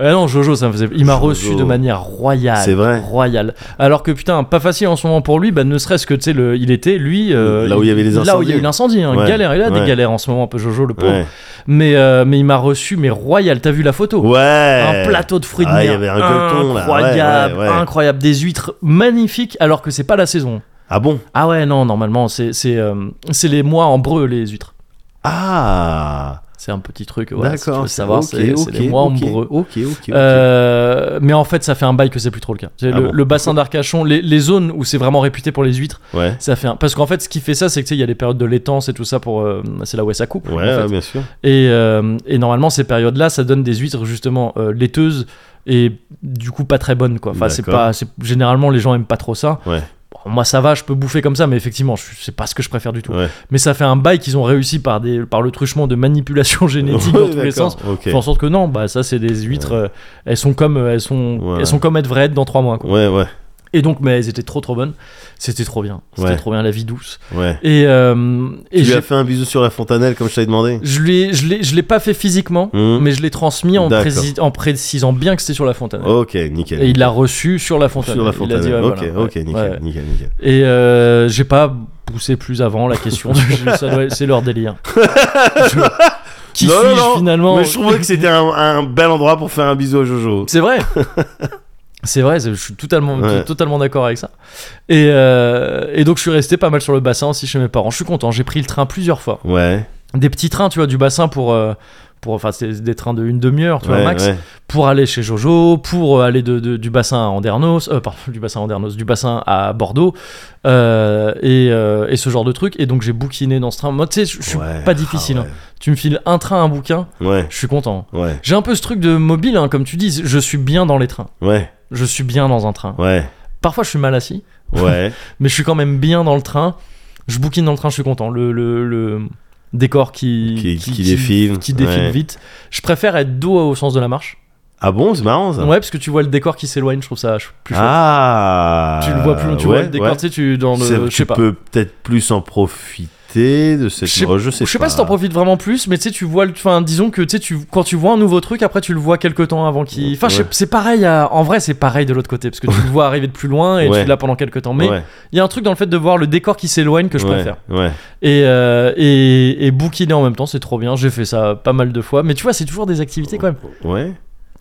Speaker 2: Ah non, Jojo, ça me faisait. Il m'a
Speaker 1: Jojo.
Speaker 2: reçu de manière royale.
Speaker 1: C'est vrai.
Speaker 2: Royale. Alors que putain, pas facile en ce moment pour lui, bah, ne serait-ce que, tu sais, le... il était, lui. euh,
Speaker 1: Là où il y avait les
Speaker 2: Là où il y a eu
Speaker 1: incendies.
Speaker 2: l'incendie, hein,
Speaker 1: Ouais,
Speaker 2: galère. Il a des
Speaker 1: ouais.
Speaker 2: galères en ce moment, un peu Jojo, le pauvre.
Speaker 1: Ouais.
Speaker 2: Mais, euh, mais il m'a reçu, mais royal. T'as vu la photo
Speaker 1: Ouais.
Speaker 2: Un plateau de fruits de
Speaker 1: Ah, il y
Speaker 2: mer.
Speaker 1: avait un gueuleton, là. Ouais,
Speaker 2: incroyable,
Speaker 1: ouais, ouais.
Speaker 2: incroyable. Des huîtres magnifiques, alors que c'est pas la saison.
Speaker 1: Ah bon
Speaker 2: Ah ouais, non, normalement, c'est c'est, euh, c'est les mois en breu, les huîtres.
Speaker 1: Ah
Speaker 2: C'est un petit truc, voilà, si tu veux
Speaker 1: D'accord.
Speaker 2: savoir,
Speaker 1: ok,
Speaker 2: c'est c'est
Speaker 1: ok,
Speaker 2: les mois
Speaker 1: ok,
Speaker 2: en breu.
Speaker 1: Ok, ok. ok.
Speaker 2: Euh, mais en fait, ça fait un bail que c'est plus trop le cas. C'est
Speaker 1: Ah
Speaker 2: le,
Speaker 1: bon
Speaker 2: le bassin d'Arcachon, les, les zones où c'est vraiment réputé pour les huîtres,
Speaker 1: Ouais.
Speaker 2: ça fait un. Parce qu'en fait, ce qui fait ça, c'est que tu sais, il y a les périodes de l'étance et tout ça pour. euh, c'est là où ça coupe.
Speaker 1: Ouais,
Speaker 2: en fait.
Speaker 1: ouais, bien sûr.
Speaker 2: et, euh, et normalement, ces périodes-là, ça donne des huîtres justement euh, laiteuses et du coup pas très bonnes quoi. Enfin, c'est
Speaker 1: D'accord.
Speaker 2: pas. c'est- Généralement, les gens aiment pas trop ça.
Speaker 1: Ouais.
Speaker 2: Bon, moi, ça va, je peux bouffer comme ça, mais effectivement, je- c'est pas ce que je préfère du tout.
Speaker 1: Ouais.
Speaker 2: Mais ça fait un bail qu'ils ont réussi par, des, par le truchement de manipulation
Speaker 1: [laughs]
Speaker 2: génétique dans
Speaker 1: Ouais,
Speaker 2: tous les
Speaker 1: d'accord,
Speaker 2: sens
Speaker 1: Ok.
Speaker 2: font en sorte que non, bah ça c'est des huîtres,
Speaker 1: Ouais.
Speaker 2: euh, elles sont comme euh, elles sont
Speaker 1: Ouais.
Speaker 2: elles sont comme elles devraient être dans trois mois. quoi.
Speaker 1: Ouais, ouais,
Speaker 2: Et donc mais elles étaient trop trop bonnes, c'était trop bien, c'était
Speaker 1: Ouais.
Speaker 2: trop bien la vie douce.
Speaker 1: ouais.
Speaker 2: Et, euh, et
Speaker 1: tu lui
Speaker 2: j'ai-
Speaker 1: as fait un bisou sur la fontanelle comme je t'avais demandé
Speaker 2: je l'ai je l'ai je l'ai pas fait physiquement,
Speaker 1: Hmm.
Speaker 2: mais je l'ai transmis en,
Speaker 1: D'accord.
Speaker 2: prési- en précisant bien que c'était sur la fontaine.
Speaker 1: Ok, nickel.
Speaker 2: Et il l'a reçu sur la fontaine.
Speaker 1: sur la
Speaker 2: Il a
Speaker 1: fontanelle.
Speaker 2: dit, ouais,
Speaker 1: ok,
Speaker 2: voilà,
Speaker 1: ok,
Speaker 2: ouais,
Speaker 1: nickel,
Speaker 2: ouais.
Speaker 1: nickel, nickel.
Speaker 2: Et euh,
Speaker 1: [laughs]
Speaker 2: j'ai pas poussé plus avant la question. de- ça doit- C'est leur délire. Je- qui
Speaker 1: Non, non, non,
Speaker 2: suis-je finalement
Speaker 1: Mais je trouvais que c'était un, un bel endroit pour faire un bisou à Jojo.
Speaker 2: C'est vrai. C'est vrai, c'est- je suis totalement,
Speaker 1: Ouais.
Speaker 2: totalement d'accord avec ça. Et, euh, et donc je suis resté pas mal sur le bassin aussi chez mes parents. Je suis content, j'ai pris le train plusieurs fois.
Speaker 1: Ouais.
Speaker 2: Des petits trains, tu vois, du bassin pour... euh, pour enfin, c'est des trains de une demi-heure, tu vois,
Speaker 1: ouais,
Speaker 2: max.
Speaker 1: ouais.
Speaker 2: Pour aller chez Jojo, pour euh, aller de, de- du bassin à Andernos, euh, pardon, [laughs] du bassin à Andernos, du bassin à Bordeaux, euh, et, euh, et ce genre de truc. Et donc j'ai bouquiné dans ce train. Moi, tu sais, je je suis
Speaker 1: Ouais.
Speaker 2: pas difficile.
Speaker 1: Ah,
Speaker 2: hein. Tu me files un train, un bouquin,
Speaker 1: Ouais,
Speaker 2: je suis content.
Speaker 1: ouais,
Speaker 2: J'ai un peu ce truc de mobile, hein, comme tu dis, je suis bien dans les trains.
Speaker 1: ouais,
Speaker 2: Je suis bien dans un train.
Speaker 1: ouais,
Speaker 2: Parfois, je suis mal assis,
Speaker 1: ouais.
Speaker 2: mais je suis quand même bien dans le train. Je bouquine dans le train, je suis content. Le, le, le décor [laughs] qui,
Speaker 1: qui, qui, défile.
Speaker 2: qui défile
Speaker 1: ouais.
Speaker 2: vite. Je préfère être dos au sens de la marche.
Speaker 1: Ah bon, c'est marrant ça.
Speaker 2: Ouais, parce que tu vois le décor qui s'éloigne, je trouve ça ch- plus chouette.
Speaker 1: Ah
Speaker 2: tu le vois plus, tu vois
Speaker 1: ouais,
Speaker 2: le décor,
Speaker 1: ouais.
Speaker 2: tu sais, tu dans
Speaker 1: C'est-
Speaker 2: le, je
Speaker 1: tu
Speaker 2: sais pas.
Speaker 1: peux peut-être plus en profiter de cette.
Speaker 2: Je sais-
Speaker 1: oh, je sais
Speaker 2: Je sais pas si t'en profites vraiment plus, mais tu sais, tu vois, le- enfin, disons que tu sais, tu, quand tu vois un nouveau truc, après tu le vois quelques temps avant qu'il. Enfin, je sais-
Speaker 1: Ouais.
Speaker 2: c'est pareil, à- en vrai, c'est pareil de l'autre côté, parce que tu
Speaker 1: [laughs]
Speaker 2: le vois arriver de plus loin et
Speaker 1: Ouais.
Speaker 2: tu l'as pendant quelques temps. Mais il
Speaker 1: ouais,
Speaker 2: y a un truc dans le fait de voir le décor qui s'éloigne que je
Speaker 1: ouais,
Speaker 2: préfère.
Speaker 1: Ouais.
Speaker 2: Et, euh, et, et bouquiner en même temps, c'est trop bien, j'ai fait ça pas mal de fois. Mais tu vois, c'est toujours des activités quand même
Speaker 1: Ouais.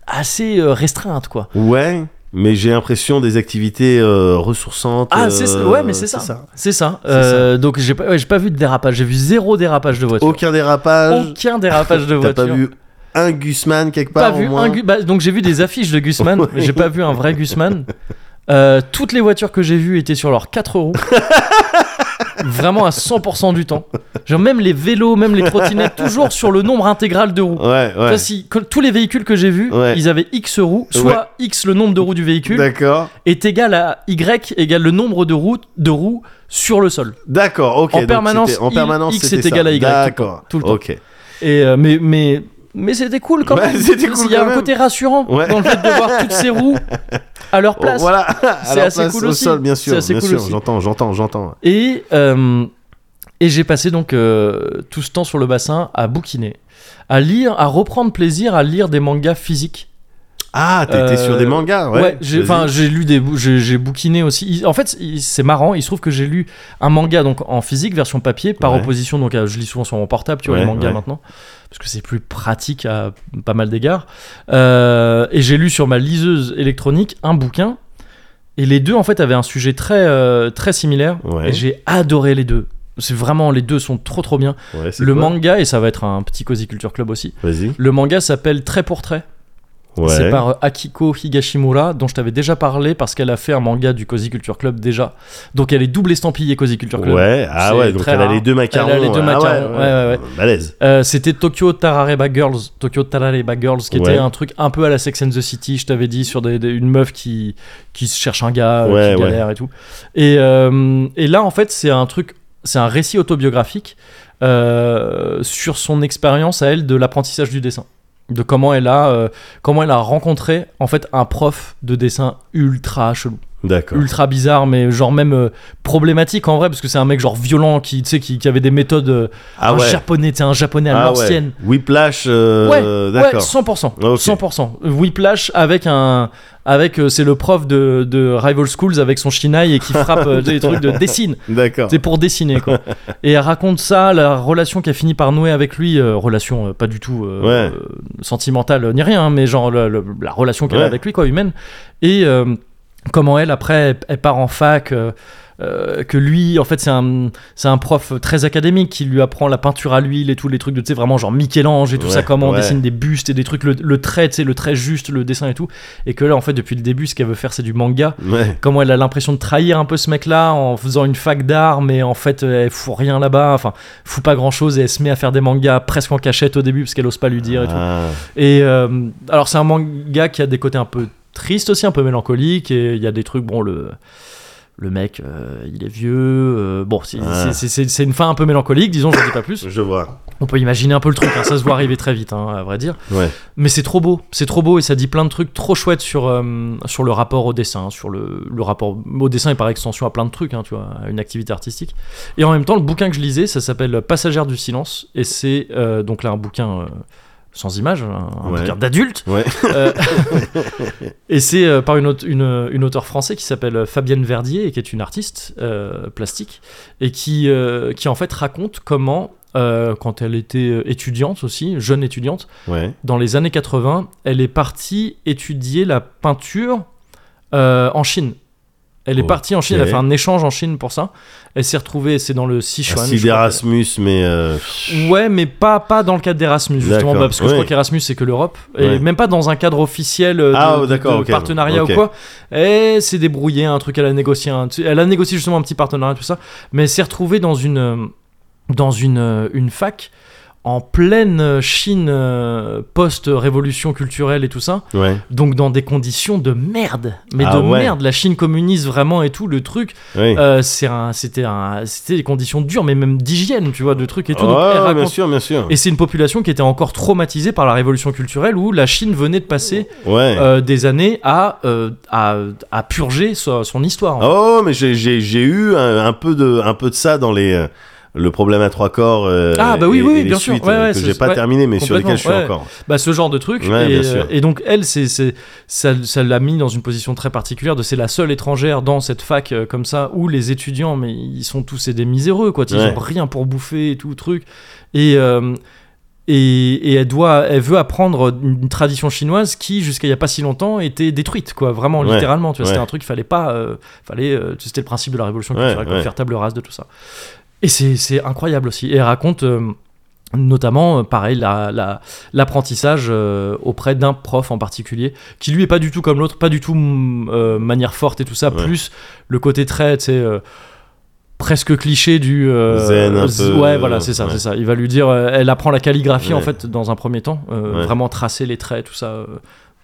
Speaker 2: assez euh, restreintes, quoi.
Speaker 1: Ouais. Mais j'ai l'impression des activités euh, ressourçantes.
Speaker 2: Ah, c'est ça-
Speaker 1: euh,
Speaker 2: ouais, mais c'est ça. C'est ça.
Speaker 1: C'est
Speaker 2: Euh, Donc j'ai pas, ouais, j'ai pas vu de dérapage, j'ai vu zéro dérapage de voiture.
Speaker 1: Aucun dérapage.
Speaker 2: Aucun dérapage
Speaker 1: T'as
Speaker 2: de voiture.
Speaker 1: pas vu un Gusman quelque
Speaker 2: Pas
Speaker 1: part
Speaker 2: vu
Speaker 1: au moins
Speaker 2: un Gu- bah, donc j'ai vu des affiches
Speaker 1: [laughs]
Speaker 2: de Gusman, mais j'ai pas vu un vrai Gusman. Euh, toutes les voitures que j'ai vues étaient sur leurs
Speaker 1: [laughs]
Speaker 2: 4 roues. Vraiment à 100% du temps. Genre même les vélos, même les trottinettes, toujours sur le nombre intégral de roues.
Speaker 1: Ouais,
Speaker 2: Tu
Speaker 1: ouais.
Speaker 2: vois, si- que- tous les véhicules que j'ai vus,
Speaker 1: Ouais.
Speaker 2: ils avaient X roues, soit X le nombre de roues du véhicule
Speaker 1: D'accord.
Speaker 2: est égal à Y égale le nombre de roues, de roues sur le sol.
Speaker 1: D'accord, ok.
Speaker 2: En
Speaker 1: donc
Speaker 2: permanence,
Speaker 1: c'était- en
Speaker 2: il-
Speaker 1: permanence,
Speaker 2: X
Speaker 1: c'était
Speaker 2: est égal
Speaker 1: ça.
Speaker 2: à Y, tout le temps,
Speaker 1: D'accord.
Speaker 2: tout le temps.
Speaker 1: Ok. Oh,
Speaker 2: Et euh, mais mais mais c'était cool quand
Speaker 1: Ouais,
Speaker 2: même.
Speaker 1: c'était cool
Speaker 2: Il y a
Speaker 1: quand
Speaker 2: un
Speaker 1: même.
Speaker 2: côté rassurant
Speaker 1: Ouais.
Speaker 2: dans le fait de voir toutes
Speaker 1: [laughs]
Speaker 2: ces roues à leur
Speaker 1: Oh,
Speaker 2: place.
Speaker 1: voilà. [laughs] À
Speaker 2: C'est
Speaker 1: la
Speaker 2: assez
Speaker 1: place
Speaker 2: cool
Speaker 1: au
Speaker 2: aussi.
Speaker 1: sol, bien
Speaker 2: C'est
Speaker 1: sûr.
Speaker 2: assez
Speaker 1: Bien
Speaker 2: cool
Speaker 1: sûr.
Speaker 2: aussi.
Speaker 1: J'entends, j'entends, j'entends.
Speaker 2: Et euh, et j'ai passé donc euh, tout ce temps sur le bassin à bouquiner, à lire, à reprendre plaisir à lire des mangas physiques.
Speaker 1: Ah, t'étais
Speaker 2: Euh,
Speaker 1: sur des mangas, ouais.
Speaker 2: Ouais, j'ai-
Speaker 1: Vas-y.
Speaker 2: enfin j'ai lu des bou- j'ai j'ai bouquiné aussi. Il- en fait, il- c'est marrant, il se trouve que j'ai lu un manga donc en physique version papier par
Speaker 1: Ouais.
Speaker 2: opposition donc à- je lis souvent sur mon portable, tu vois
Speaker 1: Ouais,
Speaker 2: les mangas
Speaker 1: ouais.
Speaker 2: maintenant parce que c'est plus pratique à pas mal d'égards. Euh, et j'ai lu sur ma liseuse électronique un bouquin et les deux en fait avaient un sujet très euh, très similaire
Speaker 1: Ouais.
Speaker 2: et j'ai adoré les deux. C'est vraiment les deux sont trop trop bien.
Speaker 1: Ouais, c'est
Speaker 2: Le
Speaker 1: quoi
Speaker 2: manga et ça va être un petit cozy culture club aussi.
Speaker 1: Vas-y.
Speaker 2: Le manga s'appelle Trait pour trait.
Speaker 1: Ouais.
Speaker 2: C'est par euh, Akiko Higashimura, dont je t'avais déjà parlé parce qu'elle a fait un manga du Cozy Culture Club déjà. Donc elle est double estampillée Cozy Culture Club.
Speaker 1: Ouais, ah
Speaker 2: C'est
Speaker 1: ouais, donc
Speaker 2: très
Speaker 1: elle a
Speaker 2: rare.
Speaker 1: les deux macarons.
Speaker 2: Elle a les deux
Speaker 1: Ah
Speaker 2: macarons, ouais, ouais,
Speaker 1: Balèze.
Speaker 2: Euh, c'était Tokyo Tarareba Girls, Tokyo Tarareba Girls, qui
Speaker 1: Ouais.
Speaker 2: était un truc un peu à la Sex and the City, je t'avais dit, sur des- des- une meuf qui, qui se cherche un gars, euh,
Speaker 1: Ouais,
Speaker 2: qui
Speaker 1: ouais.
Speaker 2: galère et tout. Et, euh, et là, en fait, c'est un truc, c'est un récit autobiographique euh, sur son expérience à elle de l'apprentissage du dessin, de comment elle a, euh, comment elle a rencontré en fait un prof de dessin ultra chelou
Speaker 1: D'accord.
Speaker 2: ultra bizarre mais genre même euh, problématique en vrai parce que c'est un mec genre violent qui tu sais qui, qui avait des méthodes euh,
Speaker 1: Ah
Speaker 2: un
Speaker 1: ouais.
Speaker 2: japonais tu sais, un japonais à
Speaker 1: ah
Speaker 2: l'ancienne
Speaker 1: ouais. Whiplash, euh,
Speaker 2: ouais
Speaker 1: d'accord.
Speaker 2: 100%
Speaker 1: Ok.
Speaker 2: 100% Whiplash avec un avec euh, c'est le prof de, de Rival Schools avec son shinai et qui frappe euh, des trucs de dessine
Speaker 1: D'accord.
Speaker 2: c'est pour
Speaker 1: [laughs]
Speaker 2: dessiner quoi et elle raconte ça la relation qu'elle finit par nouer avec lui euh, relation euh, pas du tout euh,
Speaker 1: Ouais.
Speaker 2: euh, sentimentale euh, ni rien hein, mais genre le- le- la relation qu'elle a
Speaker 1: Ouais.
Speaker 2: avec lui quoi humaine et euh, comment elle après elle, elle part en fac euh, euh, que lui en fait c'est un c'est un prof très académique qui lui apprend la peinture à l'huile et tous les trucs de tu sais vraiment genre Michel-Ange et tout
Speaker 1: Ouais,
Speaker 2: ça comment on
Speaker 1: ouais.
Speaker 2: dessine des bustes et des trucs le, le trait tu sais le trait juste le dessin et tout et que là en fait depuis le début ce qu'elle veut faire c'est du manga
Speaker 1: Ouais.
Speaker 2: comment elle a l'impression de trahir un peu ce mec-là en faisant une fac d'art, mais en fait euh, elle fout rien là-bas, enfin fout pas grand-chose et elle se met à faire des mangas presque en cachette au début parce qu'elle ose pas lui dire et tout.
Speaker 1: Ah,
Speaker 2: Et euh, alors c'est un manga qui a des côtés un peu tristes aussi, un peu mélancoliques et il y a des trucs bon le le mec euh, il est vieux, euh, bon c'est-
Speaker 1: Ah.
Speaker 2: c'est- c'est c'est une fin un peu mélancolique, disons je dis pas plus.
Speaker 1: je vois.
Speaker 2: On peut imaginer un peu le truc, hein, ça se voit arriver très vite hein, à vrai dire.
Speaker 1: Ouais.
Speaker 2: Mais c'est trop beau, c'est trop beau et ça dit plein de trucs trop chouettes sur, euh, sur le rapport au dessin, hein, sur le, le rapport au dessin et par extension à plein de trucs, hein, tu vois, à une activité artistique. Et en même temps, le bouquin que je lisais, ça s'appelle Passagère du silence et c'est euh, donc là un bouquin euh, sans image, un, un
Speaker 1: Ouais.
Speaker 2: bouquin d'adulte.
Speaker 1: Ouais.
Speaker 2: Euh, [laughs] et c'est euh, par une, aute- une, une auteure française qui s'appelle Fabienne Verdier et qui est une artiste euh, plastique et qui, euh, qui en fait raconte comment euh, quand elle était étudiante aussi, jeune étudiante,
Speaker 1: Ouais.
Speaker 2: dans les années 80, elle est partie étudier la peinture euh, en Chine. Elle est
Speaker 1: Ok.
Speaker 2: partie en Chine, elle a fait un échange en Chine pour ça. Elle s'est retrouvée, c'est dans le Sichuan. je
Speaker 1: Style
Speaker 2: crois qu'elle-
Speaker 1: d'Erasmus, mais. euh,
Speaker 2: Ouais, mais pas, pas dans le cadre d'Erasmus, justement,
Speaker 1: D'accord.
Speaker 2: bah, parce que
Speaker 1: Ouais.
Speaker 2: je crois qu'Erasmus, c'est que l'Europe, et
Speaker 1: Ouais.
Speaker 2: même pas dans un cadre officiel euh, de,
Speaker 1: Ah,
Speaker 2: de-
Speaker 1: d'accord,
Speaker 2: de
Speaker 1: ok.
Speaker 2: partenariat
Speaker 1: Ok.
Speaker 2: ou quoi. Et c'est débrouillé, un truc, elle a négocié, un- elle a négocié justement un petit partenariat, tout ça, mais elle s'est retrouvée dans une, euh, dans une, euh, une fac en pleine euh, Chine euh, post-révolution culturelle et tout ça,
Speaker 1: Ouais.
Speaker 2: donc dans des conditions de merde, mais
Speaker 1: Ah
Speaker 2: de
Speaker 1: ouais.
Speaker 2: merde, la Chine communiste vraiment et tout, le
Speaker 1: [laughs]
Speaker 2: truc,
Speaker 1: Oui.
Speaker 2: euh, c'est un- c'était un- c'était des conditions dures, mais même d'hygiène, tu vois, de trucs et tout. Donc,
Speaker 1: Ouais,
Speaker 2: elle
Speaker 1: ouais, bien
Speaker 2: raconte-
Speaker 1: sûr, bien sûr.
Speaker 2: et c'est une population qui était encore traumatisée par la révolution culturelle où la Chine venait de passer
Speaker 1: Ouais.
Speaker 2: euh, des années à, euh, à, à purger so- son histoire. en fait.
Speaker 1: Oh, mais j'ai- j'ai j'ai eu un, un peu de, un peu de ça dans les. euh, Le problème à trois corps. euh,
Speaker 2: Ah, bah oui,
Speaker 1: et-
Speaker 2: oui,
Speaker 1: et les
Speaker 2: bien sûr.
Speaker 1: suites,
Speaker 2: Ouais,
Speaker 1: euh,
Speaker 2: ouais,
Speaker 1: que
Speaker 2: c'est-
Speaker 1: j'ai pas
Speaker 2: ouais,
Speaker 1: terminé, mais sur
Speaker 2: complètement,
Speaker 1: lesquels je suis
Speaker 2: ouais.
Speaker 1: encore.
Speaker 2: Bah, ce genre de truc.
Speaker 1: Ouais,
Speaker 2: et,
Speaker 1: bien sûr.
Speaker 2: euh, et donc, elle, c'est c'est- ça ça l'a mis dans une position très particulière de c'est la seule étrangère dans cette fac euh, comme ça où les étudiants, mais ils sont tous des miséreux, quoi. Ils
Speaker 1: Ouais.
Speaker 2: ont rien pour bouffer et tout, truc. Et. euh, et, et elle, doit, elle veut apprendre une tradition chinoise qui, jusqu'à il n'y a pas si longtemps, était détruite, quoi, vraiment,
Speaker 1: Ouais,
Speaker 2: littéralement. Tu vois, C'était
Speaker 1: ouais.
Speaker 2: un truc, il fallait pas. euh, fallait, euh, C'était le principe de la révolution
Speaker 1: Ouais,
Speaker 2: culturelle, quoi,
Speaker 1: ouais.
Speaker 2: faire table rase de tout ça. Et c'est c'est incroyable aussi. Et elle raconte. euh, notamment euh, pareil la- la- l'apprentissage euh, auprès d'un prof en particulier qui lui est pas du tout comme l'autre pas du tout mm, euh, manière forte et tout ça
Speaker 1: Ouais.
Speaker 2: plus le côté très tu sais, euh, presque cliché du euh,
Speaker 1: Zen, un
Speaker 2: z-
Speaker 1: peu,
Speaker 2: ouais voilà c'est ça
Speaker 1: ouais.
Speaker 2: c'est ça il va lui dire euh, elle apprend la calligraphie en
Speaker 1: Ouais.
Speaker 2: fait dans un premier temps euh,
Speaker 1: Ouais.
Speaker 2: vraiment tracer les traits tout ça euh,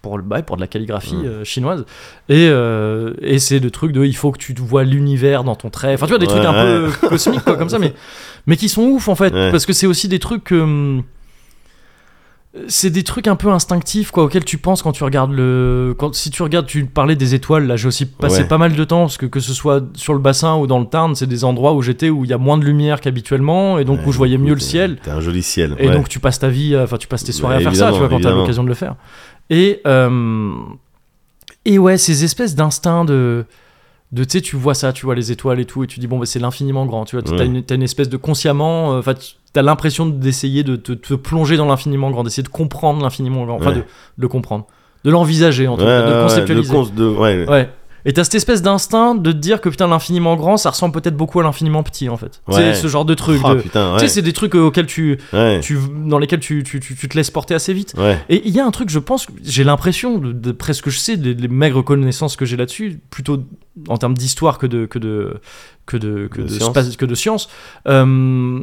Speaker 2: pour le bail pour de la calligraphie
Speaker 1: Ouais.
Speaker 2: euh, chinoise et, euh, et c'est le truc de il faut que tu vois l'univers dans ton trait enfin tu vois des
Speaker 1: Ouais,
Speaker 2: trucs un
Speaker 1: ouais.
Speaker 2: peu euh, cosmiques quoi comme ça mais mais qui sont ouf en fait
Speaker 1: Ouais.
Speaker 2: parce que c'est aussi des trucs que, hum, c'est des trucs un peu instinctifs quoi auxquels tu penses quand tu regardes le quand si tu regardes tu parlais des étoiles là j'ai aussi passé
Speaker 1: Ouais.
Speaker 2: pas mal de temps parce que que ce soit sur le bassin ou dans le Tarn c'est des endroits où j'étais où il y a moins de lumière qu'habituellement et donc où je voyais mieux le ciel
Speaker 1: T'as un joli ciel.
Speaker 2: et
Speaker 1: ouais.
Speaker 2: donc tu passes ta vie, euh, enfin tu passes tes
Speaker 1: Bah,
Speaker 2: soirées à faire ça, tu vois,
Speaker 1: évidemment,
Speaker 2: quand t'as
Speaker 1: évidemment.
Speaker 2: l'occasion de le faire. Et euh, et ouais, ces espèces d'instincts de de tu sais, tu vois ça, tu vois les étoiles et tout, et tu dis bon bah c'est l'infiniment grand, tu vois, t'as
Speaker 1: Ouais.
Speaker 2: une, t'as une espèce de consciemment, euh, enfin tu- t'as l'impression d'essayer de te, te plonger dans l'infiniment grand, d'essayer de comprendre l'infiniment grand, enfin
Speaker 1: Ouais.
Speaker 2: de, de le comprendre, de l'envisager en tout
Speaker 1: Ouais,
Speaker 2: cas, de
Speaker 1: ouais,
Speaker 2: le
Speaker 1: ouais,
Speaker 2: conceptualiser.
Speaker 1: de cons- de- ouais.
Speaker 2: Ouais. Et t'as cette espèce d'instinct de te dire que putain l'infiniment grand, ça ressemble peut-être beaucoup à l'infiniment petit en fait.
Speaker 1: Ouais.
Speaker 2: C'est ce genre de truc.
Speaker 1: Ah,
Speaker 2: de-
Speaker 1: putain,
Speaker 2: Tu sais,
Speaker 1: ouais.
Speaker 2: c'est des trucs euh, auxquels tu,
Speaker 1: Ouais.
Speaker 2: tu- dans lesquels tu, tu, tu, tu te laisses porter assez vite.
Speaker 1: Ouais.
Speaker 2: Et il y a un truc, je pense, que- j'ai l'impression, de, de presque je sais, des, des maigres connaissances que j'ai là-dessus, plutôt en termes d'histoire que de, que de, que de, que
Speaker 1: De
Speaker 2: de,
Speaker 1: science.
Speaker 2: space- que de science, euh,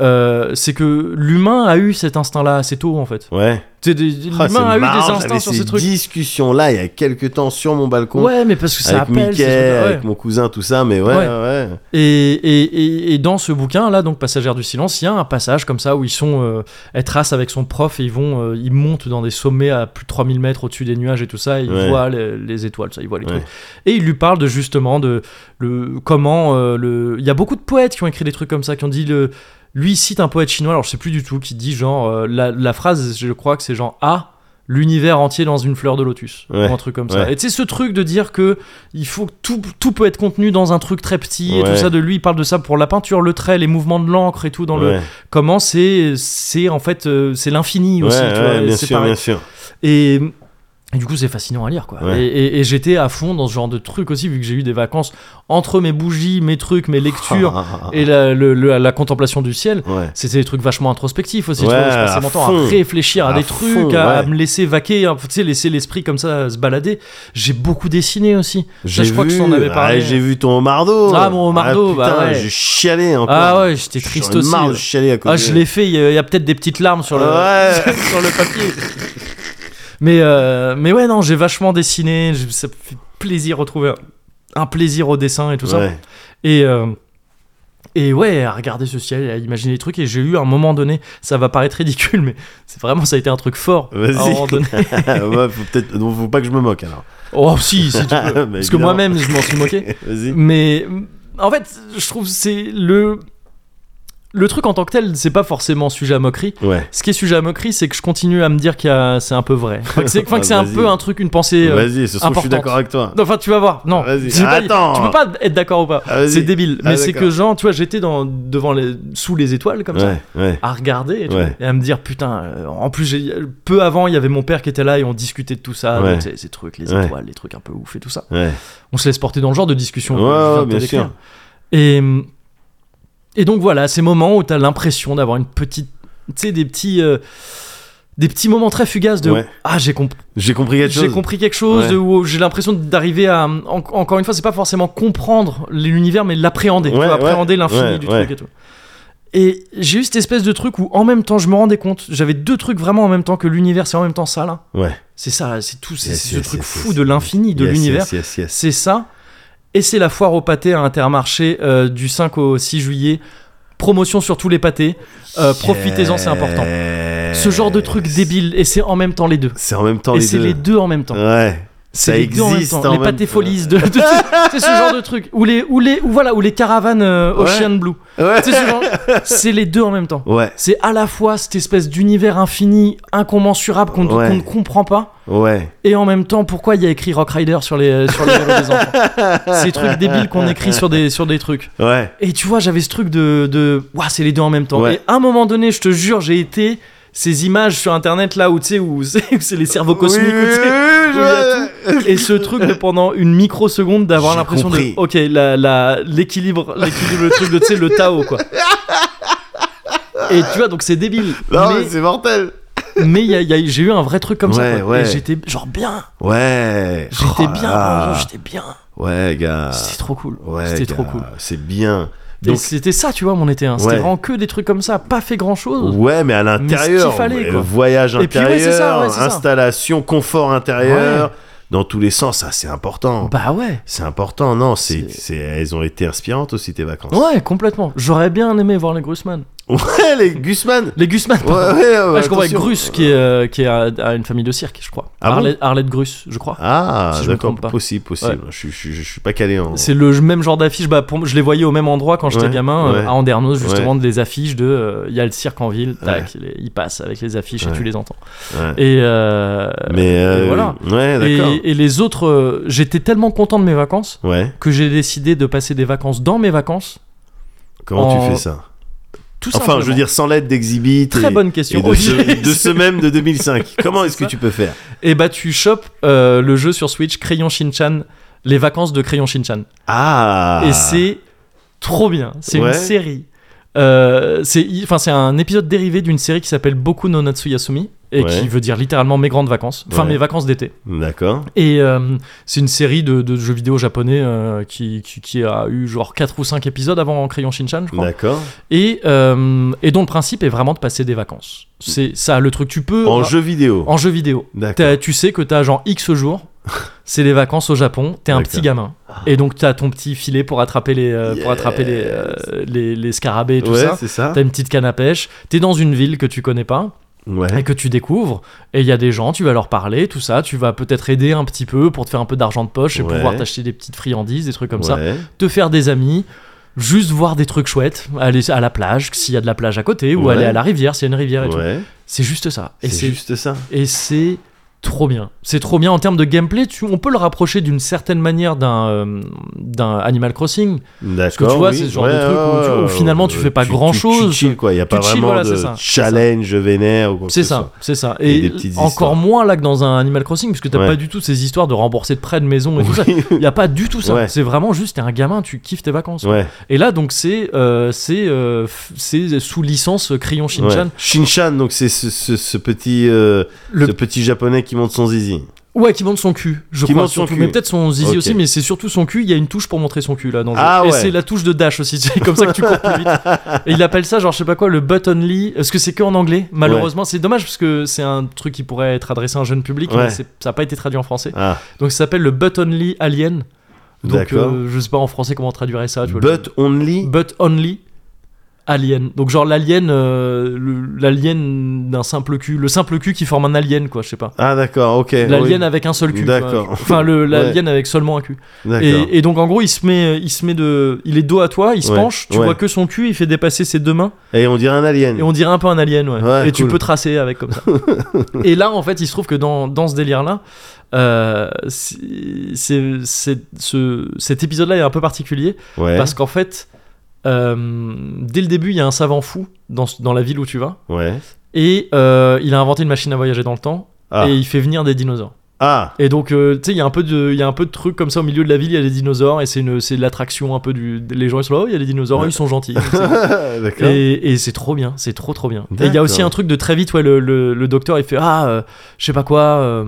Speaker 2: euh, c'est que l'humain a eu cet instinct-là assez tôt, en fait.
Speaker 1: Ouais.
Speaker 2: Tu sais, des-
Speaker 1: Ah, c'est
Speaker 2: l'humain a eu
Speaker 1: marrant,
Speaker 2: des
Speaker 1: j'avais
Speaker 2: instincts sur
Speaker 1: ces
Speaker 2: ces trucs.
Speaker 1: discussions-là il y a quelques temps sur mon balcon.
Speaker 2: Ouais, mais parce que ça
Speaker 1: avec
Speaker 2: appelle.
Speaker 1: Mickey,
Speaker 2: ces trucs-là, ouais.
Speaker 1: avec mon cousin, tout ça, mais ouais, ouais.
Speaker 2: Ouais.
Speaker 1: ouais.
Speaker 2: Et, et, et, et dans ce bouquin là, donc Passagère du silence, il y a un passage comme ça où ils sont, euh, elle trace avec son prof et ils vont, euh, ils montent dans des sommets à plus de 3000 mètres au-dessus des nuages et tout ça, et ils
Speaker 1: Ouais.
Speaker 2: voient les, les étoiles, ça, ils voient les
Speaker 1: Ouais.
Speaker 2: trucs. Et il lui parle de justement de le comment euh, le, il y a beaucoup de poètes qui ont écrit des trucs comme ça, qui ont dit le, lui il cite un poète chinois, alors je sais plus du tout, qui dit genre euh, la, la phrase, je crois que c'est genre ah l'univers entier dans une fleur de lotus
Speaker 1: Ouais.
Speaker 2: ou un truc comme ça
Speaker 1: Ouais.
Speaker 2: et tu sais ce truc de dire que il faut que tout, tout peut être contenu dans un truc très petit et
Speaker 1: Ouais.
Speaker 2: tout ça de lui il parle de ça pour la peinture le trait les mouvements de l'encre et tout dans le
Speaker 1: ouais.
Speaker 2: comment c'est c'est en fait euh, c'est l'infini aussi
Speaker 1: Ouais,
Speaker 2: tu vois,
Speaker 1: ouais,
Speaker 2: et
Speaker 1: bien
Speaker 2: c'est
Speaker 1: sûr,
Speaker 2: pareil.
Speaker 1: bien sûr.
Speaker 2: Et, et du coup, c'est fascinant à lire, quoi.
Speaker 1: Ouais.
Speaker 2: Et, et- et j'étais à fond dans ce genre de truc aussi, vu que j'ai eu des vacances entre mes bougies, mes trucs, mes lectures
Speaker 1: Ah, ah, ah.
Speaker 2: et la, le- le- la contemplation du ciel.
Speaker 1: Ouais.
Speaker 2: C'était des trucs vachement introspectifs aussi. tu
Speaker 1: Ouais,
Speaker 2: vois, je passais
Speaker 1: à
Speaker 2: mon temps à
Speaker 1: fond.
Speaker 2: réfléchir à,
Speaker 1: À
Speaker 2: des
Speaker 1: fond,
Speaker 2: trucs, à, à
Speaker 1: ouais.
Speaker 2: me laisser vaquer, hein, tu sais, laisser l'esprit comme ça se balader. J'ai beaucoup dessiné aussi.
Speaker 1: J'ai
Speaker 2: je crois que
Speaker 1: vu,
Speaker 2: je t'en avais
Speaker 1: ouais,
Speaker 2: parlé.
Speaker 1: j'ai vu ton Mardo.
Speaker 2: Ah, mon Homardo,
Speaker 1: putain,
Speaker 2: bah ouais.
Speaker 1: J'ai chialé encore.
Speaker 2: Ah ouais, j'étais
Speaker 1: J'en ai
Speaker 2: triste aussi.
Speaker 1: marre de chialer à côté.
Speaker 2: Ah, je l'ai fait, il y a, il y a peut-être des petites larmes sur le,
Speaker 1: Ouais.
Speaker 2: [laughs] sur le papier. Mais, euh, mais ouais, non, j'ai vachement dessiné. j'ai- Ça me fait plaisir de retrouver un, un plaisir au dessin et tout ça.
Speaker 1: Ouais. [laughs]
Speaker 2: Et, euh, et ouais, à regarder ce ciel, à imaginer des trucs. Et j'ai eu à un moment donné, ça va paraître ridicule, mais c'est vraiment, ça a été un truc fort. à un
Speaker 1: Vas-y.
Speaker 2: moment donné.
Speaker 1: ouais, faut peut-être, donc faut pas que je me moque alors.
Speaker 2: Oh,
Speaker 1: [laughs]
Speaker 2: si, si tu
Speaker 1: Bah,
Speaker 2: peux. Parce que
Speaker 1: évidemment. [laughs]
Speaker 2: moi-même, je m'en suis moqué. mm,
Speaker 1: Vas-y.
Speaker 2: Mais en fait, je trouve que c'est le le truc en tant que tel, c'est pas forcément sujet à moquerie.
Speaker 1: Ouais.
Speaker 2: Ce qui est sujet à moquerie, c'est que je continue à me dire que c'est un peu vrai. Enfin, que c'est enfin, que c'est un
Speaker 1: Vas-y.
Speaker 2: peu un truc, une pensée. euh,
Speaker 1: Vas-y, ce soir, je suis
Speaker 2: importante.
Speaker 1: d'accord avec toi.
Speaker 2: Non, Enfin, tu vas voir. Non,
Speaker 1: Vas-y.
Speaker 2: C'est pas-
Speaker 1: Attends.
Speaker 2: tu peux pas être d'accord ou pas.
Speaker 1: Ah, vas-y.
Speaker 2: C'est débile.
Speaker 1: Ah,
Speaker 2: Mais c'est
Speaker 1: d'accord.
Speaker 2: que genre, tu vois, j'étais dans devant les, sous les étoiles comme ça,
Speaker 1: ouais, ouais.
Speaker 2: à regarder tu vois,
Speaker 1: Ouais.
Speaker 2: et à me dire putain. euh, en plus, j'ai- peu avant, il y avait mon père qui était là et on discutait de tout ça,
Speaker 1: Ouais.
Speaker 2: donc ces, ces trucs, les
Speaker 1: Ouais.
Speaker 2: étoiles, les trucs un peu ouf et tout ça.
Speaker 1: Ouais.
Speaker 2: On se laisse porter dans le genre de discussion. que
Speaker 1: Ouais,
Speaker 2: je viens de
Speaker 1: ouais,
Speaker 2: te
Speaker 1: bien
Speaker 2: décrire.
Speaker 1: sûr.
Speaker 2: Et et donc voilà, ces moments où t'as l'impression d'avoir une petite, tu sais, des petits. euh, des petits moments très fugaces de
Speaker 1: Ouais.
Speaker 2: ah j'ai compris
Speaker 1: J'ai compris quelque
Speaker 2: j'ai
Speaker 1: chose.
Speaker 2: compris quelque chose
Speaker 1: Ouais.
Speaker 2: ou j'ai l'impression d'arriver à en- encore une fois c'est pas forcément comprendre l'univers mais l'appréhender tu
Speaker 1: Ouais,
Speaker 2: vois,
Speaker 1: ouais,
Speaker 2: appréhender l'infini
Speaker 1: ouais,
Speaker 2: du
Speaker 1: ouais.
Speaker 2: truc et tout et j'ai eu cette espèce de truc où en même temps je me rendais compte j'avais deux trucs vraiment en même temps que l'univers c'est en même temps ça là
Speaker 1: Ouais.
Speaker 2: c'est ça c'est tout c'est
Speaker 1: Yes,
Speaker 2: c'est ce
Speaker 1: yes,
Speaker 2: truc
Speaker 1: yes,
Speaker 2: fou
Speaker 1: yes.
Speaker 2: de l'infini de
Speaker 1: Yes,
Speaker 2: l'univers
Speaker 1: yes, yes, yes.
Speaker 2: c'est ça et c'est la foire aux pâtés à Intermarché euh, du 5 au 6 juillet promotion sur tous les pâtés Euh, profitez-en, c'est important. ce genre de truc débile et c'est en même temps les deux
Speaker 1: C'est en même temps
Speaker 2: et
Speaker 1: les
Speaker 2: c'est
Speaker 1: deux.
Speaker 2: les deux en même temps
Speaker 1: Ouais.
Speaker 2: c'est
Speaker 1: Ça
Speaker 2: les deux en même
Speaker 1: existe
Speaker 2: temps.
Speaker 1: en
Speaker 2: les
Speaker 1: même
Speaker 2: pâtés
Speaker 1: temps.
Speaker 2: folies de, de-
Speaker 1: [laughs]
Speaker 2: c'est ce genre de truc ou les ou les ou voilà ou les caravanes euh,
Speaker 1: Ouais.
Speaker 2: Ocean Blue
Speaker 1: Ouais.
Speaker 2: c'est ce genre- c'est les deux en même temps
Speaker 1: Ouais.
Speaker 2: c'est à la fois cette espèce d'univers infini incommensurable qu'on
Speaker 1: Ouais.
Speaker 2: qu'on ne comprend pas
Speaker 1: Ouais.
Speaker 2: et en même temps pourquoi il y a écrit Rock Rider sur les euh, sur les vélos des
Speaker 1: [laughs]
Speaker 2: enfants ces trucs débiles qu'on écrit sur des sur des trucs
Speaker 1: Ouais.
Speaker 2: et tu vois j'avais ce truc de de Ouah, c'est les deux en même temps
Speaker 1: Ouais.
Speaker 2: et à un moment donné je te jure j'ai été ces images sur internet là où tu sais où [laughs] c'est où c'est les cerveaux cosmiques
Speaker 1: Oui,
Speaker 2: où, tu sais,
Speaker 1: oui, oui,
Speaker 2: où il y a
Speaker 1: je-
Speaker 2: et ce truc de pendant une microseconde d'avoir
Speaker 1: J'ai
Speaker 2: l'impression de
Speaker 1: compris.
Speaker 2: ok la la- l'équilibre l'équilibre le truc de tu sais le Tao quoi et tu vois donc c'est débile
Speaker 1: Non, mais
Speaker 2: mais
Speaker 1: c'est mortel.
Speaker 2: mais il y a- il y a- j'ai eu un vrai truc comme
Speaker 1: Ouais,
Speaker 2: ça quoi.
Speaker 1: ouais.
Speaker 2: et j'étais genre bien
Speaker 1: Ouais.
Speaker 2: j'étais
Speaker 1: Oh
Speaker 2: bien
Speaker 1: là.
Speaker 2: genre, j'étais bien
Speaker 1: Ouais, gars.
Speaker 2: c'était trop cool
Speaker 1: Euh, Ouais,
Speaker 2: c'était trop
Speaker 1: gars,
Speaker 2: cool
Speaker 1: C'est bien.
Speaker 2: Et
Speaker 1: Donc,
Speaker 2: c'était ça tu vois mon été hein. c'était
Speaker 1: Ouais.
Speaker 2: vraiment que des trucs comme ça pas fait grand chose
Speaker 1: ouais, mais à l'intérieur,
Speaker 2: qu'il fallait,
Speaker 1: euh,
Speaker 2: quoi.
Speaker 1: voyage
Speaker 2: Et puis,
Speaker 1: intérieur,
Speaker 2: ouais, c'est ça, ouais, c'est ça.
Speaker 1: installation, confort intérieur, dans tous les sens, ça c'est important.
Speaker 2: bah ouais
Speaker 1: c'est important, non c'est,
Speaker 2: C'est-
Speaker 1: c'est- Elles ont été inspirantes aussi tes vacances.
Speaker 2: ouais complètement j'aurais bien aimé voir les Gusman
Speaker 1: [laughs] Ouais, les Gusman
Speaker 2: les Gusman
Speaker 1: Ouais, ouais,
Speaker 2: pardon.
Speaker 1: ouais,
Speaker 2: [laughs] Ouais, je comprends avec
Speaker 1: attention.
Speaker 2: Grus qui est, euh, qui est à, à une famille de cirque, je crois.
Speaker 1: Ah bon
Speaker 2: Arlette, Arlette Grus, je crois.
Speaker 1: Ah,
Speaker 2: Si je me
Speaker 1: d'accord,
Speaker 2: trompe pas.
Speaker 1: possible, possible. Je, je- je- je suis pas calé en.
Speaker 2: C'est le même genre d'affiche. Bah, pour- je les voyais au même endroit quand j'étais
Speaker 1: Ouais,
Speaker 2: gamin euh,
Speaker 1: ouais.
Speaker 2: à Andernos, justement, des affiches de. euh, Il y a le cirque en ville, tac, il, est- il passe avec les affiches
Speaker 1: Ouais.
Speaker 2: et tu les entends.
Speaker 1: Ouais.
Speaker 2: Et, euh,
Speaker 1: Mais euh,
Speaker 2: et voilà.
Speaker 1: ouais,
Speaker 2: Et,
Speaker 1: d'accord.
Speaker 2: et les autres, euh, j'étais tellement content de mes vacances
Speaker 1: Ouais.
Speaker 2: que j'ai décidé de passer des vacances dans mes vacances.
Speaker 1: Comment
Speaker 2: En-
Speaker 1: tu fais ça
Speaker 2: Tout
Speaker 1: Enfin,
Speaker 2: simplement.
Speaker 1: je veux dire sans l'aide d'Exhibit.
Speaker 2: Très
Speaker 1: et-
Speaker 2: bonne
Speaker 1: et
Speaker 2: question.
Speaker 1: de,
Speaker 2: [laughs]
Speaker 1: ce, de ce
Speaker 2: Et,
Speaker 1: même de 2005. Comment est-ce que tu peux faire
Speaker 2: bah, tu chopes euh, le jeu sur Switch Crayon Shinchan, les vacances de Crayon Shinchan.
Speaker 1: Ah
Speaker 2: et c'est trop bien. C'est
Speaker 1: Ouais.
Speaker 2: une série. Euh, c'est enfin, c'est un épisode dérivé d'une série qui s'appelle Boku no Natsu Yasumi et
Speaker 1: Ouais.
Speaker 2: qui veut dire littéralement mes grandes vacances, enfin
Speaker 1: Ouais.
Speaker 2: mes vacances d'été.
Speaker 1: D'accord.
Speaker 2: Et euh, c'est une série de, de jeux vidéo japonais euh, qui, qui, qui a eu genre 4 ou 5 épisodes avant Crayon Shinchan, je crois.
Speaker 1: D'accord.
Speaker 2: Et, euh, et dont le principe est vraiment de passer des vacances. C'est ça le truc. Tu peux
Speaker 1: En jeu vidéo.
Speaker 2: en jeu vidéo.
Speaker 1: D'accord.
Speaker 2: T'as- Tu sais que t'as genre X jours, c'est les vacances au Japon, t'es un
Speaker 1: D'accord.
Speaker 2: petit gamin. Et donc t'as ton petit filet pour attraper les, euh, pour attraper les, euh, les, les scarabées et tout
Speaker 1: Ouais,
Speaker 2: ça.
Speaker 1: c'est ça.
Speaker 2: T'as une petite canne à pêche, t'es dans une ville que tu connais pas et
Speaker 1: Ouais.
Speaker 2: que tu découvres, et il y a des gens, tu vas leur parler, tout ça, tu vas peut-être aider un petit peu pour te faire un peu d'argent de poche et
Speaker 1: Ouais.
Speaker 2: pouvoir t'acheter des petites friandises, des trucs comme ça,
Speaker 1: Ouais.
Speaker 2: te faire des amis, juste voir des trucs chouettes, aller à la plage s'il y a de la plage à côté, ou
Speaker 1: Ouais.
Speaker 2: aller à la rivière s'il y a une rivière et tout.
Speaker 1: Ouais.
Speaker 2: C'est juste ça. Et
Speaker 1: C'est
Speaker 2: c'est
Speaker 1: juste ça.
Speaker 2: et c'est trop bien. C'est trop bien en termes de gameplay. Tu, on peut le rapprocher d'une certaine manière d'un euh, d'un Animal Crossing.
Speaker 1: Oh, D'accord.
Speaker 2: que tu vois,
Speaker 1: oui.
Speaker 2: c'est ce genre de truc où tu- où finalement, tu fais pas
Speaker 1: tu-
Speaker 2: grand-chose.
Speaker 1: Tu, chill, quoi. Il n'y a pas
Speaker 2: chill,
Speaker 1: vraiment
Speaker 2: voilà,
Speaker 1: de
Speaker 2: c'est ça. C'est ça.
Speaker 1: challenge vénère ou quoi que
Speaker 2: C'est
Speaker 1: ce
Speaker 2: ça,
Speaker 1: soit.
Speaker 2: c'est ça.
Speaker 1: Et
Speaker 2: Et,
Speaker 1: des petites histoires.
Speaker 2: encore moins là que dans un Animal Crossing, puisque t'as
Speaker 1: Ouais.
Speaker 2: pas du tout ces histoires de rembourser de prêts de maison et tout ça. Il y a pas du tout ça.
Speaker 1: Ouais.
Speaker 2: C'est vraiment juste, t'es un gamin, tu kiffes tes vacances.
Speaker 1: [laughs] Ouais.
Speaker 2: Et là, donc, c'est euh, c'est euh, f- c'est sous licence euh, Crayon Shinchan.
Speaker 1: Ouais. Shinchan, donc c'est ce, ce- ce petit, euh,
Speaker 2: Le-
Speaker 1: ce petit japonais qui monte son zizi.
Speaker 2: Ouais, qui monte son cul, je
Speaker 1: Qui
Speaker 2: crois.
Speaker 1: monte son
Speaker 2: surtout.
Speaker 1: cul.
Speaker 2: Mais peut-être son zizi
Speaker 1: Ok.
Speaker 2: aussi, mais c'est surtout son cul. Il y a une touche pour montrer son cul là dans le jeu.
Speaker 1: Ah
Speaker 2: Et
Speaker 1: ouais.
Speaker 2: c'est la touche de dash aussi. [laughs] C'est comme ça que tu cours plus vite. Et il appelle ça genre je sais pas quoi le button only. Parce que c'est que en anglais. Malheureusement, c'est dommage parce que c'est un truc qui pourrait être adressé à un jeune public,
Speaker 1: Ouais.
Speaker 2: mais c'est- ça n'a pas été traduit en français.
Speaker 1: Ah,
Speaker 2: Donc ça s'appelle le button only alien. Donc
Speaker 1: d'accord. Ah,
Speaker 2: euh, je sais pas en français comment on traduirait ça. Tu vois, le-
Speaker 1: But only.
Speaker 2: But only Alien. Donc genre l'alien, euh, le- l'alien d'un simple cul, le simple cul qui forme un alien quoi, je sais pas.
Speaker 1: Ah d'accord, ok.
Speaker 2: L'alien avec un seul cul. quoi.
Speaker 1: D'accord.
Speaker 2: Enfin le- l'alien avec seulement un cul.
Speaker 1: oui, d'accord.
Speaker 2: Et, et donc en gros il se met, euh, il se met de, il est dos à toi, il se
Speaker 1: Ouais,
Speaker 2: penche, tu
Speaker 1: ouais.
Speaker 2: vois que son cul, il fait dépasser ses deux mains
Speaker 1: Et... on dirait un alien.
Speaker 2: et on dirait un peu un alien ouais.
Speaker 1: Ouais,
Speaker 2: et tu
Speaker 1: cool.
Speaker 2: peux tracer
Speaker 1: [laughs]
Speaker 2: avec comme ça. et là en fait il se trouve que dans, dans ce euh, délire là, cet épisode là est un peu particulier
Speaker 1: Ouais.
Speaker 2: parce qu'en fait, euh, dès le début, il y a un savant fou dans, ce- dans la ville où tu vas.
Speaker 1: Ouais.
Speaker 2: Et euh, il a inventé une machine à voyager dans le temps.
Speaker 1: Ah.
Speaker 2: Et il fait venir des dinosaures.
Speaker 1: Ah. [laughs]
Speaker 2: Et donc, euh, tu sais, il y a un peu de, il y a un peu de trucs comme ça au milieu de la ville. Il y a des dinosaures et c'est une, c'est l'attraction un peu du. Les gens ils sont là, oh, il y a des dinosaures,
Speaker 1: Ouais.
Speaker 2: ils sont
Speaker 1: [laughs]
Speaker 2: gentils.
Speaker 1: d'accord.
Speaker 2: Et, et c'est trop bien, c'est trop trop bien. Et il y a
Speaker 1: D'accord.
Speaker 2: aussi un truc de très vite, ouais, le, le, le docteur il fait Ah, euh, je sais pas quoi, euh,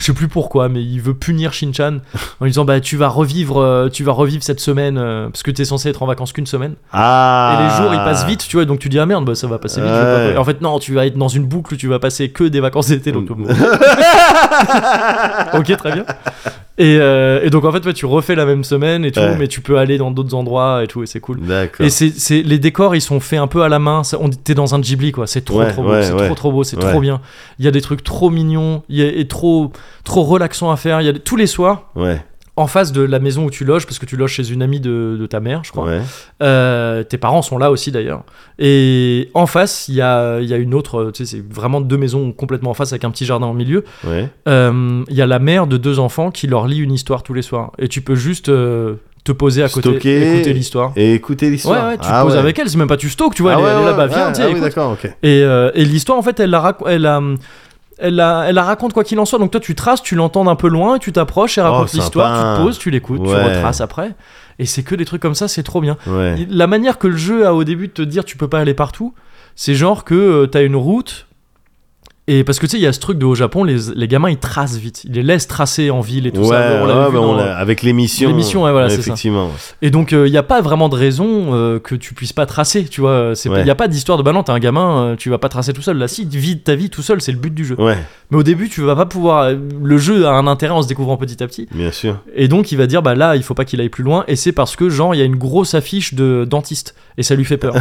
Speaker 2: je sais plus pourquoi, mais il veut punir Shinchan en lui disant Bah, tu vas revivre, euh, tu vas revivre cette semaine, euh, parce que t'es censé être en vacances qu'une semaine.
Speaker 1: Ah.
Speaker 2: Et les jours ils passent vite, tu vois, donc tu dis Ah merde, bah, ça va passer vite. je vais
Speaker 1: Ouais.
Speaker 2: pas- En fait, non, tu vas être dans une boucle, tu vas passer que des vacances d'été, donc
Speaker 1: [laughs]
Speaker 2: ok, très bien. Et, euh, et donc en fait, ouais, tu refais la même semaine et tout,
Speaker 1: Ouais.
Speaker 2: mais tu peux aller dans d'autres endroits et tout, et c'est cool.
Speaker 1: D'accord.
Speaker 2: Et c'est, c'est- les décors, ils sont faits un peu à la main. Ça- on t'es dans un Ghibli, quoi. C'est trop,
Speaker 1: Ouais,
Speaker 2: trop beau.
Speaker 1: ouais,
Speaker 2: c'est
Speaker 1: ouais.
Speaker 2: trop, trop beau. C'est
Speaker 1: Ouais.
Speaker 2: trop bien. Il y a des trucs trop mignons il y a- et trop, trop relaxants à faire. Il y a des- tous les soirs.
Speaker 1: Ouais.
Speaker 2: En face de la maison où tu loges, parce que tu loges chez une amie de, de ta mère, je crois.
Speaker 1: Ouais.
Speaker 2: Euh, tes parents sont là aussi d'ailleurs. Et en face, il y a, il y a une autre, euh, tu sais, c'est vraiment deux maisons complètement en face avec un petit jardin au milieu.
Speaker 1: Ouais.
Speaker 2: Euh, Il y a la mère de deux enfants qui leur lit une histoire tous les soirs. Et tu peux juste euh, te poser à côté,
Speaker 1: Stocker.
Speaker 2: écouter l'histoire.
Speaker 1: Et écoutez l'histoire.
Speaker 2: Ouais, ouais, tu
Speaker 1: Ah
Speaker 2: poses
Speaker 1: ouais.
Speaker 2: avec elle, c'est même pas tu stalk, tu vois,
Speaker 1: ah
Speaker 2: elle,
Speaker 1: ouais,
Speaker 2: est- elle est
Speaker 1: ouais,
Speaker 2: là-bas, viens,
Speaker 1: ouais,
Speaker 2: tiens,
Speaker 1: ah oui,
Speaker 2: écoute.
Speaker 1: d'accord, ok.
Speaker 2: et euh, et l'histoire, en fait, elle la, rac- elle, la, elle, la, elle la raconte quoi qu'il en soit, donc toi tu traces, tu l'entends d'un peu loin, tu t'approches, elle
Speaker 1: Oh,
Speaker 2: raconte
Speaker 1: sympa.
Speaker 2: l'histoire, tu te poses, tu l'écoutes, tu
Speaker 1: Ouais.
Speaker 2: retraces après, et c'est que des trucs comme ça, c'est trop bien.
Speaker 1: Ouais.
Speaker 2: La manière que le jeu a au début de te dire tu peux pas aller partout, c'est genre que euh, t'as une route. Et parce que tu sais, il y a ce truc de au Japon, les, les gamins ils tracent vite, ils les laissent tracer en ville et tout
Speaker 1: ouais,
Speaker 2: ça. On l'avait
Speaker 1: ouais,
Speaker 2: vu
Speaker 1: bah, on
Speaker 2: dans-
Speaker 1: l'a- avec l'émission.
Speaker 2: l'émission, ouais, voilà, c'est ça.
Speaker 1: Effectivement.
Speaker 2: et donc, il n'y a pas vraiment de raison euh, que tu puisses pas tracer, tu vois. Il
Speaker 1: Ouais.
Speaker 2: n'y a pas d'histoire de bah non, t'es un gamin, euh, tu vas pas tracer tout seul. Là, si, vis ta vie tout seul, c'est le but du jeu.
Speaker 1: Ouais,
Speaker 2: Mais au début, tu vas pas pouvoir. euh, Le jeu a un intérêt en se découvrant petit à petit.
Speaker 1: bien sûr.
Speaker 2: Et donc, il va dire, bah là, il faut pas qu'il aille plus loin. Et c'est parce que, genre, il y a une grosse affiche de dentiste. Et ça lui
Speaker 1: [laughs]
Speaker 2: fait peur.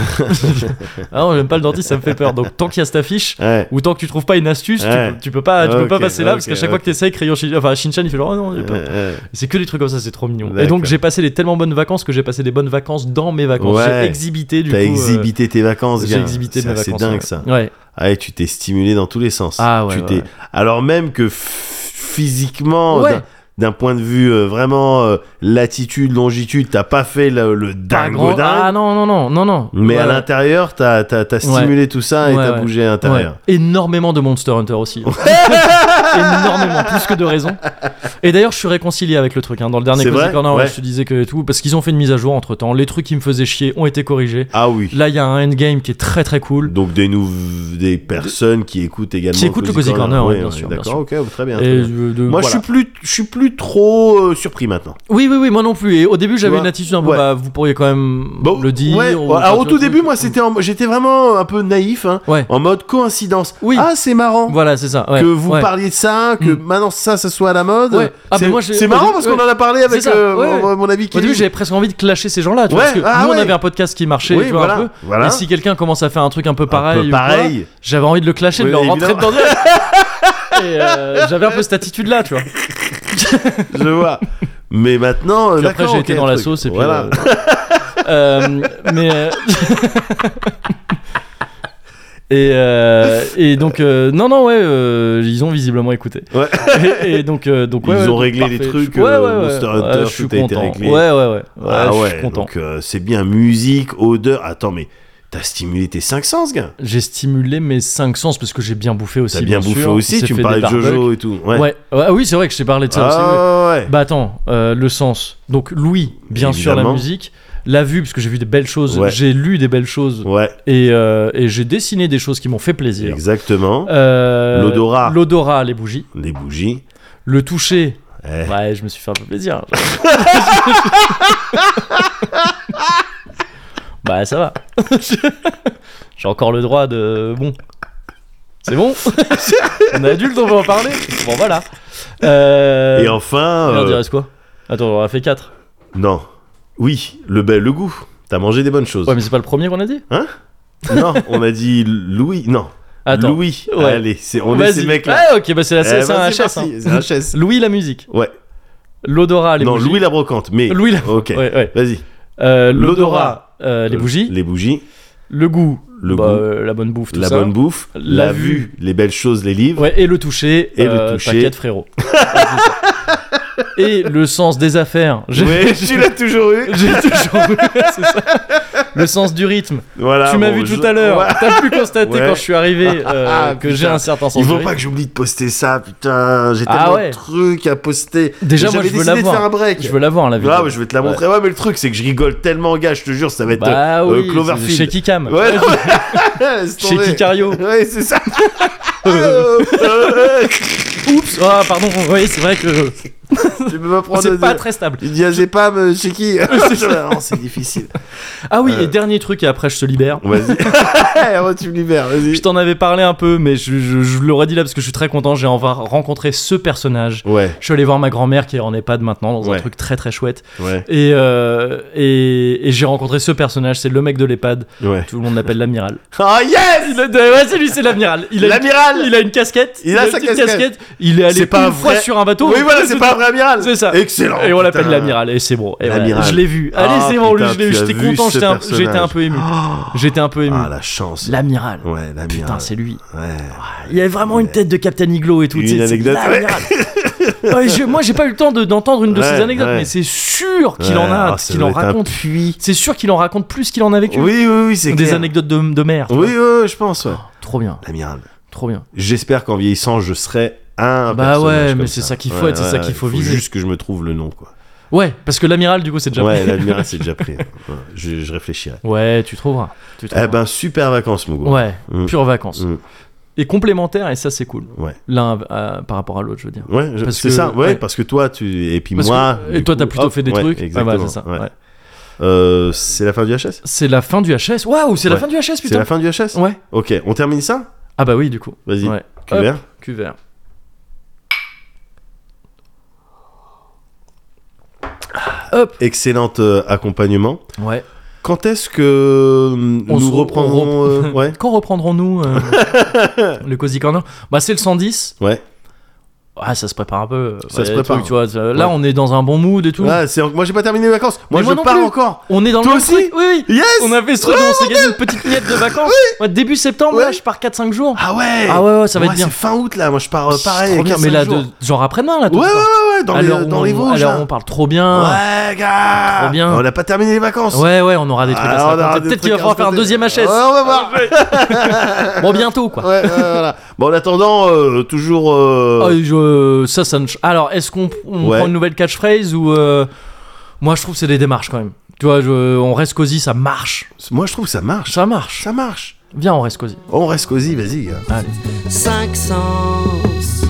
Speaker 2: ah non, j'aime pas le dentiste, ça me fait peur. Donc, tant qu'il y a cette affiche.
Speaker 1: Ouais.
Speaker 2: Ou tant que tu trouves pas une astuce, tu
Speaker 1: Ouais.
Speaker 2: peux- tu, peux pas, tu peux pas
Speaker 1: Ok,
Speaker 2: passer là parce
Speaker 1: ok,
Speaker 2: qu'à chaque fois
Speaker 1: ok.
Speaker 2: que t'essayes, Crayon Shin- enfin Shinchan, il fait genre oh non, j'ai peur.
Speaker 1: Euh,
Speaker 2: C'est que des trucs comme ça, c'est trop mignon. Et
Speaker 1: D'accord.
Speaker 2: donc j'ai passé des tellement bonnes vacances que j'ai passé des bonnes vacances dans mes vacances.
Speaker 1: Ouais.
Speaker 2: J'ai exhibité du coup.
Speaker 1: T'as
Speaker 2: euh,
Speaker 1: exhibité tes vacances,
Speaker 2: j'ai
Speaker 1: gars.
Speaker 2: exhibité mes
Speaker 1: Ça,
Speaker 2: vacances.
Speaker 1: C'est dingue
Speaker 2: ouais.
Speaker 1: ça.
Speaker 2: Ouais.
Speaker 1: Ah, et tu t'es stimulé dans tous les sens.
Speaker 2: Ah ouais,
Speaker 1: Tu
Speaker 2: ouais,
Speaker 1: t'es-
Speaker 2: ouais.
Speaker 1: Alors même que f- physiquement,
Speaker 2: Ouais.
Speaker 1: d'un- d'un point de vue euh, vraiment euh, latitude, longitude, t'as pas fait le, le
Speaker 2: Pas
Speaker 1: dingo
Speaker 2: grand.
Speaker 1: dingue.
Speaker 2: Ah non non non non non.
Speaker 1: Mais
Speaker 2: Ouais,
Speaker 1: à
Speaker 2: ouais.
Speaker 1: l'intérieur, t'as t'as- t'as stimulé tout ça et
Speaker 2: Ouais,
Speaker 1: t'as
Speaker 2: ouais.
Speaker 1: bougé à l'intérieur.
Speaker 2: Ouais. Énormément de Monster Hunter aussi. [laughs] Énormément, plus que de raison. Et d'ailleurs, je suis réconcilié avec le truc. hein. Dans le dernier
Speaker 1: C'est
Speaker 2: Cozy
Speaker 1: vrai
Speaker 2: Corner,
Speaker 1: Ouais.
Speaker 2: je te disais que tout, parce qu'ils ont fait une mise à jour entre temps. Les trucs qui me faisaient chier ont été corrigés.
Speaker 1: Ah oui.
Speaker 2: Là, il y a un endgame qui est très très cool.
Speaker 1: Donc des, nou- des personnes qui écoutent également
Speaker 2: Qui écoutent le Cozy Corner, ouais, bien sûr, bien
Speaker 1: D'accord, ok, oh, très bien.
Speaker 2: Et,
Speaker 1: très bien.
Speaker 2: euh, de-
Speaker 1: Moi,
Speaker 2: voilà.
Speaker 1: je suis plus, je suis plus trop euh, surpris maintenant.
Speaker 2: Oui, oui, oui, moi non plus. Et au début, j'avais
Speaker 1: vois
Speaker 2: une attitude un peu,
Speaker 1: Ouais.
Speaker 2: bah, vous pourriez quand même
Speaker 1: Bon,
Speaker 2: le dire.
Speaker 1: ouais,
Speaker 2: ou-
Speaker 1: ouais, alors, au tout
Speaker 2: enfin, tu vois,
Speaker 1: début,
Speaker 2: tu-
Speaker 1: moi, c'était, en- j'étais vraiment un peu naïf, hein,
Speaker 2: Ouais.
Speaker 1: en mode coïncidence.
Speaker 2: Oui.
Speaker 1: Ah, c'est marrant
Speaker 2: Voilà, c'est ça. ouais,
Speaker 1: que vous
Speaker 2: ouais.
Speaker 1: parliez de ça, que
Speaker 2: Mm.
Speaker 1: maintenant ça, ça soit à la mode.
Speaker 2: Ouais. Ah,
Speaker 1: c'est,
Speaker 2: mais moi, j'ai-
Speaker 1: c'est
Speaker 2: au
Speaker 1: marrant
Speaker 2: début-
Speaker 1: parce
Speaker 2: ouais.
Speaker 1: qu'on en a parlé avec
Speaker 2: ça,
Speaker 1: euh,
Speaker 2: ouais,
Speaker 1: mon, mon ami
Speaker 2: Au début,
Speaker 1: Kevin.
Speaker 2: j'avais presque envie de clasher ces gens-là, tu vois,
Speaker 1: Ouais,
Speaker 2: parce que
Speaker 1: ah
Speaker 2: nous,
Speaker 1: ouais.
Speaker 2: on avait un podcast qui marchait,
Speaker 1: Oui,
Speaker 2: tu vois,
Speaker 1: voilà,
Speaker 2: un peu.
Speaker 1: voilà.
Speaker 2: Et si quelqu'un commence à faire un truc un peu pareil,
Speaker 1: peu
Speaker 2: ou quoi,
Speaker 1: pareil.
Speaker 2: j'avais envie de le clasher,
Speaker 1: Oui,
Speaker 2: de le
Speaker 1: évidemment.
Speaker 2: rentrer dedans.
Speaker 1: [laughs]
Speaker 2: direct. Et euh, j'avais un peu cette attitude-là, tu vois.
Speaker 1: je
Speaker 2: [laughs]
Speaker 1: vois. Mais maintenant, euh,
Speaker 2: Puis après,
Speaker 1: d'accord,
Speaker 2: j'ai
Speaker 1: ok,
Speaker 2: été dans
Speaker 1: un
Speaker 2: la
Speaker 1: truc.
Speaker 2: sauce et puis.
Speaker 1: voilà.
Speaker 2: euh, euh, mais. euh, [laughs] Et, euh, et donc euh, non non ouais euh, ils ont visiblement écouté
Speaker 1: Ouais.
Speaker 2: et, et donc euh, donc
Speaker 1: Ils
Speaker 2: ouais, ouais,
Speaker 1: ont
Speaker 2: donc,
Speaker 1: réglé
Speaker 2: parfait.
Speaker 1: les trucs,
Speaker 2: Je- ouais,
Speaker 1: euh,
Speaker 2: ouais, ouais.
Speaker 1: Monster
Speaker 2: Ouais,
Speaker 1: Hunter,
Speaker 2: je suis
Speaker 1: tout a été
Speaker 2: content
Speaker 1: réglé.
Speaker 2: ouais ouais ouais, ouais
Speaker 1: Ah
Speaker 2: je
Speaker 1: ouais,
Speaker 2: suis content
Speaker 1: donc euh, c'est bien musique, odeur. Attends, mais t'as stimulé tes cinq sens, gars.
Speaker 2: j'ai stimulé mes cinq sens parce que j'ai bien bouffé aussi
Speaker 1: T'as bien
Speaker 2: sûr.
Speaker 1: bouffé
Speaker 2: On
Speaker 1: aussi,
Speaker 2: s'est
Speaker 1: tu
Speaker 2: fait
Speaker 1: me parlais de
Speaker 2: des barbecues.
Speaker 1: Jojo et tout. Ouais,
Speaker 2: ouais, Ouais, Ah oui c'est vrai que je t'ai parlé de ça aussi oui.
Speaker 1: ah, ouais.
Speaker 2: Bah attends, euh, le sens. Donc Louis, bien sûr la
Speaker 1: Évidemment.
Speaker 2: musique, la vue parce que j'ai vu des belles choses,
Speaker 1: Ouais.
Speaker 2: j'ai lu des belles choses
Speaker 1: Ouais,
Speaker 2: et, euh, et j'ai dessiné des choses qui m'ont fait plaisir.
Speaker 1: exactement.
Speaker 2: Euh,
Speaker 1: L'odorat.
Speaker 2: l'odorat, les bougies,
Speaker 1: Les bougies.
Speaker 2: le toucher.
Speaker 1: Eh.
Speaker 2: Ouais, je me suis fait un
Speaker 1: [laughs]
Speaker 2: peu plaisir. bah
Speaker 1: [laughs]
Speaker 2: ça va. j'ai encore le droit de bon.
Speaker 1: [laughs]
Speaker 2: C'est bon. on est adulte, on peut en parler. Bon voilà. Euh...
Speaker 1: Et enfin.
Speaker 2: Il en
Speaker 1: euh,
Speaker 2: dirait quoi Attends, on en a fait 4.
Speaker 1: Non. Oui, le bel, le goût. T'as mangé des bonnes choses.
Speaker 2: Ouais, mais c'est pas le premier qu'on a dit
Speaker 1: Non, on a dit Louis. Non,
Speaker 2: Attends.
Speaker 1: Louis.
Speaker 2: Ouais.
Speaker 1: Allez, c'est on est
Speaker 2: Vas-y.
Speaker 1: ces mecs là.
Speaker 2: Ah, ok, bah c'est la- c'est- c'est un HS. hein.
Speaker 1: C'est un HS.
Speaker 2: [laughs] Louis la musique.
Speaker 1: Ouais.
Speaker 2: L'odorat, les
Speaker 1: non,
Speaker 2: bougies.
Speaker 1: Louis la brocante. Mais
Speaker 2: Louis la...
Speaker 1: ok.
Speaker 2: Ouais, ouais.
Speaker 1: Vas-y.
Speaker 2: Euh,
Speaker 1: L'odorat.
Speaker 2: L'odorat, euh, les bougies.
Speaker 1: Les bougies.
Speaker 2: Le goût.
Speaker 1: Le
Speaker 2: Bah,
Speaker 1: goût.
Speaker 2: euh, la bonne bouffe, tout
Speaker 1: la
Speaker 2: ça.
Speaker 1: bonne bouffe. La,
Speaker 2: La
Speaker 1: vue. Les belles choses. Les livres.
Speaker 2: Ouais, et le toucher.
Speaker 1: Et le
Speaker 2: euh,
Speaker 1: toucher. [laughs]
Speaker 2: T'inquiète, frérot. Ouais, c'est ça. et le sens des affaires. J'ai [laughs]
Speaker 1: Ouais, tu l'as toujours eu.
Speaker 2: j'ai toujours eu, [laughs] c'est ça. Le sens du rythme.
Speaker 1: Voilà.
Speaker 2: tu m'as
Speaker 1: Ah bon,
Speaker 2: vu
Speaker 1: je-
Speaker 2: tout à l'heure.
Speaker 1: Ouais.
Speaker 2: T'as pu constater
Speaker 1: Ouais.
Speaker 2: quand je suis arrivé euh,
Speaker 1: Ah,
Speaker 2: que
Speaker 1: putain.
Speaker 2: j'ai un certain sens
Speaker 1: Il
Speaker 2: du
Speaker 1: faut
Speaker 2: rythme.
Speaker 1: pas que j'oublie de poster ça, putain. J'ai
Speaker 2: Ah
Speaker 1: tellement
Speaker 2: ouais.
Speaker 1: de trucs à poster.
Speaker 2: Déjà,
Speaker 1: J'avais
Speaker 2: moi, je veux
Speaker 1: décidé de
Speaker 2: l'avoir.
Speaker 1: faire un break.
Speaker 2: Je veux l'avoir, la vidéo.
Speaker 1: Ah, mais je vais te la montrer. Ouais, mais le truc, c'est que je rigole tellement, gars, je te jure, ça va être.
Speaker 2: Bah
Speaker 1: euh,
Speaker 2: oui,
Speaker 1: Cloverfield.
Speaker 2: chez Kikam.
Speaker 1: Ouais, non, mais- [laughs] laisse
Speaker 2: Chez
Speaker 1: tomber.
Speaker 2: Kikario.
Speaker 1: Ouais, c'est
Speaker 2: [laughs]
Speaker 1: ça.
Speaker 2: Oups, ah pardon, oui, c'est vrai que
Speaker 1: tu peux pas prendre. de-
Speaker 2: c'est pas très stable.
Speaker 1: Il dit, ah, j'ai pas, mais chez qui
Speaker 2: [laughs] c'est ça.
Speaker 1: Non, c'est
Speaker 2: [laughs]
Speaker 1: difficile.
Speaker 2: Ah oui,
Speaker 1: Euh.
Speaker 2: et dernier truc, et après je te libère.
Speaker 1: Vas-y. [laughs] Re, tu me libères, vas-y.
Speaker 2: Je t'en avais parlé un peu, mais je, je- je le redis là parce que je suis très content. J'ai enfin rencontré ce personnage.
Speaker 1: Ouais,
Speaker 2: Je suis allé voir ma grand-mère qui est en EHPAD maintenant dans
Speaker 1: Ouais.
Speaker 2: un truc très très chouette.
Speaker 1: ouais,
Speaker 2: Et, euh, et, et j'ai rencontré ce personnage, c'est le mec de l'EHPAD.
Speaker 1: ouais.
Speaker 2: Tout le monde l'appelle l'amiral.
Speaker 1: Oh [laughs] yes
Speaker 2: Il a- Ouais, c'est lui, c'est l'amiral. Il a une-
Speaker 1: L'amiral
Speaker 2: Il a une casquette.
Speaker 1: Il a
Speaker 2: une
Speaker 1: sa
Speaker 2: petite
Speaker 1: casquette.
Speaker 2: Il est
Speaker 1: C'est
Speaker 2: allé
Speaker 1: pas
Speaker 2: pas
Speaker 1: un
Speaker 2: une fois
Speaker 1: vrai-
Speaker 2: sur un bateau.
Speaker 1: Oui,
Speaker 2: [laughs]
Speaker 1: voilà, c'est pas un vrai amiral.
Speaker 2: C'est ça.
Speaker 1: Excellent.
Speaker 2: Et on l'appelle
Speaker 1: putain.
Speaker 2: l'amiral. Et c'est bon. Et voilà.
Speaker 1: L'amiral.
Speaker 2: Je l'ai vu. Allez,
Speaker 1: Ah,
Speaker 2: c'est bon, lui,
Speaker 1: putain,
Speaker 2: je l'ai vu.
Speaker 1: tu as
Speaker 2: J'étais
Speaker 1: vu
Speaker 2: content.
Speaker 1: ce
Speaker 2: J'étais un,
Speaker 1: personnage.
Speaker 2: j'étais un peu ému.
Speaker 1: Oh,
Speaker 2: J'étais un peu ému.
Speaker 1: Ah, la chance.
Speaker 2: L'amiral.
Speaker 1: Ouais, l'amiral.
Speaker 2: Hum. Putain, c'est lui.
Speaker 1: Ouais.
Speaker 2: Il y avait vraiment une tête de Captain Iglo et tout.
Speaker 1: Une
Speaker 2: tu sais, c'est
Speaker 1: anecdote,
Speaker 2: l'amiral.
Speaker 1: [laughs]
Speaker 2: Ouais, je- moi, j'ai pas eu le temps de- d'entendre une de
Speaker 1: Ouais,
Speaker 2: ces anecdotes,
Speaker 1: ouais.
Speaker 2: mais c'est sûr qu'il
Speaker 1: Ouais,
Speaker 2: en a,
Speaker 1: ah, ça
Speaker 2: qu'il
Speaker 1: doit
Speaker 2: en
Speaker 1: être un
Speaker 2: raconte.
Speaker 1: puits.
Speaker 2: C'est sûr qu'il en raconte plus qu'il en a vécu.
Speaker 1: Oui, oui, oui, c'est
Speaker 2: Des Oh.
Speaker 1: clair.
Speaker 2: anecdotes de, de merde.
Speaker 1: Oui, oui, oui, je pense, ouais.
Speaker 2: Trop bien,
Speaker 1: L'amiral.
Speaker 2: trop bien.
Speaker 1: J'espère qu'en vieillissant, je serai un.
Speaker 2: Bah
Speaker 1: personnage
Speaker 2: ouais,
Speaker 1: comme
Speaker 2: mais c'est ça qu'il faut être, c'est ça qu'il faut viser.
Speaker 1: Juste que je me trouve le nom, quoi.
Speaker 2: Ouais, parce que l'amiral, du coup, c'est déjà.
Speaker 1: Ouais,
Speaker 2: pris.
Speaker 1: l'amiral, c'est déjà pris. Ouais, je, je réfléchirai.
Speaker 2: [laughs] Ouais, tu trouveras. Tu trouveras.
Speaker 1: Eh ben, super vacances, mon gars.
Speaker 2: Ouais,
Speaker 1: Mm.
Speaker 2: pure vacances.
Speaker 1: Mm.
Speaker 2: Et complémentaire, et ça c'est cool.
Speaker 1: Ouais.
Speaker 2: L'un euh, par rapport à l'autre, je veux dire.
Speaker 1: Ouais, je-
Speaker 2: Parce
Speaker 1: c'est
Speaker 2: que-
Speaker 1: ça, ouais,
Speaker 2: ouais.
Speaker 1: parce que toi, tu. Et puis
Speaker 2: Parce
Speaker 1: moi.
Speaker 2: que-
Speaker 1: du
Speaker 2: et toi,
Speaker 1: coup,
Speaker 2: t'as plutôt
Speaker 1: hop,
Speaker 2: fait des
Speaker 1: ouais,
Speaker 2: trucs. Ah,
Speaker 1: Exactement.
Speaker 2: voilà, c'est ça.
Speaker 1: ouais.
Speaker 2: ouais.
Speaker 1: Euh, c'est la fin du HS
Speaker 2: C'est la fin du HS. Waouh, c'est
Speaker 1: Ouais.
Speaker 2: la fin du HS,
Speaker 1: C'est
Speaker 2: putain.
Speaker 1: la fin du HS
Speaker 2: Ouais.
Speaker 1: Ok, on termine ça
Speaker 2: Ah bah oui, du coup.
Speaker 1: Vas-y.
Speaker 2: Ouais.
Speaker 1: Cuvert.
Speaker 2: Cuvert. Hop.
Speaker 1: Excellente euh, accompagnement.
Speaker 2: Ouais.
Speaker 1: Quand est-ce que euh,
Speaker 2: On se-
Speaker 1: nous
Speaker 2: on
Speaker 1: reprendrons
Speaker 2: rep-
Speaker 1: euh,
Speaker 2: [laughs]
Speaker 1: Ouais.
Speaker 2: Quand reprendrons-nous
Speaker 1: [laughs]
Speaker 2: euh, le Cozy Corner Bah c'est le 110.
Speaker 1: Ouais.
Speaker 2: Ah, ça se prépare un peu.
Speaker 1: Ça
Speaker 2: Ouais,
Speaker 1: se
Speaker 2: y a des
Speaker 1: prépare.
Speaker 2: trucs, tu vois, ça- là,
Speaker 1: Ouais.
Speaker 2: on est dans un bon mood et tout.
Speaker 1: Ah, c'est en- Moi, j'ai pas terminé les vacances. Moi,
Speaker 2: Mais moi
Speaker 1: je
Speaker 2: non
Speaker 1: pars
Speaker 2: plus.
Speaker 1: encore.
Speaker 2: On est dans le
Speaker 1: Toi
Speaker 2: même
Speaker 1: aussi
Speaker 2: truc. Oui, oui.
Speaker 1: Yes
Speaker 2: On a fait ce truc,
Speaker 1: Ouais,
Speaker 2: on s'est gagné une petite miette de vacances. Moi, début septembre,
Speaker 1: Ouais.
Speaker 2: là, je pars 4-5 jours.
Speaker 1: Ah ouais
Speaker 2: Ah ouais, ouais, ça va
Speaker 1: Moi,
Speaker 2: être bien.
Speaker 1: C'est fin août là, moi je pars euh, pareil.
Speaker 2: C'est trop bien,
Speaker 1: 15
Speaker 2: mais là,
Speaker 1: jours.
Speaker 2: de- genre après-demain, là, tout
Speaker 1: Ouais, ouais,
Speaker 2: ça.
Speaker 1: ouais, ouais, dans
Speaker 2: à l'heure
Speaker 1: les,
Speaker 2: où
Speaker 1: dans
Speaker 2: on,
Speaker 1: les Vosges.
Speaker 2: alors
Speaker 1: là.
Speaker 2: on parle trop bien.
Speaker 1: Ouais, gars Ah,
Speaker 2: Trop bien.
Speaker 1: On n'a pas terminé les vacances.
Speaker 2: Ouais, ouais, on aura des trucs à se
Speaker 1: Ah, on aura
Speaker 2: raconter.
Speaker 1: des
Speaker 2: Peut-être qu'il
Speaker 1: trucs
Speaker 2: va
Speaker 1: à
Speaker 2: falloir faire un
Speaker 1: raconter.
Speaker 2: deuxième
Speaker 1: Ouais,
Speaker 2: HS.
Speaker 1: on va voir. Ouais,
Speaker 2: Bon, bientôt, quoi.
Speaker 1: ouais, voilà. Bon, en attendant, euh, toujours. [laughs]
Speaker 2: Ah,
Speaker 1: euh,
Speaker 2: je- ça, ça ne ch- Alors, est-ce qu'on on
Speaker 1: Ouais.
Speaker 2: prend une nouvelle catchphrase ou. euh, Moi, je trouve que c'est des démarches quand même. Tu vois, je- on reste cosy, ça marche.
Speaker 1: Moi je trouve que ça marche.
Speaker 2: Ça marche.
Speaker 1: Ça marche.
Speaker 2: Viens, on reste cosy.
Speaker 1: On reste cosy, vas-y. gars.
Speaker 2: Allez.
Speaker 4: cinq sens.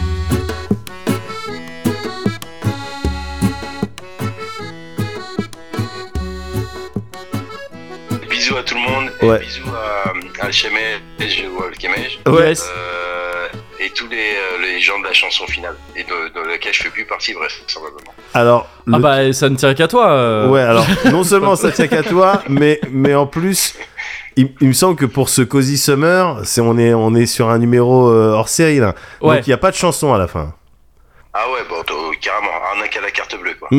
Speaker 5: Bisous à tout le monde.
Speaker 1: Ouais.
Speaker 5: Et bisous à Alchemège ou Alchemège.
Speaker 1: Ouais.
Speaker 2: Yes.
Speaker 5: Euh, et tous les, euh, les gens de la chanson finale. Et de, dans laquelle je fais plus partie, bref, probablement.
Speaker 1: Alors.
Speaker 2: Ah,
Speaker 1: le-
Speaker 2: bah, ça ne tient qu'à toi. euh.
Speaker 1: Ouais,
Speaker 2: [laughs]
Speaker 1: alors, non seulement ça tient qu'à toi, mais, mais en plus, il, il me semble que pour ce Cozy Summer, c'est on, est, on est sur un numéro euh, hors série là.
Speaker 2: Ouais.
Speaker 1: Donc il n'y a pas de chanson à la fin.
Speaker 5: Ah ouais, bon, t- euh, carrément, arnaque à la carte bleue, quoi.